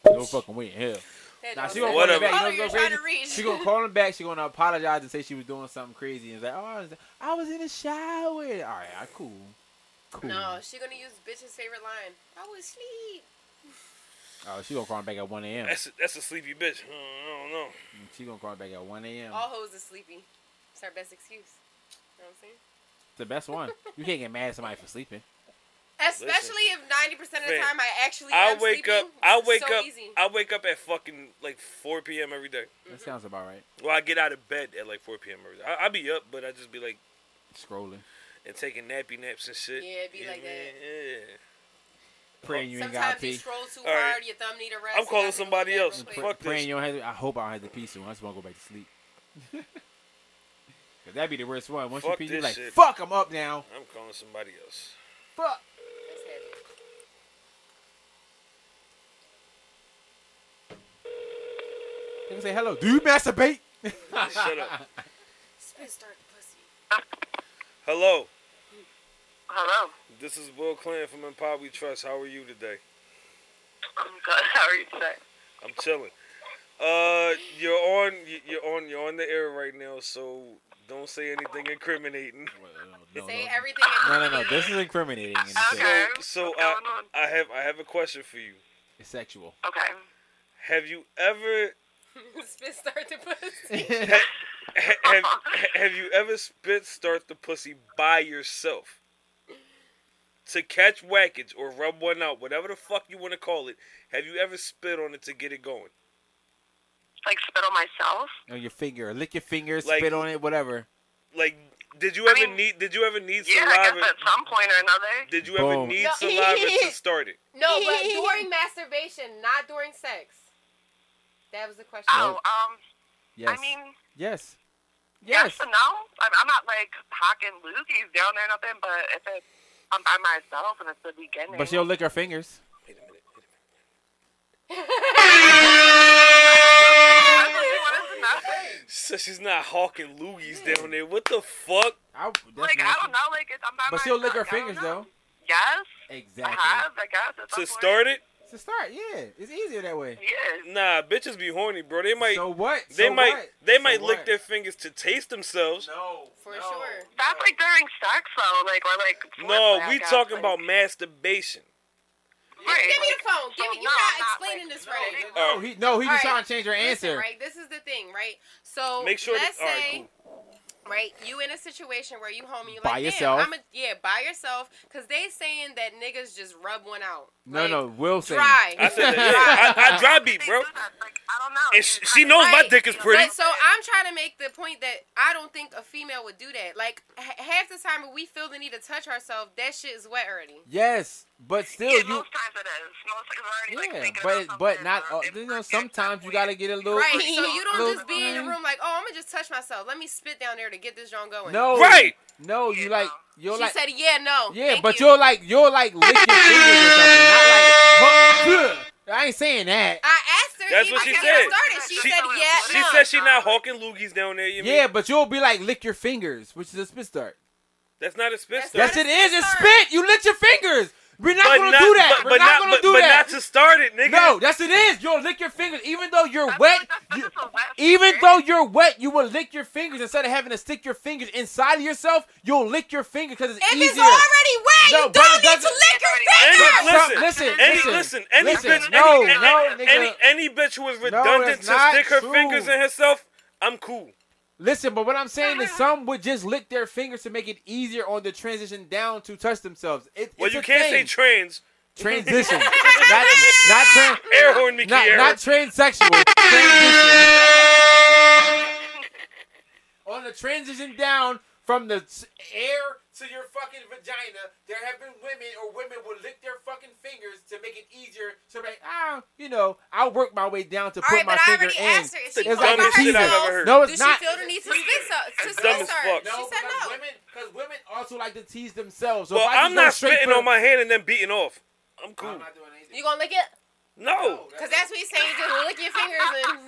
Speaker 5: hell. No fucking way in hell.
Speaker 4: That
Speaker 5: Nah,
Speaker 4: dog
Speaker 5: she
Speaker 4: said,
Speaker 5: gonna
Speaker 2: What
Speaker 5: call
Speaker 2: Whatever.
Speaker 5: him back. You know
Speaker 4: Oh,
Speaker 5: what's
Speaker 4: you're
Speaker 5: gonna
Speaker 4: trying
Speaker 5: crazy?
Speaker 4: to reach.
Speaker 5: She gonna call him back. She gonna apologize and say she was doing something crazy. And it's like, oh, I was, I was in the shower. All right, all right, cool, cool.
Speaker 4: No, she gonna use bitch's favorite line. I was asleep.
Speaker 5: Oh, she gonna call him back at 1 a.m.
Speaker 2: That's a, that's a sleepy bitch. Mm, I don't know.
Speaker 5: She gonna call him back at 1
Speaker 2: Oh.
Speaker 5: a.m.
Speaker 9: Oh.
Speaker 4: All hoes is sleepy. It's our best excuse. You know what I'm saying?
Speaker 5: It's the best one. You can't get mad at somebody for sleeping.
Speaker 4: Especially if ninety percent of the
Speaker 2: Fam,
Speaker 4: time I actually
Speaker 2: I
Speaker 4: am
Speaker 2: wake
Speaker 4: sleeping,
Speaker 2: up. I wake
Speaker 4: so
Speaker 2: up.
Speaker 4: Easy. Mm-hmm.
Speaker 2: I wake up at fucking like 4 p.m. every day.
Speaker 5: That sounds about right.
Speaker 2: Well, I get out of bed at like 4 p.m. every day. I, I be up, but I just be like
Speaker 5: Scrolling,
Speaker 2: and taking nappy naps and shit.
Speaker 4: Yeah, it be
Speaker 2: You know
Speaker 4: like
Speaker 2: what I mean? Yeah.
Speaker 5: praying you ain't got
Speaker 4: Sometimes you
Speaker 5: pee.
Speaker 4: scroll too
Speaker 2: All right.
Speaker 4: hard, your thumb need a rest.
Speaker 2: I'm
Speaker 4: you
Speaker 2: calling
Speaker 4: gotta go
Speaker 2: somebody
Speaker 4: to the
Speaker 2: else.
Speaker 4: bathroom
Speaker 5: Pray-
Speaker 4: quick.
Speaker 2: Fuck this.
Speaker 5: praying you don't have. To, I hope I don't have to pee soon. I just wanna go back to sleep. Cause that'd be the worst one. Once
Speaker 2: Fuck
Speaker 5: you pee,
Speaker 2: this
Speaker 5: you're like,
Speaker 2: shit.
Speaker 5: fuck, I'm up now.
Speaker 2: I'm calling somebody else.
Speaker 5: Fuck.
Speaker 4: Let's have it.
Speaker 5: They can say hello. Do you masturbate?
Speaker 2: Shut up.
Speaker 4: Spit start the pussy.
Speaker 2: Hello.
Speaker 9: Hello.
Speaker 2: This is Will Clan from Empire We Trust. How are you today?
Speaker 9: I'm good. How are you today?
Speaker 2: I'm chilling. Uh, you're on. you- You're on. You're on the air right now. So don't say anything incriminating.
Speaker 5: No,
Speaker 4: Say
Speaker 5: no.
Speaker 4: everything.
Speaker 5: No, no, no. This is incriminating. And it's,
Speaker 9: Okay.
Speaker 2: So
Speaker 9: What's
Speaker 2: I,
Speaker 9: going on?
Speaker 2: I have. I have a question for you.
Speaker 5: it's sexual.
Speaker 9: Okay.
Speaker 2: Have you ever?
Speaker 4: Spit start the pussy.
Speaker 2: ha- Have, have you ever spit start the pussy by yourself? To catch whackage or rub one out, whatever the fuck you want to call it, have you ever spit on it to get it going?
Speaker 9: Like spit on myself?
Speaker 5: on your finger, lick your finger,
Speaker 2: Like-
Speaker 5: spit on it, whatever.
Speaker 2: Like, did you ever
Speaker 9: mean,
Speaker 2: need? Did you ever need
Speaker 9: Yeah, I guess
Speaker 2: saliva?
Speaker 9: at some point or another.
Speaker 2: Did you ever
Speaker 5: Boom.
Speaker 2: need
Speaker 4: No.
Speaker 2: saliva to start it?
Speaker 4: No, but during masturbation, not during sex. That was the question.
Speaker 9: Oh, um,
Speaker 5: Yes.
Speaker 9: I mean,
Speaker 5: yes.
Speaker 9: yes,
Speaker 5: Yes.
Speaker 9: and no. I'm, I'm not like hocking loogies down there or nothing, but if it's, I'm by myself and it's the beginning.
Speaker 5: But she'll lick her fingers.
Speaker 2: Wait a minute. Wait a minute.
Speaker 9: That's what you wanted to know.
Speaker 2: So she's not hawking loogies down there. What the fuck?
Speaker 5: I, that's
Speaker 9: Like, I
Speaker 5: nasty.
Speaker 9: don't know. Like, it's, I'm by
Speaker 5: But
Speaker 9: myself.
Speaker 5: she'll lick her
Speaker 9: I don't
Speaker 5: fingers
Speaker 9: know. Uh-huh.
Speaker 5: though.
Speaker 9: Yes, I
Speaker 5: Exactly.
Speaker 9: have, I guess. At some
Speaker 2: To
Speaker 9: point.
Speaker 2: start it?
Speaker 5: To start, yeah, it's easier that way.
Speaker 9: Yes.
Speaker 2: Nah, bitches be horny, bro. They might
Speaker 5: so what?
Speaker 2: they
Speaker 5: So
Speaker 2: might
Speaker 5: what?
Speaker 2: they
Speaker 5: So
Speaker 2: might lick
Speaker 5: what?
Speaker 2: their fingers to taste themselves.
Speaker 4: For sure.
Speaker 9: That's like during sex, though. Like, or like.
Speaker 2: No,
Speaker 9: foreplay, I
Speaker 2: we
Speaker 9: guess,
Speaker 2: talking
Speaker 9: like-
Speaker 2: about masturbation.
Speaker 9: Right,
Speaker 4: Give me
Speaker 9: like-
Speaker 4: the phone. Give me.
Speaker 9: so
Speaker 4: You're
Speaker 9: no,
Speaker 4: not
Speaker 9: I'm not,
Speaker 4: explaining
Speaker 9: like,
Speaker 4: this right.
Speaker 9: no,
Speaker 2: All
Speaker 5: No,
Speaker 2: right,
Speaker 5: Oh, he no, he just
Speaker 4: All
Speaker 5: trying to change her
Speaker 4: Listen,
Speaker 5: answer.
Speaker 4: right? This is the thing, right? So
Speaker 2: make sure.
Speaker 4: Oh, let's
Speaker 2: that, all right,
Speaker 4: say
Speaker 2: cool.
Speaker 4: right? You in a situation where you home and you
Speaker 5: By
Speaker 4: like,
Speaker 5: yourself.
Speaker 4: Damn, I'm a, yeah, by yourself, because they saying that niggas just rub one out.
Speaker 5: No,
Speaker 4: Like,
Speaker 5: no, Will say.
Speaker 4: dry.
Speaker 2: I said that. Yeah, I, I dry beat,
Speaker 9: They
Speaker 2: bro.
Speaker 9: do that, Like, I don't know.
Speaker 2: And
Speaker 9: It's
Speaker 2: she,
Speaker 9: kinda
Speaker 2: she knows my
Speaker 4: Right.
Speaker 2: dick is pretty.
Speaker 4: But so I'm trying to make the point that I don't think a female would do that. Like h- half the time when we feel the need to touch ourselves, that shit is wet already.
Speaker 5: Yes, but still,
Speaker 9: Yeah,
Speaker 5: you.
Speaker 9: most times it is. Most times I'm already like
Speaker 5: Yeah,
Speaker 9: thinking
Speaker 5: but
Speaker 9: about
Speaker 5: but
Speaker 9: something,
Speaker 5: not.
Speaker 9: or
Speaker 5: Uh,
Speaker 9: if
Speaker 5: you
Speaker 9: we're
Speaker 5: know,
Speaker 9: at
Speaker 5: sometimes
Speaker 9: that
Speaker 5: you
Speaker 9: point.
Speaker 5: gotta get a little.
Speaker 4: Right. So you
Speaker 5: little
Speaker 4: don't just be in the
Speaker 5: thing.
Speaker 4: room like, oh, I'm gonna just touch myself. Let me spit down there to get this joint going.
Speaker 5: No.
Speaker 2: Right.
Speaker 5: No, you
Speaker 9: Yeah.
Speaker 5: like. You're
Speaker 4: She
Speaker 5: like.
Speaker 4: said, yeah, no.
Speaker 5: Yeah,
Speaker 4: Thank
Speaker 5: but
Speaker 4: you.
Speaker 5: you. will like you'll like lick your fingers or something. Not like huh, ugh. I ain't saying that.
Speaker 4: I asked her.
Speaker 2: That's
Speaker 4: even
Speaker 2: what she
Speaker 4: when we
Speaker 2: said.
Speaker 4: Started. She,
Speaker 9: She-
Speaker 4: said, yeah,
Speaker 2: She
Speaker 4: no.
Speaker 2: said she not hawking loogies down there. You
Speaker 5: Yeah,
Speaker 2: mean?
Speaker 5: but you'll be like lick your fingers, which is a spit start.
Speaker 2: that's not a spit
Speaker 4: That's
Speaker 2: start.
Speaker 5: Yes,
Speaker 4: Not
Speaker 5: it
Speaker 4: a
Speaker 5: is.
Speaker 4: spit
Speaker 5: It's
Speaker 4: start.
Speaker 5: spit. You lick your fingers. We're not
Speaker 2: but
Speaker 5: gonna do that.
Speaker 2: But,
Speaker 5: We're
Speaker 2: but
Speaker 5: not, gonna
Speaker 2: but,
Speaker 5: do
Speaker 2: but
Speaker 5: that.
Speaker 2: not to start it, nigga.
Speaker 5: no, that's it is. You'll lick your fingers, even though you're
Speaker 9: That's
Speaker 5: wet.
Speaker 9: what- that's- that's
Speaker 5: you-
Speaker 9: just a wet
Speaker 5: even
Speaker 9: finger.
Speaker 5: though you're wet, you will lick your fingers instead of having to stick your fingers inside of yourself. You'll lick your fingers because it's
Speaker 4: If
Speaker 5: easier.
Speaker 4: it's already wet,
Speaker 5: No,
Speaker 4: you
Speaker 5: but
Speaker 4: don't
Speaker 5: it
Speaker 4: need to
Speaker 5: doesn't-
Speaker 4: lick your
Speaker 2: Any-
Speaker 4: fingers.
Speaker 5: Bro,
Speaker 2: listen,
Speaker 5: listen,
Speaker 2: any,
Speaker 5: listen,
Speaker 2: listen, any
Speaker 5: listen.
Speaker 2: bitch,
Speaker 5: No,
Speaker 2: any,
Speaker 5: no,
Speaker 2: any,
Speaker 5: nigga.
Speaker 2: any, any bitch who is redundant
Speaker 5: that's
Speaker 2: to
Speaker 5: not
Speaker 2: stick her
Speaker 5: true.
Speaker 2: fingers in herself, I'm cool.
Speaker 5: Listen, but what I'm saying is some would just lick their fingers to make it easier on the transition down to touch themselves. It,
Speaker 2: Well,
Speaker 5: it's
Speaker 2: you
Speaker 5: a
Speaker 2: can't say
Speaker 5: thing.
Speaker 2: trans.
Speaker 5: transition, not not tran-
Speaker 2: Air horn, me,
Speaker 5: not,
Speaker 2: Kiara.
Speaker 5: not transsexual. transition. On the transition down from the s- air to your fucking vagina, there have been women or women will lick their fucking fingers to make it easier. So like, ah, you know, I'll work my way down to put
Speaker 4: Alright,
Speaker 5: my
Speaker 4: but I
Speaker 5: finger
Speaker 4: already
Speaker 5: in.
Speaker 4: asked her if she
Speaker 2: It's
Speaker 4: felt
Speaker 5: dumbest
Speaker 4: by
Speaker 5: shit I've
Speaker 4: herself.
Speaker 2: ever heard.
Speaker 5: No,
Speaker 4: Does
Speaker 5: it's
Speaker 4: she
Speaker 5: not.
Speaker 4: feel the need to spit so, to
Speaker 2: dumb
Speaker 4: spit
Speaker 2: as
Speaker 4: her?
Speaker 2: fuck.
Speaker 4: She
Speaker 5: No,
Speaker 4: said
Speaker 5: because
Speaker 4: no.
Speaker 5: women, because women also like to tease themselves. So
Speaker 2: Well,
Speaker 5: if I just
Speaker 2: I'm
Speaker 5: go
Speaker 2: not
Speaker 5: straight
Speaker 2: spitting
Speaker 5: for-
Speaker 2: on my hand and then beating off. I'm cool.
Speaker 5: I'm not doing anything.
Speaker 4: You gonna lick it?
Speaker 2: No,
Speaker 4: Cause that's what he's saying. You just lick your fingers and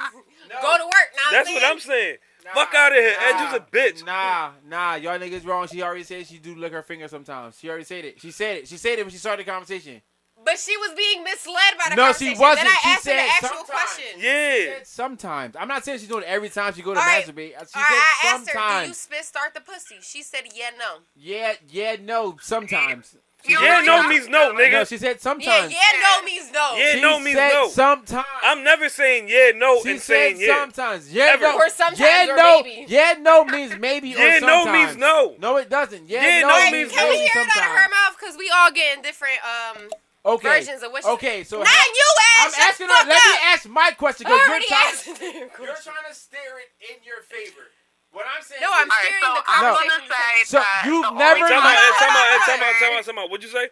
Speaker 4: go to work. Now
Speaker 2: that's what I'm saying. Fuck out of here, Edge is a bitch.
Speaker 5: Nah, nah, y'all niggas wrong. She already said she do lick her finger sometimes. She already said it. She said it. She said it when she started the conversation.
Speaker 4: But she was being misled by the
Speaker 5: No, she
Speaker 4: conversation. Then
Speaker 5: wasn't.
Speaker 4: I
Speaker 5: She
Speaker 4: asked her
Speaker 5: said
Speaker 4: the actual
Speaker 5: sometimes.
Speaker 4: question.
Speaker 5: She
Speaker 2: Yeah,
Speaker 5: said sometimes. I'm not saying she's doing it every time she go to
Speaker 4: All right.
Speaker 5: masturbate. She
Speaker 4: All right, I
Speaker 5: said
Speaker 4: asked her, "Do you
Speaker 5: sometimes.
Speaker 4: spit start the pussy?" She said, "Yeah, no."
Speaker 5: Yeah, yeah, no, sometimes. She
Speaker 9: You
Speaker 5: said
Speaker 2: yeah,
Speaker 9: don't
Speaker 2: no
Speaker 9: know.
Speaker 2: means no,
Speaker 5: some- No,
Speaker 2: nigga.
Speaker 5: she said
Speaker 4: Yeah,
Speaker 5: sometimes.
Speaker 4: yeah, no means no.
Speaker 2: Yeah,
Speaker 5: She
Speaker 2: no means
Speaker 5: said
Speaker 2: no.
Speaker 5: Sometimes.
Speaker 2: I'm never saying yeah, no,
Speaker 5: she
Speaker 2: and
Speaker 5: said
Speaker 2: saying yeah.
Speaker 5: sometimes. Yeah,
Speaker 2: Ever.
Speaker 5: no.
Speaker 4: Or sometimes
Speaker 5: yeah,
Speaker 4: or
Speaker 5: no.
Speaker 4: maybe.
Speaker 5: Yeah, no means maybe
Speaker 2: Yeah,
Speaker 5: or
Speaker 2: no
Speaker 5: sometimes.
Speaker 2: means no.
Speaker 5: No, it doesn't. Yeah,
Speaker 2: Yeah,
Speaker 5: no,
Speaker 2: no
Speaker 4: Like,
Speaker 2: means
Speaker 5: means
Speaker 4: can we
Speaker 5: maybe
Speaker 4: hear it out of her
Speaker 5: Oh, sometimes.
Speaker 4: mouth? Cause we all getting different um
Speaker 5: Okay.
Speaker 4: versions of what. she-
Speaker 5: Okay, so
Speaker 4: not you,
Speaker 5: I'm
Speaker 4: ass.
Speaker 5: asking her.
Speaker 4: fuck
Speaker 5: Let me
Speaker 4: up.
Speaker 5: ask my question
Speaker 4: I
Speaker 5: because you're
Speaker 4: already
Speaker 5: trying.
Speaker 4: asked the
Speaker 5: You're
Speaker 4: question.
Speaker 5: trying to steer it in your favor. What I'm saying.
Speaker 4: No,
Speaker 5: is-
Speaker 4: I'm
Speaker 9: All right,
Speaker 4: steering
Speaker 9: so
Speaker 4: the
Speaker 9: I'm
Speaker 5: No.
Speaker 4: conversation.
Speaker 9: gonna say
Speaker 5: So
Speaker 9: that
Speaker 5: you've
Speaker 9: the only
Speaker 5: never-
Speaker 2: Wait, time
Speaker 5: No,
Speaker 2: out,
Speaker 5: no,
Speaker 2: Ed, time out, Ed,
Speaker 9: time-
Speaker 2: time out, time out, time out. What'd you say?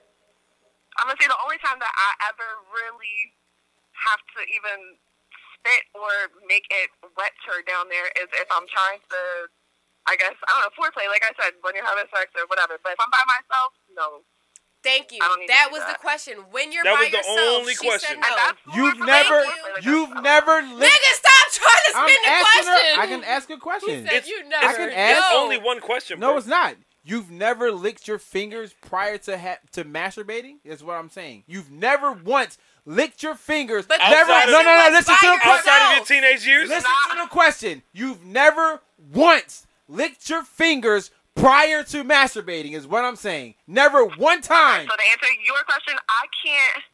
Speaker 9: I'm gonna say the only time that I ever really have to even spit or make it wetter down there is if I'm trying to, I guess, I don't know, foreplay. Like I said, when you're having sex or whatever. But if I'm by myself, no.
Speaker 4: Thank you.
Speaker 9: I don't need to
Speaker 4: That
Speaker 9: do
Speaker 4: was the
Speaker 9: that.
Speaker 4: question. When you're
Speaker 2: That
Speaker 4: by
Speaker 2: was the
Speaker 4: yourself,
Speaker 2: only
Speaker 4: she
Speaker 2: question.
Speaker 4: said
Speaker 9: And
Speaker 4: no.
Speaker 9: that's
Speaker 5: You've
Speaker 9: foreplay,
Speaker 5: never,
Speaker 9: foreplay, like that's
Speaker 5: you've
Speaker 9: not-
Speaker 5: never licked.
Speaker 4: Nigga, stop trying to spin
Speaker 5: I'm
Speaker 4: the
Speaker 5: asking
Speaker 4: question.
Speaker 5: her. I can ask a question.
Speaker 4: said you never.
Speaker 5: I can ask-
Speaker 2: It's
Speaker 4: No.
Speaker 2: only one question, bro.
Speaker 5: no, it's not. You've never licked your fingers prior to ha- to masturbating. Is what I'm saying. You've never once licked your fingers.
Speaker 4: But the
Speaker 5: never.
Speaker 2: question
Speaker 5: No, no, no.
Speaker 4: was
Speaker 5: Listen to
Speaker 4: by
Speaker 5: the question.
Speaker 2: Outside of your
Speaker 4: No.
Speaker 2: teenage years,
Speaker 5: Listen to the question. You've never once licked your fingers prior to masturbating. Is what I'm saying. Never one time.
Speaker 9: So to answer your question, I can't.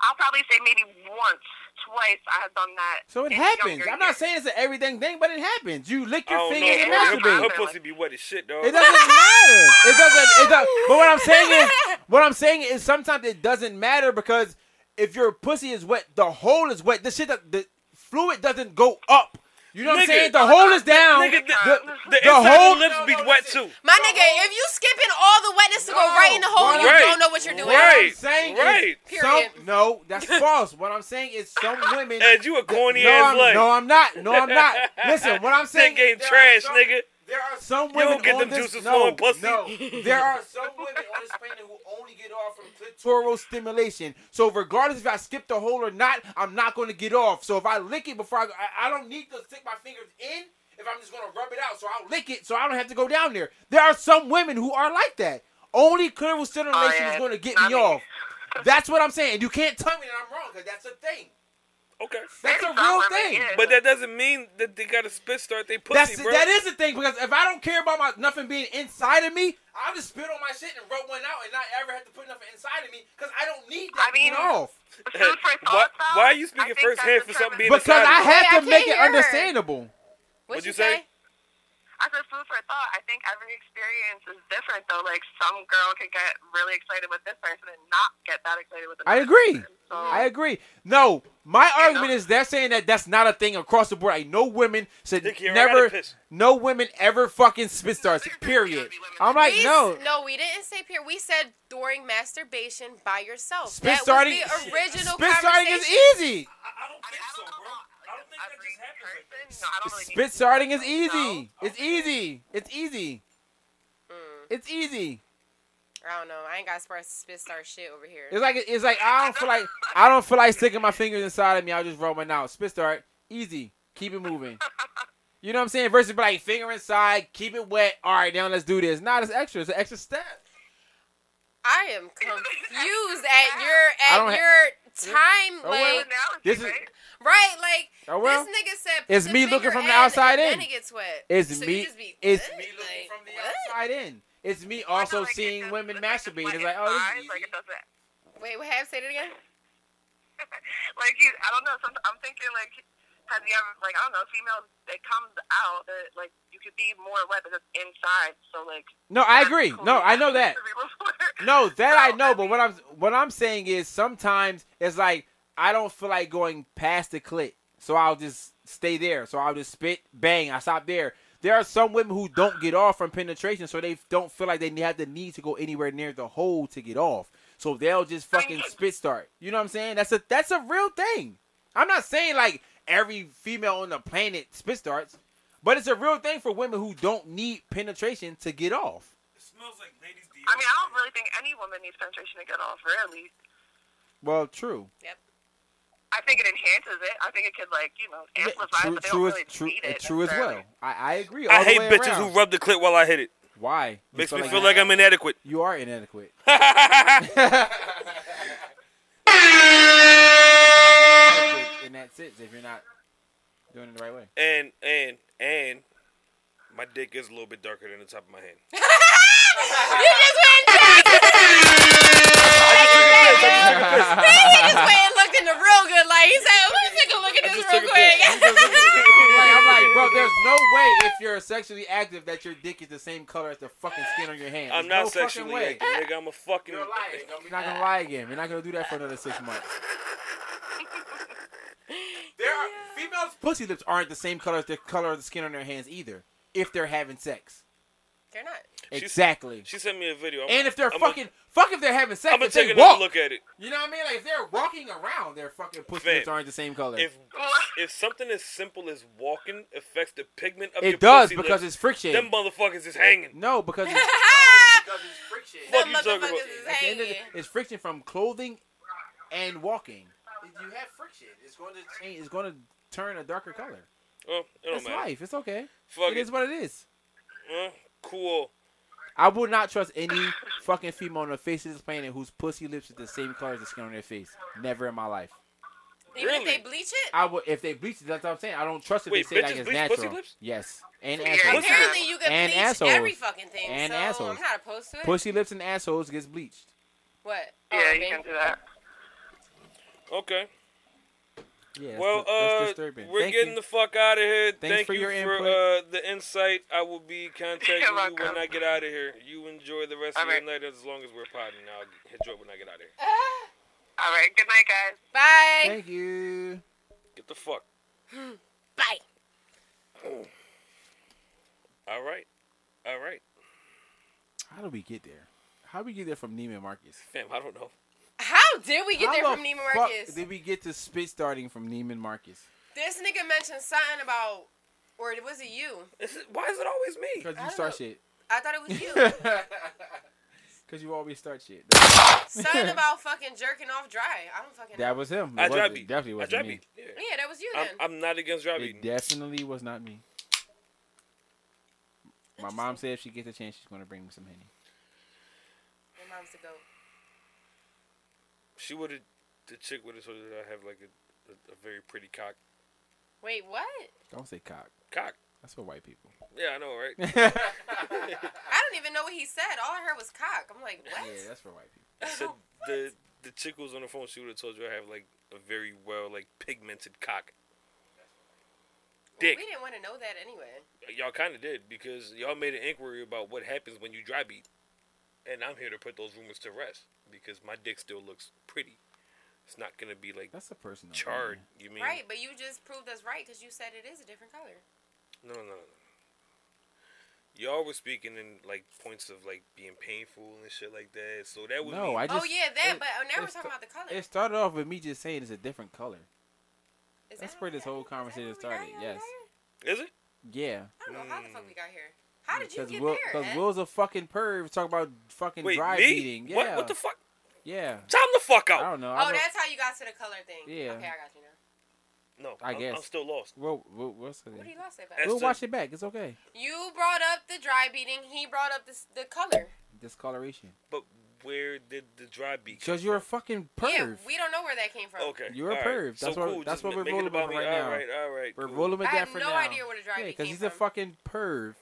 Speaker 9: I'll probably say maybe once, twice I have done that.
Speaker 5: So it
Speaker 9: in
Speaker 5: happens.
Speaker 9: younger
Speaker 5: I'm not
Speaker 9: years.
Speaker 5: saying it's an everything thing, but it happens. You lick
Speaker 2: I
Speaker 5: your
Speaker 2: don't know,
Speaker 5: fingers and
Speaker 2: bro.
Speaker 9: yeah,
Speaker 2: Her- Her
Speaker 5: masturbate.
Speaker 9: absolutely.
Speaker 2: pussy be wet as shit, dog.
Speaker 5: It doesn't matter. It doesn't. It does, but what I'm saying is, what I'm saying is, sometimes it doesn't matter because if your pussy is wet, the hole is wet. The shit, that the fluid doesn't go up. You know what I'm
Speaker 2: Nigga. uh,
Speaker 5: saying? The hole is down.
Speaker 2: Nigga, uh, the,
Speaker 5: the,
Speaker 2: the,
Speaker 5: the
Speaker 2: inside
Speaker 5: whole
Speaker 2: of the lips
Speaker 5: no,
Speaker 2: be
Speaker 5: no,
Speaker 2: wet
Speaker 5: listen.
Speaker 2: too.
Speaker 4: My nigga, if you skipping all the wetness to go
Speaker 5: No.
Speaker 4: right in the hole, and you
Speaker 2: Right.
Speaker 4: don't know what you're doing.
Speaker 5: What I'm
Speaker 2: Right.
Speaker 5: saying
Speaker 2: right.
Speaker 5: Is
Speaker 4: Period.
Speaker 5: Some, no, that's false. What I'm saying is some women.
Speaker 2: Ed, you a corny
Speaker 5: no,
Speaker 2: ass
Speaker 5: I'm,
Speaker 2: leg.
Speaker 5: no, I'm not. No, I'm not. Listen, what I'm saying.
Speaker 2: That game
Speaker 5: there are
Speaker 2: trash,
Speaker 5: some-
Speaker 2: nigga.
Speaker 5: There are some
Speaker 2: don't
Speaker 5: women
Speaker 2: get
Speaker 5: on
Speaker 2: them
Speaker 5: this,
Speaker 2: juices
Speaker 5: no,
Speaker 2: flowing, pussy.
Speaker 5: No, there are some women on this planet who only get off from clitoral stimulation. So regardless if I skip the hole or not, I'm not going to get off. So if I lick it before I, go, I, I don't need to stick my fingers in. If I'm just going to rub it out, so I'll lick it, so I don't have to go down there. There are some women who are like that. Only clitoral stimulation
Speaker 9: yeah,
Speaker 5: is going to get
Speaker 9: not
Speaker 5: me
Speaker 9: me.
Speaker 5: off. That's what I'm saying. You can't tell me that I'm wrong because that's a thing.
Speaker 2: Okay.
Speaker 5: That's
Speaker 9: That is
Speaker 5: a real
Speaker 9: not
Speaker 5: thing.
Speaker 9: what it is.
Speaker 2: But that doesn't mean that they got a spit start they pussy,
Speaker 5: That's
Speaker 2: bro.
Speaker 5: that is the thing because if I don't care about my nothing being inside of me, I'll just spit on my shit and rub one out and not ever have to put nothing inside of me because I don't need
Speaker 9: I
Speaker 5: that
Speaker 9: mean,
Speaker 5: to get off.
Speaker 9: Food for
Speaker 2: Why-
Speaker 9: thought,
Speaker 2: why
Speaker 9: though,
Speaker 2: are you
Speaker 9: I
Speaker 2: speaking
Speaker 9: think
Speaker 2: first
Speaker 9: that's
Speaker 2: hand for something being
Speaker 4: Wait,
Speaker 9: determined-
Speaker 5: Because I
Speaker 4: I
Speaker 5: have
Speaker 4: can't
Speaker 5: to make it
Speaker 4: hear her.
Speaker 5: understandable.
Speaker 2: What'd
Speaker 4: What'd you
Speaker 2: you
Speaker 4: say?
Speaker 2: say?
Speaker 9: I said food for thought. I think every experience is different, though. Like some girl could get really excited with this person and not get that excited with.
Speaker 5: I
Speaker 9: another
Speaker 5: agree.
Speaker 9: person.
Speaker 4: Uh-huh.
Speaker 9: So,
Speaker 5: I agree. No, my argument
Speaker 4: uh,
Speaker 5: is they're saying that that's not a thing across the board. Like no women should
Speaker 2: Think you're out
Speaker 5: never,
Speaker 2: of piss.
Speaker 5: no women ever fucking spit starts. Period. I'm like
Speaker 4: We s-
Speaker 5: no.
Speaker 4: no, we didn't say peer. We said during masturbation by yourself.
Speaker 5: Spit
Speaker 4: that
Speaker 5: starting,
Speaker 4: was the original
Speaker 5: spit starting is
Speaker 4: conversation.
Speaker 5: easy.
Speaker 2: I don't
Speaker 9: I, mean, I don't know about every person. No, I don't really need
Speaker 5: Spit
Speaker 9: to-
Speaker 5: starting is
Speaker 9: you know?
Speaker 5: easy. It's easy. It's easy. It's easy.
Speaker 4: I don't know. I ain't got spit spit start shit over here.
Speaker 5: It's like it's like I don't feel like I don't feel like sticking my fingers inside of me. I'll just rub mine out. Spit start, easy. Keep it moving. You know what I'm saying? Versus be like finger inside, keep it wet. All right, now let's do this. Nah, it's extra. It's an extra step.
Speaker 4: I am confused at your
Speaker 5: I
Speaker 4: at
Speaker 5: don't ha-
Speaker 4: your time,
Speaker 5: Oh, wait.
Speaker 4: like
Speaker 9: An analogy,
Speaker 5: This is-
Speaker 9: right?
Speaker 4: right, like
Speaker 5: Oh, well.
Speaker 4: this nigga said.
Speaker 5: It's
Speaker 4: the
Speaker 5: me looking
Speaker 4: finger
Speaker 5: from the
Speaker 4: and-
Speaker 5: outside
Speaker 4: and
Speaker 5: in.
Speaker 4: Then it gets wet.
Speaker 5: It's
Speaker 4: So you
Speaker 5: me.
Speaker 4: just be,
Speaker 5: It's
Speaker 4: what?
Speaker 5: me looking
Speaker 4: Like,
Speaker 5: from the
Speaker 4: what?
Speaker 5: outside in. It's me
Speaker 9: I
Speaker 5: also
Speaker 9: feel like it
Speaker 5: seeing
Speaker 9: doesn't-
Speaker 5: women
Speaker 9: it doesn't
Speaker 5: masturbating.
Speaker 9: wet
Speaker 5: It's like,
Speaker 9: his
Speaker 5: oh,
Speaker 9: eyes,
Speaker 5: this is
Speaker 9: like
Speaker 5: easy.
Speaker 9: it doesn't.
Speaker 4: Wait, what? Have say it again.
Speaker 9: Like you, I don't know. Some, I'm thinking like, have you ever like I don't know females? It comes out that like you could be more wet than it's inside. So like.
Speaker 5: No, I
Speaker 9: that's
Speaker 5: agree.
Speaker 9: cool.
Speaker 5: No, I know that. No, that I
Speaker 9: So,
Speaker 5: know, but what I'm what I'm saying is sometimes it's like I don't feel like going past the clit, so I'll just stay there. So I'll just spit, bang, I stop there. There are some women who don't get off from penetration, so they don't feel like they have the need to go anywhere near the hole to get off. So they'll just fucking spit start. You know what I'm saying? That's a that's a real thing. I'm not saying like every female on the planet spit starts, but it's a real thing for women who don't need penetration to get off.
Speaker 2: It smells like ladies' deodorant.
Speaker 9: I mean, I don't really think any woman needs penetration to get off. Rarely.
Speaker 5: Well, true.
Speaker 4: Yep.
Speaker 9: I think it enhances it. I think it could like you know
Speaker 5: Yeah,
Speaker 9: amplify.
Speaker 5: true,
Speaker 9: it, but they
Speaker 5: true,
Speaker 9: don't
Speaker 5: as,
Speaker 9: really
Speaker 5: true,
Speaker 9: need
Speaker 5: uh,
Speaker 9: it
Speaker 5: true as well.
Speaker 9: necessarily.
Speaker 5: I, I agree. all
Speaker 2: I
Speaker 5: the
Speaker 2: hate
Speaker 5: way
Speaker 2: bitches
Speaker 5: around.
Speaker 2: who rub the clit while I hit it.
Speaker 5: Why? You
Speaker 2: Makes me feel like I'm inadequate.
Speaker 5: you are inadequate. and that's it. If you're not doing it the right way,
Speaker 2: and and and my dick is a little bit darker than the top of my hand.
Speaker 4: You just went. he just went and looked in the real good light. He said, "Let me take a look at this
Speaker 2: just
Speaker 4: real
Speaker 2: took a
Speaker 4: quick."
Speaker 5: Like, I'm like, bro, there's no way if you're sexually active that your dick is the same color as the fucking skin on your hand.
Speaker 2: I'm
Speaker 5: There's
Speaker 2: not
Speaker 5: no fucking
Speaker 2: sexually
Speaker 5: way.
Speaker 2: active, nigga. I'm a fucking.
Speaker 5: You're not gonna lie again. We're not gonna do that for another six months. there are females' pussy lips aren't the same color as the color of the skin on their hands either. If they're having sex,
Speaker 4: They're not.
Speaker 5: exactly.
Speaker 2: She sent me a video. I'm,
Speaker 5: and if they're
Speaker 2: I'm
Speaker 5: fucking, fuck if they're having sex.
Speaker 2: I'm gonna
Speaker 5: if they
Speaker 2: take another
Speaker 5: walk,
Speaker 2: look at it.
Speaker 5: you know what I mean? Like if they're walking around, their fucking pussy
Speaker 2: Fam,
Speaker 5: lips aren't the same color.
Speaker 2: If if something as simple as walking affects the pigment of your
Speaker 5: it does
Speaker 2: pussy
Speaker 5: because
Speaker 2: lips,
Speaker 5: it's friction.
Speaker 2: them motherfuckers is hanging.
Speaker 5: no, because it's,
Speaker 2: Fuck
Speaker 4: Them
Speaker 2: you talking about?
Speaker 4: motherfuckers is
Speaker 5: at the end of
Speaker 4: hanging.
Speaker 5: the, it's friction from clothing and walking. If you have friction, it's going to change. It's going to turn a darker color.
Speaker 2: Well, Oh, it don't
Speaker 5: That's
Speaker 2: matter.
Speaker 5: life. It's okay.
Speaker 2: Fuck
Speaker 5: it
Speaker 2: it.
Speaker 5: is what it is.
Speaker 2: Huh? cool.
Speaker 5: I would not trust any fucking female on the face of this planet whose pussy lips is the same color as the skin on their face. Never in my life.
Speaker 4: Even if
Speaker 2: Really?
Speaker 4: they bleach it.
Speaker 5: I would if they bleach it. That's what I'm saying. I don't trust if
Speaker 2: Wait,
Speaker 5: they say
Speaker 2: bitches
Speaker 5: like it's
Speaker 2: bleach
Speaker 5: natural.
Speaker 2: pussy lips?
Speaker 5: Yes, and
Speaker 9: Yeah.
Speaker 5: assholes.
Speaker 9: Pussy-
Speaker 4: Apparently, you can
Speaker 5: And
Speaker 4: bleach
Speaker 5: assholes.
Speaker 4: every fucking thing.
Speaker 5: And
Speaker 4: so
Speaker 5: assholes.
Speaker 4: I'm not opposed to it.
Speaker 5: Pussy lips and assholes gets bleached.
Speaker 4: What?
Speaker 9: Yeah,
Speaker 4: Oh,
Speaker 9: you
Speaker 4: man.
Speaker 9: can do that.
Speaker 2: Okay.
Speaker 5: Yeah. that's
Speaker 2: Well,
Speaker 5: di- that's
Speaker 2: uh,
Speaker 5: disturbing.
Speaker 2: we're
Speaker 5: Thank
Speaker 2: getting
Speaker 5: you.
Speaker 2: the fuck out of here. Thank
Speaker 5: for
Speaker 2: you
Speaker 5: your
Speaker 2: for
Speaker 5: input.
Speaker 2: uh, the insight. I will be contacting
Speaker 9: You're
Speaker 2: you when
Speaker 9: welcome.
Speaker 2: I get out of here. You enjoy the rest of
Speaker 9: Alright.
Speaker 2: your night as long as we're potting. I'll hit you up when I get out of here.
Speaker 9: All right. Good night, guys.
Speaker 4: Bye.
Speaker 5: Thank you.
Speaker 2: Get the fuck.
Speaker 4: Bye.
Speaker 2: All right. All right.
Speaker 5: How do we get there? How do we get there from Neiman Marcus?
Speaker 2: Fam, I don't know.
Speaker 4: How did we get there
Speaker 5: How the
Speaker 4: from Neiman
Speaker 5: fuck
Speaker 4: Marcus?
Speaker 5: Did we get to spit starting from Neiman Marcus?
Speaker 4: This nigga mentioned something about, or was it you?
Speaker 2: Is it, why is it always me?
Speaker 5: Because you
Speaker 4: don't
Speaker 5: start
Speaker 4: know.
Speaker 5: shit.
Speaker 4: I thought it was you.
Speaker 5: Because you always start shit.
Speaker 4: something about fucking jerking off dry. I don't fucking
Speaker 5: That
Speaker 4: know.
Speaker 5: was him.
Speaker 2: I
Speaker 5: It wasn't-
Speaker 2: drive beat.
Speaker 5: it Definitely
Speaker 2: I
Speaker 5: wasn't
Speaker 2: drive
Speaker 5: me.
Speaker 2: beat. Yeah.
Speaker 4: yeah, that was you
Speaker 9: Um,
Speaker 2: I'm,
Speaker 4: then.
Speaker 2: I'm not against drive
Speaker 5: It
Speaker 2: beating.
Speaker 5: definitely was not me. My mom said if she gets a chance, she's going to bring me some honey.
Speaker 4: My mom's the goat.
Speaker 2: She would have, the chick would have told her that I have like a, a, a very pretty cock.
Speaker 4: Wait, what?
Speaker 5: Don't say cock.
Speaker 2: Cock.
Speaker 5: That's for white people.
Speaker 2: Yeah, I know, right?
Speaker 4: I don't even know what he said. All I heard was cock. I'm like, what?
Speaker 5: Yeah, that's for white people.
Speaker 2: so the the chick who was on the phone, she would have told you I have like a very well like pigmented cock. Dick.
Speaker 4: We didn't want to know that anyway.
Speaker 2: Y'all kind of did because y'all made an inquiry about what happens when you dry beat, and I'm here to put those rumors to rest because my dick still looks pretty. It's not gonna be like
Speaker 5: That's a personal.
Speaker 2: charred.
Speaker 5: opinion.
Speaker 2: You mean?
Speaker 4: Right, but you just proved us right because you said it is a different color.
Speaker 2: No, no, no. no. Y'all were speaking in like points of like being painful and shit like that. So that was
Speaker 5: No, I just.
Speaker 4: oh yeah, that.
Speaker 5: it-
Speaker 4: but now we're
Speaker 5: it's
Speaker 4: talking
Speaker 5: t-
Speaker 4: about the color.
Speaker 5: It started off with me just saying it's a different color.
Speaker 4: Is
Speaker 5: That's
Speaker 4: that
Speaker 5: where
Speaker 4: how we
Speaker 5: this
Speaker 4: got
Speaker 5: whole
Speaker 4: here? Is that how
Speaker 5: conversation
Speaker 4: we got
Speaker 5: started,
Speaker 4: here?
Speaker 5: yes.
Speaker 2: is it?
Speaker 5: Yeah.
Speaker 4: I don't know how the fuck we got here. How did you
Speaker 5: Because
Speaker 4: get
Speaker 5: Will,
Speaker 4: there? eh?
Speaker 5: because
Speaker 4: Ed?
Speaker 5: Will's a fucking perv. Talk about fucking
Speaker 2: Wait,
Speaker 5: dry
Speaker 2: me?
Speaker 5: beating. Yeah.
Speaker 2: What? What the fuck?
Speaker 5: Yeah.
Speaker 2: Time the fuck
Speaker 5: I
Speaker 2: out.
Speaker 5: don't know. I
Speaker 4: oh,
Speaker 5: don't-
Speaker 4: that's how you got to the color thing.
Speaker 5: Yeah.
Speaker 4: Okay, I got you now.
Speaker 2: No,
Speaker 5: I
Speaker 2: I'm- I'm
Speaker 5: guess.
Speaker 2: still lost.
Speaker 5: Well, well, what's the
Speaker 4: What do
Speaker 5: name?
Speaker 4: you lost it
Speaker 2: That's
Speaker 4: about?
Speaker 5: We'll
Speaker 2: the-
Speaker 5: watch it back. It's okay.
Speaker 4: You brought up the dry beating. He brought up the the color.
Speaker 5: Discoloration.
Speaker 2: But where did the dry beat come
Speaker 5: Because you're a fucking perv.
Speaker 4: Yeah, we don't know where that came from.
Speaker 2: Okay.
Speaker 5: You're a
Speaker 2: all
Speaker 5: perv. That's what- that's
Speaker 2: just
Speaker 5: what
Speaker 2: ma-
Speaker 5: we're
Speaker 2: make it
Speaker 5: rolling
Speaker 2: about
Speaker 5: with
Speaker 2: me.
Speaker 5: right now.
Speaker 2: All right, all right,
Speaker 5: We're
Speaker 2: cool.
Speaker 5: rolling with
Speaker 4: I
Speaker 5: that
Speaker 4: have
Speaker 5: for
Speaker 4: no
Speaker 5: now.
Speaker 4: idea where the dry
Speaker 5: Yeah,
Speaker 4: beat
Speaker 5: because
Speaker 4: came
Speaker 5: he's a
Speaker 4: from.
Speaker 5: fucking perv.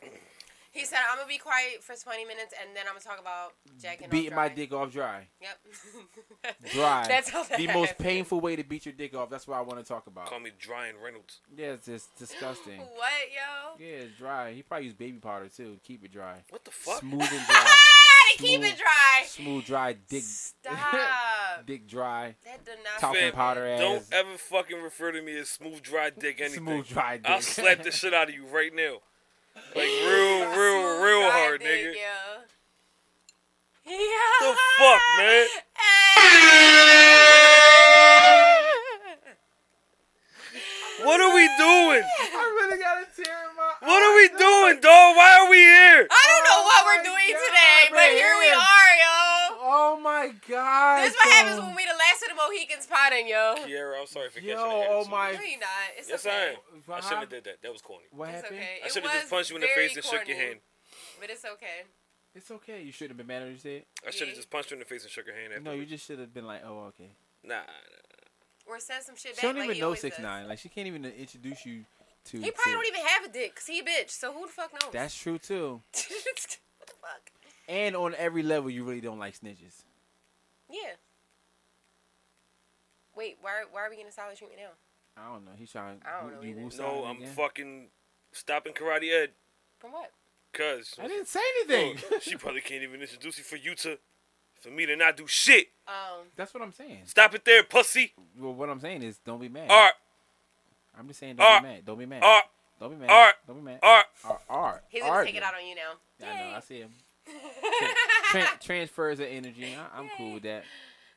Speaker 4: He said, I'm going to be quiet for 20 minutes and then I'm going to talk about jacking off
Speaker 5: Beating my
Speaker 4: dry."
Speaker 5: dick off dry.
Speaker 4: Yep.
Speaker 5: Dry.
Speaker 4: That's how that
Speaker 5: the most
Speaker 4: happened.
Speaker 5: painful way to beat your dick off. That's what I want to talk about.
Speaker 2: Call me Dryan Reynolds.
Speaker 5: Yeah, it's just disgusting.
Speaker 4: What, yo?
Speaker 5: Yeah, it's dry. He probably used baby powder too. to Keep it dry.
Speaker 2: What the fuck?
Speaker 5: Smooth and dry.
Speaker 4: to Ah, keep it
Speaker 5: Smooth.
Speaker 4: dry.
Speaker 5: Smooth, dry, dick.
Speaker 4: Stop.
Speaker 5: dick dry.
Speaker 4: That did not
Speaker 5: Talking
Speaker 4: sound
Speaker 5: powder
Speaker 4: good.
Speaker 5: ass.
Speaker 2: Don't ever fucking refer to me as smooth dry dick anything.
Speaker 5: Smooth, dry dick.
Speaker 2: I'll slap the shit out of you right now. Like real, real,
Speaker 4: Smooth
Speaker 2: real
Speaker 4: dry
Speaker 2: hard,
Speaker 4: dick,
Speaker 2: nigga.
Speaker 4: yo. Yeah.
Speaker 2: The fuck, man? What are we doing?
Speaker 5: I really got a tear in my
Speaker 2: What are we doing, dog? Why are we here?
Speaker 4: I don't know what
Speaker 5: Oh
Speaker 4: we're
Speaker 5: my
Speaker 4: doing
Speaker 5: God,
Speaker 4: today, but here we
Speaker 5: man.
Speaker 4: are, yo.
Speaker 5: Oh my god.
Speaker 4: This is what happens when we the last of the Mohicans potting, yo.
Speaker 2: Kiara, I'm sorry for
Speaker 5: Yo,
Speaker 2: catching the
Speaker 5: oh my-
Speaker 4: No, you not. It's
Speaker 2: Yes, I
Speaker 4: okay.
Speaker 2: am. I shouldn't have did that. That was corny.
Speaker 5: What
Speaker 4: It's
Speaker 5: happened?
Speaker 4: okay.
Speaker 2: I
Speaker 4: It
Speaker 2: should have just
Speaker 4: was
Speaker 2: punched you in the
Speaker 4: very
Speaker 2: face and shook your
Speaker 4: corny,
Speaker 2: hand.
Speaker 4: But it's okay.
Speaker 5: It's okay. You shouldn't have been mad at yourself.
Speaker 2: I should
Speaker 4: Yeah.
Speaker 2: have just punched you in the face and shook her hand. After
Speaker 5: No, you just should have been like, oh okay.
Speaker 2: nah. nah.
Speaker 4: Or said some shit back
Speaker 5: She don't
Speaker 4: like
Speaker 5: even
Speaker 4: he
Speaker 5: know
Speaker 4: always
Speaker 5: six
Speaker 4: does.
Speaker 5: nine. Like she can't even introduce you to.
Speaker 4: He probably
Speaker 5: to-
Speaker 4: don't even have a dick, 'cause he a bitch. So who the fuck knows?
Speaker 5: That's true too.
Speaker 4: what the fuck?
Speaker 5: And on every level, you really don't like snitches.
Speaker 4: Yeah. Wait, why why are we getting solid treatment now?
Speaker 5: I don't know. He's trying.
Speaker 4: I don't know
Speaker 5: you
Speaker 4: either.
Speaker 5: woo sign
Speaker 2: No,
Speaker 5: him
Speaker 2: I'm
Speaker 5: again?
Speaker 2: fucking stopping Karate Ed
Speaker 4: From what?
Speaker 2: because
Speaker 5: I didn't say anything.
Speaker 2: she probably can't even introduce you for you to, for me to not do shit.
Speaker 4: Um,
Speaker 5: That's what I'm saying.
Speaker 2: Stop it there, pussy.
Speaker 5: Well, what I'm saying is, don't be mad.
Speaker 2: All right,
Speaker 5: I'm just saying, don't
Speaker 2: Alright.
Speaker 5: be mad. Don't be mad.
Speaker 2: all right,
Speaker 5: Don't be mad.
Speaker 2: All right.
Speaker 5: Don't be mad. Uh,
Speaker 2: all right.
Speaker 5: All right. All right.
Speaker 4: he's gonna take it out on you now.
Speaker 5: I know. I
Speaker 4: Yay.
Speaker 5: see him. Tran transfers of energy. I- I'm cool with that.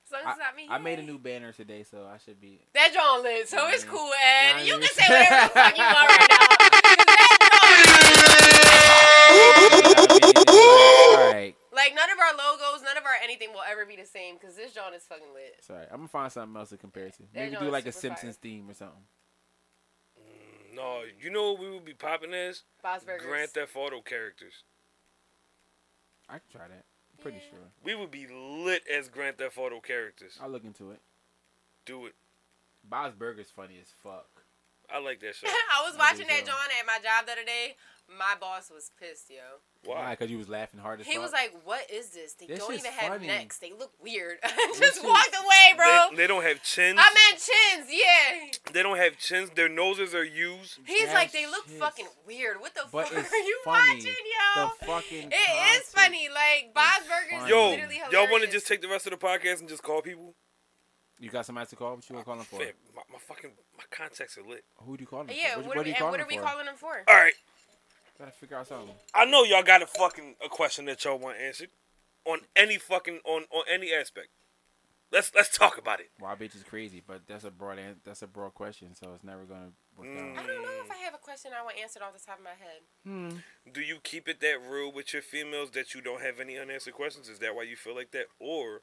Speaker 4: As long as
Speaker 5: I,
Speaker 4: it's not me.
Speaker 5: I made a
Speaker 4: yay.
Speaker 5: new banner today, so I should be.
Speaker 4: That John lit, so it's
Speaker 5: Yeah.
Speaker 4: cool,
Speaker 5: Yeah,
Speaker 4: and you
Speaker 5: I
Speaker 4: can
Speaker 5: mean-
Speaker 4: say whatever the fuck you want right now. 'Cause that John-
Speaker 5: all right.
Speaker 4: Like none of our logos, none of our anything will ever be the same because this John is fucking lit.
Speaker 5: Sorry. I'm gonna find something else to compare it to. Maybe
Speaker 4: no,
Speaker 5: do
Speaker 4: it's
Speaker 5: like a
Speaker 4: super
Speaker 5: Simpsons theme or something.
Speaker 2: No, you know what we would be popping as
Speaker 4: Boss Burgers.
Speaker 2: Grand Theft Auto characters.
Speaker 5: I can try that. I'm pretty
Speaker 4: Yeah.
Speaker 5: sure.
Speaker 2: We would be lit as Grand Theft Auto characters.
Speaker 5: I'll look into it.
Speaker 2: Do it.
Speaker 5: Bob's Burger's funny as fuck.
Speaker 2: I like that show.
Speaker 4: I was
Speaker 5: I
Speaker 4: watching
Speaker 5: do
Speaker 4: that
Speaker 5: too.
Speaker 4: John at my job the other day. My boss was pissed, yo.
Speaker 5: Why?
Speaker 2: Why?
Speaker 5: Because you was laughing hard as
Speaker 4: He
Speaker 5: fuck.
Speaker 4: was like, "What is this? They
Speaker 5: This
Speaker 4: don't
Speaker 5: is
Speaker 4: even have
Speaker 5: funny.
Speaker 4: necks. They look weird." I
Speaker 5: This
Speaker 4: just
Speaker 5: is-
Speaker 4: walked away, bro.
Speaker 2: They, they don't have chins.
Speaker 4: I meant chins, yeah.
Speaker 2: they don't have chins. Their noses are used.
Speaker 4: He's
Speaker 5: That
Speaker 4: like, they look
Speaker 5: shit's-
Speaker 4: fucking weird. What the
Speaker 5: but
Speaker 4: fuck
Speaker 5: it's
Speaker 4: are you
Speaker 5: funny.
Speaker 4: watching, yo?
Speaker 5: The fucking.
Speaker 4: "Oh, It is
Speaker 5: content.
Speaker 4: funny. Like Bob's Burgers is
Speaker 2: Yo,
Speaker 4: literally hilarious.
Speaker 2: y'all want to just take the rest of the podcast and just call people?
Speaker 5: You got somebody to call? What you gonna call him for?
Speaker 2: Man, my, my fucking my contacts are lit.
Speaker 5: Who do you call him?
Speaker 4: Yeah,
Speaker 5: for?
Speaker 4: what,
Speaker 5: you-
Speaker 4: are we,
Speaker 5: you
Speaker 4: and
Speaker 5: call
Speaker 4: what
Speaker 5: him
Speaker 4: are we
Speaker 5: for?
Speaker 4: calling them for?
Speaker 2: All right,
Speaker 5: Gotta figure out something.
Speaker 2: I know y'all got a fucking a question that y'all want answered on any fucking on on any aspect. Let's let's talk about it.
Speaker 5: Why bitch is crazy, but that's a broad an- that's a broad question, so it's never gonna work
Speaker 2: Mm.
Speaker 4: I
Speaker 5: out.
Speaker 4: don't know if I have a question I want answered off the top of my head.
Speaker 2: Do you keep it that real with your females that you don't have any unanswered questions? Is that why you feel like that, or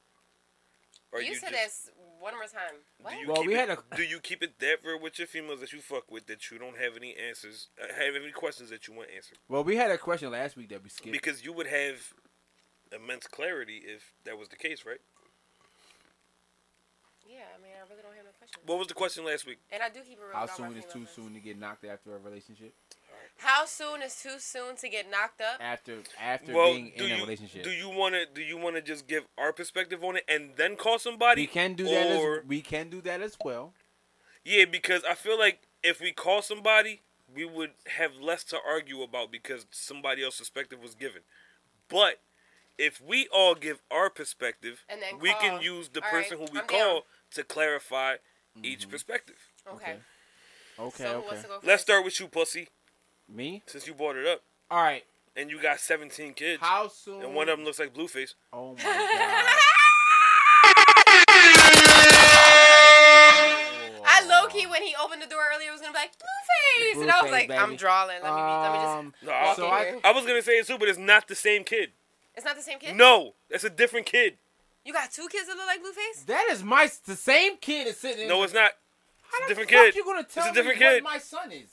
Speaker 2: are
Speaker 4: you,
Speaker 2: you,
Speaker 4: said
Speaker 2: just,
Speaker 4: this one more time. What?
Speaker 2: do you
Speaker 5: Well,
Speaker 2: keep
Speaker 5: we
Speaker 2: it,
Speaker 5: had a-
Speaker 2: do you keep it that real with your females that you fuck with that you don't have any answers, uh, have any questions that you want answered?
Speaker 5: Well, we had a question last week that we skipped.
Speaker 2: Because you would have immense clarity if that was the case, right?
Speaker 4: yeah, I mean, I really don't have no question.
Speaker 2: What was the question last week?
Speaker 4: And I do keep it real.
Speaker 5: How
Speaker 4: with all my
Speaker 5: soon is
Speaker 4: female
Speaker 5: too
Speaker 4: friends.
Speaker 5: soon to get knocked after a relationship?
Speaker 4: How soon is too soon to get knocked up?
Speaker 5: After after being in a relationship,
Speaker 2: do you want to do you want to just give our perspective on it and then call somebody?
Speaker 5: we can do that.
Speaker 2: or-
Speaker 5: as, we can do that as well.
Speaker 2: Yeah, because I feel like if we call somebody, we would have less to argue about because somebody else's perspective was given. But if we all give our perspective,
Speaker 4: And then
Speaker 2: we can
Speaker 4: call.
Speaker 2: use the
Speaker 4: All
Speaker 2: person
Speaker 4: right,
Speaker 2: who we
Speaker 4: I'm
Speaker 2: call
Speaker 4: down.
Speaker 2: to clarify
Speaker 5: Mm-hmm.
Speaker 2: each perspective.
Speaker 4: Okay.
Speaker 5: okay. Okay,
Speaker 4: So who
Speaker 5: okay.
Speaker 4: wants to go first?
Speaker 2: Let's start with you, pussy,
Speaker 5: Me?
Speaker 2: since you brought it up
Speaker 5: All right.
Speaker 2: and you got 17 kids.
Speaker 5: How soon?
Speaker 2: and one of them looks like Blueface.
Speaker 5: Oh my god.
Speaker 4: I low key when he opened the door earlier was gonna be like Blueface, and I was
Speaker 5: Blueface,
Speaker 4: like, I'm
Speaker 5: baby.
Speaker 4: drawing. Let me be, let me just.
Speaker 5: Um,
Speaker 2: No, I,
Speaker 5: so
Speaker 4: in
Speaker 5: I,
Speaker 4: here.
Speaker 2: I was going to say it too, but it's not the same kid.
Speaker 4: It's not the same kid.
Speaker 2: No, that's a different kid.
Speaker 4: you got two kids that look like Blueface.
Speaker 5: that is my the same kid is sitting. in
Speaker 2: No, it's not.
Speaker 5: How
Speaker 2: different
Speaker 5: the fuck
Speaker 2: kid.
Speaker 5: You gonna tell
Speaker 2: a different
Speaker 5: me
Speaker 2: kid.
Speaker 5: what my son is?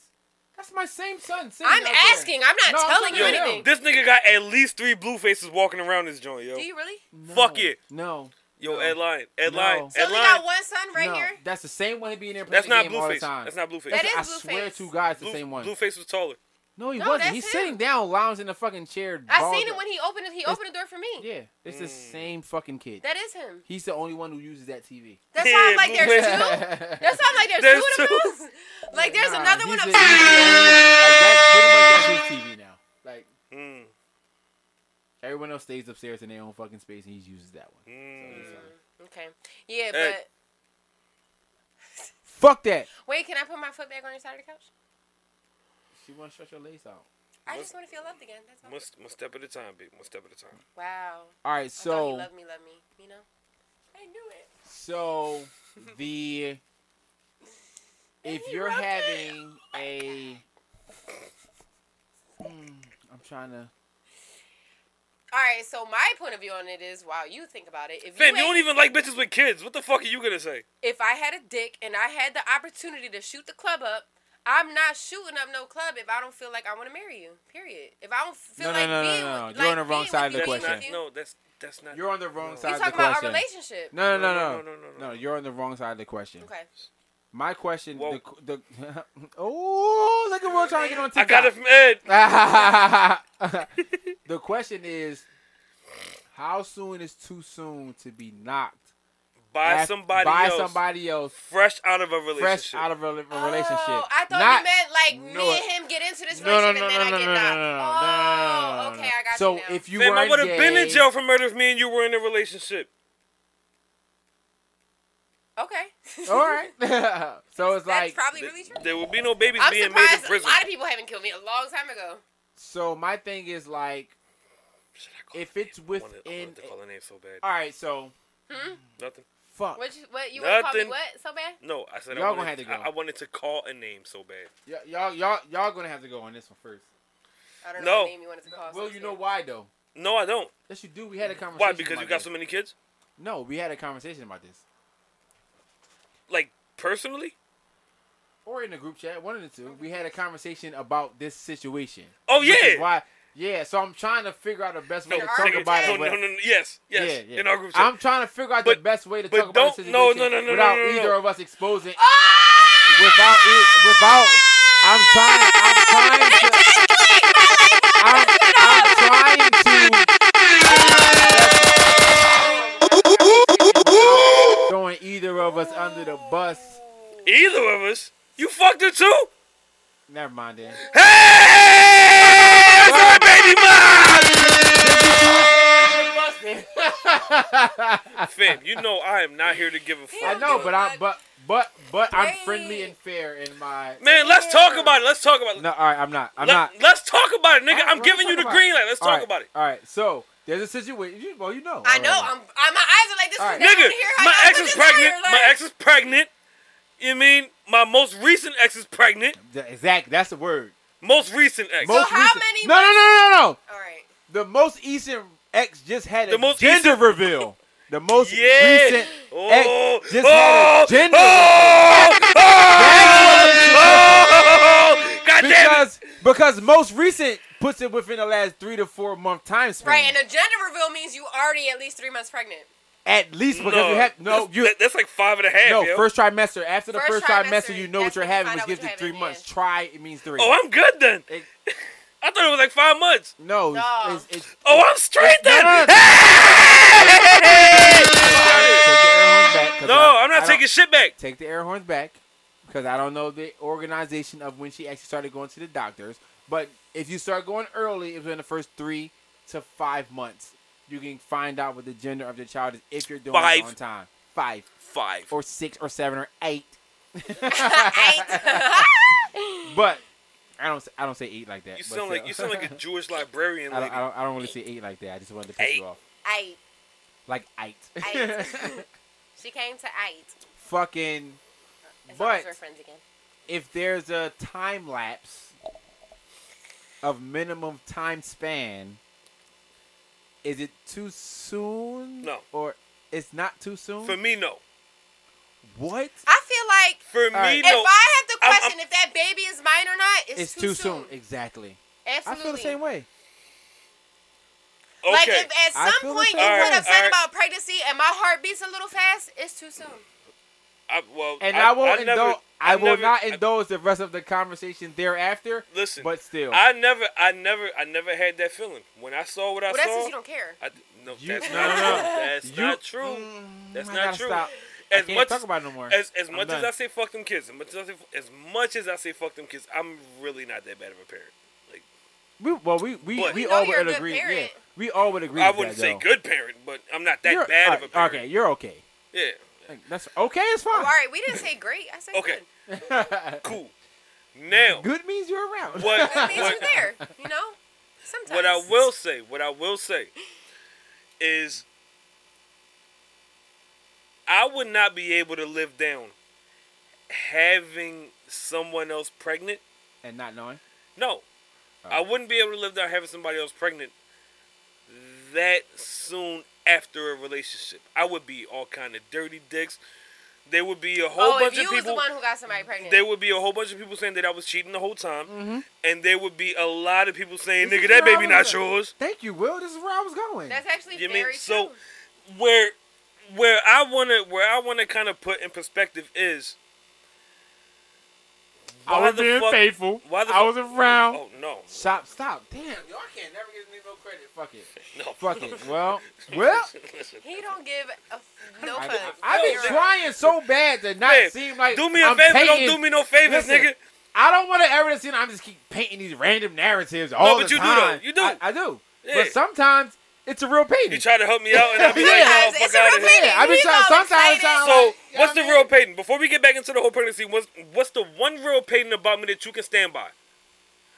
Speaker 5: That's my same son. sitting
Speaker 4: I'm
Speaker 5: out there.
Speaker 4: asking. I'm not
Speaker 5: No, I'm
Speaker 4: telling
Speaker 5: talking
Speaker 4: you
Speaker 5: about
Speaker 4: anything.
Speaker 2: This nigga got at least three blue faces walking around this joint, yo.
Speaker 4: Do you really?
Speaker 5: No.
Speaker 2: Fuck it.
Speaker 5: No.
Speaker 2: Yo,
Speaker 5: No.
Speaker 2: Ed Lion. Ed
Speaker 5: No.
Speaker 2: Lion.
Speaker 4: So
Speaker 2: Ed
Speaker 4: we got
Speaker 2: Lion.
Speaker 4: one son right
Speaker 5: no.
Speaker 4: here.
Speaker 5: That's the same one he being there playing
Speaker 2: That's
Speaker 5: the
Speaker 2: not
Speaker 5: game all the
Speaker 2: Blueface.
Speaker 5: time.
Speaker 2: That's not Blueface.
Speaker 4: That is
Speaker 5: I
Speaker 4: Blueface.
Speaker 5: swear to God, it's the
Speaker 2: Blue,
Speaker 5: same one.
Speaker 2: Blueface was taller.
Speaker 5: No, he
Speaker 4: No,
Speaker 5: wasn't.
Speaker 4: that's
Speaker 5: He's
Speaker 4: him.
Speaker 5: sitting down, lounging in the fucking chair.
Speaker 4: I
Speaker 5: balled
Speaker 4: seen it
Speaker 5: up.
Speaker 4: when he opened it. He opened the door for me.
Speaker 5: Yeah, it's the
Speaker 2: Mm.
Speaker 5: same fucking kid.
Speaker 4: That is him.
Speaker 5: He's the only one who uses that TV.
Speaker 4: That's
Speaker 2: Yeah,
Speaker 4: why I'm like, there's
Speaker 2: Blueface.
Speaker 4: two. That's why I'm like, there's,
Speaker 2: There's
Speaker 4: two,
Speaker 2: two.
Speaker 4: of them. Like, there's
Speaker 5: Nah,
Speaker 4: another
Speaker 5: he's
Speaker 4: one.
Speaker 5: the-
Speaker 4: I'm
Speaker 5: he's the only- like, that's pretty much that's his TV now. Like
Speaker 2: Mm,
Speaker 5: everyone else stays upstairs in their own fucking space, and he uses that one.
Speaker 2: mm.
Speaker 4: Okay. Yeah,
Speaker 2: Hey.
Speaker 4: but
Speaker 5: Fuck that.
Speaker 4: wait, can I put my foot back on your side of the couch?
Speaker 5: She want to stretch her legs out.
Speaker 4: I
Speaker 2: What?
Speaker 4: just want to feel loved again. That's all.
Speaker 2: One, st- one step at a time, big. One step at a time.
Speaker 4: Wow.
Speaker 5: All right,
Speaker 4: I thought you
Speaker 5: so
Speaker 4: loved me, love me. You know. I knew it.
Speaker 5: so the if
Speaker 4: He
Speaker 5: you're
Speaker 4: rubbed it.
Speaker 5: having a, Mm, I'm trying to.
Speaker 4: All right. So my point of view on it is, wow, you think about it. If
Speaker 2: Fam, you
Speaker 4: ain't-
Speaker 2: don't even like bitches with kids. What the fuck are you gonna say?
Speaker 4: if I had a dick and I had the opportunity to shoot the club up, I'm not shooting up no club if I don't feel like I want to marry you. Period. If I don't feel
Speaker 5: No, no,
Speaker 4: like
Speaker 5: no, no,
Speaker 4: being
Speaker 5: no, no.
Speaker 4: with-
Speaker 5: You're
Speaker 4: like
Speaker 5: on the wrong
Speaker 4: being
Speaker 5: side
Speaker 4: with
Speaker 2: That's
Speaker 4: you,
Speaker 5: of the
Speaker 4: being
Speaker 5: question.
Speaker 4: with
Speaker 2: not.
Speaker 4: you.
Speaker 2: No, that's that's not.
Speaker 5: You're on the wrong
Speaker 2: No.
Speaker 5: side
Speaker 4: You're
Speaker 5: of the
Speaker 4: talking about our
Speaker 5: question.
Speaker 4: relationship.
Speaker 5: No, no,
Speaker 2: No, no, no,
Speaker 5: no,
Speaker 2: no, no,
Speaker 5: no.
Speaker 2: no.
Speaker 5: You're on the wrong side of the question.
Speaker 4: Okay.
Speaker 5: My question,
Speaker 2: Whoa.
Speaker 5: the, the oh, look at Will trying to get on
Speaker 2: I
Speaker 5: TikTok.
Speaker 2: got it from Ed.
Speaker 5: the question is, how soon is too soon to be knocked
Speaker 2: By
Speaker 5: Af-
Speaker 2: somebody
Speaker 5: by
Speaker 2: else.
Speaker 5: somebody else,
Speaker 2: Fresh out of a relationship.
Speaker 5: fresh out of a, rela- a relationship?
Speaker 4: Oh, I thought
Speaker 5: Not-
Speaker 4: you meant like
Speaker 5: No,
Speaker 4: me
Speaker 5: it-
Speaker 4: and him get into this
Speaker 5: No, no,
Speaker 4: relationship
Speaker 5: no,
Speaker 4: and
Speaker 5: no,
Speaker 4: then
Speaker 5: no,
Speaker 4: I
Speaker 5: no,
Speaker 4: get knocked.
Speaker 5: no, no, no,
Speaker 4: oh,
Speaker 5: no, no, no, no.
Speaker 4: okay, I got
Speaker 5: So
Speaker 4: you now.
Speaker 5: if you
Speaker 2: Fam, I
Speaker 5: were
Speaker 2: would have been in
Speaker 5: engaged-
Speaker 2: jail for murder if me and you were in a relationship.
Speaker 4: okay,
Speaker 5: all right. so
Speaker 4: that's
Speaker 5: it's like,
Speaker 4: probably
Speaker 2: Th-
Speaker 4: really true.
Speaker 2: There would be no babies
Speaker 4: I'm
Speaker 2: being made in
Speaker 4: surprised a
Speaker 2: prison.
Speaker 4: lot of people haven't killed me a long time ago.
Speaker 5: so my thing is like,
Speaker 2: Should I call
Speaker 5: if
Speaker 2: her
Speaker 5: it's
Speaker 2: name? I wanted- I
Speaker 5: within- Uh,
Speaker 2: wanted to call her name so bad.
Speaker 5: all right, so
Speaker 2: Nothing.
Speaker 5: fuck.
Speaker 4: What you, what you want to call me?
Speaker 2: Nothing.
Speaker 4: What so bad?
Speaker 2: No, I said I
Speaker 5: Y'all gonna
Speaker 2: wanted,
Speaker 5: have to
Speaker 2: I,
Speaker 5: go.
Speaker 2: I wanted to call a name so bad.
Speaker 5: Y- y'all, y'all, y'all gonna have to go on this one first.
Speaker 4: I don't know
Speaker 2: No.
Speaker 4: what name you wanted to call.
Speaker 5: Will
Speaker 4: Oh, so
Speaker 5: you know
Speaker 4: soon.
Speaker 5: why though?
Speaker 2: No, I don't.
Speaker 5: Yes, you do. We had a conversation.
Speaker 2: Why? Because
Speaker 5: about
Speaker 2: you got
Speaker 5: this.
Speaker 2: so many kids?
Speaker 5: No, we had a conversation about this,
Speaker 2: Like personally?
Speaker 5: or in the group chat, one of the two. We had a conversation about this situation.
Speaker 2: Oh
Speaker 5: Which is
Speaker 2: yeah.
Speaker 5: why? Yeah. So I'm trying to figure out the best
Speaker 2: No,
Speaker 5: way to
Speaker 4: There are
Speaker 5: talk
Speaker 2: nigga,
Speaker 4: group
Speaker 5: about
Speaker 2: no,
Speaker 5: it.
Speaker 4: chats.
Speaker 2: no,
Speaker 5: but-
Speaker 2: no, no, yes, yes,
Speaker 5: Yeah, yeah.
Speaker 2: in our group chat.
Speaker 5: I'm trying to figure out the
Speaker 2: But-
Speaker 5: best way to
Speaker 2: but
Speaker 5: talk about the
Speaker 2: don't-
Speaker 5: situation
Speaker 2: no, no, no, no, no,
Speaker 5: without
Speaker 2: no, no, no.
Speaker 5: either of us exposing.
Speaker 4: Ah!
Speaker 5: Without, e- without. I'm trying. I'm trying to. I'm, I'm trying to. Throwing either of us under the bus.
Speaker 2: Either of us. You fucked her too?
Speaker 5: Never mind then.
Speaker 2: Hey! That's our baby mom! Fam, you know I am not here to give a
Speaker 5: I
Speaker 2: fuck.
Speaker 5: know, but I but but but I'm
Speaker 4: Wait.
Speaker 5: friendly and fair in my.
Speaker 2: Man, let's talk about it. Let's talk about it.
Speaker 5: No, all right, I'm not. I'm
Speaker 2: Let,
Speaker 5: not.
Speaker 2: Let's talk about it, nigga.
Speaker 5: All right,
Speaker 2: I'm
Speaker 5: let's
Speaker 2: giving
Speaker 5: talk
Speaker 2: you the
Speaker 5: about
Speaker 2: green light. Let's
Speaker 5: All
Speaker 2: talk
Speaker 5: right,
Speaker 2: about it.
Speaker 5: All right, so there's a situation. You, well, you know.
Speaker 4: I know.
Speaker 5: already.
Speaker 4: I'm, I, my eyes are like this.
Speaker 5: All right.
Speaker 4: because I
Speaker 2: Nigga,
Speaker 4: wanna hear how
Speaker 2: my
Speaker 4: y'all
Speaker 2: ex
Speaker 4: put
Speaker 2: is
Speaker 4: this out
Speaker 2: pregnant.
Speaker 4: here,
Speaker 2: My
Speaker 4: like-
Speaker 2: ex is pregnant. You mean my most recent ex is pregnant?
Speaker 5: Th- Exactly. That's the word.
Speaker 2: Most recent ex.
Speaker 5: Most
Speaker 4: how
Speaker 5: recent-
Speaker 4: many
Speaker 5: No, no, no, no, no.
Speaker 4: All right.
Speaker 5: The most Eastern ex just had a
Speaker 2: The most
Speaker 5: gender reveal. The most
Speaker 2: Yeah.
Speaker 5: recent
Speaker 2: Oh,
Speaker 5: ex just
Speaker 2: oh,
Speaker 5: had a gender
Speaker 2: oh, oh, God
Speaker 5: reveal.
Speaker 2: damn it.
Speaker 5: Because because most recent puts it within the last three to four month time span.
Speaker 4: Right, and a gender reveal means you already at least three months pregnant.
Speaker 5: At least because
Speaker 2: no,
Speaker 5: you have no
Speaker 2: that's,
Speaker 5: you
Speaker 2: that- that's like five and a half.
Speaker 5: no
Speaker 2: yo.
Speaker 5: first trimester. After the first,
Speaker 4: First
Speaker 5: trimester,
Speaker 4: trimester,
Speaker 5: you know what
Speaker 4: that's
Speaker 5: you're
Speaker 4: when you
Speaker 5: having,
Speaker 4: find
Speaker 5: which
Speaker 4: out what
Speaker 5: gives it
Speaker 4: you're
Speaker 5: three
Speaker 4: having,
Speaker 5: months.
Speaker 4: yeah.
Speaker 5: Try it means three.
Speaker 2: Oh, I'm good then.
Speaker 5: It-
Speaker 2: I thought it was like five months.
Speaker 5: no, it's-
Speaker 4: No.
Speaker 5: it's, it's,
Speaker 2: Oh, I'm straight then.
Speaker 5: no, no, no. Take the air horns back, 'cause
Speaker 2: No,
Speaker 5: I-
Speaker 2: I'm
Speaker 5: I
Speaker 2: not
Speaker 5: don't-
Speaker 2: taking shit back.
Speaker 5: take the air horns back because I don't know the organization of when she actually started going to the doctors. But if you start going early, it's within the first three to five months. You can find out what the gender of your child is if you're doing it
Speaker 2: Five.
Speaker 5: on time. Five
Speaker 2: Five.
Speaker 5: or six or seven or eight.
Speaker 4: Eight.
Speaker 5: But I don't. I don't say eight like that.
Speaker 2: You
Speaker 5: but
Speaker 2: sound like
Speaker 5: still.
Speaker 2: you sound like a Jewish librarian
Speaker 5: I
Speaker 2: lady.
Speaker 5: don't, I don't. I don't really say eight like that. I just wanted to piss
Speaker 2: Eight.
Speaker 5: you off.
Speaker 4: Eight.
Speaker 5: Like eight.
Speaker 4: Eight. She came to eight.
Speaker 5: Fucking.
Speaker 4: As long
Speaker 5: But
Speaker 4: as we're friends again.
Speaker 5: if there's a time lapse of minimum time span, is it too soon?
Speaker 2: No.
Speaker 5: Or it's not too soon?
Speaker 2: For me, no.
Speaker 5: What?
Speaker 4: I feel like
Speaker 2: For
Speaker 5: right.
Speaker 2: me,
Speaker 4: if
Speaker 2: no.
Speaker 4: I have to
Speaker 2: I'm- I'm
Speaker 4: question listen, if that baby is mine or not, it's,
Speaker 5: It's too soon. Exactly.
Speaker 4: Absolutely.
Speaker 5: I feel the same way.
Speaker 2: Okay.
Speaker 4: Like if at
Speaker 5: I
Speaker 4: some
Speaker 5: feel the
Speaker 4: point you
Speaker 5: same
Speaker 4: put
Speaker 2: way.
Speaker 4: upset
Speaker 2: Alright,
Speaker 4: about pregnancy and my heart beats a little fast, it's too soon.
Speaker 2: I, well,
Speaker 5: And I, won't
Speaker 2: never-
Speaker 5: indulge. I, will
Speaker 2: never-
Speaker 5: not
Speaker 2: I-
Speaker 5: indulge the rest of the conversation thereafter.
Speaker 2: Listen,
Speaker 5: but still,
Speaker 2: I never, I never, I never had that feeling when I saw what I
Speaker 4: Well, that's because
Speaker 2: saw.
Speaker 4: you don't care.
Speaker 2: I, no,
Speaker 5: You-
Speaker 2: that's
Speaker 5: no,
Speaker 2: not,
Speaker 5: no, no.
Speaker 2: That's
Speaker 5: You-
Speaker 2: not true.
Speaker 5: Mm,
Speaker 2: That's
Speaker 5: I
Speaker 2: not
Speaker 5: gotta
Speaker 2: true.
Speaker 5: Stop.
Speaker 2: As
Speaker 5: I can't
Speaker 2: much
Speaker 5: talk
Speaker 2: as-
Speaker 5: about it no more.
Speaker 2: As, as
Speaker 5: I'm
Speaker 2: much as
Speaker 5: done.
Speaker 2: I say fuck them kids, as much as, I say, as much as I say fuck them kids, I'm really not that bad of a parent. Like
Speaker 5: we, well, we we,
Speaker 2: But-
Speaker 5: we
Speaker 4: You know
Speaker 5: all
Speaker 4: Oh, you're a
Speaker 5: would
Speaker 4: good
Speaker 5: agree. Yeah,
Speaker 4: parent.
Speaker 5: we all would agree.
Speaker 2: I
Speaker 5: with
Speaker 2: wouldn't
Speaker 5: that,
Speaker 2: say
Speaker 5: though.
Speaker 2: good parent, but I'm not that
Speaker 5: You're-
Speaker 2: bad of a
Speaker 5: alright,
Speaker 2: parent.
Speaker 5: Okay, you're okay.
Speaker 2: Yeah.
Speaker 5: That's okay. It's
Speaker 4: Oh,
Speaker 5: fine.
Speaker 4: all right, we didn't say great. I said
Speaker 2: Okay.
Speaker 4: good.
Speaker 2: Cool. Now,
Speaker 5: Good means you're around.
Speaker 2: what
Speaker 4: That means
Speaker 2: what,
Speaker 4: you're there. You know. Sometimes.
Speaker 2: what I will say, what I will say, is I would not be able to live down having someone else pregnant.
Speaker 5: and not knowing.
Speaker 2: No,
Speaker 4: Oh.
Speaker 2: I wouldn't be able to live down having somebody else pregnant that soon after a relationship. I would be all kind of dirty dicks. There would be a whole
Speaker 4: oh,
Speaker 2: bunch
Speaker 4: if you
Speaker 2: of
Speaker 4: was the
Speaker 2: people.
Speaker 4: one who got somebody pregnant.
Speaker 2: There would be a whole bunch of people saying that I was cheating the whole time,
Speaker 4: Mm-hmm.
Speaker 2: and there would be a lot of people saying,
Speaker 5: This
Speaker 2: "Nigga,
Speaker 5: is
Speaker 2: that
Speaker 5: where I
Speaker 2: baby
Speaker 5: was
Speaker 2: not
Speaker 5: at.
Speaker 2: yours."
Speaker 5: Thank you, Will. This is where I was going.
Speaker 4: That's actually
Speaker 2: You mean
Speaker 4: very
Speaker 2: so?
Speaker 4: true.
Speaker 2: Where, where I wanna, where I wanna kind of put in perspective is. why the fuck-
Speaker 5: faithful.
Speaker 2: why the fuck-
Speaker 5: around.
Speaker 2: Oh no,
Speaker 5: Stop! Stop! Damn, y'all can't never give me no credit. Fuck it.
Speaker 2: no,
Speaker 5: Fuck it. Well, well,
Speaker 4: He don't give a f- no fuck.
Speaker 5: I, I've been
Speaker 4: Zero.
Speaker 5: trying so bad to not
Speaker 2: Man,
Speaker 5: seem like
Speaker 2: do me a
Speaker 5: I'm
Speaker 2: favor,
Speaker 5: painting-
Speaker 2: don't do me no favors,
Speaker 5: Listen,
Speaker 2: nigga.
Speaker 5: I don't want to ever see. I'm just keep painting these random narratives all
Speaker 2: but
Speaker 5: the
Speaker 2: you do,
Speaker 5: time.
Speaker 2: though. You do.
Speaker 5: I, I do.
Speaker 2: Yeah.
Speaker 5: But sometimes it's a real painting.
Speaker 2: You try to help me out, and I'll be like,
Speaker 5: Yeah,
Speaker 2: no, fuck
Speaker 4: Sometimes it's a
Speaker 2: outta
Speaker 4: real
Speaker 2: here.
Speaker 4: painting.
Speaker 5: Yeah, I be
Speaker 4: We
Speaker 5: trying-
Speaker 4: all
Speaker 5: sometimes
Speaker 4: excited.
Speaker 5: I-
Speaker 2: So,
Speaker 5: Yeah,
Speaker 2: what's the
Speaker 5: man.
Speaker 2: real Peyton? Before we get back into the whole pregnancy, what's what's the one real Peyton about me that you can stand by?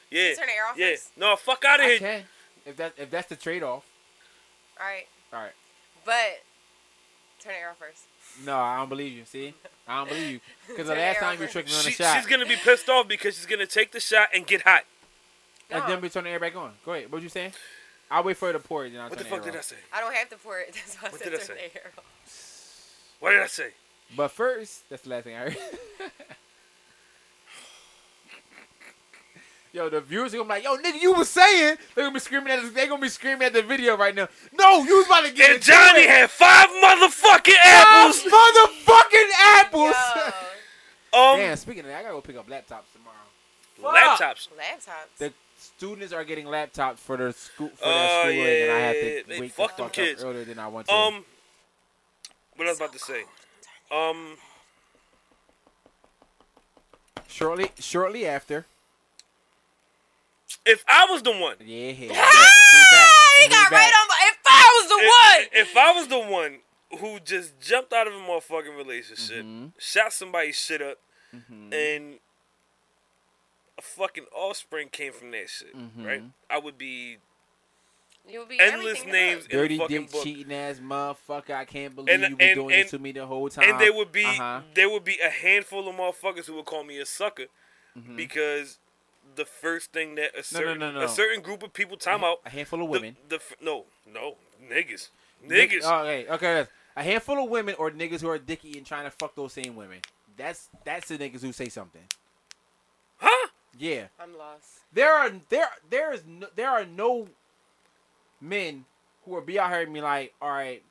Speaker 2: Yeah.
Speaker 4: Turn the air off
Speaker 2: yeah.
Speaker 4: first?
Speaker 2: No, fuck out of
Speaker 5: I
Speaker 2: here.
Speaker 5: can. If that if that's the trade off.
Speaker 4: All right,
Speaker 5: All right.
Speaker 4: but turn it off first.
Speaker 5: No, I don't believe you. See, I don't believe you because the
Speaker 4: Turn
Speaker 5: last
Speaker 4: it
Speaker 5: time you
Speaker 4: over.
Speaker 5: tricked me on the
Speaker 2: She,
Speaker 5: shot,
Speaker 2: she's gonna be pissed off because she's gonna take the shot and get hot.
Speaker 5: and
Speaker 4: No.
Speaker 5: then we turn the air back on. Go ahead. What you saying? I'll wait for her to pour it. Then I'll
Speaker 2: What the
Speaker 5: turn
Speaker 2: fuck
Speaker 5: air
Speaker 2: did I
Speaker 5: off.
Speaker 2: say?
Speaker 4: I don't have to pour it. That's why I
Speaker 2: What
Speaker 4: said
Speaker 2: did I
Speaker 4: turn
Speaker 2: say?
Speaker 4: the air off.
Speaker 2: What did I say?
Speaker 5: But first, that's the last thing I heard. Yo, the viewers are gonna be like, "Yo, nigga, you was saying they're gonna be screaming at us. They're gonna be screaming at the video right now. No, you was about to get
Speaker 2: And
Speaker 5: into
Speaker 2: Johnny
Speaker 5: it.
Speaker 2: had five motherfucking
Speaker 5: Five
Speaker 2: apples.
Speaker 5: motherfucking apples.
Speaker 4: Yo,
Speaker 2: Um,
Speaker 5: Damn, speaking of that, I gotta go pick up laptops tomorrow.
Speaker 2: laptops.
Speaker 4: laptops.
Speaker 5: The students are getting laptops for their school for
Speaker 2: Oh,
Speaker 5: their schooling, and I had
Speaker 2: yeah,
Speaker 5: to
Speaker 2: they
Speaker 5: wake the
Speaker 2: fuck
Speaker 5: fuck
Speaker 2: them
Speaker 5: up
Speaker 2: kids.
Speaker 5: earlier than I wanted. to.
Speaker 2: Um, what I was about to say. Um,
Speaker 5: shortly, shortly after.
Speaker 2: if I was the one,
Speaker 5: Yeah, yeah, yeah, we back,
Speaker 4: Ah, he
Speaker 5: we
Speaker 4: got right
Speaker 5: back.
Speaker 4: on. my- If I was the one.
Speaker 2: if, if I was the one who just jumped out of a motherfucking relationship,
Speaker 5: Mm-hmm.
Speaker 2: shot somebody's shit up, and a fucking offspring came from that shit,
Speaker 5: Mm-hmm.
Speaker 2: right? I would be
Speaker 4: It would be
Speaker 2: endless
Speaker 4: everything
Speaker 2: names in the
Speaker 5: Dirty
Speaker 2: fucking
Speaker 5: dick
Speaker 2: book,
Speaker 5: cheating ass motherfucker. I can't believe
Speaker 2: And-
Speaker 5: you were
Speaker 2: and-
Speaker 5: doing
Speaker 2: and-
Speaker 5: this to me the whole time.
Speaker 2: and there would be
Speaker 5: Uh-huh.
Speaker 2: there would be a handful of motherfuckers who would call me a sucker because the first thing that a certain
Speaker 5: Mm-hmm. no, no.
Speaker 2: a certain group of people time out
Speaker 5: a handful of
Speaker 2: the-
Speaker 5: women. uh,
Speaker 2: the, f- no no niggas
Speaker 5: Dick-
Speaker 2: niggas
Speaker 5: Okay, Oh, okay. A handful of women or niggas who are dicky and trying to fuck those same women. That's that's the niggas who say something.
Speaker 2: huh
Speaker 5: Yeah,
Speaker 4: I'm lost.
Speaker 5: there are there there is no, there are no men who will be out here and be like, all right,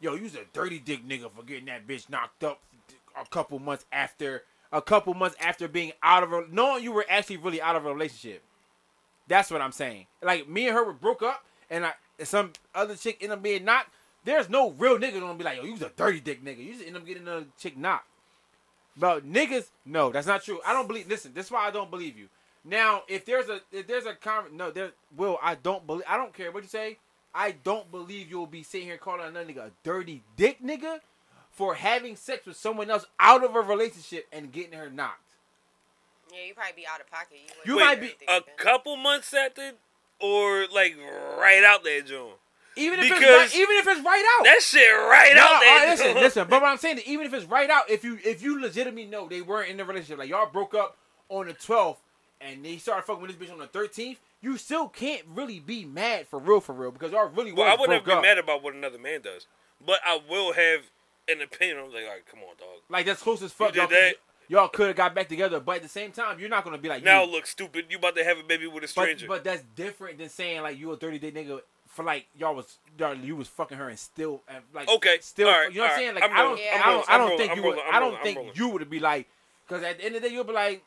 Speaker 5: yo, you's a dirty dick nigga for getting that bitch knocked up a couple months after a couple months after being out of a knowing you were actually really out of a relationship. That's what I'm saying. Like me and her were broke up, and I and some other chick ended up being knocked. There's no real nigga gonna be like, yo, you was a dirty dick nigga. You just end up getting another chick knocked. But niggas, no, that's not true. I don't believe. Listen, this is why I don't believe you. Now, if there's a if there's a con no, there will I don't believe. I don't care what you say. I don't believe you'll be sitting here calling another nigga a dirty dick nigga for having sex with someone else out of a relationship and getting her knocked.
Speaker 4: Yeah, you probably be out of pocket.
Speaker 5: You
Speaker 4: wouldn't
Speaker 5: might
Speaker 4: do
Speaker 5: be
Speaker 4: anything
Speaker 2: a
Speaker 4: like that.
Speaker 2: couple months after or like right out there, John.
Speaker 5: Even if
Speaker 2: Because-
Speaker 5: it's right, even if it's right out.
Speaker 2: That shit right
Speaker 5: No,
Speaker 2: out
Speaker 5: all
Speaker 2: there.
Speaker 5: right, listen,
Speaker 2: John.
Speaker 5: listen. But what I'm saying is, even if it's right out, if you if you legitimately know they weren't in a relationship, like y'all broke up on the 12th, and they started fucking with this bitch on the 13th, you still can't really be mad for real, for real, because y'all really
Speaker 2: Well, I
Speaker 5: was
Speaker 2: wouldn't
Speaker 5: broke
Speaker 2: be
Speaker 5: up.
Speaker 2: mad about what another man does, but I will have an opinion. I'm like, all right, come on, dog.
Speaker 5: Like that's close as fuck.
Speaker 2: You
Speaker 5: y'all
Speaker 2: did that.
Speaker 5: can- y'all could have got back together, but at the same time, you're not gonna be like
Speaker 2: Now
Speaker 5: you-
Speaker 2: look stupid. You about to have a baby with a
Speaker 5: but,
Speaker 2: stranger.
Speaker 5: but that's different than saying like you a thirty day nigga for like y'all was y'all, you was fucking her and still and like
Speaker 2: Okay,
Speaker 5: still
Speaker 2: all right,
Speaker 5: you know what
Speaker 2: all
Speaker 5: I'm
Speaker 2: right.
Speaker 5: saying like
Speaker 2: I'm
Speaker 5: I don't
Speaker 4: rolling, I'm
Speaker 5: I don't, I
Speaker 2: rolling,
Speaker 5: don't
Speaker 2: I'm
Speaker 5: think you
Speaker 2: rolling,
Speaker 5: would,
Speaker 2: I'm
Speaker 5: I don't
Speaker 2: rolling, I'm
Speaker 5: think
Speaker 2: rolling.
Speaker 5: you would be like because at the end of the day you'll be like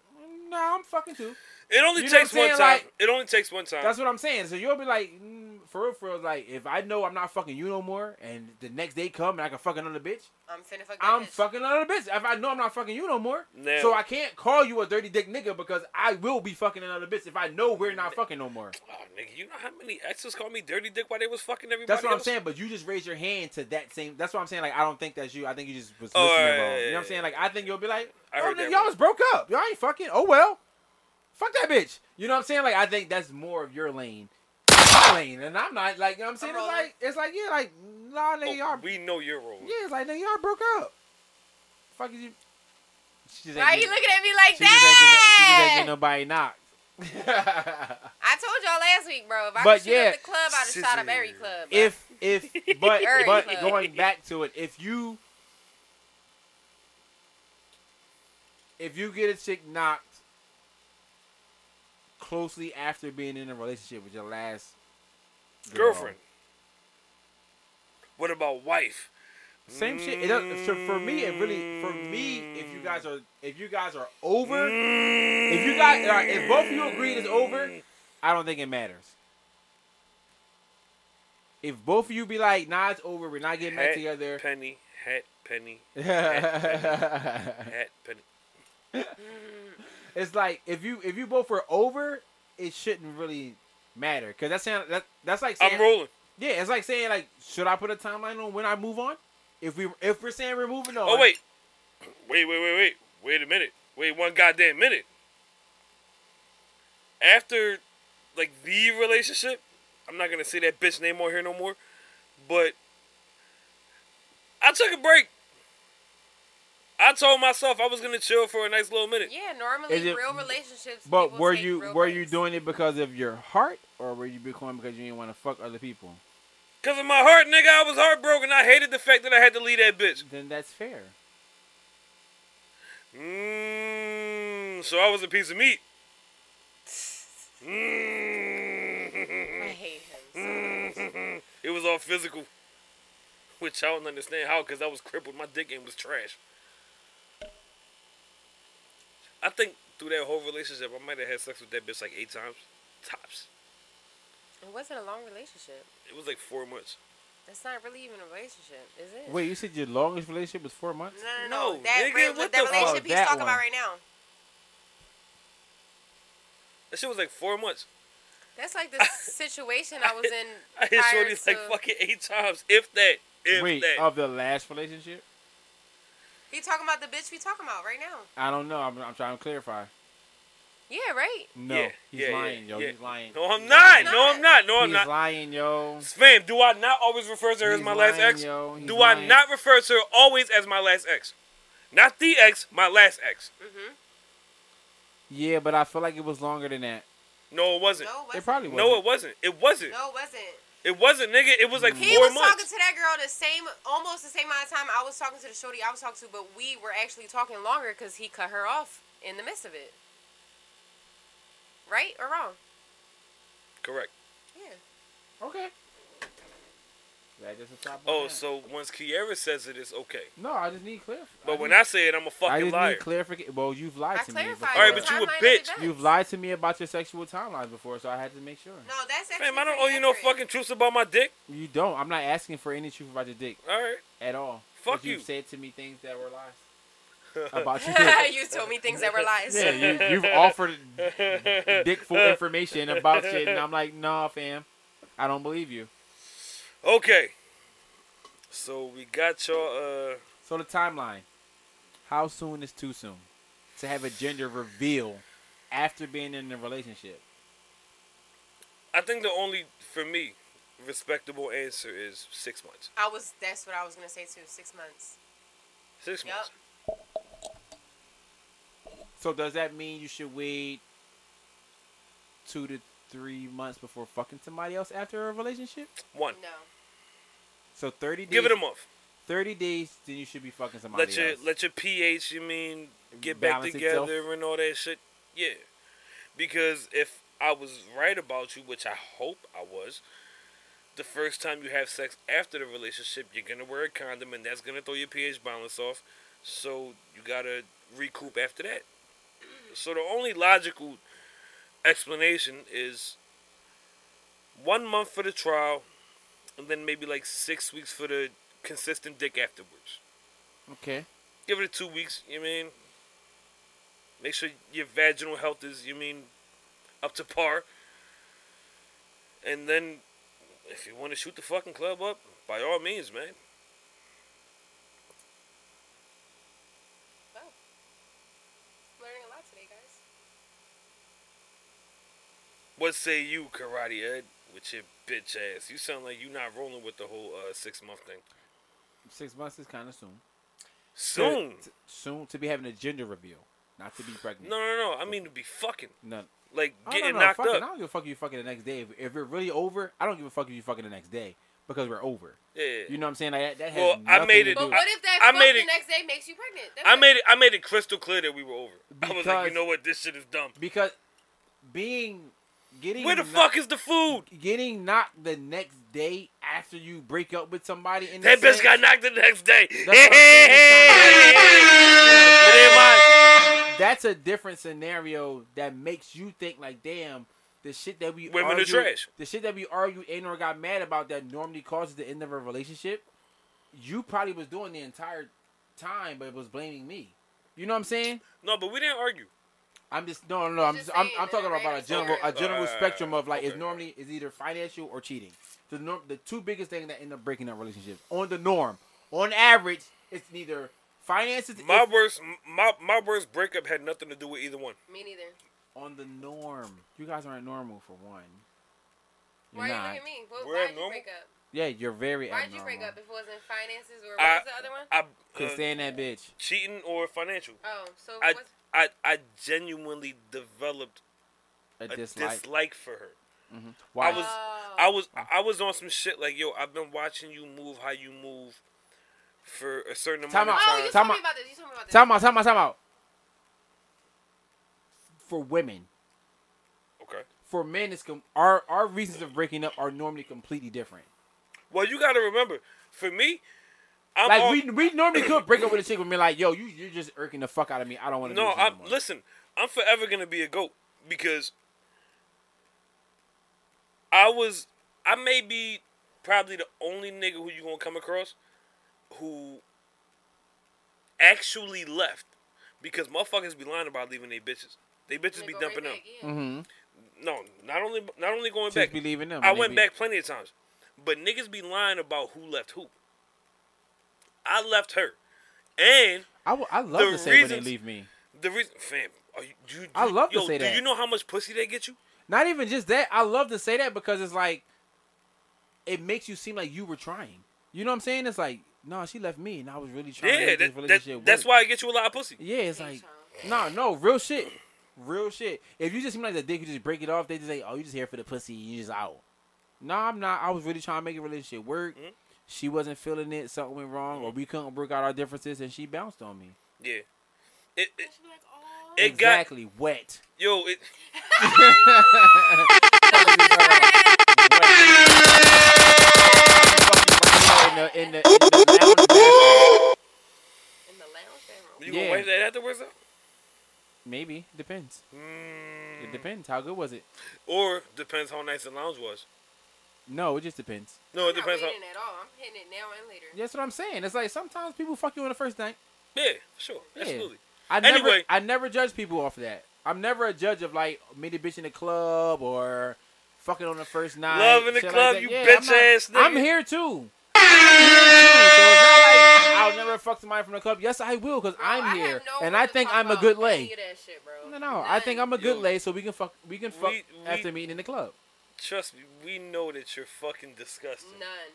Speaker 5: nah I'm fucking too
Speaker 2: it only
Speaker 5: you know
Speaker 2: takes
Speaker 5: what I'm
Speaker 2: one time.
Speaker 5: saying? Like-
Speaker 2: it only takes one time.
Speaker 5: that's what I'm saying so you'll be like mm, for real for real like if I know I'm not fucking you no more and the next day come and I can fuck another bitch
Speaker 4: I'm finna fuck that
Speaker 5: I'm
Speaker 4: bitch.
Speaker 5: fucking another bitch if I know I'm not fucking you no more
Speaker 2: Now-
Speaker 5: so I can't call you a dirty dick nigga because I will be fucking another bitch if I know we're not fucking no more.
Speaker 2: Oh, nigga, you know how many exes called me dirty dick while they was fucking everybody?
Speaker 5: That's what I'm
Speaker 2: else?
Speaker 5: saying, but you just raise your hand to that same. That's what I'm saying. Like I don't think that's you. I think you just was
Speaker 2: Oh,
Speaker 5: listening
Speaker 2: yeah, yeah,
Speaker 5: wrong. You know
Speaker 2: yeah,
Speaker 5: what I'm saying? Like I think you'll be like,
Speaker 2: I
Speaker 5: oh,
Speaker 2: heard
Speaker 5: nigga,
Speaker 2: that
Speaker 5: y'all
Speaker 2: word.
Speaker 5: was broke up. Y'all ain't fucking. Oh well, fuck that bitch. You know what I'm saying? Like I think that's more of your lane, my lane, and I'm not like you know what I'm saying. It's
Speaker 4: rolling.
Speaker 5: like it's like yeah, like nah, nigga,
Speaker 2: Oh,
Speaker 5: y'all.
Speaker 2: we know your role.
Speaker 5: Yeah, it's like nigga, y'all broke up. Fuck is you? She just
Speaker 4: Why
Speaker 5: ain't
Speaker 4: you
Speaker 5: getting-
Speaker 4: looking at me like
Speaker 5: she just ain't getting no- she just ain't
Speaker 4: that?
Speaker 5: getting nobody knocked.
Speaker 4: I told y'all last week, bro. If I
Speaker 5: But
Speaker 4: could shoot
Speaker 5: yeah,
Speaker 4: up the club, I'd have shot up every club. bro.
Speaker 5: if if but
Speaker 4: Very
Speaker 5: but
Speaker 4: close.
Speaker 5: going back to it, if you if you get a chick knocked closely after being in a relationship with your last girl,
Speaker 2: Girlfriend. What about wife?
Speaker 5: same shit. It doesn't, so for me, it really for me, if you guys are if you guys are over, if you guys all right, if both of you agree it's over, I don't think it matters. If both of you be like, nah, it's over, we're not getting back
Speaker 2: Hat,
Speaker 5: together.
Speaker 2: Penny, hat, penny,
Speaker 5: it's
Speaker 2: hat, penny.
Speaker 5: like if you if you both were over, it shouldn't really matter because that's saying that that's like saying,
Speaker 2: I'm rolling.
Speaker 5: yeah, it's like saying like should I put a timeline on when I move on? If we if we're saying we're moving on,
Speaker 2: Oh wait, wait, wait, wait, wait, wait a minute. Wait one goddamn minute. After, like the relationship, I'm not gonna say that bitch name on here no more. But I took a break. I told myself I was gonna chill for a nice little minute.
Speaker 4: yeah, normally
Speaker 5: Is it-
Speaker 4: real relationships.
Speaker 5: but
Speaker 4: people
Speaker 5: were
Speaker 4: take
Speaker 5: you
Speaker 4: real
Speaker 5: were you
Speaker 4: breaks.
Speaker 5: doing it because of your heart or were you Bitcoin because you didn't want to fuck other people?
Speaker 2: Cause of my heart, nigga, I was heartbroken. I hated the fact that I had to leave that bitch.
Speaker 5: Then that's fair.
Speaker 2: Mmm. So I was a piece of meat.
Speaker 4: I
Speaker 2: Mmm.
Speaker 4: hate him. so
Speaker 2: it was all physical, which I don't understand how, because I was crippled. My dick game was trash. I think through that whole relationship, I might have had sex with that bitch like eight times, tops.
Speaker 4: It wasn't a long relationship.
Speaker 2: It was like four months.
Speaker 4: That's not really even a relationship, is it?
Speaker 5: Wait, you said your longest relationship was four months?
Speaker 4: No, no, no.
Speaker 2: No,
Speaker 4: that
Speaker 2: nigga,
Speaker 4: re-
Speaker 2: what
Speaker 4: that
Speaker 2: the-
Speaker 4: relationship
Speaker 5: Oh,
Speaker 4: he's
Speaker 5: that
Speaker 4: talking
Speaker 5: one.
Speaker 4: about right now.
Speaker 2: That shit was like four months.
Speaker 4: That's like the situation I was in.
Speaker 2: I hit
Speaker 4: prior
Speaker 2: shorty like
Speaker 4: to-
Speaker 2: fucking eight times, if that, if
Speaker 5: Wait, uh,
Speaker 2: that.
Speaker 5: of the last relationship?
Speaker 4: He talking about the bitch we talking about right now.
Speaker 5: I don't know. I'm, I'm trying to clarify.
Speaker 4: Yeah, right.
Speaker 5: No,
Speaker 2: Yeah,
Speaker 5: he's
Speaker 2: yeah, yeah,
Speaker 5: lying, yo.
Speaker 2: yeah.
Speaker 5: He's lying.
Speaker 2: no, I'm not.
Speaker 4: not.
Speaker 2: No, I'm not. No, I'm
Speaker 5: he's
Speaker 2: not.
Speaker 5: lying, yo.
Speaker 2: Spam, do I not always refer to her as
Speaker 5: He's
Speaker 2: my last
Speaker 5: lying,
Speaker 2: ex?
Speaker 5: yo. He's
Speaker 2: Do I
Speaker 5: lying.
Speaker 2: not refer to her always as my last ex? Not the ex, my last ex.
Speaker 4: Mm-hmm.
Speaker 5: Yeah, but I feel like it was longer than that.
Speaker 2: No, it wasn't.
Speaker 4: No, it wasn't.
Speaker 5: It probably was.
Speaker 2: No, it wasn't. It wasn't.
Speaker 4: No, it wasn't.
Speaker 2: It wasn't, nigga. It was like
Speaker 4: He
Speaker 2: four
Speaker 4: was talking
Speaker 2: months.
Speaker 4: to that girl the same, almost the same amount of time I was talking to the shorty I was talking to, but we were actually talking longer because he cut her off in the midst of it. Right or wrong?
Speaker 2: Correct.
Speaker 4: Yeah.
Speaker 5: Okay. That just a top
Speaker 2: Oh,
Speaker 5: line.
Speaker 2: so once Kiera says it, it's okay.
Speaker 5: no, I just need clarif.
Speaker 2: But when
Speaker 5: need-
Speaker 2: I say it, I'm a
Speaker 5: I
Speaker 2: fucking
Speaker 5: just
Speaker 2: liar.
Speaker 5: need clarification. Well, you've lied
Speaker 4: I
Speaker 5: to me.
Speaker 4: clarified.
Speaker 5: before.
Speaker 2: All right, but you a
Speaker 4: timeline of
Speaker 2: bitch.
Speaker 4: events.
Speaker 5: You've lied to me about your sexual timelines before, so I had to make sure.
Speaker 4: No, that's actually.
Speaker 2: Fam, I don't
Speaker 4: pretty
Speaker 2: owe you no
Speaker 4: accurate.
Speaker 2: fucking truths about my dick.
Speaker 5: You don't. I'm not asking for any truth about your dick
Speaker 2: All right.
Speaker 5: at all.
Speaker 2: Fuck
Speaker 5: But you've
Speaker 2: you.
Speaker 5: said to me things that were lies about your dick.
Speaker 4: you told me things that were lies.
Speaker 5: Yeah, you, you've offered dickful information about shit, and I'm like, nah, fam, I don't believe you.
Speaker 2: Okay. So we got your uh.
Speaker 5: So the timeline. How soon is too soon to have a gender reveal after being in a relationship?
Speaker 2: I think the only for me respectable answer is six months.
Speaker 4: I was. That's what I was gonna say too. Six months.
Speaker 2: Six
Speaker 4: Yep.
Speaker 2: months.
Speaker 5: So does that mean you should wait two to three months before fucking somebody else after a relationship?
Speaker 2: One.
Speaker 4: No.
Speaker 5: So thirty days.
Speaker 2: Give it a month.
Speaker 5: thirty days, then you should be fucking somebody
Speaker 2: let your
Speaker 5: else.
Speaker 2: let your pH, you mean, get back
Speaker 5: Balance
Speaker 2: together
Speaker 5: itself.
Speaker 2: and all that shit. Yeah, because if I was right about you, which I hope I was, the first time you have sex after the relationship, you're gonna wear a condom, and that's gonna throw your pH balance off. So you gotta recoup after that. So the only logical explanation is one month for the trial, and then maybe like six weeks for the consistent dick afterwards
Speaker 5: okay.
Speaker 2: give it two weeks. You mean? Make sure your vaginal health is you mean up to par. And then, if you want to shoot the fucking club up, by all means, man.
Speaker 4: Learning a lot today, guys.
Speaker 2: What say you, Karate Ed, with your bitch ass? You sound like you not rolling with the whole uh, six month thing.
Speaker 5: Six months is kind of soon.
Speaker 2: Soon.
Speaker 5: To- soon to be having a gender reveal, not to be pregnant.
Speaker 2: No, no, no. I mean to be fucking
Speaker 5: Oh, no.
Speaker 2: like
Speaker 5: I don't
Speaker 2: getting
Speaker 5: know,
Speaker 2: knocked
Speaker 5: fucking-
Speaker 2: up.
Speaker 5: I don't give a fuck if you fucking the next day. If, if we're really over, I don't give a fuck if you fucking the next day because we're over.
Speaker 2: Yeah.
Speaker 5: You know what I'm saying? Like, that, that has
Speaker 2: Well, I
Speaker 5: nothing
Speaker 2: made
Speaker 5: to
Speaker 2: it-
Speaker 5: do
Speaker 4: But
Speaker 5: with-
Speaker 4: what if that
Speaker 2: I
Speaker 4: fuck
Speaker 2: made
Speaker 4: the
Speaker 2: it-
Speaker 4: next day makes you pregnant? That's
Speaker 2: I made it. I made it crystal clear that we were over. I was like,
Speaker 5: Because-
Speaker 2: you know what? This shit is dumb.
Speaker 5: because being getting
Speaker 2: Where the
Speaker 5: knocked-
Speaker 2: fuck is the food?
Speaker 5: getting knocked the next day after you break up with somebody in
Speaker 2: That
Speaker 5: the
Speaker 2: bitch
Speaker 5: sense-
Speaker 2: got knocked the next day.
Speaker 5: what I'm saying,
Speaker 2: It ain't mine.
Speaker 5: that's a different scenario that makes you think like damn the shit that we
Speaker 2: Women are
Speaker 5: argue,
Speaker 2: trash.
Speaker 5: the shit that we argued and or got mad about that normally causes the end of a relationship you probably was doing the entire time but was blaming me you know what i'm saying
Speaker 2: No, but we didn't argue.
Speaker 5: i'm just no no no i'm,
Speaker 4: Just
Speaker 5: just, I'm,
Speaker 4: saying
Speaker 5: I'm
Speaker 4: that
Speaker 5: talking
Speaker 4: I
Speaker 5: about a
Speaker 4: ran
Speaker 5: general
Speaker 4: into
Speaker 5: a
Speaker 4: it.
Speaker 5: general
Speaker 2: Uh,
Speaker 5: spectrum of like it's
Speaker 2: okay.
Speaker 5: normally is either financial or cheating the norm the two biggest things that end up breaking up relationships on the norm on average it's neither finances
Speaker 2: My
Speaker 5: if-
Speaker 2: worst, my my worst breakup had nothing to do with either one.
Speaker 4: Me neither.
Speaker 5: on the norm. You guys aren't normal for one. You're
Speaker 4: Why are you
Speaker 5: not.
Speaker 4: looking at me? What,
Speaker 2: We're
Speaker 4: why did you
Speaker 2: abnormal?
Speaker 4: break up?
Speaker 5: Yeah, you're very
Speaker 4: Why did you
Speaker 5: abnormal.
Speaker 4: break up if it wasn't finances or what
Speaker 2: I-
Speaker 4: was the other one?
Speaker 2: I
Speaker 5: Cause
Speaker 2: uh,
Speaker 5: saying that bitch.
Speaker 2: cheating or financial.
Speaker 4: Oh, so
Speaker 2: I
Speaker 4: what's
Speaker 2: I I genuinely developed
Speaker 5: A
Speaker 2: a
Speaker 5: dislike.
Speaker 2: dislike for her.
Speaker 5: Why
Speaker 2: I was-
Speaker 4: Oh.
Speaker 2: I was I was on some shit like yo. I've been watching you move how you move for a certain amount
Speaker 5: Time
Speaker 2: of
Speaker 5: out.
Speaker 4: Oh,
Speaker 2: time.
Speaker 4: you told
Speaker 5: Time
Speaker 4: me
Speaker 5: out.
Speaker 4: about this. You told me about this.
Speaker 5: time out, time out, time out. For women,
Speaker 2: Okay.
Speaker 5: for men, it's com- our our reasons of breaking up are normally completely different.
Speaker 2: Well, you got to remember, for me, I'm
Speaker 5: Like
Speaker 2: all-
Speaker 5: we we normally could break up with a chick and be like, "Yo, you you're just irking the fuck out of me. I don't want to."
Speaker 2: No,
Speaker 5: do this
Speaker 2: I'm
Speaker 5: anymore."
Speaker 2: listen. I'm forever gonna be a goat because I was. I may be probably the only nigga who you gonna come across who actually left because motherfuckers be lying about leaving they bitches. They bitches
Speaker 4: They
Speaker 2: be
Speaker 4: go right
Speaker 2: dumping them.
Speaker 4: back, yeah.
Speaker 5: Mm-hmm.
Speaker 2: No, not only not only going
Speaker 5: Chicks
Speaker 2: back.
Speaker 5: be leaving them.
Speaker 2: I
Speaker 5: and they
Speaker 2: went
Speaker 5: be-
Speaker 2: back plenty of times, but niggas be lying about who left who. I left her, and
Speaker 5: I, w- I love
Speaker 2: The
Speaker 5: to say when they
Speaker 2: reasons-
Speaker 5: leave me.
Speaker 2: the reason, fam, are you, do you,
Speaker 5: I love to
Speaker 2: yo,
Speaker 5: say
Speaker 2: Do
Speaker 5: that.
Speaker 2: you know how much pussy they get you?
Speaker 5: Not even just that. I love to say that because it's like it makes you seem like you were trying. You know what I'm saying? It's like, no, she left me and I was really trying to
Speaker 2: Yeah,
Speaker 5: make
Speaker 2: that,
Speaker 5: this
Speaker 2: that,
Speaker 5: relationship
Speaker 2: that's
Speaker 5: work.
Speaker 2: why I get you a lot of pussy.
Speaker 5: Yeah, it's
Speaker 4: Hey,
Speaker 5: like
Speaker 4: Sean.
Speaker 5: no, no, real shit. Real shit. If you just seem like the dick, you just break it off, they just say, Oh, you just here for the pussy, you just out. No, I'm not. I was really trying to make a relationship work.
Speaker 2: Mhm.
Speaker 5: She wasn't feeling it, something went wrong, or we couldn't work out our differences and she bounced on me.
Speaker 2: Yeah. It, it,
Speaker 4: She'd be like, "Oh."
Speaker 2: It got-
Speaker 5: exactly wet.
Speaker 2: yo, it,
Speaker 5: in the, in the, in the lounge bathroom.
Speaker 4: In the lounge bedroom.
Speaker 2: you
Speaker 5: Yeah.
Speaker 2: gonna wipe that afterwards? though?
Speaker 5: Maybe depends.
Speaker 2: Mm,
Speaker 5: It depends. How good was it?
Speaker 2: Or depends how nice the lounge was.
Speaker 5: No, it just depends.
Speaker 2: No, it
Speaker 4: I'm not
Speaker 2: depends how.
Speaker 4: waiting at all. I'm hitting it now and later.
Speaker 5: That's what I'm saying. It's like sometimes people fuck you on the first night.
Speaker 2: Yeah, sure,
Speaker 5: Yeah.
Speaker 2: absolutely.
Speaker 5: I never,
Speaker 2: Anyway.
Speaker 5: I never judge people off of that. I'm never a judge of like meet a bitch in the club or fucking on the first night.
Speaker 2: Love in the
Speaker 5: shit like
Speaker 2: club,
Speaker 5: that.
Speaker 2: you
Speaker 5: Yeah,
Speaker 2: bitch
Speaker 5: I'm not-
Speaker 2: ass nigga.
Speaker 5: I'm here too. I'm here too. So it's not like I'll never fuck somebody from the club. Yes, I will because
Speaker 4: Bro,
Speaker 5: I'm
Speaker 4: I have
Speaker 5: here
Speaker 4: no
Speaker 5: and
Speaker 4: room
Speaker 5: I
Speaker 4: to
Speaker 5: think
Speaker 4: talk
Speaker 5: I'm a
Speaker 4: about
Speaker 5: good lay.
Speaker 4: any of that shit, bro.
Speaker 5: No, no, I think I'm a good
Speaker 2: Yo.
Speaker 5: lay, so we can fuck. We can fuck
Speaker 2: We- we-
Speaker 5: after meeting in the club.
Speaker 2: Trust me, we know that you're fucking disgusting.
Speaker 4: None.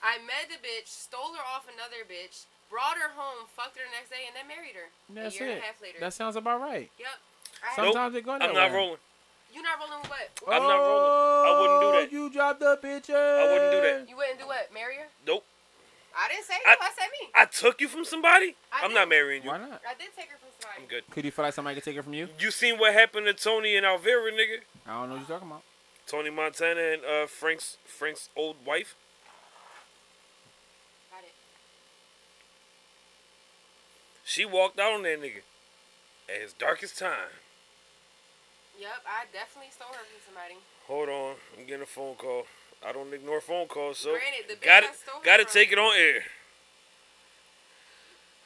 Speaker 4: I met the bitch, stole her off another bitch, brought her home, fucked her the next day, and then married her.
Speaker 5: That's
Speaker 4: a year
Speaker 5: it.
Speaker 4: and a half later.
Speaker 5: That sounds about right.
Speaker 4: yep. I had-
Speaker 2: Nope.
Speaker 5: Sometimes it go that
Speaker 2: I'm not
Speaker 5: way.
Speaker 2: rolling.
Speaker 4: You not rolling with what?
Speaker 2: I'm not rolling. I wouldn't do
Speaker 5: Oh,
Speaker 2: that.
Speaker 5: You dropped the bitches.
Speaker 2: I wouldn't do that.
Speaker 4: You wouldn't do what? Marry her?
Speaker 2: Nope.
Speaker 4: I didn't say you.
Speaker 2: I-
Speaker 4: I, said me.
Speaker 2: I took you from somebody.
Speaker 4: I
Speaker 2: I'm
Speaker 4: did.
Speaker 2: not marrying you.
Speaker 5: Why not?
Speaker 4: I did take her from
Speaker 2: I'm
Speaker 4: somebody.
Speaker 2: good.
Speaker 5: Could you feel like somebody could take it from you?
Speaker 2: You seen what happened to Tony and Alvera, nigga?
Speaker 5: I don't know what you're talking about.
Speaker 2: Tony Montana and uh, Frank's Frank's old wife.
Speaker 4: Got it.
Speaker 2: She walked out on that nigga at his darkest time.
Speaker 4: Yep, I definitely stole her from somebody.
Speaker 2: Hold on, I'm getting a phone call. I don't ignore phone calls, so
Speaker 4: Granted, the bitch
Speaker 2: got
Speaker 4: I
Speaker 2: it.
Speaker 4: stole her
Speaker 2: Got to
Speaker 4: from-
Speaker 2: take it on air.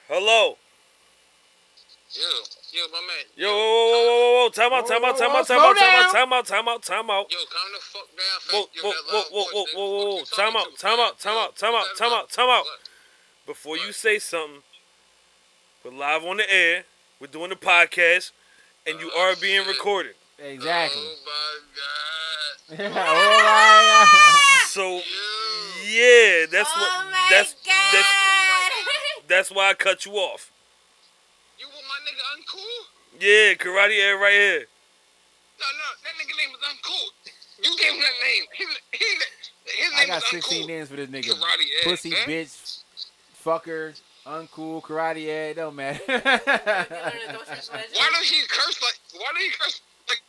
Speaker 2: Hello.
Speaker 8: Yeah, yeah, my man.
Speaker 2: Yo, whoa, whoa, whoa, whoa, whoa, time out, time out, time out, time
Speaker 5: Whoa, whoa,
Speaker 2: out, time out, time
Speaker 5: whoa,
Speaker 2: out, time out, time out.
Speaker 8: Yo, calm the fuck down,
Speaker 2: Whoa,
Speaker 8: fam. Yo,
Speaker 2: whoa,
Speaker 8: that
Speaker 2: whoa,
Speaker 8: loud
Speaker 2: whoa,
Speaker 8: voice,
Speaker 2: whoa,
Speaker 8: nigga.
Speaker 2: whoa, whoa,
Speaker 8: What
Speaker 2: whoa.
Speaker 8: you
Speaker 2: Time out,
Speaker 8: talking to,
Speaker 2: time
Speaker 8: fam?
Speaker 2: out, time out, time
Speaker 8: Yo,
Speaker 2: out,
Speaker 8: who
Speaker 2: time
Speaker 8: that
Speaker 2: out,
Speaker 8: loud-
Speaker 2: time out.
Speaker 8: What?
Speaker 2: Before you
Speaker 8: What?
Speaker 2: say something, we're live on the air, we're doing the podcast, and you are being recorded.
Speaker 5: Exactly.
Speaker 8: Oh my god.
Speaker 2: So,
Speaker 8: Yo.
Speaker 2: yeah, that's
Speaker 4: oh
Speaker 2: what,
Speaker 4: my
Speaker 2: that's,
Speaker 4: god.
Speaker 2: that's, that's why I cut you off.
Speaker 8: You want my nigga uncool?
Speaker 2: Yeah, Karate Air right here.
Speaker 8: No, no, that nigga name is uncool. You gave him that name. His, his, his
Speaker 5: I
Speaker 8: name
Speaker 5: got
Speaker 8: is
Speaker 5: 16
Speaker 8: uncool.
Speaker 5: names for this nigga.
Speaker 8: Karate ass,
Speaker 5: Pussy,
Speaker 8: man.
Speaker 5: bitch, fucker, uncool, karate head. Don't matter.
Speaker 8: Why does he curse like? Why does he curse like?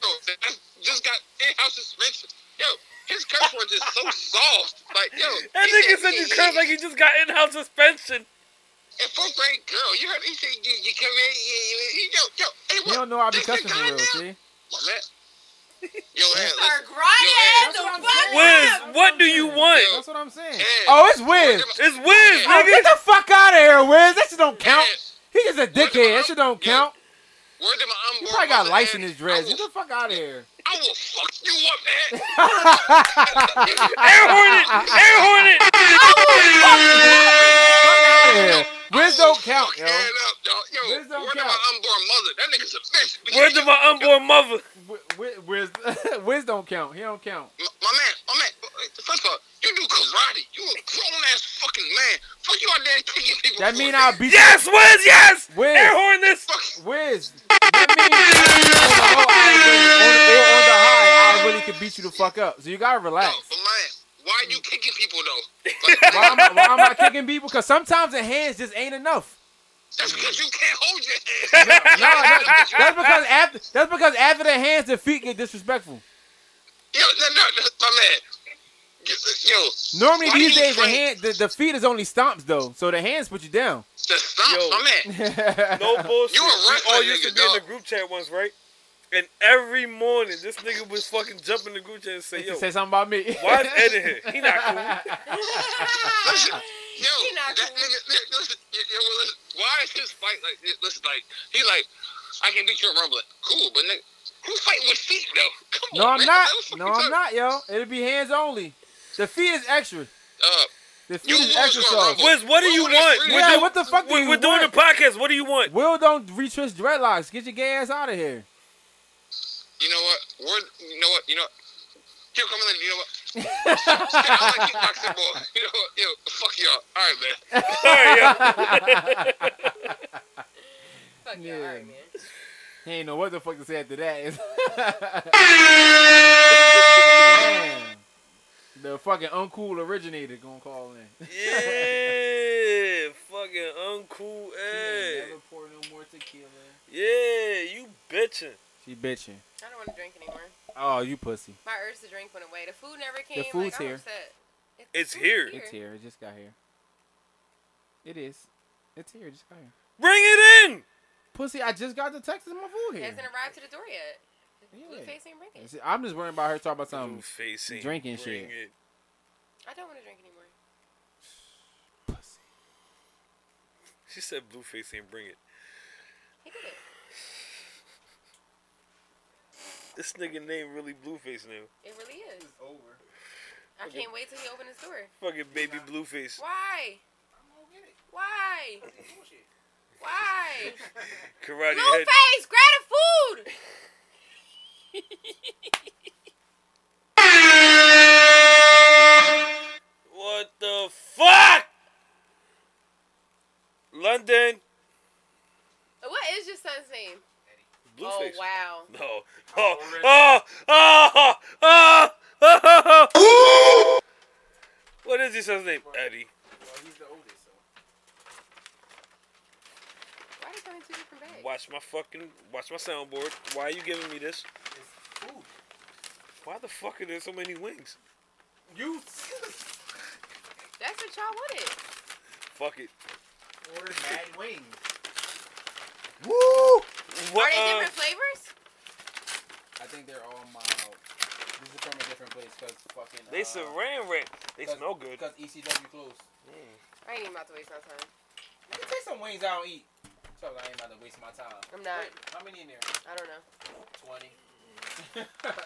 Speaker 8: Yo, that just got in-house suspension. Yo, his curse words is so soft. Like yo,
Speaker 2: That
Speaker 8: he
Speaker 2: nigga said you
Speaker 8: yeah,
Speaker 2: curse
Speaker 8: yeah.
Speaker 2: like you just got in-house suspension.
Speaker 8: And fourth grade girl, you heard he say you, you come in, you, you, you- yo, yo, hey,
Speaker 5: you
Speaker 8: what?
Speaker 5: don't know I be
Speaker 8: This the
Speaker 5: cussing for real,
Speaker 8: goddamn-
Speaker 5: see?
Speaker 8: My man. Yo, hey,
Speaker 4: Her
Speaker 8: listen,
Speaker 4: grinding
Speaker 5: That's
Speaker 4: the
Speaker 5: what I'm
Speaker 4: fuck
Speaker 5: saying.
Speaker 2: Wiz,
Speaker 4: up.
Speaker 2: what do you want?
Speaker 5: That's what I'm saying.
Speaker 8: Hey.
Speaker 5: Oh, it's Wiz.
Speaker 2: It's Wiz,
Speaker 5: Oh, get
Speaker 2: nigga.
Speaker 5: the fuck out of here, Wiz. That shit don't count.
Speaker 8: Hey.
Speaker 5: He just a dickhead. That shit don't
Speaker 8: Yo.
Speaker 5: count.
Speaker 8: word to my
Speaker 5: He
Speaker 8: unborn
Speaker 5: probably got
Speaker 8: mother,
Speaker 5: lice in
Speaker 8: man.
Speaker 5: his dreads.
Speaker 8: I
Speaker 5: Get
Speaker 8: will,
Speaker 5: the fuck out of here.
Speaker 8: I will fuck you up, man.
Speaker 2: Air Hornet, Air Hornet.
Speaker 5: Yeah. Wiz don't count, yo.
Speaker 8: Fuck that up, dog. Yo,
Speaker 5: This don't
Speaker 8: word to my
Speaker 5: count.
Speaker 8: unborn mother. That nigga's a bitch.
Speaker 2: Word to my unborn mother.
Speaker 5: Wi- Wi- Wiz, Wiz don't count. He don't count.
Speaker 8: My my man, my man. uh, First of all, you do karate. You a grown ass fucking man. Fuck you out there kicking people.
Speaker 5: That mean
Speaker 8: for
Speaker 5: I'll
Speaker 8: it.
Speaker 5: beat
Speaker 2: Yes, Wiz, yes.
Speaker 5: Wiz.
Speaker 2: Air Hornet this.
Speaker 5: Wiz, that means on the, low, I really- on the, or on the high, I really could beat you the fuck up. So you gotta
Speaker 8: No,
Speaker 5: relax.
Speaker 8: but man, why are
Speaker 5: Mm.
Speaker 8: you kicking people though?
Speaker 5: Why am, I- why am I kicking people? Because sometimes the hands just ain't enough.
Speaker 8: That's because you can't hold your
Speaker 5: No,
Speaker 8: hands.
Speaker 5: no, that- that's because after that's because after the hands, the feet get disrespectful.
Speaker 8: Yo, no, no, no, my man. Yo, yo,
Speaker 5: Normally
Speaker 8: Why
Speaker 5: these
Speaker 8: you
Speaker 5: days the
Speaker 8: train-
Speaker 5: hand the, the feet is only stomps though, so the hands put you down.
Speaker 8: just stop,
Speaker 2: Yo.
Speaker 8: my man.
Speaker 2: No bullshit.
Speaker 8: You a
Speaker 2: we
Speaker 8: wrestling
Speaker 2: all used to
Speaker 8: nigga,
Speaker 2: be in
Speaker 8: dog.
Speaker 2: the group chat once, right? And every morning, this nigga was fucking jumping the group chat and say,
Speaker 5: You
Speaker 2: "Yo,
Speaker 5: say something about me.
Speaker 2: why is Ed in here? He not cool."
Speaker 8: Listen, yo,
Speaker 4: He not
Speaker 8: that
Speaker 4: cool.
Speaker 8: nigga, li- listen, yo, yo, well, listen, why is his fight like, this? listen, like, he like, I can beat you at rumbling. Cool, but nigga, who's fighting with feet, though? Come
Speaker 5: No,
Speaker 8: on,
Speaker 5: I'm
Speaker 8: man.
Speaker 5: not.
Speaker 8: What the fuck
Speaker 5: No,
Speaker 8: you
Speaker 5: I'm
Speaker 8: talking-
Speaker 5: not, yo. It'll be hands only. The feet is extra.
Speaker 8: Uh,
Speaker 5: The feet
Speaker 8: You
Speaker 5: is
Speaker 8: lose
Speaker 5: extra
Speaker 8: gonna
Speaker 5: sauce.
Speaker 8: rumble.
Speaker 2: Wiz, what do you want?
Speaker 5: Yeah, what the fuck do
Speaker 2: We're,
Speaker 5: you
Speaker 2: we're doing the
Speaker 5: want?
Speaker 2: podcast. What do you want?
Speaker 5: Will don't retwist dreadlocks. Get your gay ass out of here.
Speaker 8: You know what? We're, you know what? You know what? Yo, come on, you know what? I like kickboxing more. You know what? Yo, fuck y'all. All right, man.
Speaker 2: Sorry, yo.
Speaker 4: Fuck yeah, all right, man.
Speaker 5: He ain't know what the fuck to say after that. Damn. The fucking uncool originator gonna call in.
Speaker 2: Yeah, fucking uncool Ed.
Speaker 5: Never pour no more tequila.
Speaker 2: Yeah, you bitching.
Speaker 5: She bitching.
Speaker 4: I don't want to drink anymore.
Speaker 5: Oh, you pussy.
Speaker 4: My urge to drink went away. The food never came.
Speaker 5: food's
Speaker 4: like, I'm
Speaker 5: here.
Speaker 4: upset. It's,
Speaker 2: It's
Speaker 4: food's
Speaker 2: here.
Speaker 5: It's here. It just got here. It is. It's here. It just got here.
Speaker 2: Bring it in.
Speaker 5: Pussy, I just got the text. It's my food
Speaker 4: It
Speaker 5: here.
Speaker 4: hasn't arrived to the door yet.
Speaker 5: Yeah.
Speaker 4: Blueface ain't bringing it.
Speaker 5: See, I'm just worrying about her talking about something.
Speaker 2: Blueface ain't
Speaker 5: drinking
Speaker 2: bring
Speaker 5: shit.
Speaker 2: it.
Speaker 4: I don't want to drink anymore.
Speaker 5: Pussy.
Speaker 2: She said Blueface ain't bring it.
Speaker 4: He did it.
Speaker 2: This nigga name really Blueface now.
Speaker 4: It really is. It's over. I can't wait till he opens his door.
Speaker 2: Fucking baby Blueface.
Speaker 4: Why? Why? Why?
Speaker 2: Karate head.
Speaker 4: Blueface, grab the food.
Speaker 2: What the fuck? London
Speaker 4: Uh, What is your son's name?
Speaker 2: Blueface.
Speaker 4: Oh wow.
Speaker 2: No. Oh, oh, oh, oh, oh, oh. What is this son's name? Eddie.
Speaker 4: from two different bags?
Speaker 2: Watch my fucking watch my soundboard. Why are you giving me this? Why the fuck are there so many wings?
Speaker 5: You
Speaker 4: That's what y'all wanted.
Speaker 2: Fuck it.
Speaker 5: ordered mad wings.
Speaker 4: Are
Speaker 2: What,
Speaker 4: they
Speaker 2: uh,
Speaker 4: different flavors?
Speaker 5: I think they're all mild. This is from a different place because fucking.
Speaker 2: They
Speaker 5: uh,
Speaker 2: saran wrap. They
Speaker 5: cause- E
Speaker 2: smell good.
Speaker 5: Because ECW closed.
Speaker 4: I ain't even about to waste my time.
Speaker 5: Let me take some wings I don't eat. So I ain't about to waste my time.
Speaker 4: I'm not.
Speaker 5: Wait, how many in there?
Speaker 4: I don't know.
Speaker 5: 20. oh, I don't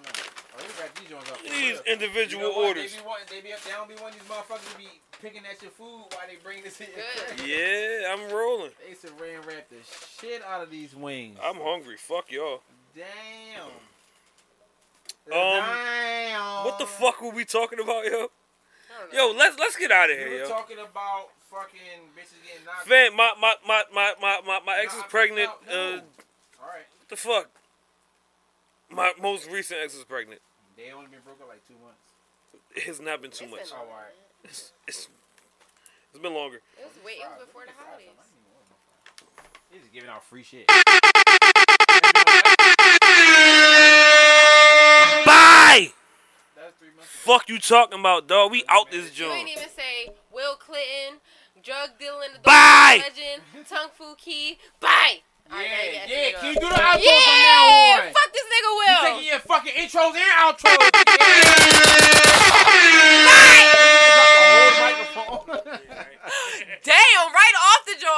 Speaker 5: know. Oh, they wrap these joints up. for
Speaker 2: These
Speaker 5: real.
Speaker 2: individual
Speaker 5: You know what?
Speaker 2: orders.
Speaker 5: They be, wanting, they be up down, be wanting these motherfuckers to be picking at your food while they bring this in.
Speaker 4: Good.
Speaker 2: Yeah, I'm rolling.
Speaker 5: They saran wrap the shit out of these wings.
Speaker 2: I'm hungry. Fuck y'all.
Speaker 5: Damn.
Speaker 2: Um,
Speaker 5: Damn.
Speaker 2: What the fuck were we talking about, yo?
Speaker 4: I don't know.
Speaker 2: Yo, let's let's get out of
Speaker 5: We
Speaker 2: here,
Speaker 5: were
Speaker 2: yo.
Speaker 5: talking about fucking bitches getting knocked.
Speaker 2: Fam, my my my my my, my, my ex was
Speaker 5: knocked
Speaker 2: pregnant.
Speaker 5: out.
Speaker 2: Uh,
Speaker 5: No.
Speaker 2: what
Speaker 5: All right.
Speaker 2: the fuck? My most recent ex was pregnant.
Speaker 5: They only been broke up like two months.
Speaker 2: It has not been too
Speaker 4: It's
Speaker 2: much.
Speaker 4: been-
Speaker 5: Oh, all right.
Speaker 2: It's, it's it's been longer.
Speaker 4: It was way. It was before the holidays.
Speaker 5: They just giving out free shit.
Speaker 2: Bye.
Speaker 5: That's three months.
Speaker 2: Fuck you talking about, dog? We out this
Speaker 4: You ain't
Speaker 2: joint.
Speaker 4: even say Will Clinton, drug dealing, adult
Speaker 2: Bye.
Speaker 4: legend, Tung Fu Key. Bye. All right, now you
Speaker 10: Yeah,
Speaker 4: gotta
Speaker 10: yeah.
Speaker 4: shut
Speaker 10: Can you
Speaker 4: up.
Speaker 10: do the outro
Speaker 4: yeah,
Speaker 10: from now on?
Speaker 4: fuck this nigga
Speaker 10: You
Speaker 4: Will.
Speaker 10: taking your fucking intros and outros.
Speaker 4: Bye.
Speaker 10: Drop the whole microphone.
Speaker 4: Damn, right off the joint.